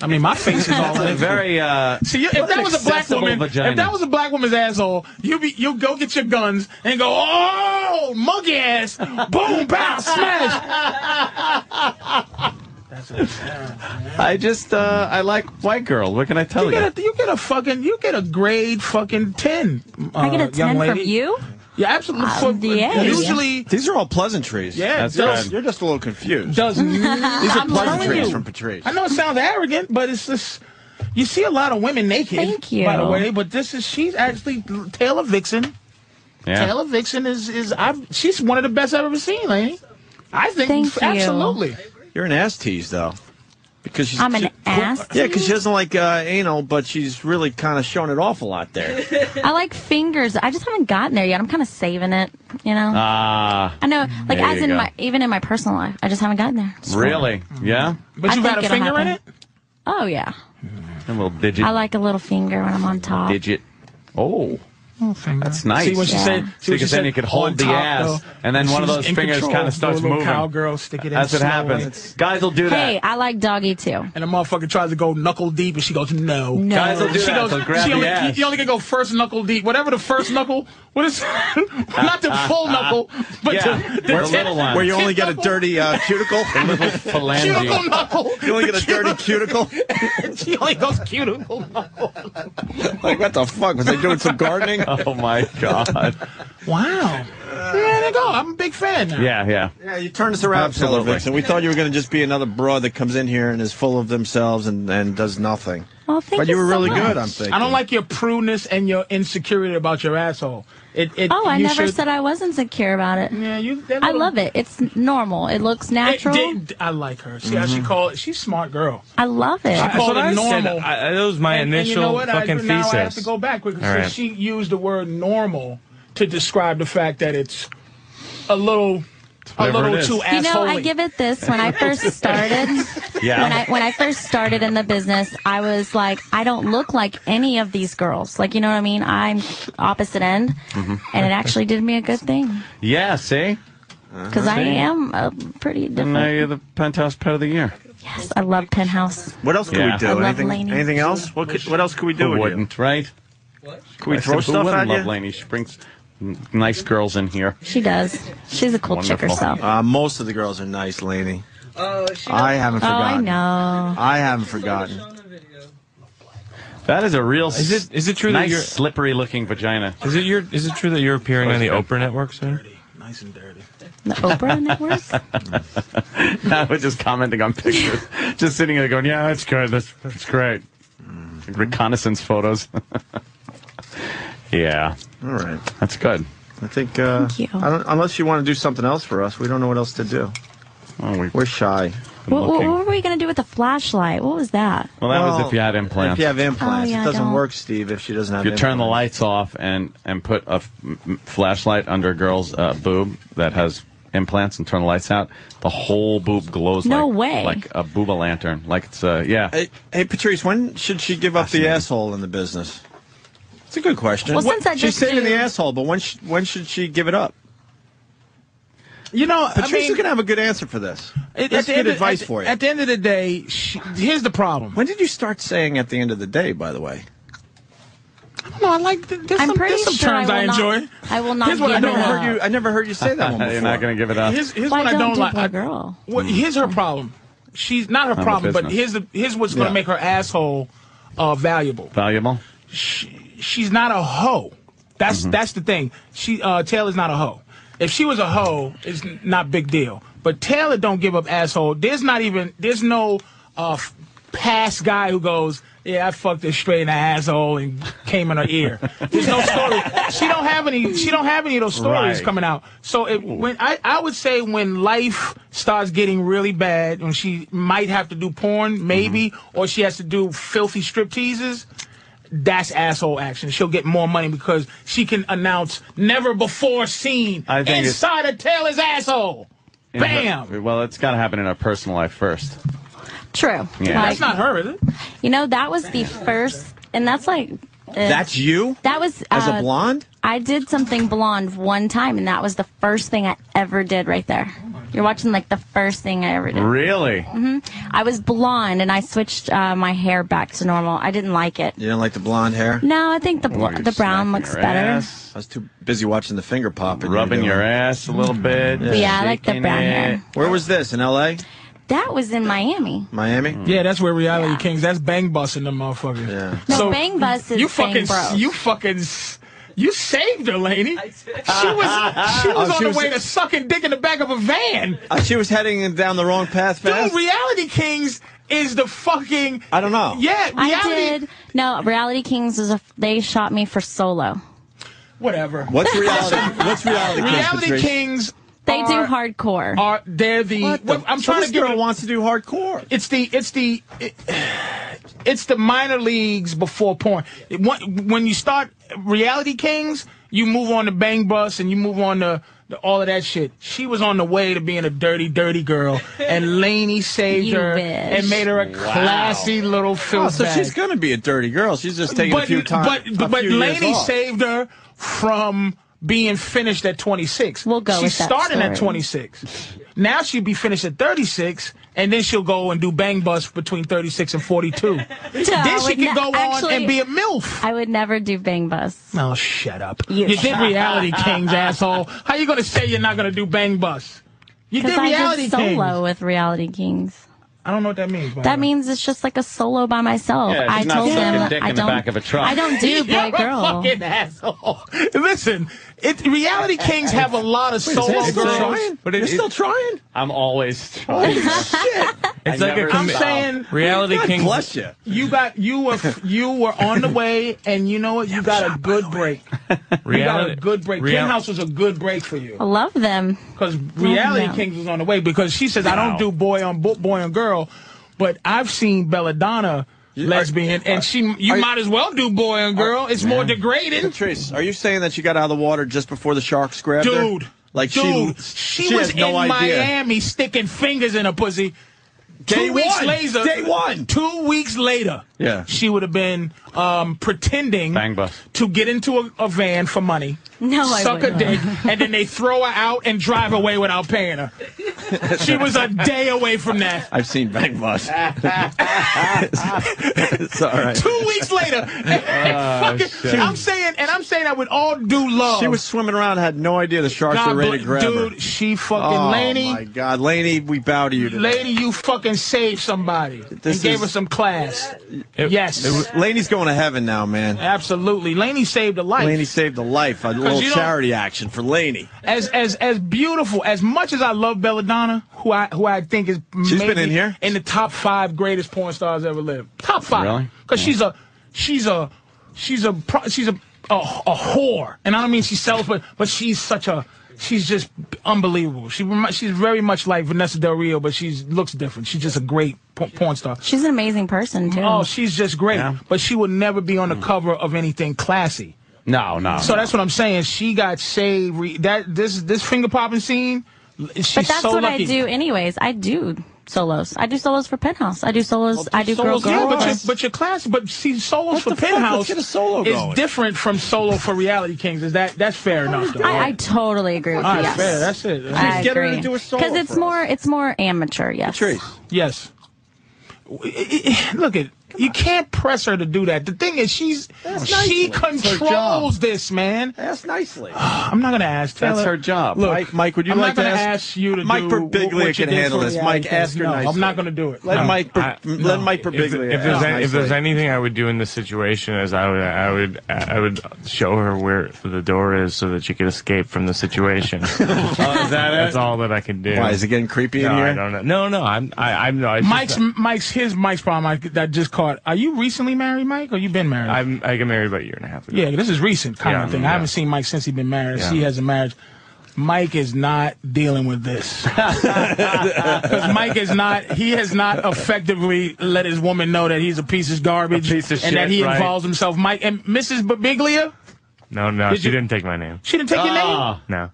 Speaker 2: I mean my face is all
Speaker 3: That's a
Speaker 2: in it.
Speaker 3: very uh
Speaker 2: See, you- if
Speaker 3: what
Speaker 2: that
Speaker 3: an
Speaker 2: was a black
Speaker 3: accessible
Speaker 2: woman,
Speaker 3: vagina.
Speaker 2: if that was a black woman's asshole, you be you go get your guns and go, oh, monkey ass, boom, bow, smash.
Speaker 3: I just uh I like white girl. What can I tell
Speaker 2: You
Speaker 3: you?
Speaker 2: get a you get a fucking you get a grade fucking ten.
Speaker 8: I get
Speaker 2: uh,
Speaker 8: a
Speaker 2: young
Speaker 8: 10 from
Speaker 2: lady.
Speaker 8: you?
Speaker 2: Yeah, absolutely.
Speaker 8: Uh,
Speaker 2: For-
Speaker 8: yeah.
Speaker 2: Usually,
Speaker 1: These are all pleasantries.
Speaker 2: Yeah,
Speaker 1: That's
Speaker 2: does-
Speaker 1: good. you're just a little confused.
Speaker 8: *laughs*
Speaker 2: Does
Speaker 1: These are
Speaker 2: I'm telling
Speaker 1: pleasantries
Speaker 2: you.
Speaker 1: from Patrice.
Speaker 2: I know it sounds arrogant, but it's just you see a lot of women naked.
Speaker 1: Thank you.
Speaker 2: By the way, but this is she's actually Taylor Vixen.
Speaker 3: Yeah.
Speaker 2: Taylor Vixen is is I've, she's one of the best I've ever seen, lady. I think
Speaker 8: Thank you.
Speaker 2: absolutely.
Speaker 1: You're an ass tease, though. Because she's,
Speaker 8: I'm an
Speaker 1: she-
Speaker 8: ass
Speaker 1: Yeah, because she doesn't like uh, anal, but she's really kind of showing it off a lot there.
Speaker 8: I like fingers. I just haven't gotten there yet. I'm kind of saving it, you know?
Speaker 3: Ah.
Speaker 8: I know,
Speaker 2: Mm,
Speaker 8: like,
Speaker 3: There
Speaker 8: as
Speaker 3: you
Speaker 8: in
Speaker 3: go.
Speaker 8: my, even in my personal life, I just haven't gotten there.
Speaker 3: Really?
Speaker 1: Mm-hmm.
Speaker 3: Yeah?
Speaker 8: But I you've had think a it'll finger in
Speaker 2: it?
Speaker 8: Oh, yeah.
Speaker 3: A little digit.
Speaker 8: I like a little finger when I'm on top.
Speaker 3: digit. Oh. That's nice.
Speaker 2: See what she said? See what she
Speaker 3: because then
Speaker 2: said?
Speaker 3: you could hold the
Speaker 2: On top,
Speaker 3: ass,
Speaker 2: though.
Speaker 3: and then one of
Speaker 2: She's
Speaker 3: those
Speaker 2: in
Speaker 3: fingers
Speaker 2: control.
Speaker 3: kind of
Speaker 2: Do a
Speaker 3: starts
Speaker 2: little
Speaker 3: moving.
Speaker 2: Cowgirl, stick it in
Speaker 3: That's what
Speaker 2: slow.
Speaker 3: happens. Guys will do that.
Speaker 8: Hey, I like doggy too.
Speaker 2: And the motherfucker tries to go knuckle deep, and she goes, "No."
Speaker 8: No.
Speaker 3: Guys will do
Speaker 2: she
Speaker 3: that,
Speaker 2: Goes,
Speaker 3: so grab
Speaker 2: she
Speaker 3: the
Speaker 2: only,
Speaker 3: ass.
Speaker 2: You only can go first knuckle deep, whatever the first knuckle. What is *laughs* not the full knuckle,
Speaker 3: *laughs*
Speaker 2: but the, the
Speaker 1: where,
Speaker 2: tip-
Speaker 1: where you
Speaker 2: tip
Speaker 1: only get a
Speaker 2: knuckle.
Speaker 1: dirty uh, cuticle.
Speaker 2: Cuticle knuckle.
Speaker 1: You only get a dirty *laughs* cuticle.
Speaker 2: she only goes cuticle knuckle.
Speaker 1: like what the fuck was I doing? Some gardening?
Speaker 3: *laughs* Oh my god!
Speaker 2: Wow. There they go. I'm a big fan. now.
Speaker 3: Yeah, yeah.
Speaker 1: Yeah, you turned us around,
Speaker 3: Absolutely.
Speaker 1: Taylor Vixen. We thought you were going to just be another broad that comes in here and is full of themselves and, and does nothing.
Speaker 8: Well,
Speaker 1: thank But you you were so really much. good, I'm thinking.
Speaker 2: I don't like your prudeness and your insecurity about your asshole. It, it,
Speaker 8: Oh, I
Speaker 2: you
Speaker 8: never
Speaker 2: should-
Speaker 8: said I was insecure about it.
Speaker 2: Yeah, you.
Speaker 8: I love it. It's normal. It looks natural.
Speaker 2: It, did- I like her. See how she called it? She's a smart girl.
Speaker 8: I love it.
Speaker 2: She called it normal.
Speaker 7: I, that was my
Speaker 2: And- and
Speaker 7: initial
Speaker 2: you know what? I-
Speaker 7: fucking
Speaker 2: now
Speaker 7: thesis.
Speaker 2: I have to go back because
Speaker 7: All right.
Speaker 2: she used the word normal to describe the fact that it's a little, a
Speaker 8: whatever
Speaker 2: little
Speaker 8: it is.
Speaker 2: too
Speaker 8: You know,
Speaker 2: asshole.
Speaker 8: I give it this. When I first
Speaker 2: *laughs*
Speaker 8: started,
Speaker 2: Yeah.
Speaker 8: when I when I first started in the business, I was like, I don't look like any of these girls. Like, you know what I mean? I'm opposite end,
Speaker 3: Mhm.
Speaker 8: Mm-hmm. and it actually did me a good thing
Speaker 3: *laughs* Yeah, see?
Speaker 8: because I
Speaker 3: See?
Speaker 8: am a pretty
Speaker 3: And now
Speaker 8: different.
Speaker 3: you're the penthouse pet of the year.
Speaker 8: Yes, I love penthouse.
Speaker 1: What else could
Speaker 3: Yeah.
Speaker 1: we
Speaker 8: I
Speaker 1: do?
Speaker 8: love
Speaker 1: Anything?
Speaker 8: Lainey.
Speaker 1: Anything else? What could, What else could we do?
Speaker 3: Who
Speaker 1: with you?
Speaker 3: wouldn't, right?
Speaker 1: Can we
Speaker 3: I
Speaker 1: throw
Speaker 3: said,
Speaker 1: stuff
Speaker 3: Who
Speaker 1: at
Speaker 3: wouldn't love
Speaker 1: you?
Speaker 3: Laney? She brings n- nice girls in here.
Speaker 8: She does. She's a cool chick
Speaker 3: Wonderful.
Speaker 8: herself.
Speaker 1: Uh, most of the girls are nice, Laney.
Speaker 34: Oh, she
Speaker 1: I haven't
Speaker 8: Oh, I
Speaker 1: forgotten.
Speaker 8: know.
Speaker 1: I haven't forgotten.
Speaker 3: That is a real.
Speaker 7: Is it- is it true that
Speaker 3: nice,
Speaker 7: you're-
Speaker 3: slippery looking vagina?
Speaker 7: Is it your? Is it true that you're appearing on the
Speaker 3: Supposed
Speaker 7: Oprah Network soon?
Speaker 2: Nice and dirty.
Speaker 8: The Oprah Network.
Speaker 3: *laughs* I was just commenting on pictures, *laughs* just sitting there going, "Yeah, that's good. That's that's great."
Speaker 1: Mm-hmm.
Speaker 3: Reconnaissance photos. *laughs* yeah.
Speaker 1: All right.
Speaker 3: That's good.
Speaker 1: I think. Uh,
Speaker 8: Thank you.
Speaker 1: I don't, unless you want to do something else for us, we don't know what else to do.
Speaker 3: we,
Speaker 1: are shy.
Speaker 8: What, what, what were we gonna do with the flashlight? What was that?
Speaker 3: Well, that was if you had implants.
Speaker 1: If you have implants,
Speaker 8: Oh, yeah, I
Speaker 1: it doesn't
Speaker 8: don't.
Speaker 1: work, Steve. If she doesn't have
Speaker 3: If you turn the
Speaker 1: implants.
Speaker 3: lights off and and put a f- m- flashlight under a girl's uh, boob that has implants and turn the lights out, the whole boob glows.
Speaker 1: No
Speaker 3: like,
Speaker 1: way.
Speaker 3: Like a booba lantern. Like it's uh yeah.
Speaker 1: Hey, hey, Patrice, when should she give up the asshole in the business? It's a good question.
Speaker 8: Well, since I
Speaker 1: she's
Speaker 8: just
Speaker 1: saving
Speaker 8: do-
Speaker 1: the asshole, but when sh- when should she give it up?
Speaker 2: You know,
Speaker 1: Patrice
Speaker 2: I mean,
Speaker 1: is going to have a good answer for this.
Speaker 2: At- at
Speaker 1: That's
Speaker 2: the
Speaker 1: good
Speaker 2: end of-
Speaker 1: advice
Speaker 2: at the-
Speaker 1: for you.
Speaker 2: At the end of the day, she, here's the problem.
Speaker 1: When did you start saying "at the end of the day"? By the way,
Speaker 2: No, I like. th- There's
Speaker 8: I'm
Speaker 2: some,
Speaker 8: pretty
Speaker 2: there's some
Speaker 8: sure
Speaker 2: terms
Speaker 8: I
Speaker 2: I,
Speaker 8: will not-
Speaker 2: enjoy.
Speaker 8: I will not
Speaker 2: Here's what I
Speaker 8: give
Speaker 2: never
Speaker 8: it
Speaker 2: heard
Speaker 8: up.
Speaker 1: you, I never heard you say that one
Speaker 3: *laughs*
Speaker 1: before.
Speaker 3: You're not going to give it up. Mm.
Speaker 2: Here's, here's
Speaker 8: Why
Speaker 2: what I
Speaker 8: don't
Speaker 2: don't
Speaker 8: do
Speaker 2: like.
Speaker 8: that,
Speaker 2: I-
Speaker 8: girl?
Speaker 2: What, here's her problem. She's not her
Speaker 3: I'm a
Speaker 2: problem, but
Speaker 3: business.
Speaker 2: here's the here's what's going
Speaker 3: Yeah.
Speaker 2: to make her asshole uh, valuable.
Speaker 3: Valuable.
Speaker 2: She's not a hoe. That's
Speaker 3: Mhm.
Speaker 2: that's the thing. She uh, Taylor's not a hoe. If she was a hoe, it's n- not big deal. But Taylor don't give up asshole. There's not even there's no uh, f- past guy who goes. Yeah, I fucked her straight in the asshole and came in her ear. There's no story. She don't have any. She don't have any of those stories
Speaker 16: Right.
Speaker 2: coming out. So it, when I, I would say when life starts getting really bad, when she might have to do porn, maybe, or she has to do filthy strip teases. That's asshole action. She'll get more money because she can announce never before seen
Speaker 3: I think it's-
Speaker 2: inside a Taylor's asshole.
Speaker 3: In her-
Speaker 2: Bam.
Speaker 3: well, it's got to happen in our personal life first.
Speaker 8: True.
Speaker 3: Yeah.
Speaker 8: Like,
Speaker 3: That's not
Speaker 2: her, is it?
Speaker 8: You know, that was the first, and that's like. uh,
Speaker 1: That's you?
Speaker 8: That was.
Speaker 1: As a
Speaker 8: uh,
Speaker 1: blonde?
Speaker 8: I did something blonde one time, and that was the first thing I ever did right there. You're watching like the first thing I ever did.
Speaker 3: Really?
Speaker 8: hmm I was blonde, and I switched uh, my hair back to normal. I didn't like it.
Speaker 1: You didn't like the blonde hair?
Speaker 8: No, I think the bl-
Speaker 1: Well, you're
Speaker 8: the brown
Speaker 1: smacking
Speaker 8: looks
Speaker 1: your
Speaker 8: better.
Speaker 1: ass. I was too busy watching the finger pop. and
Speaker 3: Rubbing
Speaker 1: you
Speaker 3: your
Speaker 1: doing-
Speaker 3: ass a little bit.
Speaker 8: Yeah, I like the
Speaker 3: shaking
Speaker 8: brown
Speaker 3: it.
Speaker 8: hair.
Speaker 1: Where was this? In L.A.?
Speaker 8: That was in Miami.
Speaker 1: Miami?
Speaker 8: Mm.
Speaker 2: Yeah, that's where reality kings. That's bang busting them motherfuckers. Yeah.
Speaker 8: No, Bang Bus is
Speaker 2: you
Speaker 8: Bang
Speaker 2: fucking,
Speaker 8: Bros.
Speaker 2: you fucking, s- you saved her, Laney. She
Speaker 8: *laughs*
Speaker 2: was, she was
Speaker 1: Oh,
Speaker 2: on
Speaker 1: she
Speaker 2: the
Speaker 1: was-
Speaker 2: way to sucking dick in the back of a van.
Speaker 1: Uh, she was heading down the wrong path fast.
Speaker 2: Dude, reality kings is the fucking.
Speaker 1: I don't know.
Speaker 2: Yeah,
Speaker 8: I
Speaker 2: reality.
Speaker 8: did. No, Reality Kings was a. They shot me for solo.
Speaker 2: Whatever. *laughs*
Speaker 1: What's reality? What's reality? Kings,
Speaker 2: Reality
Speaker 1: Patrice?
Speaker 2: kings.
Speaker 8: They do
Speaker 2: are-
Speaker 8: hardcore.
Speaker 2: Are they're the? what- I'm
Speaker 1: So
Speaker 2: trying
Speaker 1: this
Speaker 2: to give
Speaker 1: girl
Speaker 2: it,
Speaker 1: wants to do hardcore.
Speaker 2: It's the it's the it- it's the minor leagues before porn. It- When when you start reality kings, you move on to bang bus and you move on to, to all of that shit. She was on the way to being a dirty, dirty girl, and Laney saved
Speaker 1: You
Speaker 2: her
Speaker 1: wish.
Speaker 2: and made her a classy little filth
Speaker 1: Oh, so
Speaker 2: bag.
Speaker 1: she's going to be a dirty girl. She's just taking
Speaker 2: but,
Speaker 1: a few times.
Speaker 2: But but, but Laney saved her from being finished at 26. We'll
Speaker 8: go
Speaker 2: She's
Speaker 8: with that
Speaker 2: starting at
Speaker 8: story.
Speaker 2: 26. Now she'll be finished at 36, and then she'll go and do bang bus between 36
Speaker 8: *laughs*
Speaker 2: and 42. then she can go on and be a. milf.
Speaker 8: I would never do Bang Bus.
Speaker 2: Oh, shut up.
Speaker 8: You-
Speaker 2: You, did reality kings, asshole. How you gonna say you're not gonna do bang bus? You did
Speaker 8: Because I
Speaker 2: reality
Speaker 8: did solo
Speaker 2: kings.
Speaker 8: with Reality Kings.
Speaker 2: I don't know what that means. by the way.
Speaker 8: That means it's just like a solo by myself.
Speaker 2: Yeah,
Speaker 8: I
Speaker 2: she's not
Speaker 8: told
Speaker 2: sucking
Speaker 8: them
Speaker 2: dick
Speaker 8: I
Speaker 2: in the
Speaker 8: don't.
Speaker 2: back of a truck.
Speaker 8: I don't
Speaker 2: *laughs*
Speaker 8: do
Speaker 2: You're
Speaker 8: boy
Speaker 2: a
Speaker 8: girl.
Speaker 2: fucking asshole. Listen, it, reality kings have a lot of solo girls.
Speaker 1: But you're still trying?
Speaker 3: I'm always trying.
Speaker 7: *laughs*
Speaker 2: *laughs*
Speaker 7: It's
Speaker 2: I
Speaker 7: like a
Speaker 2: never
Speaker 7: com-
Speaker 2: stop. I'm saying-
Speaker 7: reality
Speaker 2: God
Speaker 7: kings.
Speaker 2: bless
Speaker 1: you.
Speaker 2: You got you were you were on the way, and you know what? You got a good break. You got a
Speaker 7: Reality-
Speaker 2: good break.
Speaker 7: real-
Speaker 2: Penthouse was a good break for you.
Speaker 8: I love them.
Speaker 2: Because reality
Speaker 8: them.
Speaker 2: kings was on the way because she says I don't
Speaker 8: Wow.
Speaker 2: do boy on bo- boy and girl, but I've seen Belladonna lesbian, and she you
Speaker 1: are-
Speaker 2: might as well do boy and girl. it's more degrading.
Speaker 1: Patrice, are you saying that she got out of the water just before the sharks grabbed her?
Speaker 2: Dude,
Speaker 1: Like
Speaker 2: dude,
Speaker 1: she,
Speaker 2: she, was
Speaker 1: has no
Speaker 2: in
Speaker 1: idea.
Speaker 2: Miami sticking fingers in her pussy.
Speaker 1: Day
Speaker 2: two weeks
Speaker 1: one.
Speaker 2: later,
Speaker 1: Day one.
Speaker 2: Two weeks later,
Speaker 1: Yeah.
Speaker 2: she would have been um, pretending to get into a, a van for money.
Speaker 8: No, I
Speaker 2: suck a
Speaker 8: wouldn't.
Speaker 2: dick, and then they throw her out and drive away without paying her. she was a day away from
Speaker 1: *laughs*
Speaker 2: that.
Speaker 1: I've seen Bang Bus. it's all right.
Speaker 2: Two weeks later, and *laughs* fucking-
Speaker 1: Oh, shit.
Speaker 2: I'm saying, and I'm saying that with all due love.
Speaker 1: She was swimming around, had no idea the sharks were
Speaker 2: God
Speaker 1: ready
Speaker 2: bl-
Speaker 1: to grab her.
Speaker 2: dude, she fucking
Speaker 1: oh,
Speaker 2: Laney-
Speaker 1: my God, Laney, we bow to you today.
Speaker 2: Lady, you fucking saved somebody
Speaker 1: This
Speaker 2: and gave
Speaker 1: is-
Speaker 2: her some class. yes,
Speaker 1: Laney's going to heaven now, man.
Speaker 2: absolutely. Laney saved a life.
Speaker 1: Laney saved a life. A little
Speaker 2: you don't-
Speaker 1: charity action for Laney.
Speaker 2: As as as beautiful as much as I love Belladonna, who I who I think is
Speaker 1: She's
Speaker 2: maybe
Speaker 1: been in here?
Speaker 2: in the top five greatest porn stars ever lived. Top five,
Speaker 1: Really?
Speaker 2: Because she's a she's a she's a pro- she's a, a a whore, and I don't mean she sells, but but she's such a. She's just unbelievable. She remi- she's very much like Vanessa Del Rio, but she looks different. She's just a great por- porn star.
Speaker 8: She's an amazing person too.
Speaker 2: Oh, she's just great. But she would never be on the cover of anything classy.
Speaker 3: No,
Speaker 7: *laughs*
Speaker 3: no.
Speaker 2: so
Speaker 3: no.
Speaker 2: that's what I'm saying. She got saved. Re- that this this finger popping scene. l- She's
Speaker 8: but that's
Speaker 2: so
Speaker 8: what
Speaker 2: lucky.
Speaker 8: I do, anyways. I do solos. I do solos for Penthouse. I do solos. I do girl
Speaker 2: Solos, yeah,
Speaker 8: girl.
Speaker 2: but your, but your class, but see, solos for
Speaker 8: the fuck?
Speaker 2: Penthouse
Speaker 8: Let's get a solo
Speaker 2: is
Speaker 8: going.
Speaker 2: different from solo for Reality Kings. Is that that's fair enough? Though.
Speaker 8: I, I totally agree with
Speaker 2: All
Speaker 8: you. Yes.
Speaker 2: right, fair. That's it. Just
Speaker 8: I
Speaker 2: get her to
Speaker 8: agree.
Speaker 2: do a solo
Speaker 8: it's
Speaker 2: for
Speaker 8: more it's more amateur. Yes.
Speaker 2: Yes. W- i- i- Look at you can't press her to do that. The thing is, she's she controls this, man.
Speaker 1: That's nicely.
Speaker 2: I'm not gonna ask.
Speaker 1: That's
Speaker 2: Taylor.
Speaker 1: her job.
Speaker 2: Look,
Speaker 1: Mike- Mike, would you
Speaker 2: I'm
Speaker 1: like
Speaker 2: not gonna
Speaker 1: to ask-
Speaker 2: ask you to
Speaker 1: Mike
Speaker 2: do
Speaker 1: Birbiglia
Speaker 2: what- what you
Speaker 1: can
Speaker 2: did
Speaker 1: handle
Speaker 2: for
Speaker 1: this.
Speaker 2: reality
Speaker 1: Mike,
Speaker 2: things.
Speaker 1: ask her
Speaker 2: no,
Speaker 1: nicely.
Speaker 2: I'm not gonna do it.
Speaker 1: Let
Speaker 2: No.
Speaker 1: Mike Ber-
Speaker 2: I-
Speaker 1: let Mike
Speaker 7: If,
Speaker 1: Birbiglia.
Speaker 7: if there's
Speaker 1: ask
Speaker 7: any, if
Speaker 1: nicely.
Speaker 7: there's anything I would do in this situation is I would I would I would show her where the door is so that she could escape from
Speaker 1: *laughs*
Speaker 7: the situation.
Speaker 1: that
Speaker 7: That's
Speaker 1: it?
Speaker 7: all that I can do.
Speaker 1: Why, is it getting creepy in
Speaker 7: No, I
Speaker 1: here?
Speaker 7: don't know. No, no, I'm I, I'm no. I just-
Speaker 2: Mike's Mike's his Mike's problem. I, that just caught. Are you recently married, Mike, or you been married?
Speaker 7: I'm, I got married about a year and a half ago.
Speaker 2: Yeah, this is recent kind
Speaker 7: Yeah,
Speaker 2: of thing. I
Speaker 7: yeah.
Speaker 2: haven't seen Mike since he's been married.
Speaker 7: Yeah.
Speaker 2: She has a marriage. Mike is not dealing with this *laughs* because Mike is not. He has not effectively let his woman know that he's a piece of garbage
Speaker 7: piece of
Speaker 2: and that
Speaker 7: shit,
Speaker 2: he
Speaker 7: right.
Speaker 2: involves himself. Mike and Mrs. Babiglia,
Speaker 7: No, no,
Speaker 2: Did
Speaker 7: she
Speaker 2: you-
Speaker 7: didn't take my name.
Speaker 2: she didn't take your name.
Speaker 3: Ah.
Speaker 2: *laughs*
Speaker 7: No.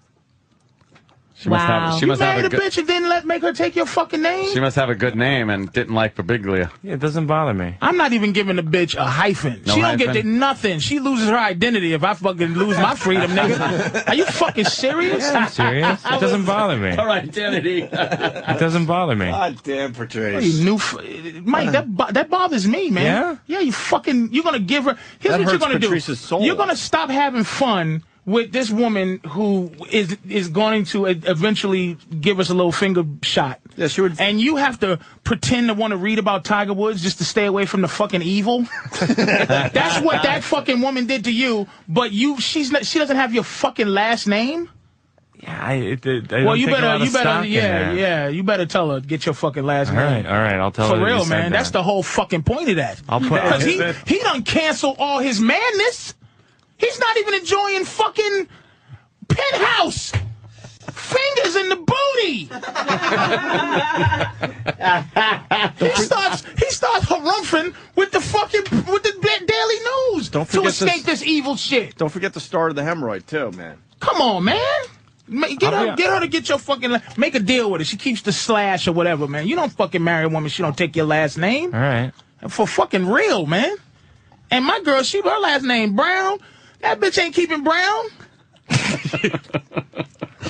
Speaker 3: She must have.
Speaker 2: You
Speaker 3: She must have
Speaker 2: married
Speaker 3: a
Speaker 2: a
Speaker 3: good.
Speaker 2: bitch and didn't let make her take your fucking name.
Speaker 3: She must have a good name and didn't like Babiglia.
Speaker 7: Yeah, it doesn't bother me.
Speaker 2: I'm not even giving the bitch a hyphen.
Speaker 3: No
Speaker 2: she don't get
Speaker 3: hyphen?
Speaker 2: the nothing. She loses her identity if I fucking lose my
Speaker 3: *laughs*
Speaker 2: freedom, nigga. Are you fucking serious?
Speaker 7: Yeah, I'm serious. It doesn't bother
Speaker 2: *laughs*
Speaker 7: me. Her
Speaker 2: identity.
Speaker 7: It doesn't bother me.
Speaker 2: God
Speaker 7: damn,
Speaker 2: What are
Speaker 7: Patrice.
Speaker 2: you new, f- Mike? That bo- that bothers me, man.
Speaker 7: Uh-huh. Yeah?
Speaker 2: you fucking. You're gonna give her. Here's
Speaker 7: That
Speaker 2: what you're
Speaker 7: hurts
Speaker 2: gonna
Speaker 7: Patrice's
Speaker 2: do.
Speaker 7: soul.
Speaker 2: You're gonna stop having fun with this woman who is is going to e- eventually give us a little finger shot. Yeah, she would. And you have to pretend to want to read about Tiger Woods just to stay away from the
Speaker 7: *laughs*
Speaker 2: fucking evil. That's what that fucking woman did to you. But you, she's not. She doesn't have your fucking last name.
Speaker 7: Yeah, I, it, it, I
Speaker 2: well,
Speaker 7: don't
Speaker 2: you
Speaker 7: take a lot
Speaker 2: better,
Speaker 7: of
Speaker 2: you better,
Speaker 7: stock in
Speaker 2: yeah,
Speaker 7: that.
Speaker 2: yeah. You better tell her get your fucking last
Speaker 7: All right,
Speaker 2: name.
Speaker 7: all right. I'll tell
Speaker 2: For
Speaker 7: her that you
Speaker 2: real,
Speaker 7: said
Speaker 2: man.
Speaker 7: that.
Speaker 2: That's the whole fucking point of that.
Speaker 7: I'll put- I'll
Speaker 2: because
Speaker 7: hit
Speaker 2: he
Speaker 7: that.
Speaker 2: he done cancel all his madness. He's not even enjoying fucking penthouse. Fingers in the
Speaker 7: *laughs*
Speaker 2: booty. he starts he starts harumphing with the fucking with the da- daily news
Speaker 1: Don't
Speaker 2: to
Speaker 1: forget
Speaker 2: escape this, evil shit.
Speaker 1: Don't forget the start of the hemorrhoid too, man.
Speaker 2: Come on, man. Ma- Get
Speaker 1: I'll be
Speaker 2: her,
Speaker 1: hon-
Speaker 2: get her to get your fucking. la- Make a deal with her. She keeps the slash or whatever, man. You don't fucking marry a woman. She don't take your last name.
Speaker 7: All right.
Speaker 2: For fucking real, man. And my girl, she her last name Brown. That bitch ain't keeping Brown.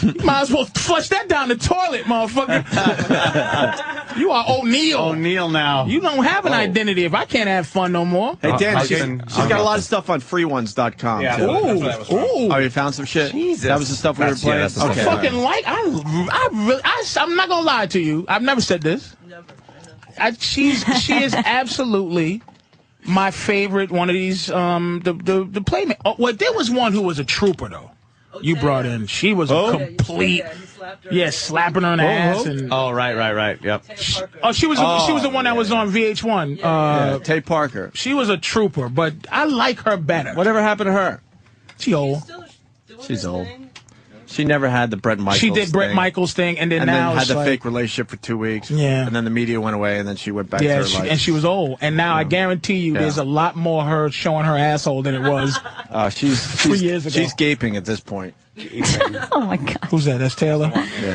Speaker 2: you might as well flush that down the toilet,
Speaker 1: *laughs*
Speaker 2: motherfucker. you are O'Neill.
Speaker 3: O'Neill now.
Speaker 2: You don't have an identity if I can't have fun no more.
Speaker 1: Oh. Hey,
Speaker 7: Uh,
Speaker 1: Dan, she, has got a lot of stuff on freeones.com.
Speaker 2: Yeah,
Speaker 1: too.
Speaker 2: that's what I was watching.
Speaker 1: Oh, you found some shit?
Speaker 2: Jesus.
Speaker 1: That was the stuff we were
Speaker 2: That's- yeah,
Speaker 1: playing?
Speaker 2: that's the stuff. I fucking like. I, I really. I, am not gonna lie to you. I've never said this. I, she's she is absolutely my favorite. One of these um the the the playmate. Oh, well, there was one who was a trooper though. You brought in. She was
Speaker 3: Oh?
Speaker 2: a complete. Yeah, slapping her in the ass and.
Speaker 3: oh, right, right, right. Yep.
Speaker 2: Oh, she was
Speaker 3: Oh,
Speaker 2: she was the one that was on VH1. uh,
Speaker 1: Tay Parker.
Speaker 2: She was a trooper, but I like her better. Whatever happened to her? She old.
Speaker 1: She's old. She never had the Brett Michaels
Speaker 2: she did Brett
Speaker 1: thing.
Speaker 2: Michaels thing, and then
Speaker 1: and
Speaker 2: now
Speaker 1: then had
Speaker 2: it's
Speaker 1: the
Speaker 2: like,
Speaker 1: fake relationship for two weeks.
Speaker 2: Yeah.
Speaker 1: And then the media went away, and then she went back to
Speaker 2: yeah,
Speaker 1: her
Speaker 2: she-
Speaker 1: life.
Speaker 2: and she was old. And now I guarantee you,
Speaker 1: Yeah.
Speaker 2: there's a lot more her showing her asshole than it *laughs* was.
Speaker 1: Uh, she's,
Speaker 2: Three
Speaker 1: she's,
Speaker 2: years ago.
Speaker 1: she's gaping at this point.
Speaker 2: oh my god. Who's that? That's Taylor.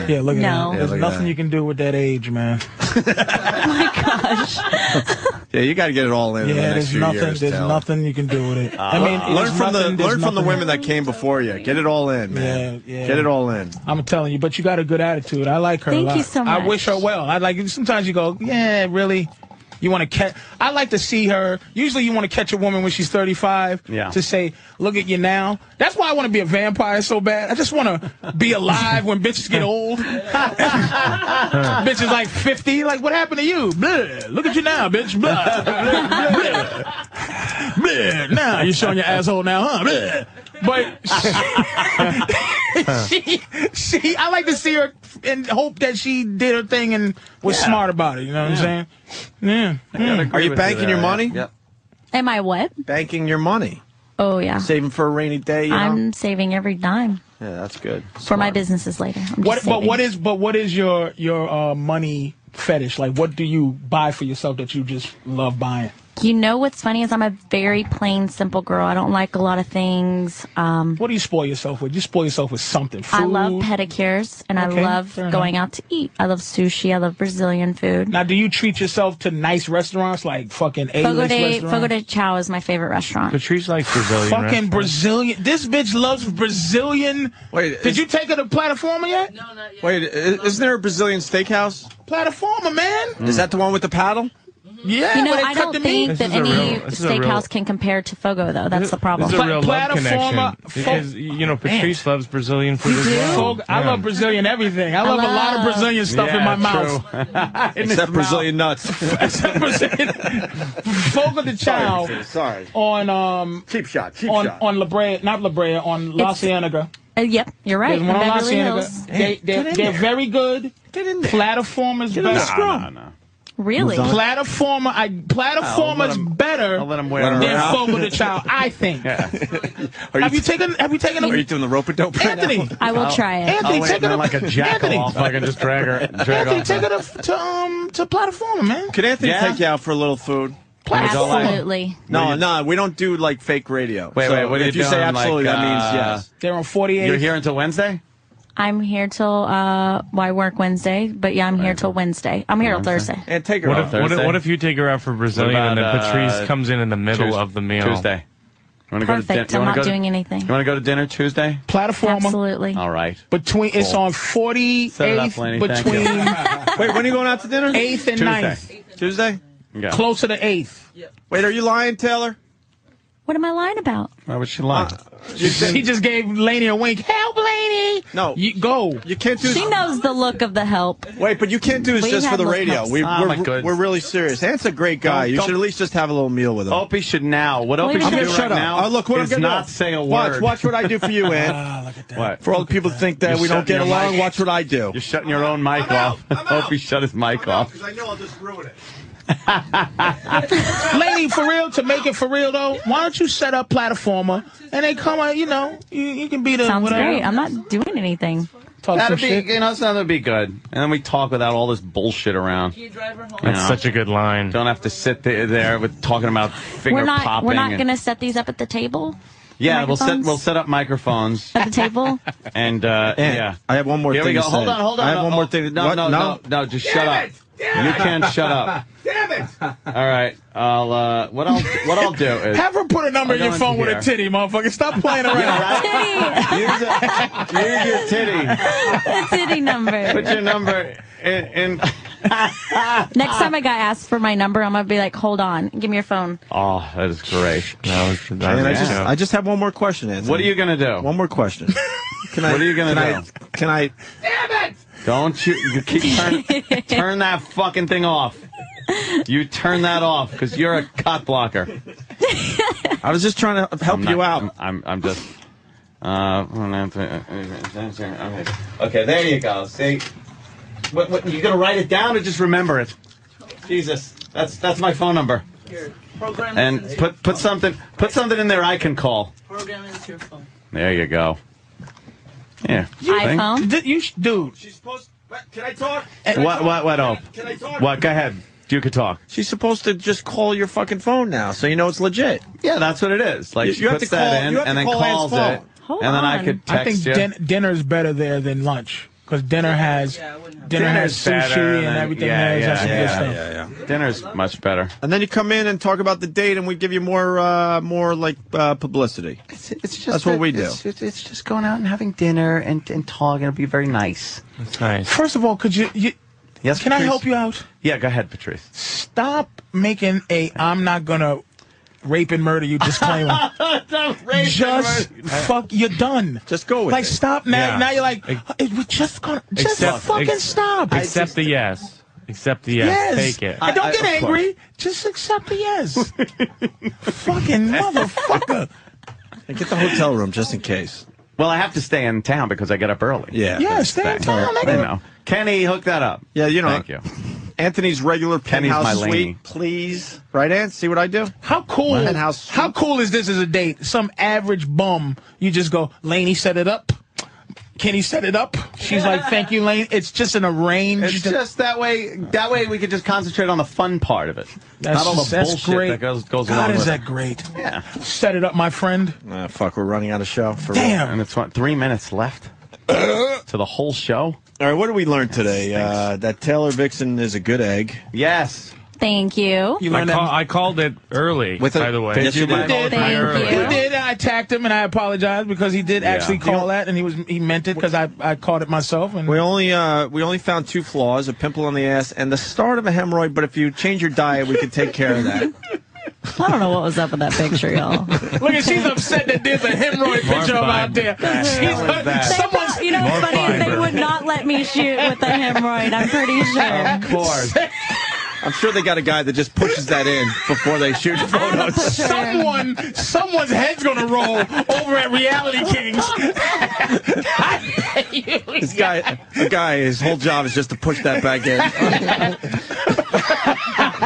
Speaker 2: Yeah,
Speaker 1: No.
Speaker 2: look at that.
Speaker 1: Yeah,
Speaker 2: There's
Speaker 1: look at
Speaker 2: nothing
Speaker 1: that.
Speaker 2: you can do with that age, man.
Speaker 1: Yeah, you got to get it all in. in the
Speaker 2: yeah,
Speaker 1: next
Speaker 2: there's
Speaker 1: few
Speaker 2: nothing.
Speaker 1: years,
Speaker 2: there's
Speaker 1: Taylor.
Speaker 2: nothing you can do with it. I
Speaker 1: Uh,
Speaker 2: mean,
Speaker 1: learn
Speaker 2: there's
Speaker 1: from
Speaker 2: nothing-
Speaker 1: the
Speaker 2: there's
Speaker 1: learn from the
Speaker 2: nothing-
Speaker 1: women that came before you. Get it all in, man.
Speaker 2: Yeah, yeah.
Speaker 1: Get it all in.
Speaker 2: I'm telling you, but you got a good attitude. I like her. a
Speaker 1: Thank
Speaker 2: lot.
Speaker 1: you so
Speaker 2: I
Speaker 1: much.
Speaker 2: wish her well. I like. Sometimes you go, yeah, really. You want to catch? I like to see her. Usually, you want to catch a woman when she's 35.
Speaker 3: Yeah.
Speaker 2: To say, look at you now. That's why I want to be a vampire so bad. I just want to be alive when bitches get old. *laughs* bitches like 50. Like, what happened to you? Blah. Look at you now, bitch. Blah. Blah. Blah. Now you're showing your asshole now, huh? Blah. But *laughs* she, she, I like to see her and hope that she did her thing and was
Speaker 1: Yeah.
Speaker 2: smart about it. You know what I'm saying? Yeah. Mm.
Speaker 1: Are you banking your money?
Speaker 8: Am I what?
Speaker 1: Banking your money.
Speaker 8: Oh yeah.
Speaker 1: Saving for a rainy
Speaker 2: uh,
Speaker 1: day. You know?
Speaker 8: I'm saving every dime
Speaker 1: Yeah, that's good.
Speaker 8: for my businesses later. I'm
Speaker 2: What?
Speaker 8: just
Speaker 2: But
Speaker 8: saving.
Speaker 2: what is? But what is your your uh, money fetish? Like, what do you buy for yourself that you just love buying?
Speaker 8: You know what's funny is I'm a very plain, simple girl. I don't like a lot of things. Um,
Speaker 2: what do you spoil yourself with? You spoil yourself with something. Food.
Speaker 8: I love pedicures and
Speaker 2: Okay,
Speaker 8: I love
Speaker 2: fair enough.
Speaker 8: going out to eat. I love sushi. I love Brazilian food.
Speaker 2: Now, do you treat yourself to nice restaurants like fucking A
Speaker 8: Fogo
Speaker 2: list
Speaker 8: de, Fogo
Speaker 2: restaurants?
Speaker 8: de Chao is my favorite restaurant.
Speaker 7: Patrice likes Brazilian.
Speaker 2: Fucking
Speaker 7: restaurants.
Speaker 2: Brazilian. This bitch loves Brazilian. Wait, did you take her to Plataforma yet?
Speaker 1: Wait, i- isn't there a Brazilian steakhouse?
Speaker 2: Plataforma, man.
Speaker 1: Is that the one with the paddle?
Speaker 2: Yeah,
Speaker 8: you know,
Speaker 2: where they
Speaker 8: I
Speaker 2: cut
Speaker 8: don't
Speaker 2: the meat.
Speaker 8: think
Speaker 2: This
Speaker 8: that
Speaker 2: is a
Speaker 8: any
Speaker 2: real- this is a real-
Speaker 8: steakhouse can compare to Fogo, though. That's the problem.
Speaker 7: This is a real love
Speaker 2: Platforma-
Speaker 7: connection.
Speaker 2: fo-
Speaker 7: Is- you know, Patrice loves Brazilian food as well.
Speaker 2: Folk- I
Speaker 7: Yeah.
Speaker 2: love Brazilian everything. I
Speaker 7: I
Speaker 2: love, a lot of
Speaker 7: love-
Speaker 2: Brazilian stuff in my
Speaker 7: Yeah,
Speaker 2: mouth.
Speaker 7: true.
Speaker 2: In this
Speaker 1: nuts.
Speaker 2: Except Brazilian. Fogo de Chao
Speaker 1: Sorry.
Speaker 2: on um
Speaker 1: cheap shot. Cheap
Speaker 2: on
Speaker 1: shot.
Speaker 2: on La Brea, not La Brea, on La
Speaker 8: It's-
Speaker 2: Cienega.
Speaker 8: Uh, yep, you're right.
Speaker 2: There's one on La
Speaker 8: Beverly
Speaker 2: Cienega.
Speaker 8: Hills.
Speaker 2: They, they're
Speaker 8: Get in
Speaker 2: they're
Speaker 8: there.
Speaker 2: very good. Get in there. Platform is
Speaker 8: Get in
Speaker 2: best.
Speaker 8: there. Nah, nah, Really?
Speaker 2: Plataforma, I, plataforma's better
Speaker 1: wear
Speaker 2: than
Speaker 1: it around.
Speaker 2: Fogo the Child, I think.
Speaker 1: Are
Speaker 2: have you taken? Have you taken? A,
Speaker 1: Are you doing the rope a dope? right now?
Speaker 2: Anthony, Anthony, take it up. Anthony,
Speaker 1: can just drag her.
Speaker 2: Anthony, take it up to um to Plataforma, man.
Speaker 1: Can Anthony
Speaker 2: Yeah.
Speaker 1: take you out for a little food?
Speaker 8: Absolutely.
Speaker 1: No, no, we don't do like fake radio.
Speaker 3: Wait,
Speaker 1: So
Speaker 3: wait, what are
Speaker 1: if
Speaker 3: you
Speaker 1: you say
Speaker 3: doing,
Speaker 1: absolutely,
Speaker 3: like,
Speaker 1: that
Speaker 3: uh,
Speaker 1: means yes.
Speaker 2: They're on 48.
Speaker 3: You're here until Wednesday?
Speaker 8: I'm here till uh, well, I work Wednesday, but yeah, I'm here till Wednesday. I'm here till Thursday.
Speaker 1: And take her
Speaker 7: What
Speaker 1: out
Speaker 7: if, what, if,
Speaker 1: Thursday.
Speaker 7: what if you take her out for Brazilian
Speaker 1: What about,
Speaker 7: and then Patrice
Speaker 1: uh,
Speaker 7: comes in in the middle
Speaker 1: Tues-
Speaker 7: of the meal?
Speaker 1: Tuesday?
Speaker 3: You wanna go to
Speaker 8: Perfect.
Speaker 3: din-
Speaker 8: I'm
Speaker 3: you wanna
Speaker 8: not
Speaker 3: go to-
Speaker 8: doing anything.
Speaker 3: You want to go to dinner Tuesday?
Speaker 2: Plataforma.
Speaker 8: Absolutely.
Speaker 3: All right.
Speaker 2: Between it's
Speaker 3: Cool.
Speaker 2: on 48th
Speaker 3: Set it up, Laney. Thank you.
Speaker 2: between.
Speaker 3: *laughs*
Speaker 1: *laughs* Wait, when are you going out to dinner?
Speaker 2: Eighth and
Speaker 1: Tuesday.
Speaker 2: ninth,
Speaker 1: Tuesday?
Speaker 3: Yeah.
Speaker 2: closer to eighth.
Speaker 1: Wait, are you lying, Taylor?
Speaker 8: What am I lying about?
Speaker 3: Why would she lie?
Speaker 2: she just gave Laney a wink. Help, Laney.
Speaker 1: No,
Speaker 2: you go.
Speaker 1: You can't do.
Speaker 8: She knows the look of the help.
Speaker 1: Wait, but you can't do this
Speaker 8: We
Speaker 1: just for
Speaker 8: have
Speaker 1: the
Speaker 8: look
Speaker 1: radio.
Speaker 8: ups.
Speaker 2: Oh,
Speaker 1: We,
Speaker 3: Oh,
Speaker 8: Ah, my
Speaker 1: we're, we're really serious. Ant's a great guy.
Speaker 3: Don't-
Speaker 1: you
Speaker 3: don't- Oh,
Speaker 1: should at least just have a little meal with him.
Speaker 3: Uh, Opie should now. What Opie should do right now
Speaker 1: Oh, look, what
Speaker 3: is
Speaker 1: I'm gonna
Speaker 3: not
Speaker 1: do.
Speaker 3: say a
Speaker 1: watch,
Speaker 3: word. Ah,
Speaker 1: Watch what I do
Speaker 3: *laughs*
Speaker 1: for you, Ant.
Speaker 3: What?
Speaker 1: For all the people that think that
Speaker 3: You're
Speaker 1: we don't
Speaker 3: shutting
Speaker 1: get
Speaker 3: your
Speaker 1: along,
Speaker 3: mic.
Speaker 1: watch what I do.
Speaker 3: You're shutting your own mic off. *laughs* Opie shut his mic off.
Speaker 1: I know I'll just ruin it.
Speaker 2: *laughs* Laney, for real, to make it for real though, why don't you set up Plataforma and they come out? You know, you, you can be the
Speaker 8: Sounds
Speaker 2: whatever.
Speaker 8: great. I'm not doing anything.
Speaker 2: Talk
Speaker 3: That'd
Speaker 2: some
Speaker 3: be,
Speaker 2: shit.
Speaker 3: you know, that'd be good. And then we talk without all this bullshit around.
Speaker 7: That's such a good line.
Speaker 3: Don't have to sit there, there with talking about finger
Speaker 8: we're not.
Speaker 3: popping.
Speaker 8: We're not
Speaker 3: and-
Speaker 8: going to set these up at the table.
Speaker 3: Yeah, we'll set
Speaker 8: microphones?
Speaker 3: we'll set up microphones
Speaker 8: At the table.
Speaker 3: and
Speaker 1: *laughs*
Speaker 3: uh,
Speaker 1: Ant,
Speaker 3: yeah.
Speaker 1: I have one more
Speaker 3: Here
Speaker 1: thing
Speaker 3: we go.
Speaker 1: to
Speaker 3: hold
Speaker 1: say.
Speaker 3: on, hold on.
Speaker 1: I have
Speaker 3: no,
Speaker 1: one more
Speaker 3: oh,
Speaker 1: thing to-
Speaker 3: No,
Speaker 1: what?
Speaker 3: no, no,
Speaker 1: No.
Speaker 3: no. Just shut up. you can't shut
Speaker 1: *laughs*
Speaker 9: *laughs*
Speaker 3: up.
Speaker 2: Damn it!
Speaker 3: All right. I'll uh, what I'll what I'll do is
Speaker 2: Have
Speaker 3: *laughs*
Speaker 2: her put a number in
Speaker 3: I'll
Speaker 2: your
Speaker 3: go
Speaker 2: phone
Speaker 3: into
Speaker 2: with a
Speaker 3: here.
Speaker 2: titty, motherfucker. Stop playing around.
Speaker 3: Here's your
Speaker 8: *laughs*
Speaker 3: titty.
Speaker 8: the city number.
Speaker 3: Put your number in.
Speaker 1: *laughs*
Speaker 3: in.
Speaker 8: *laughs* Next time a guy asks for my number, I'm gonna be like, "Hold on, give me your phone."
Speaker 3: Oh, that is great.
Speaker 7: That was, that was
Speaker 1: And I just,
Speaker 7: yeah.
Speaker 1: I just have one more question, Anthony.
Speaker 3: What are you gonna do?
Speaker 1: One more question.
Speaker 3: *laughs*
Speaker 1: Can
Speaker 3: What are you gonna
Speaker 1: can
Speaker 3: do?
Speaker 1: I, can I?
Speaker 3: Don't you, you keep turn, turn that fucking thing off. You turn that off because you're a cock blocker.
Speaker 1: I was just trying to help
Speaker 3: I'm
Speaker 1: you
Speaker 3: not-
Speaker 1: out.
Speaker 3: I'm, I'm, I'm just. Uh, okay. okay, there you go. See, what, what, you gonna write it down or just remember it? Jesus, that's that's my phone number. And put put something put something in there I can call.
Speaker 34: Program into your phone.
Speaker 3: There you go. Yeah.
Speaker 8: iPhone.
Speaker 2: D- you, sh- dude.
Speaker 1: She's supposed. Can I talk?
Speaker 3: What what what? Oh,
Speaker 1: Can I talk?
Speaker 3: what? Go ahead. You could talk.
Speaker 1: She's supposed to just call your fucking phone now, so you know it's legit.
Speaker 3: Yeah, that's what it is. Like
Speaker 1: You-
Speaker 3: she
Speaker 1: you have
Speaker 3: puts
Speaker 1: to
Speaker 3: that
Speaker 1: call-
Speaker 3: in
Speaker 1: you have
Speaker 3: and
Speaker 1: to
Speaker 3: then
Speaker 1: call Ann's
Speaker 3: calls
Speaker 1: phone.
Speaker 3: it, and then I could text
Speaker 2: I think
Speaker 3: you.
Speaker 2: din- dinner's better there than lunch because dinner has dinner has
Speaker 3: Dinner's
Speaker 2: sushi
Speaker 3: better
Speaker 2: and
Speaker 3: than-
Speaker 2: everything
Speaker 3: yeah,
Speaker 2: has
Speaker 3: yeah,
Speaker 2: that's some good
Speaker 3: yeah,
Speaker 2: stuff.
Speaker 3: Dinner's much better.
Speaker 1: And then you come in and talk about the date, and we give you more, uh, more like uh, publicity.
Speaker 3: It's, it's just
Speaker 1: That's what
Speaker 3: that-
Speaker 1: we do.
Speaker 3: It's, it's, it's just going out and having dinner and, and talking. It'll be very nice.
Speaker 7: That's nice.
Speaker 2: First of all, could you? you
Speaker 3: Yes,
Speaker 2: can I
Speaker 3: Patrice?
Speaker 2: help you out?
Speaker 3: Yeah, go ahead, Patrice.
Speaker 2: Stop making a I'm not gonna rape and murder you
Speaker 1: *laughs*
Speaker 2: disclaimer. just fuck. You're done.
Speaker 1: Just go with
Speaker 2: Like
Speaker 1: it.
Speaker 2: stop now.
Speaker 7: Yeah.
Speaker 2: Now you're like,
Speaker 7: Ex-
Speaker 2: "Hey, we just gonna just
Speaker 7: Accept-
Speaker 2: fucking
Speaker 7: ex-
Speaker 2: stop.
Speaker 7: Accept the yes. Accept the yes. Take it.
Speaker 2: And don't
Speaker 3: I- I-
Speaker 2: get
Speaker 3: of
Speaker 2: angry. Just accept the yes. Fucking *laughs* motherfucker.
Speaker 1: And get the hotel room just in case.
Speaker 3: Well, I have to stay in town because I get up early.
Speaker 1: Yeah.
Speaker 2: Yeah,
Speaker 1: that's-
Speaker 2: stay in
Speaker 3: Thanks.
Speaker 2: town,
Speaker 3: I
Speaker 2: nigga.
Speaker 3: know. Kenny, hook that up.
Speaker 1: Yeah, you know.
Speaker 3: Thank you.
Speaker 1: Anthony's regular
Speaker 3: Kenny's my
Speaker 1: penthouse
Speaker 3: lady.
Speaker 1: suite, please. Right, Ant? See what I do?
Speaker 2: How cool.
Speaker 1: What? Penthouse suite.
Speaker 2: How cool is this as a date? Some average bum, you just go, Laney set it up. Kenny set it up. She's like, thank you, Lane. It's just an arranged.
Speaker 3: It's just that way. That way, we could just concentrate on the fun part of it.
Speaker 2: that's
Speaker 3: Not all the
Speaker 2: that's
Speaker 3: bullshit
Speaker 2: great.
Speaker 3: that goes goes
Speaker 2: God,
Speaker 3: along
Speaker 2: is
Speaker 3: with
Speaker 2: that
Speaker 3: it.
Speaker 2: great?
Speaker 3: Yeah.
Speaker 2: Set it up, my friend.
Speaker 1: Uh, fuck, we're running out of show. For real.
Speaker 2: Damn.
Speaker 3: And it's what three minutes left to the whole show.
Speaker 1: All right, what did we learn today? Uh, that Taylor Vixen is a good egg.
Speaker 3: Yes.
Speaker 8: Thank you.
Speaker 2: You
Speaker 7: I,
Speaker 2: learned
Speaker 7: call,
Speaker 2: that.
Speaker 7: I called it early,
Speaker 1: With a-
Speaker 7: by the way.
Speaker 1: Did Yes, you you
Speaker 2: did. did.
Speaker 8: Thank
Speaker 7: early.
Speaker 8: you.
Speaker 2: He did. I attacked him, and I apologize because he did
Speaker 3: Yeah.
Speaker 2: actually
Speaker 3: You
Speaker 2: call that, and he was he meant it because I, I caught it myself. And
Speaker 1: We only uh, we only found two flaws: a pimple on the ass and the start of a hemorrhoid. But if you change your diet, we could take care of
Speaker 2: *laughs*
Speaker 1: that.
Speaker 8: I don't know what was up with that picture, y'all.
Speaker 2: Look at she's upset that there's a hemorrhoid picture of out there. She's
Speaker 3: that?
Speaker 8: They
Speaker 2: someone's
Speaker 8: thought- you know what's funny? is They would not let me shoot with a hemorrhoid. I'm pretty sure.
Speaker 3: Of course.
Speaker 1: I'm sure they got a guy that just pushes that in before they shoot
Speaker 2: *laughs*
Speaker 1: photos.
Speaker 2: Someone, someone's head's gonna roll
Speaker 1: *laughs*
Speaker 2: over at *laughs* Reality Kings.
Speaker 1: This *laughs* guy, the guy, his whole job is just to push that back in.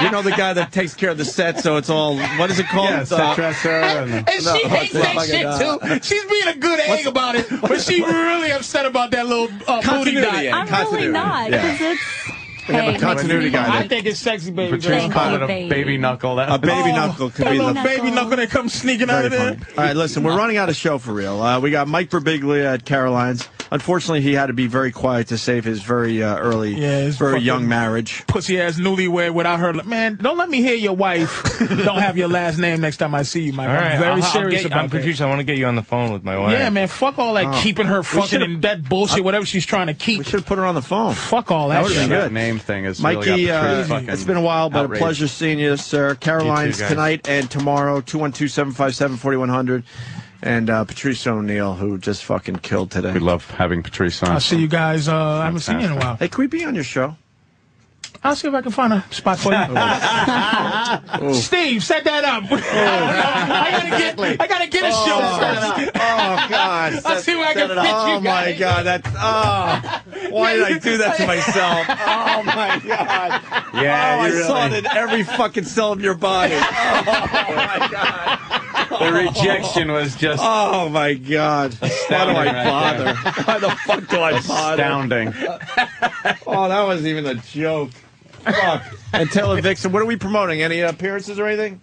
Speaker 1: you know the guy that takes care of the set, so it's all what is it called?
Speaker 2: Yeah,
Speaker 1: *laughs*
Speaker 2: set dresser and- And she hates that shit, too.
Speaker 1: She's being a good egg about it, *laughs*
Speaker 2: but she really upset about that little uh, booty
Speaker 1: Continuity,
Speaker 2: dot.
Speaker 1: Ed, I'm really continuity. not, Yeah. 'cause We have a continuity guy
Speaker 2: I
Speaker 1: that-
Speaker 2: think it's sexy, baby.
Speaker 1: Patrice called it a Baby. baby
Speaker 3: knuckle. Oh.
Speaker 1: A baby knuckle could be
Speaker 2: little
Speaker 1: the-
Speaker 2: baby knuckle that comes sneaking out of there.
Speaker 1: All right, listen, we're running out of show for real. Uh, we got Mike Birbiglia at Caroline's. Unfortunately, he had to be very quiet to save his very uh, early,
Speaker 2: his
Speaker 1: very
Speaker 2: fucking-
Speaker 1: young marriage.
Speaker 2: Pussy ass newlywed without her. Man, don't let me hear
Speaker 1: *laughs*
Speaker 2: your wife. don't have your last name next time I see you, Mike.
Speaker 7: All right,
Speaker 2: I'm very
Speaker 7: I'll- I'll
Speaker 2: serious
Speaker 7: get-
Speaker 2: about
Speaker 7: I'm
Speaker 2: that.
Speaker 7: confused. I want to get you on the phone with my wife.
Speaker 2: Yeah, man, fuck all that
Speaker 7: Oh.
Speaker 2: keeping her
Speaker 7: We
Speaker 2: fucking
Speaker 7: should've-
Speaker 2: and that bullshit, whatever she's trying to keep. We
Speaker 1: should have put her on the phone.
Speaker 2: Fuck all that, shit.
Speaker 3: name thing is
Speaker 1: Mikey,
Speaker 3: really got Patrice
Speaker 1: uh,
Speaker 3: fucking
Speaker 1: it's been a while, but
Speaker 3: outraged.
Speaker 1: a pleasure seeing you, sir. Caroline's
Speaker 3: guys.
Speaker 1: tonight and tomorrow, 212 757 4100. And uh, Patrice O'Neill, who just fucking killed today. We
Speaker 3: love having Patrice
Speaker 2: I'll see you guys. Uh, I haven't seen you in a while.
Speaker 1: Hey, can we be on your show? Oh.
Speaker 2: I'll see if I can find a spot
Speaker 1: *laughs*
Speaker 2: for you. Steve, set that up. *laughs* I gotta get, I gotta get a
Speaker 1: Oh.
Speaker 2: show first.
Speaker 1: Oh God!
Speaker 2: I'll see where I can fit
Speaker 1: Oh
Speaker 2: you guys.
Speaker 1: my God! That's
Speaker 2: *laughs*
Speaker 1: oh, why did I do that to myself? Oh my God!
Speaker 3: *laughs* Yeah,
Speaker 1: oh, I
Speaker 3: you
Speaker 1: saw it
Speaker 3: really-
Speaker 1: in every fucking cell of your
Speaker 2: *laughs*
Speaker 1: body. Oh,
Speaker 3: The rejection was just
Speaker 1: Oh my God! Why do
Speaker 3: Astounding
Speaker 1: I
Speaker 3: right
Speaker 1: bother? Why the fuck do I bother?
Speaker 3: astounding.
Speaker 1: Oh, that wasn't even a joke. Fuck. and Taylor Vixen, what are we promoting? Any appearances or anything?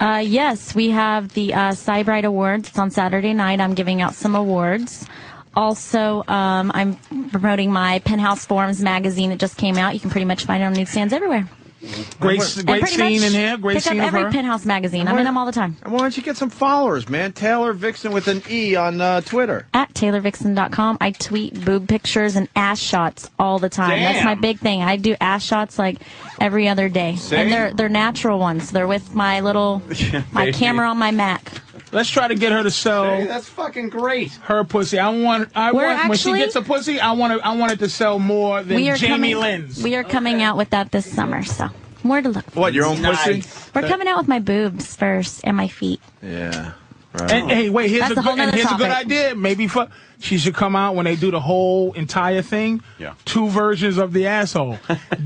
Speaker 8: Uh, yes, we have the uh, Cybrite Awards. It's on Saturday night. I'm giving out some awards. Also, um, I'm promoting my Penthouse Forums magazine that just came out. You can pretty much find it on newsstands everywhere.
Speaker 2: Great,
Speaker 8: And
Speaker 2: great
Speaker 8: pretty much
Speaker 2: scene in here. Great
Speaker 8: pick
Speaker 2: scene
Speaker 8: up
Speaker 2: of
Speaker 8: every
Speaker 2: her.
Speaker 8: Penthouse magazine. I'm in them all the time.
Speaker 1: And why don't you get some followers, man? Taylor Vixen with an E on uh, Twitter.
Speaker 8: At TaylorVixen.com, I tweet boob pictures and ass shots all the time. That's my
Speaker 1: Damn.
Speaker 8: big thing. I do ass shots like every other day,
Speaker 2: Same.
Speaker 8: and they're they're natural ones. They're with my
Speaker 2: *laughs*
Speaker 8: little my
Speaker 2: baby.
Speaker 8: camera on my Mac.
Speaker 2: Let's try to get her to sell.
Speaker 8: See,
Speaker 3: that's fucking great.
Speaker 2: Her pussy. I want. I
Speaker 8: We're
Speaker 2: want. when she
Speaker 8: actually-
Speaker 2: gets a pussy, I want. To, I want it to sell more than Jamie
Speaker 8: coming,
Speaker 2: Lynn's.
Speaker 8: We are coming out with that this summer, so more to look. for.
Speaker 1: What, your own Nice. pussy?
Speaker 8: We're coming out with my boobs first and my feet.
Speaker 1: Yeah.
Speaker 2: And hey, wait, here's
Speaker 8: That's
Speaker 2: a
Speaker 8: a whole
Speaker 2: good, and
Speaker 8: nother
Speaker 2: here's a good
Speaker 8: topic.
Speaker 2: idea. Maybe for she should come out when they do the whole entire thing.
Speaker 3: Yeah.
Speaker 2: Two versions of the
Speaker 1: *laughs*
Speaker 2: asshole.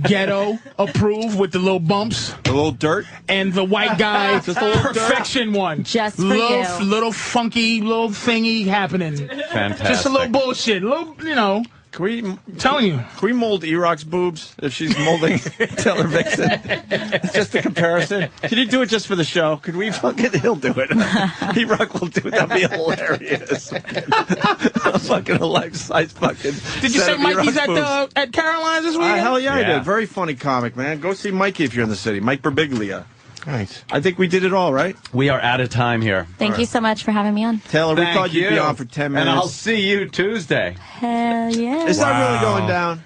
Speaker 2: Ghetto approved with the little bumps.
Speaker 1: The little dirt.
Speaker 2: And the
Speaker 1: *laughs*
Speaker 2: white guy
Speaker 3: Just a little dirt.
Speaker 2: perfection one. Just
Speaker 3: for
Speaker 2: little,
Speaker 3: you.
Speaker 2: little funky little thingy happening.
Speaker 3: Fantastic.
Speaker 2: Just a little bullshit. Little you know.
Speaker 1: Can we I'm
Speaker 2: telling you.
Speaker 1: Can we mold Eroc's boobs if she's
Speaker 2: *laughs*
Speaker 1: molding Taylor Vixen? It's just a comparison. Can you do it just for the show? Could we fucking? He'll do it. *laughs* Erock will do it. That'd be hilarious. *laughs* a fucking life size fucking.
Speaker 2: Did you
Speaker 1: set
Speaker 2: say
Speaker 1: of
Speaker 2: Mikey's
Speaker 1: Eroc's
Speaker 2: at
Speaker 1: boobs.
Speaker 2: the at Caroline's this weekend?
Speaker 1: Uh, hell yeah, I did. Very funny comic, man. Go see Mikey if you're in the city. Mike Birbiglia. Nice. I think we did it all, right?
Speaker 3: We are out of time here.
Speaker 8: Thank you so much for having me on.
Speaker 1: Taylor, we
Speaker 3: Thank
Speaker 1: thought you'd be
Speaker 3: you.
Speaker 1: on for 10
Speaker 3: And
Speaker 1: minutes.
Speaker 3: I'll see you Tuesday.
Speaker 8: Hell yeah.
Speaker 1: It's not really going down.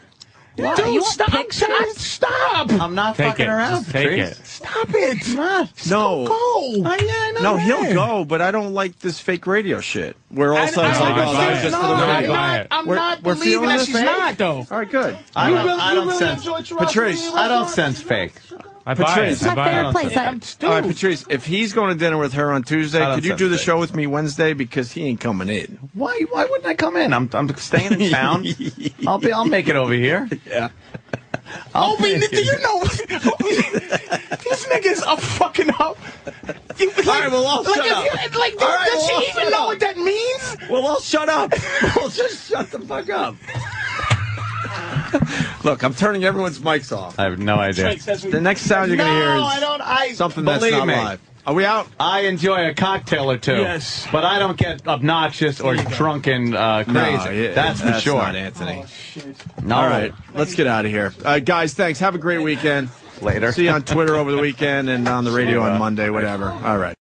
Speaker 8: Why?
Speaker 2: Dude,
Speaker 8: you want
Speaker 2: stop!
Speaker 8: pictures?
Speaker 2: Stop!
Speaker 3: I'm not
Speaker 1: Take
Speaker 3: fucking
Speaker 1: it.
Speaker 3: around.
Speaker 1: Just take
Speaker 3: Patrice.
Speaker 1: it.
Speaker 2: Stop it!
Speaker 1: No.
Speaker 2: Go.
Speaker 3: Oh,
Speaker 1: No, he'll go, but I don't like this fake radio shit. We're all sudden
Speaker 2: I
Speaker 1: like,
Speaker 2: don't
Speaker 1: oh, that was
Speaker 2: think-
Speaker 1: just for
Speaker 2: no,
Speaker 1: the
Speaker 2: I'm
Speaker 1: radio.
Speaker 2: not- I'm
Speaker 1: We're-
Speaker 2: not
Speaker 1: we're
Speaker 2: believing
Speaker 1: feeling
Speaker 2: that
Speaker 1: this
Speaker 2: she's
Speaker 1: fake?
Speaker 2: not, though.
Speaker 1: All right, good.
Speaker 3: I
Speaker 1: You
Speaker 3: don't,
Speaker 1: really-
Speaker 3: I
Speaker 1: you
Speaker 3: don't
Speaker 1: really
Speaker 3: sense.
Speaker 1: enjoy Chirac
Speaker 3: Patrice,
Speaker 1: radio?
Speaker 3: I don't sense fake.
Speaker 7: I
Speaker 3: buy it.
Speaker 1: Patrice,
Speaker 3: I It's my buy it. favorite place. I-
Speaker 1: All right, Patrice, if he's going to dinner with her on Tuesday,
Speaker 3: I don't
Speaker 1: could you
Speaker 3: sense
Speaker 1: do the
Speaker 3: fake.
Speaker 1: show with me Wednesday? Because he ain't coming in.
Speaker 3: Why? Why wouldn't I come in? I'm I'm staying in town. I'll be. I'll make it over here.
Speaker 1: *laughs* Yeah.
Speaker 3: I'll
Speaker 2: Obi,
Speaker 3: make
Speaker 2: do
Speaker 3: it.
Speaker 2: Oh, you know *laughs* these niggas are fucking up? You, like,
Speaker 1: right, well, I'll
Speaker 2: like,
Speaker 1: shut
Speaker 2: if
Speaker 1: up.
Speaker 2: you- like,
Speaker 1: All right, well, I'll
Speaker 2: does she even
Speaker 1: shut
Speaker 2: know
Speaker 1: up.
Speaker 2: what that means?
Speaker 1: Well, I'll
Speaker 3: *laughs*
Speaker 1: shut up. I'll just shut the fuck up. *laughs* Look, I'm turning everyone's mics off.
Speaker 3: I have no idea.
Speaker 1: The next sound you're going to hear is
Speaker 3: I,
Speaker 1: something that's
Speaker 3: Believe
Speaker 1: not
Speaker 3: me.
Speaker 1: live. Are we out?
Speaker 3: I enjoy a cocktail or two.
Speaker 1: Yes.
Speaker 3: But I don't get obnoxious or drunken uh, crazy.
Speaker 1: yeah,
Speaker 3: that's for
Speaker 1: that's
Speaker 3: sure.
Speaker 1: not Anthony.
Speaker 3: No.
Speaker 1: All right, let's get out of here. Uh, guys, thanks. Have a great weekend.
Speaker 3: Later. *laughs*
Speaker 1: See you on Twitter over the weekend and on the radio on Monday, whatever. All right.